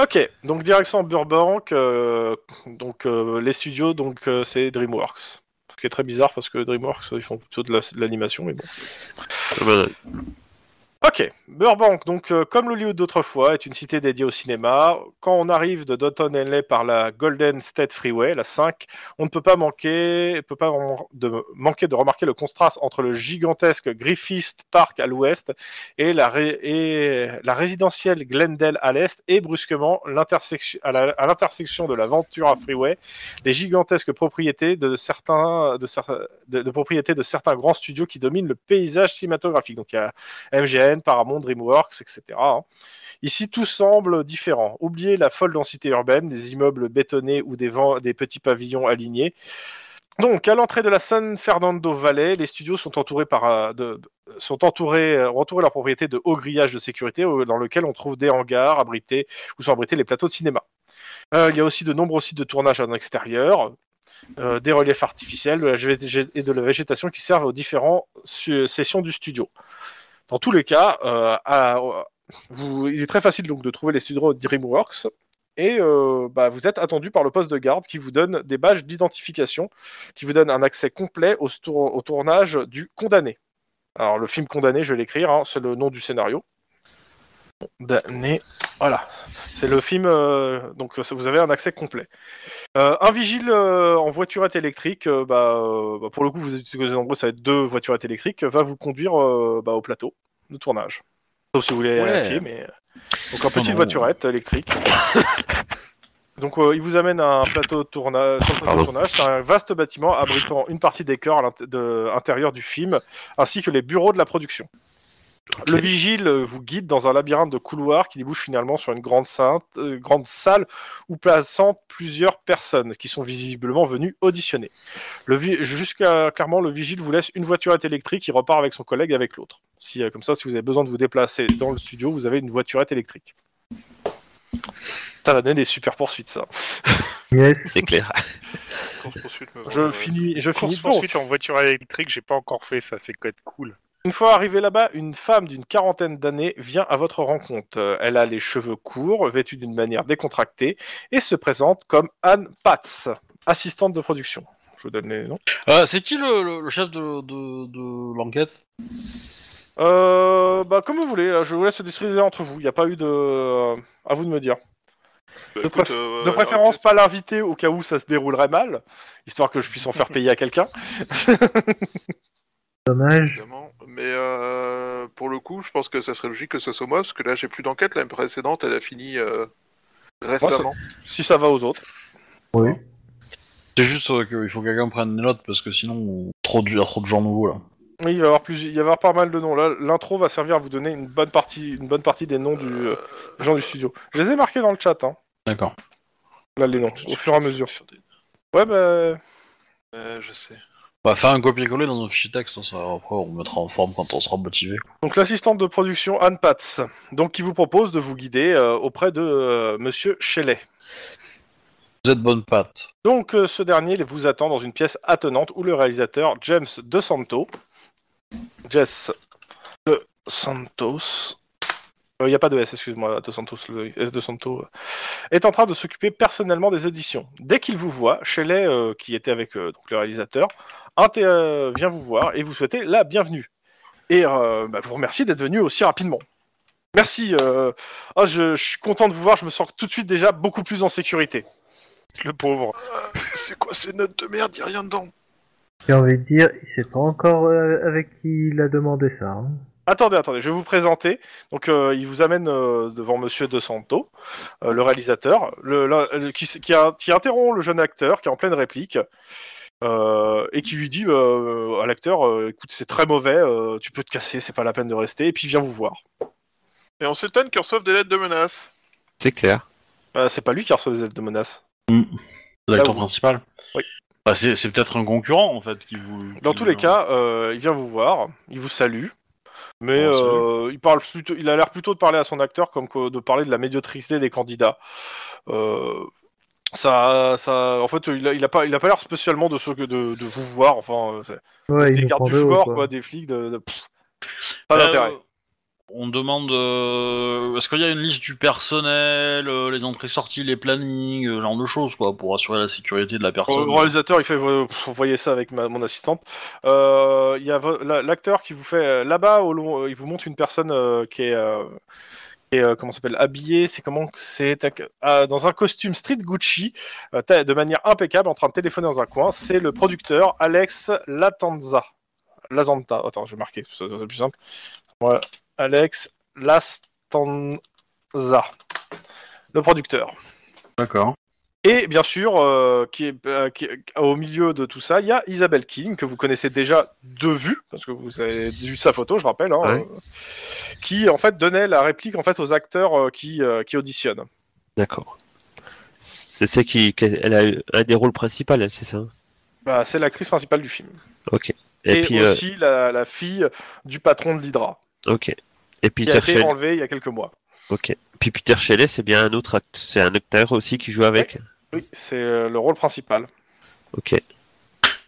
[SPEAKER 1] ok, donc direction Burbank, euh, donc euh, les studios, donc euh, c'est DreamWorks. Ce qui est très bizarre parce que DreamWorks, euh, ils font plutôt de la- de l'animation, mais bon.
[SPEAKER 5] Euh,
[SPEAKER 1] Ok, Burbank, donc euh, comme l'Hollywood d'autrefois, est une cité dédiée au cinéma. Quand on arrive de Downton Henley par la Golden State Freeway, la 5, on ne peut pas manquer, peut pas en- de, manquer de remarquer le contraste entre le gigantesque Griffith Park à l'ouest et la, ré- et la résidentielle Glendale à l'est et brusquement l'intersection- à la- à l'intersection de la Ventura Freeway, les gigantesques propriétés de certains de, cer- de- de propriétés de certains grands studios qui dominent le paysage cinématographique. Donc il y a MGN, Paramount, DreamWorks, etc. hein. Ici, tout semble différent. Oubliez la folle densité urbaine, des immeubles bétonnés ou des, vents- des petits pavillons alignés. Donc, à l'entrée de la San Fernando Valley, les studios sont entourés par euh, de, sont entourés, euh, ont entouré leur propriété de hauts grillages de sécurité euh, dans lequel on trouve des hangars abrités où sont abrités les plateaux de cinéma. Euh, il y a aussi de nombreux sites de tournage en extérieur, euh, des reliefs artificiels de la vég- et de la végétation qui servent aux différentes su- sessions du studio. Dans tous les cas, euh, à- euh, vous- il est très facile donc de trouver les studios DreamWorks. Et euh, bah, vous êtes attendu par le poste de garde qui vous donne des badges d'identification, qui vous donne un accès complet au, stour- au tournage du Condamné. Alors le film Condamné, je vais l'écrire, hein, c'est le nom du scénario. Condamné, voilà. C'est le film, euh, donc ça- vous avez un accès complet. Euh, un vigile euh, en voiturette électrique, euh, bah, euh, bah, pour le coup vous êtes vous êtes nombreux, ça va être deux voiturettes électriques, va vous conduire euh, bah, au plateau de tournage. Sauf si vous voulez aller à
[SPEAKER 7] Ouais.
[SPEAKER 1] pied, mais. euh, Donc en
[SPEAKER 7] Putain,
[SPEAKER 1] petite
[SPEAKER 7] non.
[SPEAKER 1] voiturette électrique. Donc euh, il vous amène à un plateau de tournage. Sur le plateau de
[SPEAKER 5] Pardon.
[SPEAKER 1] tournage, c'est un vaste bâtiment abritant une partie des corps à l'int- de- intérieur du film, ainsi que les bureaux de la production. Le vigile euh, vous guide dans un labyrinthe de couloirs qui débouche finalement sur une grande, sainte, euh, grande salle où plaçant plusieurs personnes qui sont visiblement venues auditionner. Le vi- Jusqu'à clairement, le vigile vous laisse une voiturette électrique, il repart avec son collègue avec l'autre. Si, euh, comme ça, si vous avez besoin de vous déplacer dans le studio, vous avez une voiturette électrique. Ça va donner des super poursuites, ça.
[SPEAKER 2] Yes.
[SPEAKER 5] C'est clair.
[SPEAKER 6] Course-poursuite, me-
[SPEAKER 1] Je
[SPEAKER 6] euh,
[SPEAKER 1] finis, je finis
[SPEAKER 3] Course
[SPEAKER 1] donc.
[SPEAKER 3] poursuite en voiture électrique, j'ai pas encore fait ça, c'est quand même cool.
[SPEAKER 1] Une fois arrivée là-bas, une femme d'une quarantaine d'années vient à votre rencontre. Euh, Elle a les cheveux courts, vêtue d'une manière décontractée, et se présente comme Anne Patz, assistante de production. Je vous donne les noms.
[SPEAKER 7] Euh, c'est qui le, le- le chef de, de- de l'enquête
[SPEAKER 1] Euh, bah, comme vous voulez, euh, je vous laisse se distribuer entre vous. Il n'y a pas eu de... euh, À vous de me dire.
[SPEAKER 6] bah,
[SPEAKER 1] de
[SPEAKER 6] écoute,
[SPEAKER 1] préf-
[SPEAKER 6] euh,
[SPEAKER 1] De
[SPEAKER 6] euh,
[SPEAKER 1] préférence, pas l'inviter au cas où ça se déroulerait mal, histoire que je puisse en faire payer à quelqu'un.
[SPEAKER 2] Dommage.
[SPEAKER 6] évidemment. Mais euh, pour le coup, je pense que ça serait logique que ce soit moi, parce que là, j'ai plus d'enquête. La précédente, elle a fini euh, récemment.
[SPEAKER 1] Si ça va aux autres.
[SPEAKER 2] Oui.
[SPEAKER 7] C'est juste euh, qu'il faut que quelqu'un prenne des notes parce que sinon, on- trop de, il y a trop de gens nouveaux là.
[SPEAKER 1] Oui, il va y avoir, plus... il va y avoir pas mal de noms. Là, l'intro va servir à vous donner une bonne partie, une bonne partie des noms du... euh, des gens du studio. Je les ai marqués dans le chat, hein.
[SPEAKER 7] D'accord.
[SPEAKER 1] Là, les noms, au fur et à mesure. Ouais, bah.
[SPEAKER 6] Euh, je sais.
[SPEAKER 7] Bah, faire un copier-coller dans notre fichier texte, hein, ça, après on mettra en forme quand on sera motivé.
[SPEAKER 1] Donc, l'assistante de production Anne Patz, donc, qui vous propose de vous guider euh, auprès de euh, Monsieur Shelley.
[SPEAKER 7] Vous êtes bonne patte.
[SPEAKER 1] Donc, euh, ce dernier vous attend dans une pièce attenante où le réalisateur James De Santo. Jess De Santos. euh, Il n'y a pas de S, excuse-moi, De Santos, le S de Santo. euh, est en train de s'occuper personnellement des auditions. Dès qu'il vous voit, Shelley, euh, qui était avec euh, donc, le réalisateur, inté- euh, vient vous voir et vous souhaitez la bienvenue. Et euh, bah, vous remercie d'être venu aussi rapidement. Merci. euh, ah, je, je suis content de vous voir, je me sens tout de suite déjà beaucoup plus en sécurité.
[SPEAKER 3] Le pauvre.
[SPEAKER 6] C'est quoi ces notes de merde Y'a rien dedans.
[SPEAKER 2] J'ai envie de dire, il sait pas encore euh, avec qui il a demandé ça. hein.
[SPEAKER 1] Attendez, attendez, je vais vous présenter. Donc, euh, il vous amène euh, devant Monsieur De Santo, euh, le réalisateur, le, la- le- qui, s- qui a- qui interrompt le jeune acteur qui est en pleine réplique euh, et qui lui dit euh, à l'acteur euh, Écoute, c'est très mauvais, euh, tu peux te casser, c'est pas la peine de rester, et puis il vient vous voir.
[SPEAKER 6] Et on s'étonne qu'ils reçoivent des lettres de menace.
[SPEAKER 5] C'est clair.
[SPEAKER 1] Euh, c'est pas lui qui reçoit des ailes de menace.
[SPEAKER 7] C'est l'acteur
[SPEAKER 1] Là où-
[SPEAKER 7] principal
[SPEAKER 1] Oui.
[SPEAKER 7] Bah, c'est, c'est peut-être un concurrent en fait qui vous.
[SPEAKER 1] Dans
[SPEAKER 7] qui-
[SPEAKER 1] tous les cas, euh, il vient vous voir, il vous salue. Mais
[SPEAKER 7] Oh, salut.
[SPEAKER 1] euh, il parle plutôt, il a l'air plutôt de parler à son acteur comme que de parler de la médiocrité des candidats. Euh, ça, ça, en fait, il a, il a pas, il a pas l'air spécialement de ce que de, de vous voir. Enfin, euh, c'est-
[SPEAKER 2] Ouais, il
[SPEAKER 1] des
[SPEAKER 2] nous
[SPEAKER 1] cartes
[SPEAKER 2] prend
[SPEAKER 1] du
[SPEAKER 2] de haut,
[SPEAKER 1] score,
[SPEAKER 2] quoi.
[SPEAKER 1] quoi. des flics, de, de- pff, pas
[SPEAKER 7] Euh,
[SPEAKER 1] d'intérêt.
[SPEAKER 7] On demande. euh, est-ce qu'il y a une liste du personnel, euh, les entrées-sorties, les plannings, euh, genre de choses quoi, pour assurer la sécurité de la personne
[SPEAKER 1] Le réalisateur, il fait, euh, pff, vous voyez ça avec ma- mon assistante. Euh, Il y a vo- la- l'acteur qui vous fait euh, là-bas, au long, euh, il vous montre une personne euh, qui est, euh, qui est, euh, comment ça s'appelle, habillée. C'est comment que c'est tac, ah, dans un costume street Gucci, euh, ta- de manière impeccable, en train de téléphoner dans un coin. C'est le producteur Alex Latanza. Lazanta. Attends, je vais marquer, c'est c'est plus simple. Voilà. Alex Lastanza, le producteur.
[SPEAKER 7] D'accord.
[SPEAKER 1] Et bien sûr, euh, qui est, euh, qui est- au milieu de tout ça, il y a Isabelle King, que vous connaissez déjà de vue, parce que vous avez vu sa photo, je rappelle, hein,
[SPEAKER 5] Ouais.
[SPEAKER 1] euh, qui en fait donnait la réplique en fait aux acteurs euh, qui, euh, qui auditionnent.
[SPEAKER 5] D'accord. C'est c'est qui, qu'elle- elle a eu un des rôles principaux, elle, c'est ça
[SPEAKER 1] Bah, c'est l'actrice principale du film.
[SPEAKER 5] Ok. Et,
[SPEAKER 1] Et,
[SPEAKER 5] puis, euh,
[SPEAKER 1] aussi la, la fille du patron de l'Hydra,
[SPEAKER 5] ok. Et
[SPEAKER 1] qui a
[SPEAKER 5] Peter
[SPEAKER 1] été
[SPEAKER 5] Shelley.
[SPEAKER 1] enlevée il y a quelques mois.
[SPEAKER 5] Ok. Puis Peter Shelley, c'est bien un autre acte. C'est un acteur aussi qui joue avec.
[SPEAKER 1] Oui, c'est euh, le rôle principal.
[SPEAKER 5] Ok.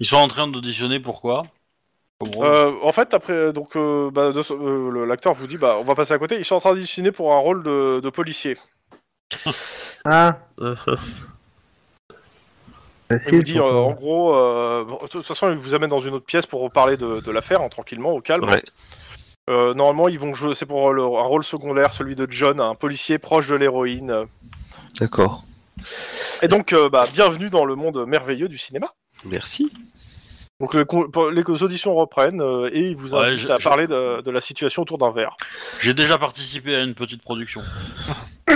[SPEAKER 7] Ils sont en train d'auditionner pourquoi Comme
[SPEAKER 5] Oh
[SPEAKER 7] rôle
[SPEAKER 1] Euh, en fait, après, donc, euh, bah, de- euh, le- l'acteur vous dit, bah, on va passer à côté. Ils sont en train d'auditionner pour un rôle de, de policier.
[SPEAKER 2] Ah,
[SPEAKER 5] Euh,
[SPEAKER 1] Il
[SPEAKER 2] facile.
[SPEAKER 1] vous dit,
[SPEAKER 2] pour-
[SPEAKER 1] euh, en gros, euh, bon, de toute façon, il vous amène dans une autre pièce pour reparler de, de l'affaire, hein, tranquillement, au calme.
[SPEAKER 5] Ouais.
[SPEAKER 1] Euh, normalement, ils vont jouer, c'est pour euh, le- un rôle secondaire, celui de John, un policier proche de l'héroïne.
[SPEAKER 5] D'accord.
[SPEAKER 1] Et donc, euh, bah, bienvenue dans le monde merveilleux du cinéma.
[SPEAKER 5] Merci.
[SPEAKER 1] Donc, le con- pour- les auditions reprennent euh, et ils vous
[SPEAKER 7] Ouais,
[SPEAKER 1] invitent
[SPEAKER 7] je-
[SPEAKER 1] à
[SPEAKER 7] je-
[SPEAKER 1] parler de, de la situation autour d'un verre.
[SPEAKER 7] J'ai déjà participé à une petite production.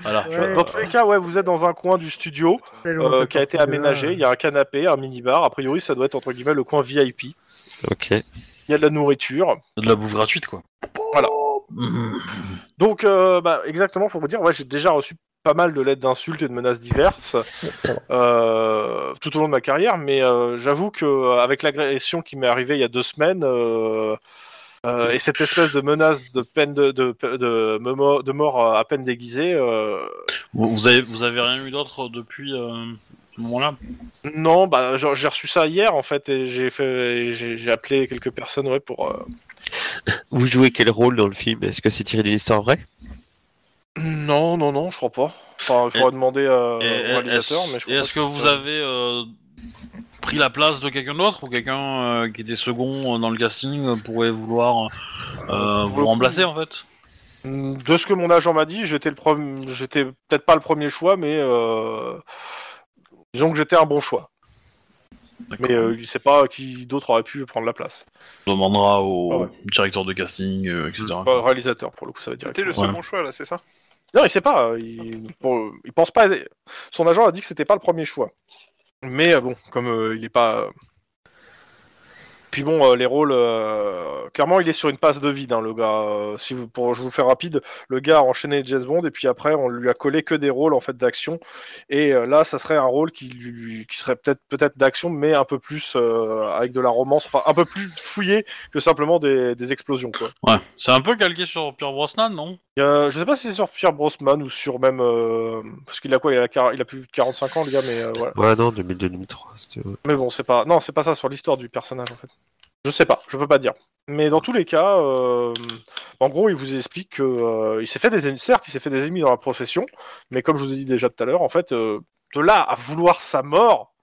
[SPEAKER 7] voilà.
[SPEAKER 2] Ouais.
[SPEAKER 7] Euh,
[SPEAKER 1] Dans tous les cas, ouais, vous êtes dans un coin du studio
[SPEAKER 2] Tellement
[SPEAKER 1] euh,
[SPEAKER 2] ça
[SPEAKER 1] qui a été
[SPEAKER 2] sortit de là.
[SPEAKER 1] aménagé. Il y a un canapé, un minibar. A priori, ça doit être entre guillemets le coin VIP.
[SPEAKER 5] Ok.
[SPEAKER 1] Il y a de la nourriture.
[SPEAKER 7] De la bouffe gratuite, quoi.
[SPEAKER 1] Voilà.
[SPEAKER 7] Mmh.
[SPEAKER 1] Donc, euh, bah, exactement, faut vous dire, ouais, j'ai déjà reçu pas mal de lettres d'insultes et de menaces diverses euh, tout au long de ma carrière, mais euh, j'avoue que euh, avec l'agression qui m'est arrivée il y a deux semaines euh, euh, et cette espèce de menace de peine de, de, de, me mo- de mort euh, à peine déguisée, euh,
[SPEAKER 7] Vous, vous avez, vous avez rien eu d'autre depuis euh, ce moment-là
[SPEAKER 1] non, bah, j'ai j'ai reçu ça hier en fait et j'ai fait, j'ai j'ai appelé quelques personnes ouais, pour. euh,
[SPEAKER 5] Vous jouez quel rôle dans le film Est-ce que c'est tiré d'une histoire vraie
[SPEAKER 1] Non, non, non, je crois pas. Enfin, il faudra demander euh,
[SPEAKER 7] Et- et-
[SPEAKER 1] au réalisateur,
[SPEAKER 7] est-ce-
[SPEAKER 1] mais je
[SPEAKER 7] et
[SPEAKER 1] crois
[SPEAKER 7] Est-ce
[SPEAKER 1] pas
[SPEAKER 7] que vous avez euh, pris la place de quelqu'un d'autre ou quelqu'un euh, qui était second euh, dans le casting euh, pourrait vouloir euh,
[SPEAKER 1] Pour le
[SPEAKER 7] vous
[SPEAKER 1] coup,
[SPEAKER 7] remplacer en fait
[SPEAKER 1] De ce que mon agent m'a dit, j'étais le prom- j'étais peut-être pas le premier choix, mais euh, disons que j'étais un bon choix. Mais euh, il sait pas qui d'autre aurait pu prendre la place.
[SPEAKER 7] On demandera au
[SPEAKER 1] Ah ouais.
[SPEAKER 7] directeur de casting, euh, etc.
[SPEAKER 1] Enfin, réalisateur pour le coup, ça veut dire.
[SPEAKER 6] C'était le
[SPEAKER 7] Ouais.
[SPEAKER 6] second choix là, c'est ça
[SPEAKER 1] Non, il sait pas. hein. Il, pour- il pense pas. Son agent a dit que c'était pas le premier choix. Mais euh, bon, comme euh, il est pas. euh, Puis bon, euh, les rôles. euh, Clairement, il est sur une passe de vide, hein, le gars. Euh, si vous, pour, je vous fais rapide, le gars a enchaîné James Bond et puis après, on lui a collé que des rôles en fait d'action. Et euh, là, ça serait un rôle qui, lui- qui serait peut-être peut-être d'action, mais un peu plus euh, avec de la romance, enfin un peu plus fouillé que simplement des, des explosions, quoi.
[SPEAKER 7] Ouais. C'est un peu calqué sur Pierre Brosnan, non
[SPEAKER 1] Euh, je sais pas si c'est sur Pierre Brosman ou sur même euh, parce qu'il a quoi il a, quar- il a plus de 45 ans le gars mais euh, voilà.
[SPEAKER 5] Ouais, non, 2002-2003. c'était-
[SPEAKER 1] Mais bon, c'est pas non, c'est pas ça sur l'histoire du personnage en fait. Je sais pas, je peux pas dire. Mais dans tous les cas, euh, en gros, il vous explique que euh, il s'est fait des ennemis, certes, il s'est fait des ennemis dans la profession, mais comme je vous ai dit déjà tout à l'heure, en fait, euh, de là à vouloir sa mort,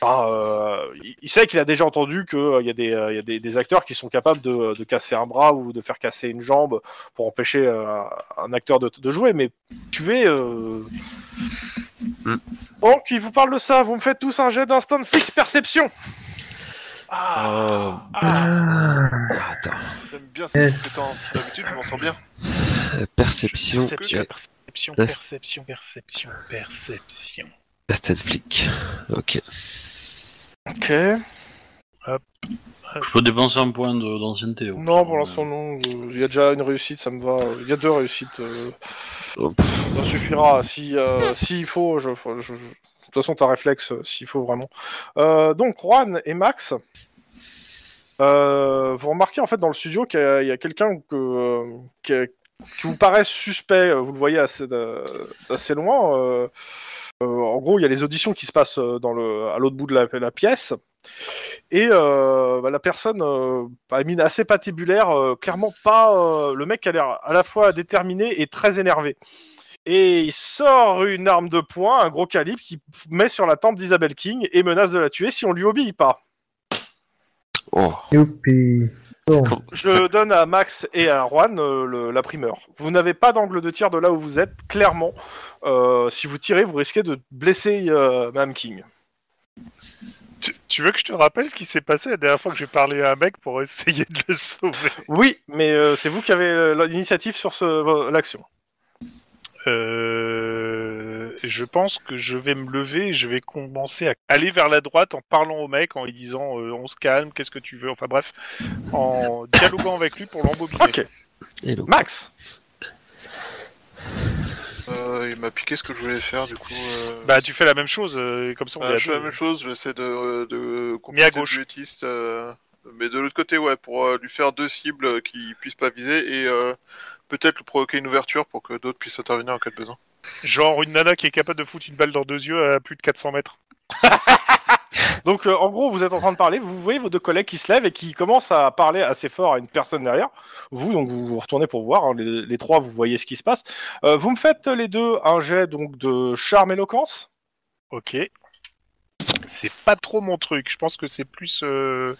[SPEAKER 1] enfin, euh, il, il sait qu'il a déjà entendu qu'il y a, des, euh, il y a des, des acteurs qui sont capables de, de casser un bras ou de faire casser une jambe pour empêcher euh, un acteur de, de jouer, mais tuer. Euh...
[SPEAKER 5] Mm.
[SPEAKER 1] Donc, il vous parle de ça, vous me faites tous un jet d'instinct fixe perception
[SPEAKER 6] Ah,
[SPEAKER 2] Ah,
[SPEAKER 5] Ah, Attends.
[SPEAKER 6] J'aime bien ces compétences. D'habitude, je m'en sors bien.
[SPEAKER 5] Euh, Perception.
[SPEAKER 6] Perception.
[SPEAKER 5] euh,
[SPEAKER 3] Perception,
[SPEAKER 5] Yes.
[SPEAKER 3] perception, perception, perception.
[SPEAKER 5] Aston Flick. Ok.
[SPEAKER 1] Ok.
[SPEAKER 7] Euh, Je peux dépenser un point de- d'ancienneté. au
[SPEAKER 1] Non,
[SPEAKER 7] pire,
[SPEAKER 1] pour
[SPEAKER 7] mais-
[SPEAKER 1] l'instant, non. Il y a déjà une réussite, ça me va. Il y a deux réussites. euh,
[SPEAKER 5] Oh,
[SPEAKER 1] Ça suffira. Si, euh, s'il faut, je, je- je- de toute façon, t'as réflexe, euh, s'il faut vraiment. Euh, donc, Juan et Max, euh, vous remarquez en fait dans le studio qu'il y a, il y a quelqu'un que, euh, qui, qui vous paraît suspect. euh, Vous le voyez assez, de- assez loin. euh, euh, en gros, il y a les auditions qui se passent euh, dans le, à l'autre bout de la, la pièce. Et euh, bah, la personne euh, a une mine assez patibulaire, euh, clairement pas. euh, le mec a l'air à la fois déterminé et très énervé. Et il sort une arme de poing, un gros calibre, qui met sur la tempe d'Isabelle King et menace de la tuer si on lui obéit pas.
[SPEAKER 5] oh.
[SPEAKER 2] youpi. Bon.
[SPEAKER 5] Com-
[SPEAKER 1] Je
[SPEAKER 5] ça-
[SPEAKER 1] donne à Max et à Juan euh, le- la primeur. Vous n'avez pas d'angle de tir de là où vous êtes, clairement. Euh, si vous tirez, vous risquez de blesser euh, Madame King.
[SPEAKER 3] Tu, tu veux que je te rappelle ce qui s'est passé la dernière fois que j'ai parlé à un mec pour essayer de le sauver
[SPEAKER 1] Oui, mais euh, c'est vous qui avez euh, l'initiative sur ce- vo- l'action.
[SPEAKER 3] Euh, je pense que je vais me lever et je vais commencer à aller vers la droite en parlant au mec, en lui disant euh, on se calme, qu'est-ce que tu veux, enfin bref, en dialoguant avec lui pour l'embobiner.
[SPEAKER 1] Ok.
[SPEAKER 5] Et donc,
[SPEAKER 1] Max
[SPEAKER 6] Euh, il m'a piqué ce que je voulais faire, du coup. Euh...
[SPEAKER 3] Bah tu fais la même chose, euh, comme ça on
[SPEAKER 6] euh,
[SPEAKER 3] est à
[SPEAKER 6] je fais la
[SPEAKER 3] deux.
[SPEAKER 6] même chose, j'essaie de, de
[SPEAKER 3] Mais à
[SPEAKER 6] compléter le
[SPEAKER 3] gauche.
[SPEAKER 6] luttiste, euh, mais de l'autre côté, ouais, pour euh, lui faire deux cibles euh, qui puissent pas viser et euh, peut-être lui provoquer une ouverture pour que d'autres puissent intervenir en cas de besoin.
[SPEAKER 3] Genre une nana qui est capable de foutre une balle dans deux yeux à plus de 400 mètres.
[SPEAKER 1] Donc euh, en gros, vous êtes en train de parler, vous voyez vos deux collègues qui se lèvent et qui commencent à parler assez fort à une personne derrière. Vous, donc vous vous retournez pour voir, hein, les, les trois, vous voyez ce qui se passe. Euh, vous me faites euh, les deux un jet donc de charme éloquence.
[SPEAKER 3] Ok. C'est pas trop mon truc, je pense que c'est plus... euh,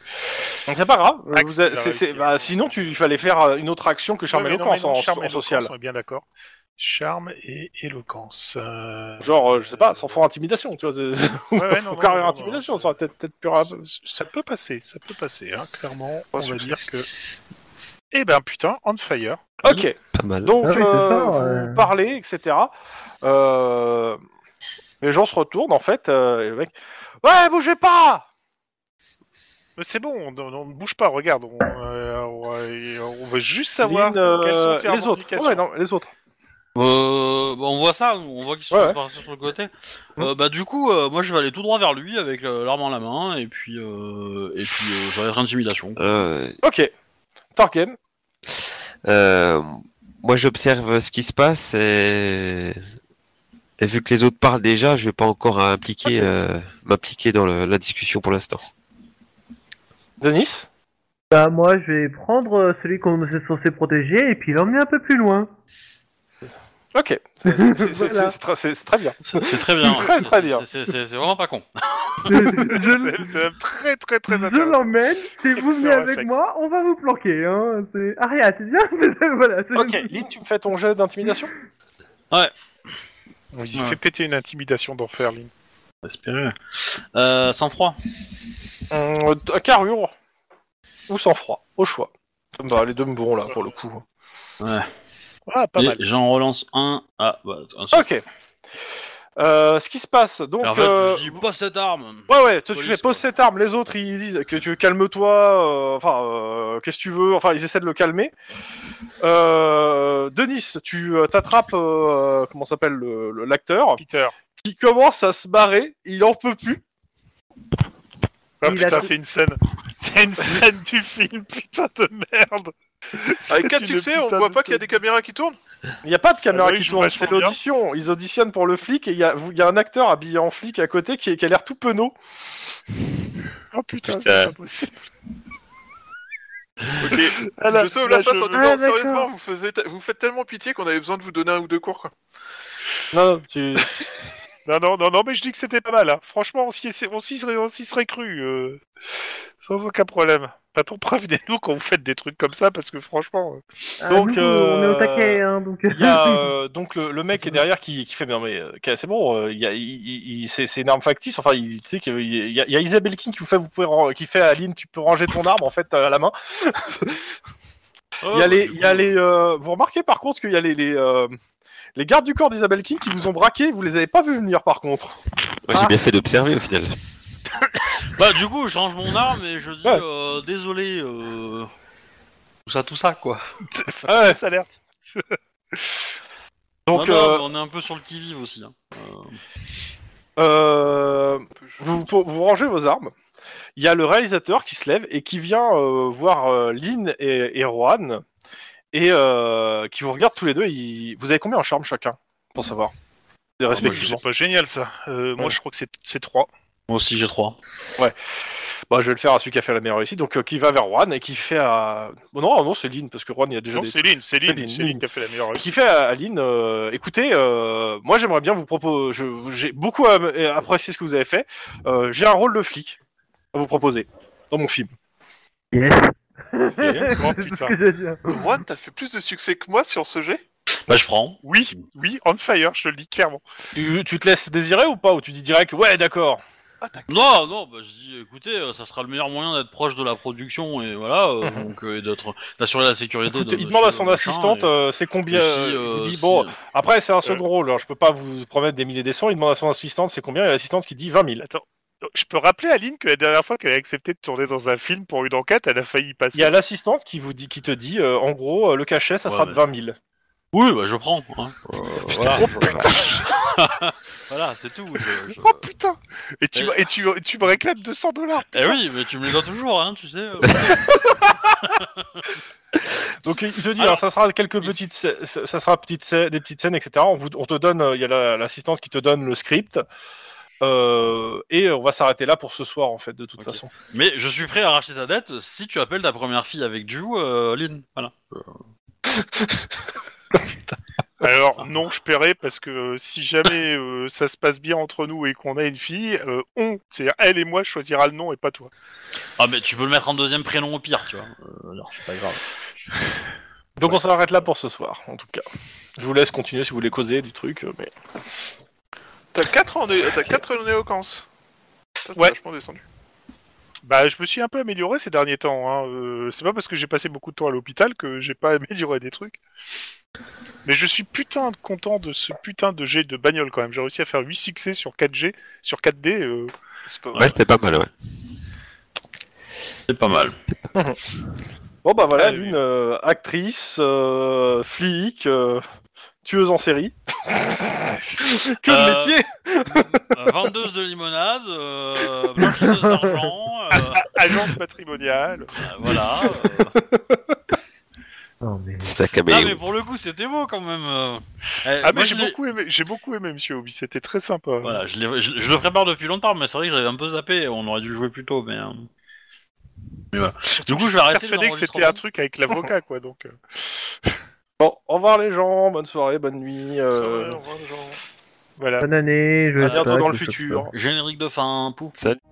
[SPEAKER 1] Donc c'est pas grave. euh,
[SPEAKER 3] Axe,
[SPEAKER 1] vous avez-
[SPEAKER 3] il a
[SPEAKER 1] c'est- c'est-
[SPEAKER 3] Ah, réussi.
[SPEAKER 1] bah, sinon, tu, il fallait faire euh, une autre action que charme
[SPEAKER 3] Ouais, mais non,
[SPEAKER 1] éloquence
[SPEAKER 3] mais non,
[SPEAKER 1] en,
[SPEAKER 3] charme
[SPEAKER 1] en
[SPEAKER 3] et
[SPEAKER 1] social.
[SPEAKER 3] éloquence, On est bien d'accord. Charme et éloquence. euh,
[SPEAKER 1] Genre, euh, je sais pas, sans fort intimidation, tu vois. c'est-
[SPEAKER 3] Ouais, ouais, non,
[SPEAKER 1] Ou
[SPEAKER 3] non,
[SPEAKER 1] carré
[SPEAKER 3] non, non,
[SPEAKER 1] intimidation,
[SPEAKER 3] non. Ah,
[SPEAKER 1] ça aurait peut-être peut-être plus rapide.
[SPEAKER 3] Ça- Ça peut passer, ça peut passer, hein, clairement. On va
[SPEAKER 6] succès.
[SPEAKER 3] dire que. Eh ben putain, on fire.
[SPEAKER 1] Ok.
[SPEAKER 5] pas mal.
[SPEAKER 1] Donc,
[SPEAKER 2] Ah oui, c'est
[SPEAKER 1] euh,
[SPEAKER 2] ça,
[SPEAKER 1] vous
[SPEAKER 2] ouais.
[SPEAKER 1] parlez, etc. Euh, Les gens se retournent, en fait, euh, et le mec... Ouais, bougez pas
[SPEAKER 3] Mais c'est bon, on on- on ne bouge pas, regarde. On, euh, on, euh, on veut juste savoir
[SPEAKER 1] Lynn, euh,
[SPEAKER 3] quelles sont tes
[SPEAKER 1] les autres.
[SPEAKER 3] revendications.
[SPEAKER 1] Ouais, non, les autres.
[SPEAKER 7] Euh, bah, on voit ça, nous, on voit qu'il se
[SPEAKER 1] Ouais,
[SPEAKER 7] passe
[SPEAKER 1] ouais. Mmh.
[SPEAKER 7] par- sur le côté. Euh, bah du coup, euh, moi je vais aller tout droit vers lui avec euh, l'arme en la main et puis euh, et puis euh, je vais être intimidation.
[SPEAKER 5] Euh,
[SPEAKER 1] Ok. Targen.
[SPEAKER 5] euh, moi, j'observe ce qui se passe et... et vu que les autres parlent déjà, je vais pas encore impliquer, euh, m'impliquer dans le- la discussion pour l'instant.
[SPEAKER 1] Denis.
[SPEAKER 2] Bah moi je vais prendre euh, celui qu'on est censé protéger et puis l'emmener un peu plus loin.
[SPEAKER 1] Ok. C'est- c'est- c'est- c'est-
[SPEAKER 2] Voilà.
[SPEAKER 1] c'est tra- C'est c'est très bien.
[SPEAKER 7] C'est c'est très bien.
[SPEAKER 1] Très, très bien.
[SPEAKER 7] C'est- C'est c'est- c'est vraiment pas con.
[SPEAKER 2] Je, je-
[SPEAKER 3] C'est- C'est très très
[SPEAKER 2] je
[SPEAKER 3] très intéressant.
[SPEAKER 2] l'emmène, si vous venez
[SPEAKER 3] Excellent
[SPEAKER 2] avec
[SPEAKER 3] réflexe.
[SPEAKER 2] moi, on va vous planquer. Hein. C'est- Aria, t'es bien voilà, c'est-
[SPEAKER 1] Ok. Lynn, tu me fais ton jet d'intimidation
[SPEAKER 3] On lui
[SPEAKER 7] Ouais.
[SPEAKER 3] fait péter une intimidation d'enfer, Lynn.
[SPEAKER 7] Espérer. Euh, sans froid.
[SPEAKER 1] Hum, euh, Carrure. Ou sans froid. Au choix. Bah, les deux me vont là pour le coup.
[SPEAKER 3] Ah, pas
[SPEAKER 7] Et
[SPEAKER 3] mal.
[SPEAKER 7] J'en relance un. Ah bah un seul.
[SPEAKER 1] Ok. Euh, ce qui se passe, donc.
[SPEAKER 7] Alors, en fait,
[SPEAKER 1] euh,
[SPEAKER 7] je dis pas cette arme.
[SPEAKER 1] Ouais, ouais, toi tu
[SPEAKER 7] Police,
[SPEAKER 1] fais pose
[SPEAKER 7] quoi.
[SPEAKER 1] cette arme, les autres ils disent que tu calme-toi, euh, enfin, euh, qu'est-ce que tu veux, enfin, ils essaient de le calmer. Euh, Denis, tu euh, t'attrapes, euh, comment s'appelle le- le- l'acteur,
[SPEAKER 3] Peter.
[SPEAKER 1] qui commence à se barrer, il en peut plus.
[SPEAKER 3] Ah,
[SPEAKER 2] Il a
[SPEAKER 3] putain,
[SPEAKER 2] tout-
[SPEAKER 3] c'est une scène. C'est une scène du film, putain de merde.
[SPEAKER 6] Avec
[SPEAKER 3] C'est
[SPEAKER 6] 4
[SPEAKER 3] une
[SPEAKER 6] succès, on
[SPEAKER 3] putain
[SPEAKER 6] voit
[SPEAKER 3] de
[SPEAKER 6] pas qu'il y a
[SPEAKER 3] scène.
[SPEAKER 6] des caméras qui tournent
[SPEAKER 1] Il n'y a pas de caméra
[SPEAKER 3] Ah bah oui,
[SPEAKER 1] qui
[SPEAKER 3] je
[SPEAKER 1] tourne,
[SPEAKER 3] vachement
[SPEAKER 1] c'est l'audition. Ils auditionnent pour le flic et il y a, il y a un acteur habillé en flic à côté qui, est- qui a l'air tout penaud.
[SPEAKER 3] Oh putain,
[SPEAKER 5] Putain.
[SPEAKER 3] c'est pas possible.
[SPEAKER 6] Ok,
[SPEAKER 3] là,
[SPEAKER 6] je sauve la
[SPEAKER 3] là,
[SPEAKER 6] face
[SPEAKER 3] je-
[SPEAKER 6] en
[SPEAKER 2] Ah,
[SPEAKER 6] disant
[SPEAKER 2] d'accord.
[SPEAKER 6] sérieusement, vous, faisiez te- vous faites tellement pitié qu'on avait besoin de vous donner un ou deux cours quoi.
[SPEAKER 1] Non, non, tu...
[SPEAKER 3] Non, non, non, non, mais je dis que c'était pas mal. hein. Franchement, on s'y est- on s'y serait, on s'y serait cru. euh, sans aucun problème. Pas trop prévenez-nous quand vous faites des trucs comme ça, parce que franchement. euh,
[SPEAKER 2] Ah,
[SPEAKER 1] Donc,
[SPEAKER 2] nous,
[SPEAKER 1] euh,
[SPEAKER 2] on est au taquet, hein, donc...
[SPEAKER 1] Il y a euh, donc le, le mec qui est derrière qui, qui fait bien mais euh, c'est bon euh, il y a- il- il- il- c'est c'est une arme factice enfin il tu sais qu'il y, a- il y a Isabelle King qui vous fait vous pouvez ran- qui fait Aline tu peux ranger ton arme en fait à la main il y a les il y a les euh, vous remarquez par contre qu'il y a les les, euh, les gardes du corps d'Isabelle King qui vous ont braqué vous les avez pas vu venir par contre
[SPEAKER 5] Moi, j'ai bien fait d'observer au final.
[SPEAKER 7] Bah du coup, je change mon arme et je dis
[SPEAKER 1] Ouais.
[SPEAKER 7] euh, désolé. Euh... Tout ça, tout ça quoi.
[SPEAKER 1] Ah ouais.
[SPEAKER 3] fausse alerte.
[SPEAKER 7] Non, non,
[SPEAKER 1] donc euh,
[SPEAKER 7] mais on est un peu sur le qui vive aussi. hein.
[SPEAKER 1] euh, vous, vous vous rangez vos armes. Il y a le réalisateur qui se lève et qui vient euh, voir euh, Lynn et, et Juan et euh, qui vous regarde tous les deux. Il- Vous avez combien en charme chacun pour savoir Des
[SPEAKER 3] C'est
[SPEAKER 1] respectivement.
[SPEAKER 3] pas génial ça. Euh, Moi,
[SPEAKER 1] Ouais.
[SPEAKER 3] je crois que c'est- c'est 3.
[SPEAKER 7] Moi aussi j'ai trois.
[SPEAKER 1] Bah, je vais le faire à celui qui a fait la meilleure réussite, donc euh, qui va vers Juan et qui fait à. Bon, non, non, c'est Lynn parce que Juan il y a déjà
[SPEAKER 3] Non,
[SPEAKER 1] des
[SPEAKER 3] Céline, Céline,
[SPEAKER 1] Céline,
[SPEAKER 3] Céline qui a fait la meilleure.
[SPEAKER 1] qui fait à Aline, euh, écoutez, euh, moi j'aimerais bien vous proposer, je- j'ai beaucoup à- à apprécié ce que vous avez fait, Euh, j'ai un rôle de flic à vous proposer dans mon film.
[SPEAKER 2] Yes
[SPEAKER 3] Oh,
[SPEAKER 2] C'est ce
[SPEAKER 3] putain.
[SPEAKER 2] que j'allais dire.
[SPEAKER 6] Juan, t'as fait plus de succès que moi sur ce jet
[SPEAKER 7] Bah je prends.
[SPEAKER 3] Oui, oui, on fire, je te le dis clairement.
[SPEAKER 1] Tu, tu te laisses désirer ou pas Ou tu dis direct, ouais d'accord
[SPEAKER 7] Non, non, bah, je dis, écoutez, euh, ça sera le meilleur moyen d'être proche de la production et voilà, euh, donc euh, et d'être d'assurer la sécurité.
[SPEAKER 1] Écoute,
[SPEAKER 7] de-
[SPEAKER 1] il demande à
[SPEAKER 7] de-
[SPEAKER 1] son
[SPEAKER 7] machin,
[SPEAKER 1] assistante
[SPEAKER 7] et-
[SPEAKER 1] euh, c'est
[SPEAKER 7] et
[SPEAKER 1] combien
[SPEAKER 7] si,
[SPEAKER 1] euh,
[SPEAKER 7] euh,
[SPEAKER 1] Il dit
[SPEAKER 7] si-
[SPEAKER 1] bon, après c'est un second rôle, alors je peux pas vous promettre des milliers des sons. Il demande à son assistante c'est combien et l'assistante qui dit 20 000.
[SPEAKER 3] Attends, je peux rappeler à Lynn que la dernière fois qu'elle a accepté de tourner dans un film pour une enquête, elle a failli y passer.
[SPEAKER 1] Il y a l'assistante qui vous dit, qui te dit euh, en gros euh, le cachet ça
[SPEAKER 7] Ouais,
[SPEAKER 1] sera
[SPEAKER 7] mais-
[SPEAKER 1] de 20 000.
[SPEAKER 7] Oui, bah je prends. hein. Euh, voilà,
[SPEAKER 5] Oh,
[SPEAKER 7] je- voilà, c'est tout. je- je-
[SPEAKER 3] Oh putain Et tu,
[SPEAKER 7] Et-
[SPEAKER 3] me- et tu, tu me réclames 200 dollars
[SPEAKER 7] Eh oui, mais tu me les donnes toujours, hein, tu sais. euh.
[SPEAKER 1] Donc il te dit,
[SPEAKER 7] Alors-
[SPEAKER 1] alors, ça sera quelques petites, scè- ça sera petites, scè- des petites scènes, etc. On, vous, on te donne, euh, il y a la- l'assistante qui te donne le script. euh, et on va s'arrêter là pour ce soir en fait de toute
[SPEAKER 7] Ok.
[SPEAKER 1] façon.
[SPEAKER 7] Mais je suis prêt à racheter ta dette si tu appelles ta première fille avec du euh, Lynn. Voilà.
[SPEAKER 3] Alors non, je paierai parce que euh, si jamais euh, ça se passe bien entre nous et qu'on a une fille, euh, on, c'est-à-dire elle et moi, choisira le nom et pas toi.
[SPEAKER 7] Ah, mais tu peux le mettre en deuxième prénom au pire, tu vois. Euh, alors, c'est pas grave.
[SPEAKER 1] Donc on s'arrête là pour ce soir en tout cas. Je vous laisse continuer si vous voulez causer du truc. euh, Mais...
[SPEAKER 6] T'as 4 en, é- t'as quatre en éloquence. Putain, t'es
[SPEAKER 3] Ouais.
[SPEAKER 6] vachement descendu.
[SPEAKER 3] Bah, je me suis un peu amélioré ces derniers temps. Hein. euh, c'est pas parce que j'ai passé beaucoup de temps à l'hôpital que j'ai pas amélioré des trucs. Mais je suis putain de content de ce putain de jet de bagnole quand même. J'ai réussi à faire 8 succès sur 4G, sur 4D. euh,
[SPEAKER 6] C'est pas
[SPEAKER 5] Ouais, c'était pas mal, ouais.
[SPEAKER 7] C'est pas mal.
[SPEAKER 1] Bon bah voilà,
[SPEAKER 3] Ah,
[SPEAKER 1] Lune, euh, actrice, euh, flic, euh, tueuse en série. que
[SPEAKER 7] Euh,
[SPEAKER 1] de métier
[SPEAKER 7] Euh, vendeuse de limonade, euh, blanchisseuse d'argent, euh,
[SPEAKER 3] Agence matrimoniale.
[SPEAKER 7] euh, voilà. euh.
[SPEAKER 2] Non, mais...
[SPEAKER 5] C'est un
[SPEAKER 7] Ah
[SPEAKER 5] caméléon.
[SPEAKER 7] mais pour le coup c'était beau quand même. euh. Eh, moi,
[SPEAKER 3] Ah mais j'ai
[SPEAKER 7] je l'ai-
[SPEAKER 3] beaucoup aimé, j'ai beaucoup aimé Monsieur Obi, c'était très sympa.
[SPEAKER 7] Voilà, je, l'ai- je- je le prépare depuis longtemps, mais c'est vrai que j'avais un peu zappé. On aurait dû le jouer plus tôt, mais. euh, mais voilà. Du coup, je vais arrêter.
[SPEAKER 3] Persuadé que c'était un
[SPEAKER 7] l'enregistrement.
[SPEAKER 3] truc avec l'avocat quoi donc. euh,
[SPEAKER 1] Bon, au revoir les gens, bonne soirée, bonne nuit. euh,
[SPEAKER 3] ça, ouais, on voit le genre. Voilà.
[SPEAKER 2] Bonne année, je
[SPEAKER 1] à
[SPEAKER 2] vais
[SPEAKER 1] bientôt dans le futur.
[SPEAKER 7] Générique de fin. Pouf.
[SPEAKER 5] Salut.